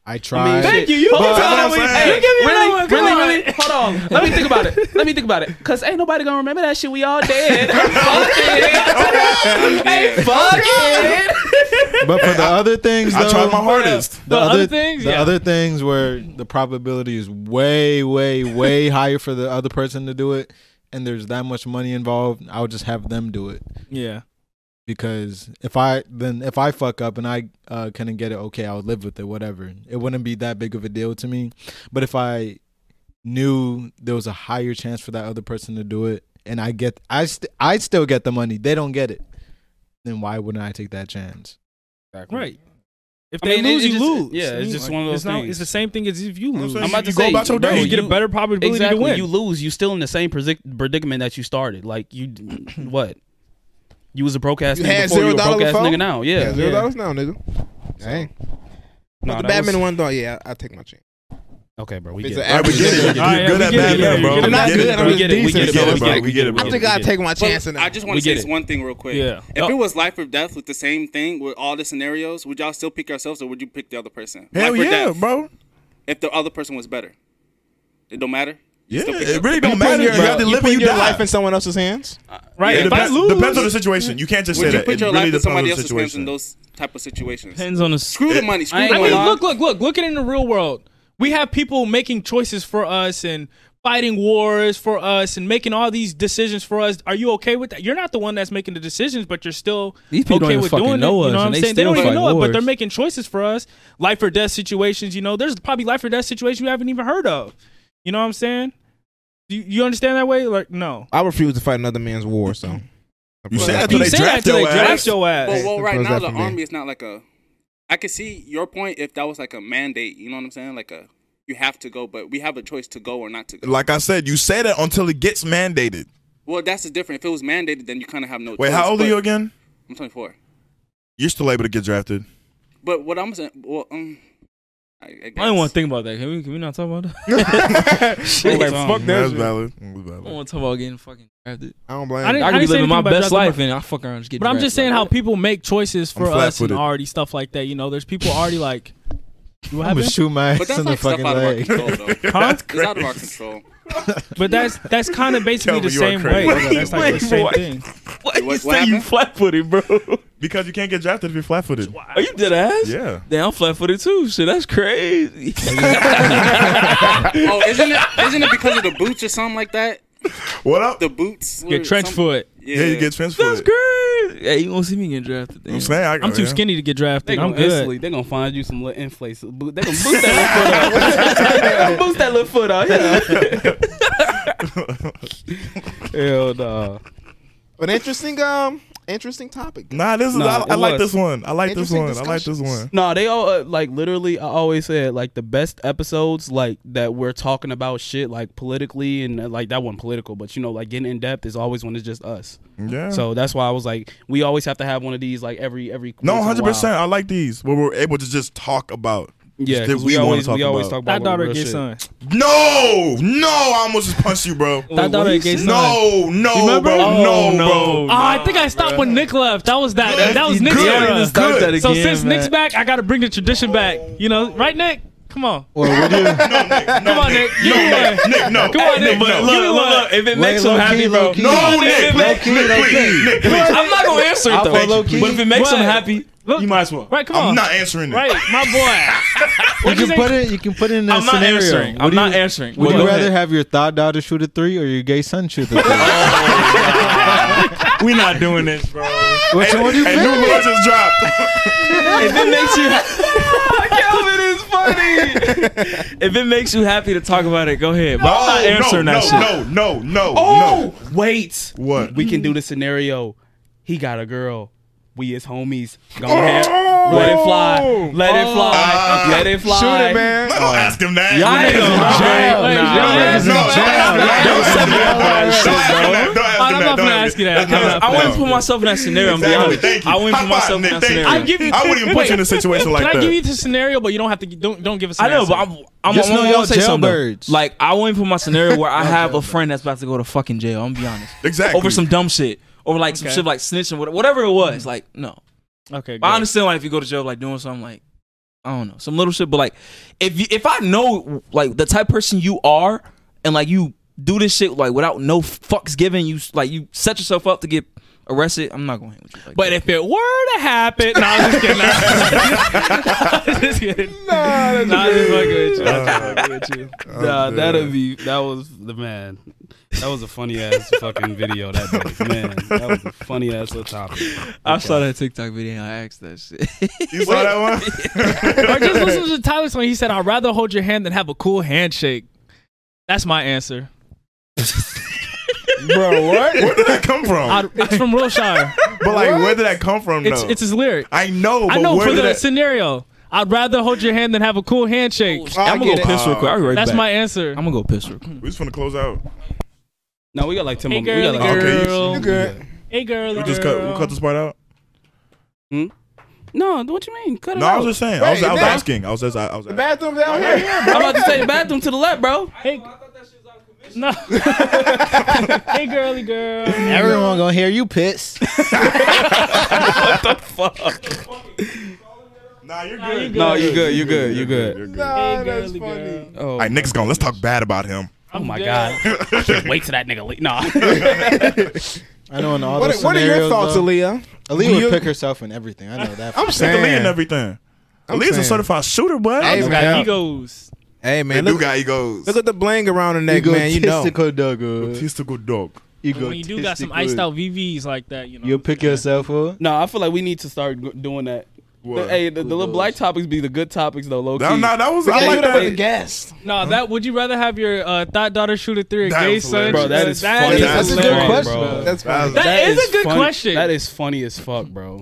Speaker 9: I
Speaker 4: I mean,
Speaker 9: tried.
Speaker 4: shit. You
Speaker 8: But- telling me- Hey,
Speaker 1: give me
Speaker 4: really,
Speaker 1: another one, come
Speaker 4: really,
Speaker 1: on.
Speaker 4: really. Hold on. Let me think about it. Let me think about it. Cause ain't nobody gonna remember that shit. We all dead. Fuck it. hey, fuck it.
Speaker 9: but for the other things,
Speaker 8: I tried
Speaker 9: though,
Speaker 8: my hardest.
Speaker 9: The,
Speaker 1: The
Speaker 9: other,
Speaker 1: other things,
Speaker 9: the
Speaker 1: yeah.
Speaker 9: other things where the probability is way, way, way higher for the other person to do it, and there's that much money involved. I would just have them do it
Speaker 1: Yeah.
Speaker 9: because if I then if I fuck up and I uh, couldn't get it, okay, I'll live with it. Whatever, it wouldn't be that big of a deal to me. But if I knew there was a higher chance for that other person to do it, and I get, I st- I still get the money. They don't get it. Then why wouldn't I take that chance?
Speaker 1: Right. If
Speaker 4: I
Speaker 1: they
Speaker 4: mean, it-
Speaker 1: lose,
Speaker 4: it
Speaker 1: you
Speaker 4: just-
Speaker 1: lose.
Speaker 4: yeah,
Speaker 1: I
Speaker 4: it's
Speaker 1: mean,
Speaker 4: just one of
Speaker 1: it's
Speaker 4: those
Speaker 1: It's
Speaker 4: things.
Speaker 1: the same thing as if you lose.
Speaker 8: saying
Speaker 4: I'm about
Speaker 8: you
Speaker 4: to
Speaker 8: go
Speaker 4: say,
Speaker 8: about your
Speaker 4: bro,
Speaker 8: day.
Speaker 1: you, get a
Speaker 4: you-
Speaker 1: better probability
Speaker 4: Exactly.
Speaker 1: to win.
Speaker 4: You lose, you still in the same predic- predicament that you started. Like you, what? You was a broke ass
Speaker 3: You
Speaker 4: nigga
Speaker 3: had
Speaker 4: before.
Speaker 3: zero
Speaker 4: You a
Speaker 3: dollar
Speaker 4: broke ass
Speaker 3: before?
Speaker 4: nigga now. Yeah.
Speaker 3: Yeah, zero
Speaker 1: yeah.
Speaker 3: dollars now, nigga. Dang.
Speaker 4: Nah, that
Speaker 3: the
Speaker 4: was-
Speaker 3: Batman one though, yeah, I, I take my chance.
Speaker 4: Okay, bro. We
Speaker 3: If
Speaker 4: get
Speaker 3: it's
Speaker 4: it.
Speaker 3: an average,
Speaker 8: We get it.
Speaker 3: nigga,
Speaker 1: All right,
Speaker 8: You're good
Speaker 1: we
Speaker 8: at
Speaker 1: get it. Yeah,
Speaker 8: Batman,
Speaker 1: you're
Speaker 8: bro.
Speaker 1: good at
Speaker 3: I'm not
Speaker 8: We get it.
Speaker 3: good. I'm
Speaker 4: We
Speaker 3: just
Speaker 4: get it. We
Speaker 3: decent.
Speaker 4: get it, bro. We
Speaker 3: so it's
Speaker 4: get it.
Speaker 3: like,
Speaker 8: We get it, bro.
Speaker 3: I think I
Speaker 4: We
Speaker 3: take my chance in
Speaker 5: I
Speaker 3: that.
Speaker 5: just
Speaker 4: We
Speaker 5: want to
Speaker 4: get
Speaker 5: say this
Speaker 4: it.
Speaker 5: one thing real quick.
Speaker 1: Yeah.
Speaker 5: If it was life or death with the same thing with all the scenarios, would y'all still pick yourselves or would you pick the other person?
Speaker 8: Hell
Speaker 5: life or
Speaker 8: yeah,
Speaker 5: death,
Speaker 8: bro.
Speaker 5: If the other person was better, it don't matter. You
Speaker 8: Yeah,
Speaker 5: still pick
Speaker 8: it
Speaker 5: up-
Speaker 8: really
Speaker 5: You
Speaker 8: don't matter. You
Speaker 3: Bro,
Speaker 8: have to live
Speaker 3: put
Speaker 8: when you
Speaker 3: your
Speaker 8: die.
Speaker 3: life in someone else's hands.
Speaker 1: right.
Speaker 8: It
Speaker 1: if I
Speaker 8: depends-
Speaker 1: lose,
Speaker 8: depends on the situation. You can't just
Speaker 5: Would
Speaker 8: say
Speaker 5: you
Speaker 8: that.
Speaker 5: put your
Speaker 8: it really
Speaker 5: life in
Speaker 8: depends on
Speaker 5: somebody
Speaker 8: the
Speaker 5: else's hands in
Speaker 8: situation.
Speaker 5: those type of situations?
Speaker 6: Depends on the s-
Speaker 5: Screw the money. Screw the
Speaker 4: I ain't
Speaker 1: I
Speaker 5: money.
Speaker 1: mean,
Speaker 4: Well,
Speaker 1: look, look, look, look at it in the real world. We have people making choices for us and fighting wars for us and making all these decisions for us. Are you okay with that? You're not the one that's making the decisions, but you're still
Speaker 6: These people
Speaker 1: okay
Speaker 6: don't even
Speaker 1: with
Speaker 6: fucking
Speaker 1: doing
Speaker 6: know
Speaker 1: it.
Speaker 6: us,
Speaker 1: You know what
Speaker 6: and
Speaker 1: I'm
Speaker 6: they
Speaker 1: saying? They
Speaker 6: still
Speaker 1: don't even
Speaker 6: fight
Speaker 1: know it, but they're
Speaker 6: wars.
Speaker 1: making choices for us. Life or death situations. You know, there's probably life or death situations you haven't even heard of. You know what I'm saying? Do you, you understand that way? Like, no.
Speaker 3: I refuse to fight another man's war, so
Speaker 8: You say that
Speaker 1: You
Speaker 8: till they
Speaker 1: say that
Speaker 8: draft
Speaker 1: till they
Speaker 8: your
Speaker 1: draft
Speaker 8: ass.
Speaker 1: your ass.
Speaker 5: But well, right
Speaker 3: Close
Speaker 5: now
Speaker 3: that
Speaker 5: the
Speaker 3: for me.
Speaker 5: army is not like a I could see your point if that was like a mandate. You know what I'm saying? Like a you have to go, but we have a choice to go or not to go.
Speaker 8: Like I said, you say that until it gets mandated.
Speaker 5: Well, that's the difference. If it was mandated, then you kind of have no.
Speaker 8: Wait,
Speaker 5: choice,
Speaker 8: how old are
Speaker 5: but-
Speaker 8: you again?
Speaker 5: I'm 24.
Speaker 8: You're still able to get drafted.
Speaker 5: But what I'm saying, well, um, I, I
Speaker 4: I don't
Speaker 5: guess.
Speaker 4: want to think about that. Can we? Can we not talk about that? Shit,
Speaker 6: Like,
Speaker 4: um,
Speaker 6: fuck that
Speaker 8: That's
Speaker 6: shit.
Speaker 8: valid. That's valid.
Speaker 6: I don't want to talk about getting fucking drafted.
Speaker 3: I don't blame.
Speaker 1: I
Speaker 6: I,
Speaker 1: didn't-
Speaker 6: could
Speaker 1: didn't
Speaker 6: be
Speaker 1: say
Speaker 6: living my
Speaker 1: anything about
Speaker 6: best
Speaker 1: drafting my-
Speaker 6: life and I fuck around and just get.
Speaker 1: But I'm just saying how people make choices for
Speaker 8: I'm
Speaker 1: us and
Speaker 8: flat-footed.
Speaker 1: already stuff like that. You know, there's people already like, what
Speaker 9: I'm gonna
Speaker 1: happened?
Speaker 9: shoot my
Speaker 5: But
Speaker 9: ass
Speaker 5: that's
Speaker 9: in the
Speaker 5: like stuff
Speaker 9: fucking
Speaker 5: out of our
Speaker 9: leg.
Speaker 5: control, though.
Speaker 1: Huh?
Speaker 5: It's out of our control.
Speaker 1: But that's that's kind of basically
Speaker 8: Tell me
Speaker 1: the
Speaker 8: you are
Speaker 1: same way.
Speaker 8: crazy.
Speaker 1: though. That's like the
Speaker 4: Wait,
Speaker 1: same
Speaker 4: what?
Speaker 1: thing.
Speaker 4: Why you
Speaker 5: What-
Speaker 4: say
Speaker 5: what
Speaker 4: you
Speaker 5: happened?
Speaker 4: flat footed, bro?
Speaker 8: Because you can't get drafted if you're flat footed.
Speaker 4: Are you dead ass?
Speaker 8: Yeah.
Speaker 4: Damn, I'm flat footed too. Shit, that's crazy.
Speaker 5: Oh, isn't it? Isn't it because of the boots or something like that?
Speaker 8: What up?
Speaker 5: The boots. were
Speaker 1: Get trench
Speaker 5: something-
Speaker 1: foot.
Speaker 5: Yeah.
Speaker 8: yeah. you get trans
Speaker 4: that's
Speaker 8: footed.
Speaker 4: crazy. Hey, you gonna see me get drafted?
Speaker 8: I'm
Speaker 4: Damn.
Speaker 8: saying I,
Speaker 1: I'm too
Speaker 8: Oh, yeah.
Speaker 1: skinny to get
Speaker 4: They
Speaker 1: drafted. I'm
Speaker 4: gonna
Speaker 1: good.
Speaker 4: instantly, they gonna find you some little inflates. They gonna boost that little foot out. they gonna boost that little foot out. Yeah. Hell no.
Speaker 3: But interesting, um, interesting topic.
Speaker 8: Nah, this is
Speaker 4: Nah,
Speaker 8: I, I
Speaker 4: it
Speaker 8: like
Speaker 4: was.
Speaker 8: this one. I like this
Speaker 3: Interesting
Speaker 8: one. I like this one.
Speaker 4: No, they all uh, like literally. I always said like the best episodes like that we're talking about shit like politically and uh, like that wasn't political, but you know like getting in depth is always when it's just us.
Speaker 8: Yeah.
Speaker 4: So that's why I was like, we always have to have one of these like every every.
Speaker 8: no,
Speaker 4: once in a
Speaker 8: hundred percent.
Speaker 4: while.
Speaker 8: I like these where we're able to just talk about.
Speaker 4: Yeah,
Speaker 8: that
Speaker 4: 'cause we,
Speaker 8: we wanna
Speaker 4: always
Speaker 8: talk
Speaker 4: we always
Speaker 8: about.
Speaker 4: talk about
Speaker 1: That daughter
Speaker 4: real
Speaker 1: gay
Speaker 4: shit.
Speaker 1: son.
Speaker 8: No, no, I almost just punched you, bro.
Speaker 1: That daughter gay son.
Speaker 8: No, no,
Speaker 1: Remember?
Speaker 8: bro, no, bro.
Speaker 1: Oh, I think I stopped when Nick left. That was that. That was Nick's
Speaker 8: Good.
Speaker 1: era.
Speaker 8: Stop that
Speaker 1: So since Nick's back, I got to bring the tradition back. You know, right, Nick? Come on,
Speaker 9: Or would you?
Speaker 1: come on, Nick. Give me one.
Speaker 8: Nick, no,
Speaker 1: Come on,
Speaker 8: Nick,
Speaker 1: Nick. Give
Speaker 8: no.
Speaker 1: me one.
Speaker 4: if it
Speaker 9: Lay low key, low key.
Speaker 8: No, Nick, Nick, Nick, please, Nick, please.
Speaker 4: I'm not gonna answer it
Speaker 9: Alpha
Speaker 4: though.
Speaker 9: low key.
Speaker 4: But if it makes him
Speaker 1: What?
Speaker 4: happy,
Speaker 1: Look.
Speaker 4: you might as well.
Speaker 1: Right, come on.
Speaker 8: I'm not answering it.
Speaker 1: Right, my boy.
Speaker 9: You
Speaker 1: What you
Speaker 9: can
Speaker 1: say?
Speaker 9: put it. You can put it in a
Speaker 4: I'm not
Speaker 9: scenario.
Speaker 4: answering.
Speaker 9: Would
Speaker 4: I'm
Speaker 9: you-
Speaker 4: not answering.
Speaker 9: Would
Speaker 4: Well,
Speaker 9: you
Speaker 4: go
Speaker 9: rather
Speaker 4: ahead.
Speaker 9: have your thought daughter shoot a three or your gay son shoot a three?
Speaker 4: Oh, We not doing this, bro.
Speaker 9: Which one would you
Speaker 8: And
Speaker 9: pick?
Speaker 8: new law just dropped.
Speaker 4: if it makes you, Calvin is funny. if it makes you happy to talk about it, go ahead. But I'm not answering
Speaker 8: no,
Speaker 4: that shit.
Speaker 8: no, no, no, no,
Speaker 4: Oh, wait.
Speaker 8: no. What?
Speaker 4: We can do the scenario. He got a girl. We as homies. Go ahead. Let it fly. Let it fly. Let it fly.
Speaker 3: Shoot it, man.
Speaker 8: I don't ask him that.
Speaker 4: I ain't gonna jail.
Speaker 1: Wait,
Speaker 4: Nah.
Speaker 1: y'all
Speaker 8: No,
Speaker 1: niggas
Speaker 8: no,
Speaker 1: in jail.
Speaker 8: don't ask him that. Don't ask him that.
Speaker 1: I'm not
Speaker 8: Don't
Speaker 1: gonna
Speaker 8: ask
Speaker 1: ask
Speaker 8: him
Speaker 1: you
Speaker 8: that.
Speaker 1: that. I'm not-
Speaker 4: I wouldn't
Speaker 8: No.
Speaker 4: put myself in that scenario. I'm be
Speaker 8: Exactly.
Speaker 4: honest.
Speaker 8: Thank you.
Speaker 4: I wouldn't
Speaker 8: High
Speaker 4: put
Speaker 8: five,
Speaker 4: myself in
Speaker 8: Nick.
Speaker 4: that
Speaker 8: Thank you.
Speaker 4: scenario.
Speaker 1: I give you.
Speaker 8: I wouldn't even put you in a situation like
Speaker 1: Can I
Speaker 8: that.
Speaker 1: give you the scenario, but you don't have to. Don't don't give us. An
Speaker 4: I know,
Speaker 1: answer.
Speaker 4: but I'm I'm
Speaker 9: Just
Speaker 4: I'm
Speaker 9: know
Speaker 4: gonna
Speaker 9: y'all
Speaker 4: say something, though.
Speaker 9: jailbirds.
Speaker 4: Like I won't even put my scenario where I have a friend that's about to go to fucking jail. I'm gonna be honest.
Speaker 8: Exactly.
Speaker 4: Over some dumb shit. Over like some
Speaker 1: Okay.
Speaker 4: shit like snitching, what- whatever it
Speaker 6: Mm-hmm.
Speaker 4: was. Like no,
Speaker 1: okay.
Speaker 4: But I
Speaker 1: good.
Speaker 4: understand like if you go to jail like doing something like I don't know some little shit. But like if you, if I know like the type of person you are and like you do this shit like without no fucks given, you like you set yourself up to get arrested. I'm not going to hang with you. Like
Speaker 1: But
Speaker 4: that.
Speaker 1: if it were to happen, no, I'm just kidding. I'm just kidding. Nah, nah, I'm just fucking with you. I'm just fucking with you.
Speaker 4: Nah,
Speaker 8: dead.
Speaker 4: that'd be that was the man. That was a funny ass fucking video that day, man. That was a funny ass little topic.
Speaker 6: I saw that TikTok video. I asked that shit.
Speaker 8: You saw that one?
Speaker 1: Or just listen to Tyler when he said, "I'd rather hold your hand than have a cool handshake." That's my answer.
Speaker 9: Bro, what?
Speaker 8: Where did that come from?
Speaker 1: I, it's from Wilshire.
Speaker 8: but like, where did that come from?
Speaker 1: It's
Speaker 8: though?
Speaker 1: it's his lyric.
Speaker 8: I know, but
Speaker 1: I know
Speaker 8: where
Speaker 1: for
Speaker 8: did
Speaker 1: the
Speaker 8: that?
Speaker 1: scenario. I'd rather hold your hand than have a cool handshake.
Speaker 8: Oh,
Speaker 4: I'm gonna go piss real quick. I'll be right
Speaker 1: That's
Speaker 4: back.
Speaker 1: my answer.
Speaker 4: I'm gonna go piss real quick.
Speaker 8: We just want to close out.
Speaker 4: No, we got like ten
Speaker 1: Hey
Speaker 4: more. We got
Speaker 1: girl,
Speaker 4: like
Speaker 8: Okay, you-
Speaker 1: girl.
Speaker 3: Oh, You good?
Speaker 1: Hey girl,
Speaker 8: We just cut. We cut this part out.
Speaker 4: No, what you mean? Cut it
Speaker 8: No, I
Speaker 4: out.
Speaker 8: was just saying. I was,
Speaker 3: Wait,
Speaker 8: I was
Speaker 3: is that-
Speaker 8: asking. I was just. I was. Asking.
Speaker 3: Bathroom down here.
Speaker 4: I'm about to say the bathroom to the left, bro.
Speaker 1: Hey.
Speaker 3: Oh,
Speaker 1: No. hey girly girl.
Speaker 9: Everyone gonna hear you piss.
Speaker 8: Nah, you're
Speaker 1: Nah, you
Speaker 8: good.
Speaker 1: good. No,
Speaker 4: Oh, you good, you good, you good.
Speaker 8: You're good.
Speaker 3: Nah,
Speaker 1: Hey,
Speaker 3: that's
Speaker 1: girly
Speaker 3: funny.
Speaker 1: girl.
Speaker 4: Oh,
Speaker 8: All right, Nick's gone. Let's talk bad about him.
Speaker 4: oh my
Speaker 1: dead.
Speaker 4: god! I can't wait till that nigga leave. Nah.
Speaker 9: I know in all
Speaker 3: What,
Speaker 9: those
Speaker 3: what are your
Speaker 9: scenarios,
Speaker 3: thoughts,
Speaker 9: though,
Speaker 3: Aaliyah?
Speaker 9: Aaliyah
Speaker 3: You-
Speaker 9: would pick herself in everything. I know that.
Speaker 3: I'm
Speaker 8: Nick Lee
Speaker 3: saying.
Speaker 8: and everything.
Speaker 3: I'm
Speaker 8: Lee's a
Speaker 3: saying.
Speaker 8: certified shooter, bud.
Speaker 3: Hey,
Speaker 1: You
Speaker 3: man.
Speaker 1: got egos.
Speaker 3: Hey
Speaker 8: They
Speaker 3: man,
Speaker 8: do
Speaker 3: look,
Speaker 8: got egos.
Speaker 3: look at the bling around the neck, man. You know.
Speaker 9: Egotistical Doug.
Speaker 8: Egotistical dog.
Speaker 1: When you do got some iced out VVs like that, you know.
Speaker 9: You'll pick yourself up.
Speaker 4: no, I feel like we need to start g- doing that.
Speaker 8: What?
Speaker 4: hey, the, the little black topics be the good topics though. Low key.
Speaker 8: That, nah, that was. I like
Speaker 4: that.
Speaker 8: that.
Speaker 4: Hey,
Speaker 3: guest.
Speaker 1: No, that would you rather have your uh, thought daughter shoot a three or
Speaker 8: That
Speaker 1: gay
Speaker 8: was hilarious.
Speaker 1: son?
Speaker 8: Bro,
Speaker 4: that is funny.
Speaker 1: is
Speaker 8: That's
Speaker 9: That's a
Speaker 1: hilarious.
Speaker 9: good question.
Speaker 4: bro.
Speaker 3: That's
Speaker 8: That was-
Speaker 3: fine.
Speaker 1: That is a good
Speaker 4: funny-
Speaker 1: question.
Speaker 4: That is funny as fuck, bro.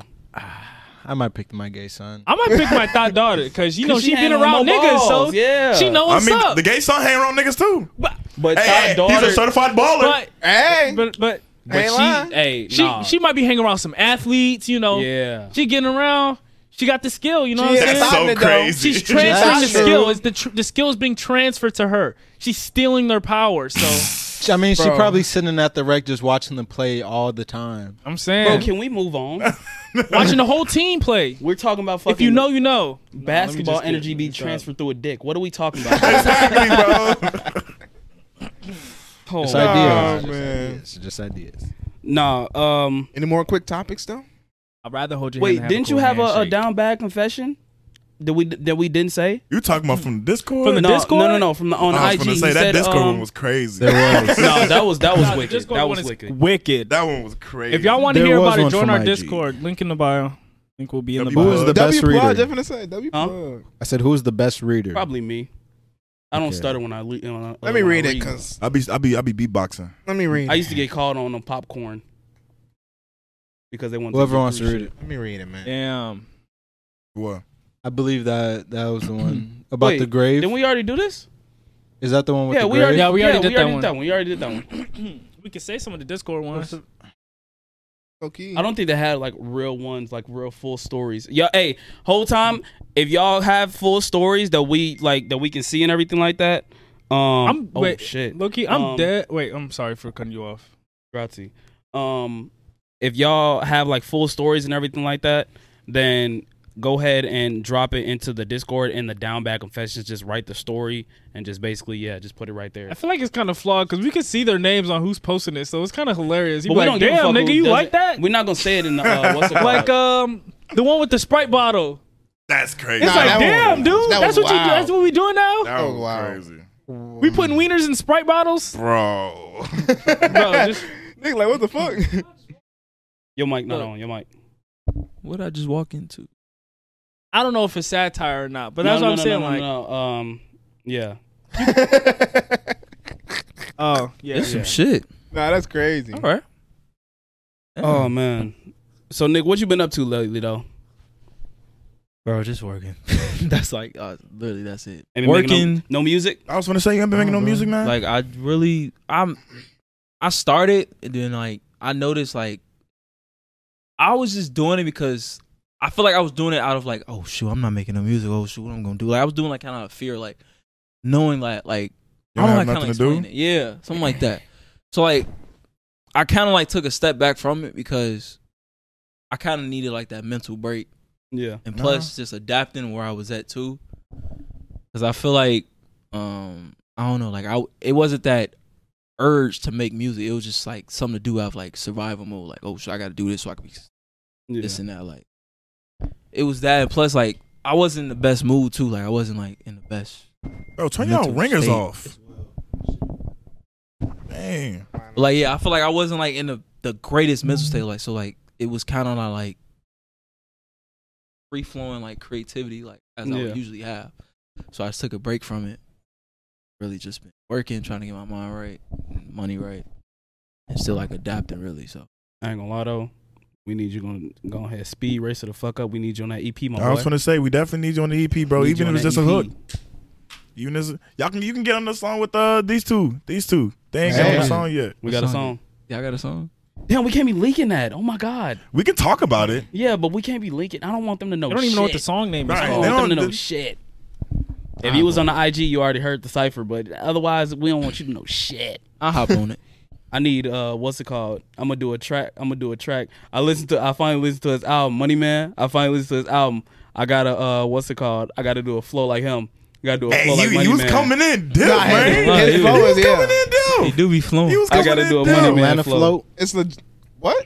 Speaker 9: I might pick my gay son.
Speaker 1: I might pick my thought daughter because you know
Speaker 4: 'Cause she
Speaker 1: she, been
Speaker 4: handling
Speaker 1: around
Speaker 4: my
Speaker 1: niggas, so
Speaker 4: balls, yeah.
Speaker 1: she know
Speaker 8: I
Speaker 1: what's
Speaker 8: mean,
Speaker 1: up.
Speaker 8: the gay son hang around niggas too.
Speaker 4: But
Speaker 8: Hey, hey,
Speaker 4: Todd
Speaker 8: he's
Speaker 4: daughter,
Speaker 8: a certified baller.
Speaker 1: but
Speaker 3: Hey,
Speaker 1: but but
Speaker 4: but
Speaker 3: Ain't lying.
Speaker 4: she, hey,
Speaker 1: she
Speaker 4: nah.
Speaker 1: she might be hanging around some athletes, you know.
Speaker 4: yeah.
Speaker 1: She getting around. She got the skill, you know
Speaker 3: She is
Speaker 1: what I'm saying?
Speaker 8: That's
Speaker 3: Stop
Speaker 8: so
Speaker 3: it, though.
Speaker 8: crazy.
Speaker 1: She's transferring the
Speaker 3: That's true.
Speaker 1: skill. It's the tr- the skill's being transferred to her. She's stealing their power. So
Speaker 9: I mean, she
Speaker 3: Bro.
Speaker 9: probably sitting at the rec just watching them play all the time.
Speaker 1: I'm
Speaker 4: Bro,
Speaker 1: saying
Speaker 4: can we move on?
Speaker 1: watching the whole team play.
Speaker 4: We're talking about fucking
Speaker 1: If you know, you know.
Speaker 4: basketball
Speaker 1: Nah, let me just get-
Speaker 4: energy
Speaker 1: let me
Speaker 4: be
Speaker 1: stop.
Speaker 4: transferred through a dick. What are we talking about?
Speaker 8: Exactly, bro.
Speaker 4: oh,
Speaker 9: It's ideas.
Speaker 3: Oh,
Speaker 9: Just
Speaker 3: man.
Speaker 9: ideas. Just ideas.
Speaker 4: nah. Um.
Speaker 3: Any more quick topics though?
Speaker 1: I'd rather hold your
Speaker 4: Wait,
Speaker 1: hand.
Speaker 4: didn't you have a, a down bad confession? That we that we didn't say
Speaker 8: You talking about from Discord?
Speaker 1: From the
Speaker 4: no,
Speaker 1: Discord?
Speaker 4: No, no, no. From the on
Speaker 8: I was
Speaker 4: IG,
Speaker 8: gonna
Speaker 4: he
Speaker 8: say that
Speaker 4: said,
Speaker 8: Discord
Speaker 4: um,
Speaker 8: one was crazy.
Speaker 9: There was.
Speaker 4: no, that was that was wicked.
Speaker 1: Discord
Speaker 4: That
Speaker 1: one
Speaker 4: was
Speaker 1: is
Speaker 4: wicked.
Speaker 1: Wicked.
Speaker 8: That one was crazy.
Speaker 1: If y'all want to
Speaker 9: There
Speaker 1: hear
Speaker 9: was
Speaker 1: about it,
Speaker 9: one
Speaker 1: join
Speaker 9: from
Speaker 1: our
Speaker 9: IG.
Speaker 1: Discord. Link in the bio. Link will be in the
Speaker 8: Who
Speaker 1: bio.
Speaker 9: Who is the
Speaker 3: W
Speaker 9: best
Speaker 3: plug.
Speaker 9: reader?
Speaker 3: Definitely say W
Speaker 4: Huh?
Speaker 3: plug.
Speaker 9: I said, who's the best reader?
Speaker 4: Probably me. I don't
Speaker 9: Okay.
Speaker 4: stutter when I le- when I-
Speaker 3: Let me
Speaker 4: when I
Speaker 3: read it, cause
Speaker 8: I be I be I be beatboxing.
Speaker 3: let me read.
Speaker 4: I
Speaker 3: It.
Speaker 4: used to get called on on popcorn because they want
Speaker 9: Whoever wants to read it.
Speaker 3: Let me read it, man.
Speaker 1: Damn.
Speaker 8: What?
Speaker 9: I believe that that was the one about
Speaker 4: Wait,
Speaker 9: the grave.
Speaker 4: Didn't we already do this?
Speaker 9: Is that the one with
Speaker 4: yeah,
Speaker 9: the
Speaker 4: we
Speaker 9: grave?
Speaker 4: already,
Speaker 1: Yeah, we already did that one.
Speaker 4: We already did that one.
Speaker 1: we could say some of the Discord ones.
Speaker 3: Okay.
Speaker 4: I don't think they had like real ones, like real full stories. Yeah, hey, whole time if y'all have full stories that we like that we can see and everything like that. Um,
Speaker 1: I'm
Speaker 4: oh
Speaker 1: wait,
Speaker 4: shit,
Speaker 1: Loki, I'm
Speaker 4: Um,
Speaker 1: dead. Wait, I'm sorry for cutting you off.
Speaker 4: Grazie. Um, if y'all have like full stories and everything like that, then go ahead and drop it into the Discord and the down bad confessions. Just write the story and just basically yeah, just put it right there.
Speaker 1: I feel like it's kind of flawed because we can see their names on who's posting it, so it's kind of hilarious. You
Speaker 4: But
Speaker 1: be
Speaker 4: we
Speaker 1: like,
Speaker 4: don't give a
Speaker 1: damn,
Speaker 4: fuck
Speaker 1: nigga,
Speaker 4: who
Speaker 1: you
Speaker 4: does
Speaker 1: like
Speaker 4: it.
Speaker 1: that?
Speaker 4: We're not gonna say it in the uh, what's it called?
Speaker 1: like um, the one with the Sprite bottle.
Speaker 8: That's crazy.
Speaker 1: It's
Speaker 3: Nah,
Speaker 1: like,
Speaker 3: that
Speaker 1: damn,
Speaker 3: one-
Speaker 1: dude,
Speaker 3: that
Speaker 1: that's
Speaker 3: was
Speaker 1: what you.
Speaker 3: wild.
Speaker 1: That's what we doing now.
Speaker 8: that
Speaker 3: Oh,
Speaker 8: was
Speaker 3: wow.
Speaker 8: crazy,
Speaker 1: We putting wieners in Sprite bottles,
Speaker 8: bro.
Speaker 1: bro. Just,
Speaker 3: Nigga, like what the fuck?
Speaker 4: your mic not
Speaker 1: Look.
Speaker 4: on. Your mic.
Speaker 6: What I just walk into?
Speaker 1: I don't know if it's satire or not, but
Speaker 4: No,
Speaker 1: that's
Speaker 4: no,
Speaker 1: what I'm
Speaker 4: no,
Speaker 1: saying.
Speaker 4: no,
Speaker 1: like,
Speaker 4: no, no. um, yeah.
Speaker 1: oh yeah,
Speaker 6: That's some
Speaker 1: yeah.
Speaker 6: shit.
Speaker 3: nah, that's crazy.
Speaker 6: All right.
Speaker 4: Oh man. So Nick, what you been up to lately though?
Speaker 6: bro, just working. that's like uh, literally that's it.
Speaker 4: Ain't been making
Speaker 6: working.
Speaker 4: No, no music.
Speaker 8: I was gonna say you ain't been making no
Speaker 6: bro.
Speaker 8: music, man.
Speaker 6: Like I really, I'm, I started and then like I noticed like I was just doing it because I feel like I was doing it out of like, oh shoot, I'm not making no music. Oh shoot, what I'm gonna do? Like I was doing like kind of out of fear, like knowing like like
Speaker 8: You don't
Speaker 6: I
Speaker 8: have
Speaker 6: know how
Speaker 8: nothing
Speaker 6: kinda
Speaker 8: to do?
Speaker 6: explain It. Yeah, something like that. So like I kind of like took a step back from it because I kind of needed like that mental break
Speaker 4: Yeah.
Speaker 6: and plus just adapting where I was at too. Cause I feel like um I don't know, like I it wasn't that urge to make music. It was just like something to do out of like survival mode. Like oh shit, I got to do this so I can be s-
Speaker 4: yeah.
Speaker 6: this and that. Like it was that. And plus like I wasn't in the best mood too. Like I wasn't like in the best.
Speaker 8: bro, turn your
Speaker 6: mental
Speaker 8: ringers
Speaker 6: state.
Speaker 8: off. Dang.
Speaker 6: But, like yeah, I feel like I wasn't like in the the greatest mental state. Like so like it was kind of not like free flowing like creativity like as I
Speaker 4: Yeah.
Speaker 6: would usually have. So I just took a break from it. Really just been working, trying to get my mind right, money right, and still like adapting really. So
Speaker 4: I ain't gonna lie though. We need you gonna go ahead speed race her the fuck up. We need you on that EP, my
Speaker 8: I was
Speaker 4: Oh, boy.
Speaker 8: gonna say we definitely need you on the EP, bro.
Speaker 4: Need you
Speaker 8: Even if
Speaker 4: on
Speaker 8: it's
Speaker 4: that E
Speaker 8: just a
Speaker 4: EP.
Speaker 8: hook. Even as, y'all can you can get on the song with uh these two, these two. They ain't got on the
Speaker 9: Hey.
Speaker 8: song yet.
Speaker 4: We
Speaker 6: What
Speaker 4: got a
Speaker 6: song
Speaker 4: song.
Speaker 6: y'all got a song?
Speaker 4: Damn, we can't be leaking that. Oh my god.
Speaker 8: We can talk about it.
Speaker 4: Yeah, but we can't be leaking. I don't want them to know.
Speaker 1: I don't even know what
Speaker 4: Oh,
Speaker 1: the
Speaker 4: shit.
Speaker 1: song name is.
Speaker 8: Right.
Speaker 4: I
Speaker 1: called.
Speaker 4: don't
Speaker 8: They
Speaker 4: want them to
Speaker 8: don't-
Speaker 4: know shit. If you was on the IG, you already heard the cipher, but otherwise, we don't want you to know shit.
Speaker 6: I hop on it.
Speaker 4: I need uh, what's it called? I'm gonna do a track. I'm gonna do a track. I listened to. I finally listened to his album, Money Man. I finally listened to his album. I gotta uh, what's it called? I gotta do a flow like him. You gotta do a
Speaker 8: Hey,
Speaker 4: flow
Speaker 8: you,
Speaker 4: like Money
Speaker 8: you was
Speaker 4: Man.
Speaker 8: coming in diff,
Speaker 3: Nah,
Speaker 8: man.
Speaker 6: Nah,
Speaker 3: his
Speaker 6: he
Speaker 3: flow
Speaker 8: You
Speaker 3: is
Speaker 8: was coming
Speaker 3: yeah.
Speaker 8: in
Speaker 6: They
Speaker 8: diff.
Speaker 6: do be flowing.
Speaker 8: You was
Speaker 4: I
Speaker 8: coming
Speaker 4: gotta
Speaker 8: in
Speaker 4: do a
Speaker 8: diff.
Speaker 4: Money Man
Speaker 9: Atlanta
Speaker 4: flow.
Speaker 9: float.
Speaker 3: It's the what?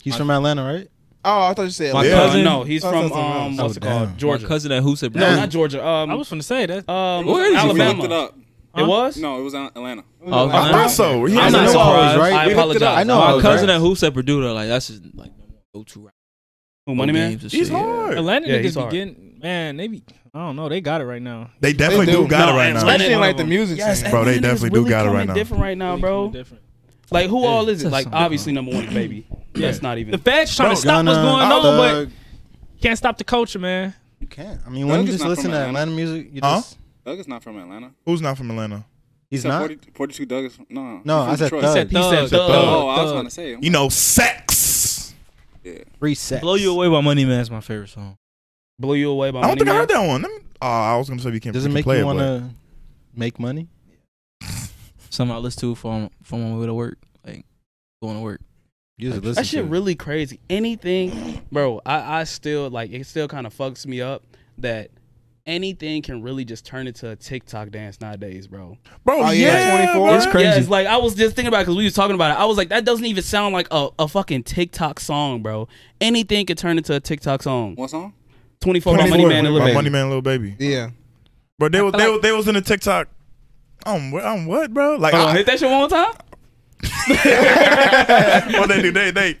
Speaker 9: He's from Atlanta, right?
Speaker 3: Oh, I thought you said
Speaker 6: My
Speaker 8: Yeah.
Speaker 4: Uh,
Speaker 6: cousin,
Speaker 4: no, he's
Speaker 3: Oh,
Speaker 4: from
Speaker 3: that's something
Speaker 4: um,
Speaker 9: else.
Speaker 4: what's it
Speaker 9: Oh,
Speaker 4: called?
Speaker 9: damn.
Speaker 6: my
Speaker 4: Georgia.
Speaker 6: cousin that who said
Speaker 4: No, not Georgia. Um,
Speaker 1: I was gonna say that.
Speaker 4: um,
Speaker 6: Where is he?
Speaker 7: We looked
Speaker 4: Alabama.
Speaker 7: it up.
Speaker 4: It was.
Speaker 7: No, it was Al- Atlanta.
Speaker 6: Oh,
Speaker 8: I thought so. He
Speaker 6: I'm
Speaker 8: has
Speaker 6: not
Speaker 8: a
Speaker 6: surprised.
Speaker 8: flow.
Speaker 9: right?
Speaker 4: I
Speaker 9: We
Speaker 4: apologize.
Speaker 9: I know
Speaker 4: Oh,
Speaker 9: I
Speaker 6: my
Speaker 9: was
Speaker 6: cousin
Speaker 9: right.
Speaker 6: at Hoops at Purdue, though, like that's just like go to
Speaker 4: Who, Oh, Money Man.
Speaker 8: He's hard.
Speaker 1: Atlanta
Speaker 4: Yeah, he's
Speaker 1: niggas
Speaker 4: hard.
Speaker 1: be getting man. They be. I don't know. They got it right now.
Speaker 8: They definitely
Speaker 3: They
Speaker 8: do
Speaker 3: do.
Speaker 8: got
Speaker 4: No,
Speaker 8: it right now.
Speaker 4: Atlanta-
Speaker 3: Especially in, like the
Speaker 1: Yes,
Speaker 3: music
Speaker 4: Yes,
Speaker 3: scene.
Speaker 8: Bro, they
Speaker 4: Atlanta niggas
Speaker 8: definitely do
Speaker 4: really
Speaker 8: got it right
Speaker 4: coming
Speaker 8: now.
Speaker 4: Different right now,
Speaker 1: Really
Speaker 4: bro.
Speaker 1: Different.
Speaker 4: Like who all is it?
Speaker 6: That's
Speaker 4: Like
Speaker 6: something.
Speaker 4: obviously number one, baby. That's not
Speaker 1: The
Speaker 4: even.
Speaker 1: feds trying
Speaker 8: Bro,
Speaker 1: to stop what's
Speaker 9: Gunna,
Speaker 1: going on, but
Speaker 9: Thug,
Speaker 1: Can't stop the culture, man.
Speaker 9: You can't. I mean,
Speaker 7: Doug
Speaker 9: when you
Speaker 7: is
Speaker 9: just
Speaker 7: not
Speaker 9: listen
Speaker 7: from
Speaker 9: to
Speaker 7: Atlanta.
Speaker 9: Atlanta music, you
Speaker 8: Huh?
Speaker 9: just
Speaker 7: Doug is not from Atlanta.
Speaker 8: Who's not from Atlanta?
Speaker 9: he's
Speaker 7: said
Speaker 9: not.
Speaker 7: 40 42 Doug is from, no.
Speaker 9: No,
Speaker 7: he's
Speaker 9: I
Speaker 7: from
Speaker 9: said Thug.
Speaker 7: Detroit.
Speaker 4: He said
Speaker 1: Thug.
Speaker 7: Oh, I was
Speaker 1: Thug.
Speaker 7: gonna say.
Speaker 8: You know, sex.
Speaker 9: Reset.
Speaker 6: Blow You Away by Money Man is my favorite song.
Speaker 4: Blew you away by
Speaker 8: I don't
Speaker 4: Money
Speaker 8: think I
Speaker 4: Man?
Speaker 8: heard that one. Let me, oh, I was gonna say we can't.
Speaker 9: Does
Speaker 8: we
Speaker 9: it
Speaker 8: can
Speaker 9: make
Speaker 8: play
Speaker 9: you
Speaker 8: but-
Speaker 9: want to make money?
Speaker 6: Something I listen to from from my way to work, like going to work.
Speaker 9: You just listen
Speaker 4: That shit
Speaker 9: to it.
Speaker 4: really crazy. Anything, bro. I, I still like it. Still kind of fucks me up that anything can really just turn into a TikTok dance nowadays, bro.
Speaker 8: bro?
Speaker 3: Oh,
Speaker 8: yeah,
Speaker 3: yeah, 24?
Speaker 8: bro.
Speaker 9: It's crazy.
Speaker 4: Yeah, it's like I was just thinking about because we was talking about it. I was like, that doesn't even sound like a, a fucking TikTok song, bro. Anything could turn into a TikTok song.
Speaker 7: What song?
Speaker 4: Twenty four by
Speaker 8: 24,
Speaker 4: Money Man and Lil
Speaker 8: by
Speaker 4: Baby.
Speaker 8: Money Man, little baby.
Speaker 3: Yeah.
Speaker 8: Bro, they was they, was- they was in the TikTok. Um, wh- um, what, bro? Like,
Speaker 4: Hold on,
Speaker 8: I-
Speaker 4: hit that shit one more time.
Speaker 8: what they do? They they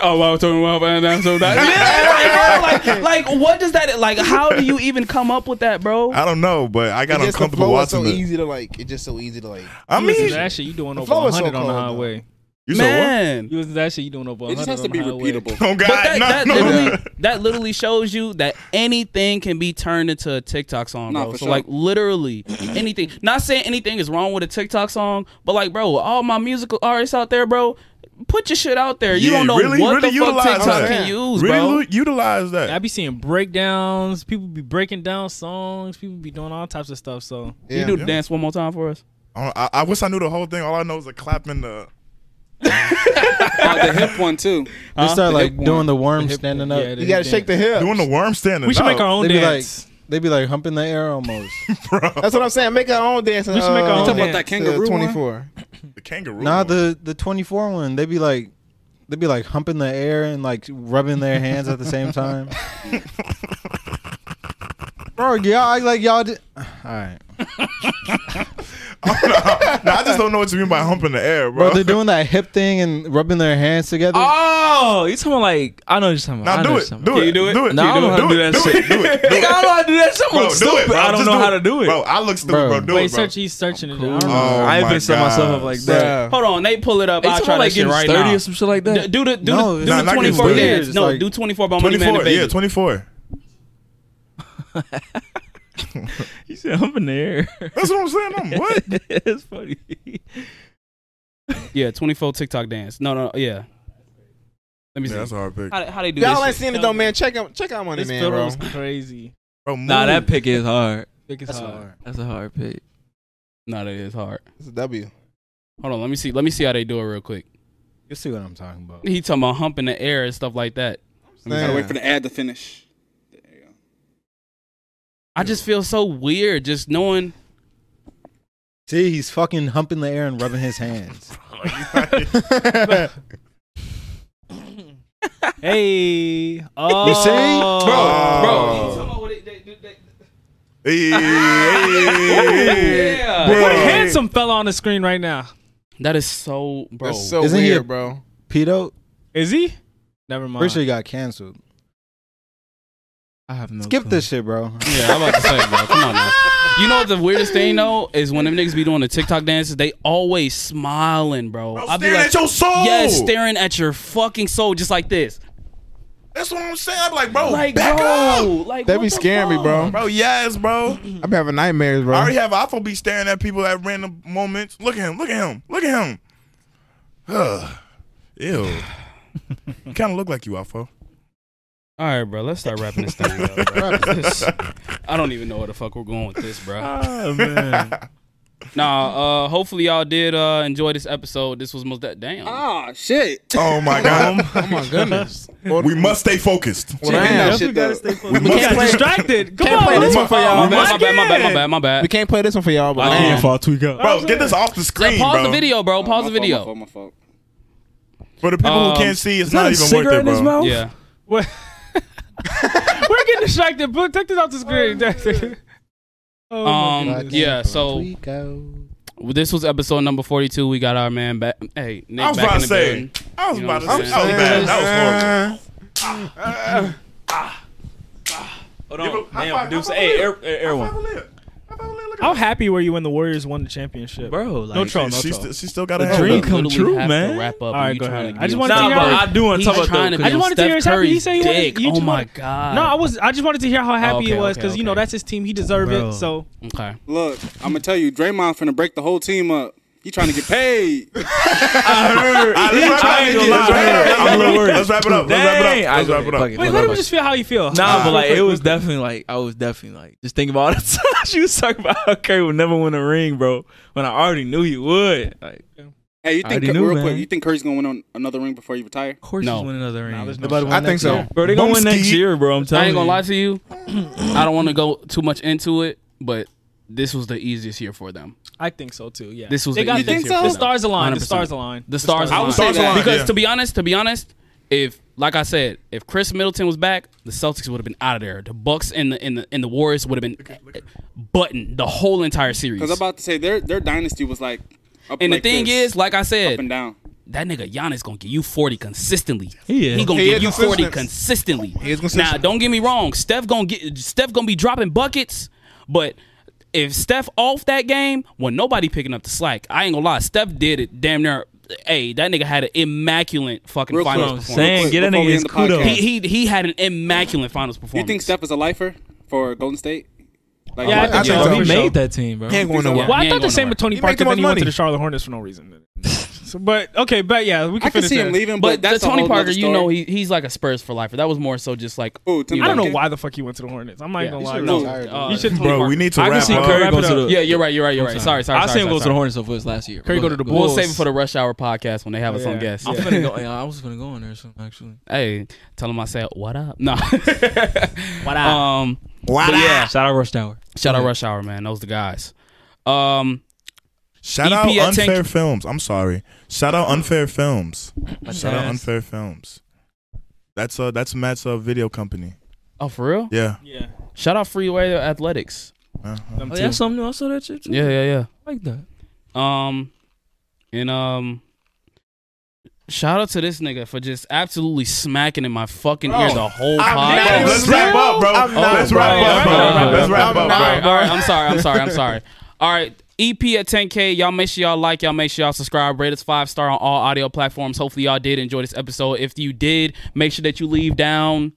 Speaker 4: Oh, I was talking about that. So that. Yeah, like, bro, like, like, what does that? Like, how do you even come up with that, bro?
Speaker 8: I don't know, but I got
Speaker 3: It's just the
Speaker 8: uncomfortable
Speaker 3: flow is so
Speaker 8: watching it.
Speaker 3: easy to like. It's just so easy to like.
Speaker 8: I
Speaker 1: You listen
Speaker 8: mean,
Speaker 1: to that shit, you doing over
Speaker 3: flow is so
Speaker 1: 100 on the
Speaker 3: cold, though.
Speaker 1: highway.
Speaker 8: you said what?
Speaker 4: Man,
Speaker 1: You listen to that shit, you doing over 100
Speaker 7: It just has to
Speaker 1: on
Speaker 7: be
Speaker 1: the highway.
Speaker 7: repeatable.
Speaker 8: Oh God,
Speaker 4: But that, that,
Speaker 8: no, no.
Speaker 4: literally, that literally shows you that anything can be turned into a TikTok song,
Speaker 7: Nah,
Speaker 4: bro.
Speaker 7: for
Speaker 4: so
Speaker 7: sure.
Speaker 4: like literally anything. Not saying anything is wrong with a TikTok song, but like, bro, all my musical artists out there, bro, put your shit out there. You
Speaker 8: Yeah,
Speaker 4: don't know
Speaker 8: really-
Speaker 4: what
Speaker 8: really
Speaker 4: the fuck
Speaker 8: utilize
Speaker 4: TikTok
Speaker 8: that.
Speaker 4: can use,
Speaker 8: really
Speaker 4: bro.
Speaker 8: lu- utilize that.
Speaker 1: I be seeing breakdowns. People be breaking down songs. People be doing all types of stuff. So
Speaker 4: Can you do
Speaker 8: Yeah.
Speaker 4: the dance one more time for us?
Speaker 8: I, I- I wish I knew the whole thing. All I know is a clap in the.
Speaker 7: Oh, the hip one too.
Speaker 9: They start
Speaker 7: The
Speaker 9: like
Speaker 7: hip one.
Speaker 9: doing the worm standing up.
Speaker 1: Yeah,
Speaker 3: You gotta shake the hips.
Speaker 8: Doing the Oh, worm standing.
Speaker 1: We should make
Speaker 8: up.
Speaker 1: our own
Speaker 9: They be like,
Speaker 1: dance.
Speaker 9: they be like humping the air almost.
Speaker 3: That's what I'm saying. Make our own dance.
Speaker 1: We should make our own
Speaker 7: Talking about that
Speaker 1: dance.
Speaker 7: kangaroo one?
Speaker 3: Twenty four.
Speaker 8: the kangaroo.
Speaker 9: nah,
Speaker 8: one.
Speaker 9: the the twenty four one. They be like, they be like humping the air and like rubbing their hands at the same time. Bro, y'all act like y'all. Did, all right,
Speaker 8: no, I just don't know what you mean by humping the air, bro.
Speaker 9: bro. They're doing that hip thing and rubbing their hands together.
Speaker 6: Oh, you talking about like I know what you're talking about.
Speaker 8: now do
Speaker 6: I know
Speaker 8: it.
Speaker 6: what you're
Speaker 8: Do
Speaker 6: talking
Speaker 8: it.
Speaker 4: you do it?
Speaker 8: Do it.
Speaker 6: No, I don't know how to do
Speaker 8: it.
Speaker 6: that
Speaker 8: Do it.
Speaker 6: shit.
Speaker 8: Do it. Do it.
Speaker 6: about. Nigga, I don't know how to do that. Something
Speaker 8: Bro, do
Speaker 6: stupid.
Speaker 8: it, bro.
Speaker 6: I don't
Speaker 8: Just
Speaker 6: know
Speaker 8: do
Speaker 6: how to do it.
Speaker 8: Bro, I look stupid, bro.
Speaker 6: Bro.
Speaker 8: Do
Speaker 1: Wait,
Speaker 8: it, bro.
Speaker 1: search. He's searching it. I
Speaker 6: Cool.
Speaker 1: don't know.
Speaker 8: Oh,
Speaker 6: I ain't
Speaker 8: my
Speaker 6: been setting myself
Speaker 8: God.
Speaker 6: up like that.
Speaker 4: Hold on, they pull it up.
Speaker 6: They
Speaker 4: I'll
Speaker 6: talking
Speaker 4: try that
Speaker 6: about like
Speaker 4: shit
Speaker 6: getting
Speaker 4: right
Speaker 6: sturdy
Speaker 4: now.
Speaker 6: or some shit like
Speaker 4: D-
Speaker 6: that.
Speaker 4: do the do
Speaker 9: No,
Speaker 4: the, do
Speaker 9: nah,
Speaker 4: the
Speaker 8: not
Speaker 4: twenty
Speaker 8: getting
Speaker 4: four
Speaker 8: weird.
Speaker 4: dance.
Speaker 9: It's
Speaker 4: No,
Speaker 9: like-
Speaker 4: do twenty four by Money Man and
Speaker 8: 24.
Speaker 4: Baby.
Speaker 8: Yeah, 24.
Speaker 6: You said I'm in the air.
Speaker 8: That's what I'm saying. I'm what?
Speaker 6: it's funny.
Speaker 4: Yeah, 24 TikTok dance. No, no, yeah. Let me
Speaker 8: Yeah, that's
Speaker 4: see.
Speaker 8: a hard pick.
Speaker 4: How, how they do this?
Speaker 3: Y'all ain't
Speaker 4: shit?
Speaker 3: seen it though, man. Check out check out money
Speaker 1: This
Speaker 3: man, bro.
Speaker 1: photo's crazy.
Speaker 8: Bro, move.
Speaker 6: Nah, that pick is hard.
Speaker 1: Pick is
Speaker 6: That's
Speaker 1: hard.
Speaker 6: hard. That's a hard pick.
Speaker 4: No, that is hard.
Speaker 3: It's a W.
Speaker 4: Hold on, let me see. Let me see how they do it real quick.
Speaker 9: You see what I'm talking about?
Speaker 4: He talking about humping the air and stuff like that.
Speaker 7: Gotta
Speaker 3: Yeah.
Speaker 7: wait for the ad to finish. There you go.
Speaker 4: I just feel so weird just knowing.
Speaker 9: See, he's fucking humping the air and rubbing his hands.
Speaker 1: Hey, oh,
Speaker 9: You see?
Speaker 8: Oh. Hey, hey, hey.
Speaker 4: Yeah,
Speaker 8: Bro.
Speaker 1: what a handsome fella on the screen right now.
Speaker 4: that is so bro.
Speaker 3: That's so
Speaker 9: Isn't he
Speaker 3: weird,
Speaker 9: a-
Speaker 3: bro.
Speaker 9: Pedo,
Speaker 1: Is he? Never mind.
Speaker 9: pretty sure he got canceled.
Speaker 6: I have no.
Speaker 9: Skip
Speaker 6: clue.
Speaker 9: this shit, bro.
Speaker 4: yeah, I'm about to say, bro. Come on, now. You know what the weirdest thing though is when them niggas be doing the TikTok dances, they always smiling, bro.
Speaker 8: Bro,
Speaker 4: I be
Speaker 8: staring
Speaker 4: like,
Speaker 8: at your soul.
Speaker 4: yes, staring at your fucking soul, just like this.
Speaker 8: That's what I'm saying. I'm like, bro,
Speaker 4: Like,
Speaker 8: back
Speaker 4: bro,
Speaker 8: up.
Speaker 4: like
Speaker 3: That
Speaker 4: what
Speaker 3: be
Speaker 4: the
Speaker 3: scaring me,
Speaker 4: fuck?
Speaker 3: bro.
Speaker 8: Bro, yes, bro.
Speaker 3: I'm having nightmares, bro.
Speaker 8: I already have iPhone be staring at people at random moments. Look at him. Look at him. Look at him. Ugh. Ew. you kind of look like you, Alpha.
Speaker 4: All right, bro. Let's start wrapping this thing up. Bro. This- I don't even know where the fuck we're going with this, bro.
Speaker 6: Ah,
Speaker 4: Nah. Uh, hopefully y'all did uh, enjoy this episode. This was most that damn.
Speaker 7: Ah, shit.
Speaker 8: Oh my god.
Speaker 3: oh my goodness.
Speaker 8: we must stay focused.
Speaker 3: Well, damn,
Speaker 7: That
Speaker 3: shit,
Speaker 7: shit,
Speaker 3: though.
Speaker 7: though.
Speaker 8: We
Speaker 1: we
Speaker 8: must
Speaker 1: got
Speaker 8: play-
Speaker 1: distracted. Come
Speaker 3: Can't play
Speaker 1: on,
Speaker 3: this
Speaker 1: let's-
Speaker 3: one for y'all.
Speaker 4: my, bad, my
Speaker 1: Mike
Speaker 4: bad, my bad, my
Speaker 1: it.
Speaker 4: bad, my
Speaker 3: We
Speaker 4: bad.
Speaker 3: can't play this one for y'all, but
Speaker 4: I can't.
Speaker 3: um,
Speaker 6: I tweak out.
Speaker 8: Bro, get this off the screen,
Speaker 4: pause
Speaker 8: bro.
Speaker 4: the video, bro. Oh, Pause the
Speaker 7: My fault,
Speaker 4: video.
Speaker 7: my fault.
Speaker 8: For the people
Speaker 4: Um,
Speaker 8: who can't see, it's
Speaker 6: Is that
Speaker 8: not
Speaker 6: a
Speaker 8: even worth
Speaker 6: cigarette
Speaker 8: it,
Speaker 6: in his
Speaker 8: bro.
Speaker 4: Yeah.
Speaker 6: mouth?
Speaker 1: What? We're getting distracted. Put take this off the screen. oh, my
Speaker 4: Um,
Speaker 1: goodness.
Speaker 4: yeah. So this was episode number forty-two. We got our man back. Hey, Nick
Speaker 8: I was
Speaker 4: back
Speaker 8: about
Speaker 4: in
Speaker 8: to
Speaker 4: the
Speaker 8: say.
Speaker 4: building.
Speaker 8: I was
Speaker 4: You know
Speaker 8: about to say.
Speaker 4: what
Speaker 8: That
Speaker 4: I'm
Speaker 8: was
Speaker 4: saying?
Speaker 8: bad. That
Speaker 6: Hold on. Damn, producer. Hey, air, air, air
Speaker 8: was
Speaker 6: one.
Speaker 8: horrible. High five a lip. High five a lip. Look at
Speaker 1: How happy were you when the Warriors won the championship,
Speaker 4: Bro,
Speaker 1: no
Speaker 4: like-
Speaker 1: troll,
Speaker 8: She-
Speaker 1: no
Speaker 8: she
Speaker 1: troll.
Speaker 8: still- she still got a
Speaker 4: The
Speaker 8: hand
Speaker 4: dream
Speaker 8: up.
Speaker 4: come
Speaker 8: Literally
Speaker 4: true,
Speaker 8: have to
Speaker 4: man.
Speaker 8: wrap up
Speaker 1: All right, go ahead. I just wanted
Speaker 4: nah,
Speaker 1: to hear.
Speaker 4: but I
Speaker 1: how-
Speaker 4: do want to
Speaker 1: He's
Speaker 4: talk about
Speaker 1: trying
Speaker 4: though,
Speaker 1: to
Speaker 4: 'cause
Speaker 1: I just wanted to
Speaker 4: Steph
Speaker 1: hear his happy. He
Speaker 4: Curry's
Speaker 1: said he wanted-
Speaker 4: dick.
Speaker 1: you
Speaker 4: Oh
Speaker 1: just
Speaker 4: my
Speaker 1: wanted-
Speaker 4: god.
Speaker 1: No, I was. I just wanted to hear how happy
Speaker 4: okay,
Speaker 1: it was
Speaker 4: okay,
Speaker 1: because you know
Speaker 4: okay.
Speaker 1: that's his team. He deserved
Speaker 4: Bro.
Speaker 1: it. So
Speaker 4: Okay.
Speaker 7: Look, I'm gonna tell you, Draymond finna break the whole team up. He trying to get paid.
Speaker 8: All right, let's wrap it up. Let's wrap it up. I'm a little worried. Let's wrap it up. Let's wrap it
Speaker 4: Dang,
Speaker 8: up.
Speaker 4: I
Speaker 8: Let's wrap
Speaker 4: get
Speaker 8: it
Speaker 4: it.
Speaker 8: up.
Speaker 6: Fuck it, fuck
Speaker 1: wait, let
Speaker 6: it,
Speaker 1: him
Speaker 6: fuck
Speaker 1: just feel how you feel.
Speaker 6: Nah, but like it
Speaker 1: Quick,
Speaker 6: was definitely like I was definitely like just thinking about all the time she was talking about how Curry would never win a ring, bro. When I already knew he would. Like,
Speaker 7: Hey, you
Speaker 6: I
Speaker 7: think
Speaker 6: already knew,
Speaker 7: real
Speaker 6: man.
Speaker 7: quick? You think Curry's gonna win on another ring before you retire?
Speaker 6: of course
Speaker 4: No.
Speaker 6: he's winning another ring.
Speaker 1: Nah, there's no
Speaker 9: About to
Speaker 1: shot.
Speaker 9: win
Speaker 3: I think
Speaker 9: next
Speaker 3: so.
Speaker 9: year.
Speaker 6: bro, they gonna win next
Speaker 8: Bumski.
Speaker 6: year, bro. I'm
Speaker 4: I
Speaker 6: telling
Speaker 4: ain't gonna
Speaker 6: you.
Speaker 4: lie to you. I don't want to go too much into it, but this was the easiest year for them.
Speaker 1: I think so too. Yeah,
Speaker 4: This was
Speaker 1: They
Speaker 4: the
Speaker 1: got
Speaker 4: easiest
Speaker 1: the,
Speaker 4: year for
Speaker 1: the
Speaker 4: them.
Speaker 1: stars aligned. The
Speaker 4: 100%.
Speaker 1: stars aligned.
Speaker 4: The stars.
Speaker 8: I would
Speaker 4: aligned.
Speaker 8: say Stars that. aligned,
Speaker 4: because
Speaker 8: yeah.
Speaker 4: to be honest, to be honest, if like I said, if Chris Middleton was back, the Celtics would have been out of there. The Bucks and the and the and the Warriors would have been buttoned the whole entire series.
Speaker 7: Because I'm about to say their their dynasty was like. Up
Speaker 4: and
Speaker 7: like
Speaker 4: the thing
Speaker 7: this,
Speaker 4: is, like I
Speaker 7: up and
Speaker 4: said,
Speaker 7: down.
Speaker 4: that nigga Giannis gonna give you forty consistently.
Speaker 6: He is.
Speaker 4: He gonna
Speaker 3: He
Speaker 4: give
Speaker 3: is
Speaker 4: you forty
Speaker 3: consistent.
Speaker 4: consistently.
Speaker 3: is consistent.
Speaker 4: now, don't get me wrong. Steph gonna get Steph gonna be dropping buckets, but if Steph off that game, well, nobody picking up the slack. I ain't gonna lie. Steph did it damn near. Hey, that nigga had an immaculate fucking
Speaker 7: Real quick,
Speaker 4: finals
Speaker 7: real
Speaker 4: performance.
Speaker 6: saying,
Speaker 7: quick,
Speaker 6: get that nigga
Speaker 7: before we
Speaker 6: his
Speaker 7: end the
Speaker 6: kudos.
Speaker 7: podcast.
Speaker 4: He, he he had an immaculate finals
Speaker 7: You
Speaker 4: performance.
Speaker 7: think Steph is a lifer for Golden State? Like,
Speaker 1: Yeah, I
Speaker 7: why-
Speaker 1: think
Speaker 3: I
Speaker 1: so.
Speaker 3: think so.
Speaker 6: He
Speaker 1: For sure.
Speaker 6: made that team, bro.
Speaker 3: He ain't going nowhere.
Speaker 1: Well, I
Speaker 4: He
Speaker 1: thought
Speaker 4: ain't
Speaker 1: the
Speaker 4: going
Speaker 1: same
Speaker 4: nowhere.
Speaker 1: with Tony
Speaker 3: He
Speaker 1: Parker.
Speaker 3: make the
Speaker 1: Then
Speaker 3: most
Speaker 1: he went to
Speaker 3: money.
Speaker 1: the Charlotte Hornets for no reason. So, but okay, but yeah, we can
Speaker 7: I can
Speaker 1: finish
Speaker 7: see
Speaker 1: that.
Speaker 7: him leaving,
Speaker 4: but
Speaker 7: but,
Speaker 4: the
Speaker 7: that's a
Speaker 4: Tony
Speaker 7: whole nother
Speaker 4: Parker, you
Speaker 7: story.
Speaker 4: know, he, he's like a Spurs for life. That was more so just like
Speaker 7: Who, Tim
Speaker 1: I don't know
Speaker 7: Duncan?
Speaker 1: why the fuck he went to the Hornets. I'm not even gonna lie.
Speaker 7: should've
Speaker 1: No.
Speaker 7: retired.
Speaker 1: You should,
Speaker 8: Bro, we need to
Speaker 6: I can
Speaker 8: wrap
Speaker 6: see
Speaker 8: up.
Speaker 6: Curry go to the.
Speaker 4: uh, yeah, you're right, you're right, you're right. Sorry, sorry.
Speaker 6: I
Speaker 4: sorry,
Speaker 6: seen him
Speaker 4: sorry,
Speaker 6: go to the
Speaker 4: sorry.
Speaker 6: Hornets though for his last year.
Speaker 1: Curry go to the
Speaker 4: We'll
Speaker 1: Bulls.
Speaker 4: save it for the rush hour podcast when they have us on
Speaker 1: Yeah.
Speaker 4: guest.
Speaker 6: I'm finna go. Yeah, I was gonna go on there soon, actually.
Speaker 4: Hey, tell him I said what up. No,
Speaker 1: What
Speaker 4: um,
Speaker 3: Why
Speaker 4: but yeah.
Speaker 6: Shout out Rush Hour.
Speaker 4: Shout out Rush Hour, man. Those the guys. Um,
Speaker 8: Shout
Speaker 4: EP
Speaker 8: out
Speaker 4: at Tank-
Speaker 8: Unfair Films. I'm sorry. Shout out Unfair Films. Shout out
Speaker 6: Yes.
Speaker 8: Unfair Films. That's uh that's Matt's uh, video company.
Speaker 4: oh for real?
Speaker 8: Yeah.
Speaker 1: Yeah.
Speaker 4: Shout out Freeway Athletics.
Speaker 8: Uh-huh.
Speaker 1: Them
Speaker 6: Oh,
Speaker 1: two.
Speaker 6: that's something new. I saw that shit too.
Speaker 4: Yeah, yeah, yeah.
Speaker 6: I like that.
Speaker 4: Um, and um, shout out to this nigga for just absolutely smacking in my fucking ear the whole
Speaker 8: Bro,
Speaker 4: podcast.
Speaker 8: let's wrap up, bro.
Speaker 3: I'm not-
Speaker 8: Let's wrap
Speaker 1: bro.
Speaker 8: up,
Speaker 1: I'm
Speaker 8: bro.
Speaker 1: not-
Speaker 8: Let's wrap
Speaker 3: I'm
Speaker 8: up,
Speaker 4: All right,
Speaker 8: bro.
Speaker 4: all right. I'm sorry. I'm sorry. I'm sorry. All right. EP at 10K. Y'all make sure y'all like. Y'all make sure y'all subscribe. Rate us five star on all audio platforms. Hopefully y'all did enjoy this episode. If you did, make sure that you leave down.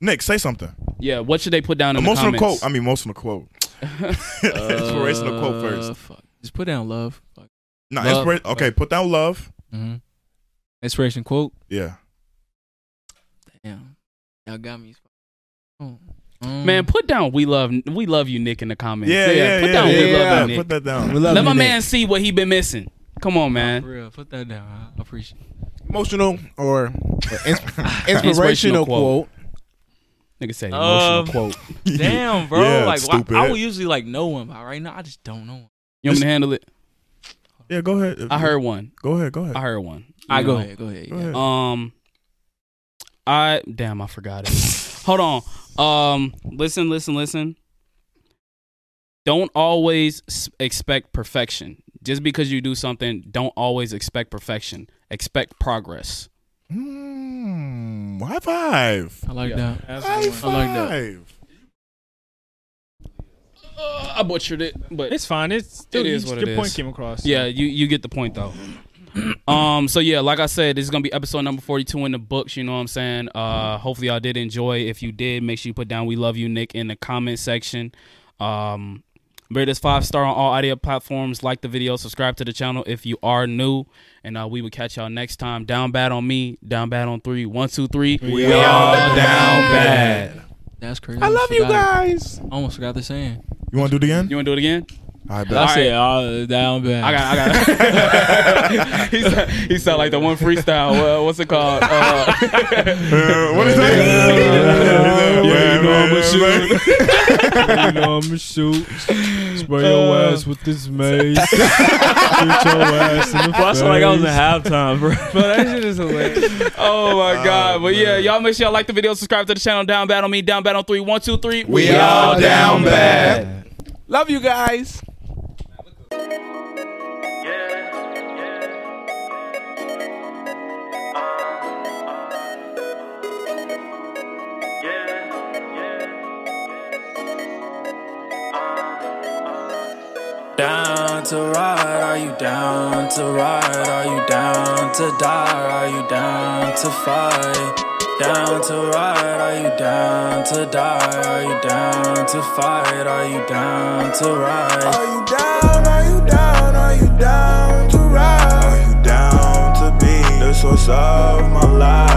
Speaker 8: Nick, say something.
Speaker 4: Yeah. What should they put down in
Speaker 8: Emotional
Speaker 4: the
Speaker 8: quote.
Speaker 4: comments?
Speaker 8: I mean, emotional quote. Inspirational quote
Speaker 6: Uh,
Speaker 8: first.
Speaker 6: fuck. Just put down love. Fuck.
Speaker 8: No,
Speaker 6: love.
Speaker 8: inspira- okay, put down love.
Speaker 6: Mhm. Inspiration quote.
Speaker 8: Yeah.
Speaker 6: Damn. Y'all got me. Oh.
Speaker 4: Man, put down we love we love you, Nick, in the comments.
Speaker 8: Yeah, yeah,
Speaker 4: put
Speaker 8: yeah.
Speaker 4: down
Speaker 8: yeah,
Speaker 4: we
Speaker 8: yeah.
Speaker 4: love you, Nick.
Speaker 8: Put that down.
Speaker 9: We love
Speaker 4: Let
Speaker 9: you,
Speaker 4: my
Speaker 9: Nick.
Speaker 4: man see what he been missing. Come on, man.
Speaker 6: For real, put that down. I appreciate it.
Speaker 3: Emotional or ins-
Speaker 4: Inspirational
Speaker 3: inspirational
Speaker 4: quote.
Speaker 3: quote.
Speaker 4: Nigga said emotional
Speaker 6: Um,
Speaker 4: quote.
Speaker 6: Damn, bro.
Speaker 8: Yeah,
Speaker 6: like, why-
Speaker 8: stupid.
Speaker 6: I would usually like know one, but right now I just don't know one.
Speaker 4: You want me to handle it?
Speaker 8: Yeah, go ahead.
Speaker 4: I heard one.
Speaker 8: Go ahead. Go ahead.
Speaker 4: I heard one.
Speaker 6: I
Speaker 4: You
Speaker 6: go
Speaker 4: know,
Speaker 6: ahead, go ahead.
Speaker 8: Go
Speaker 6: yeah.
Speaker 8: ahead.
Speaker 4: Um, I damn, I forgot it. Hold on. Um, listen, listen, listen. Don't always s- expect perfection. Just because you do something, don't always expect perfection. Expect progress.
Speaker 8: Mm, high five.
Speaker 6: I like
Speaker 1: Yeah.
Speaker 6: that.
Speaker 1: That's
Speaker 8: High
Speaker 1: the one.
Speaker 8: five.
Speaker 4: Uh, I butchered it, but
Speaker 1: It's fine. It's still,
Speaker 4: It is
Speaker 1: you-
Speaker 4: what
Speaker 1: your
Speaker 4: it
Speaker 1: point
Speaker 4: is.
Speaker 1: came across.
Speaker 4: Yeah, you you get the point though. um, so yeah, like I said, this is gonna be episode number forty-two in the books. You know what I'm saying? Uh, hopefully y'all did enjoy. If you did, make sure you put down "We love you, Nick" in the comment section. Um, rate us five star on all audio platforms. Like the video, subscribe to the channel if you are new, and uh, we will catch y'all next time. Down bad on me. Down bad on three. One, two, three.
Speaker 8: We are down bad.
Speaker 6: That's crazy. I love you guys. I almost forgot the saying.
Speaker 8: You want to do it again?
Speaker 4: You want to do it again?
Speaker 8: All right, bet.
Speaker 6: I said all down bad.
Speaker 4: I got, I got. he, sound, he sound like the one freestyle. Well, what's it called? Uh,
Speaker 8: Uh, what is that?
Speaker 9: Yeah, you know I'm a shoot.
Speaker 8: Yeah,
Speaker 9: you know I'ma shoot. Spray your ass with this mace. Shoot your ass in the
Speaker 6: Well, I
Speaker 9: face.
Speaker 6: sound like I was in halftime, bro.
Speaker 1: But that shit is hilarious.
Speaker 4: Oh my god. But yeah, y'all make sure y'all like the video, subscribe to the channel, down battle me, down battle three, one, two, three.
Speaker 8: We all down bad.
Speaker 6: Love you guys.
Speaker 10: Yeah, yeah. Uh, uh.
Speaker 8: Down to ride, are you down to ride? Are you down to die? Are you down to fight? Down to ride, are you down to die? Are you down to fight? Are you down to ride? Are you down? Are you down? Are you down to ride? Are you down to be the source of my life?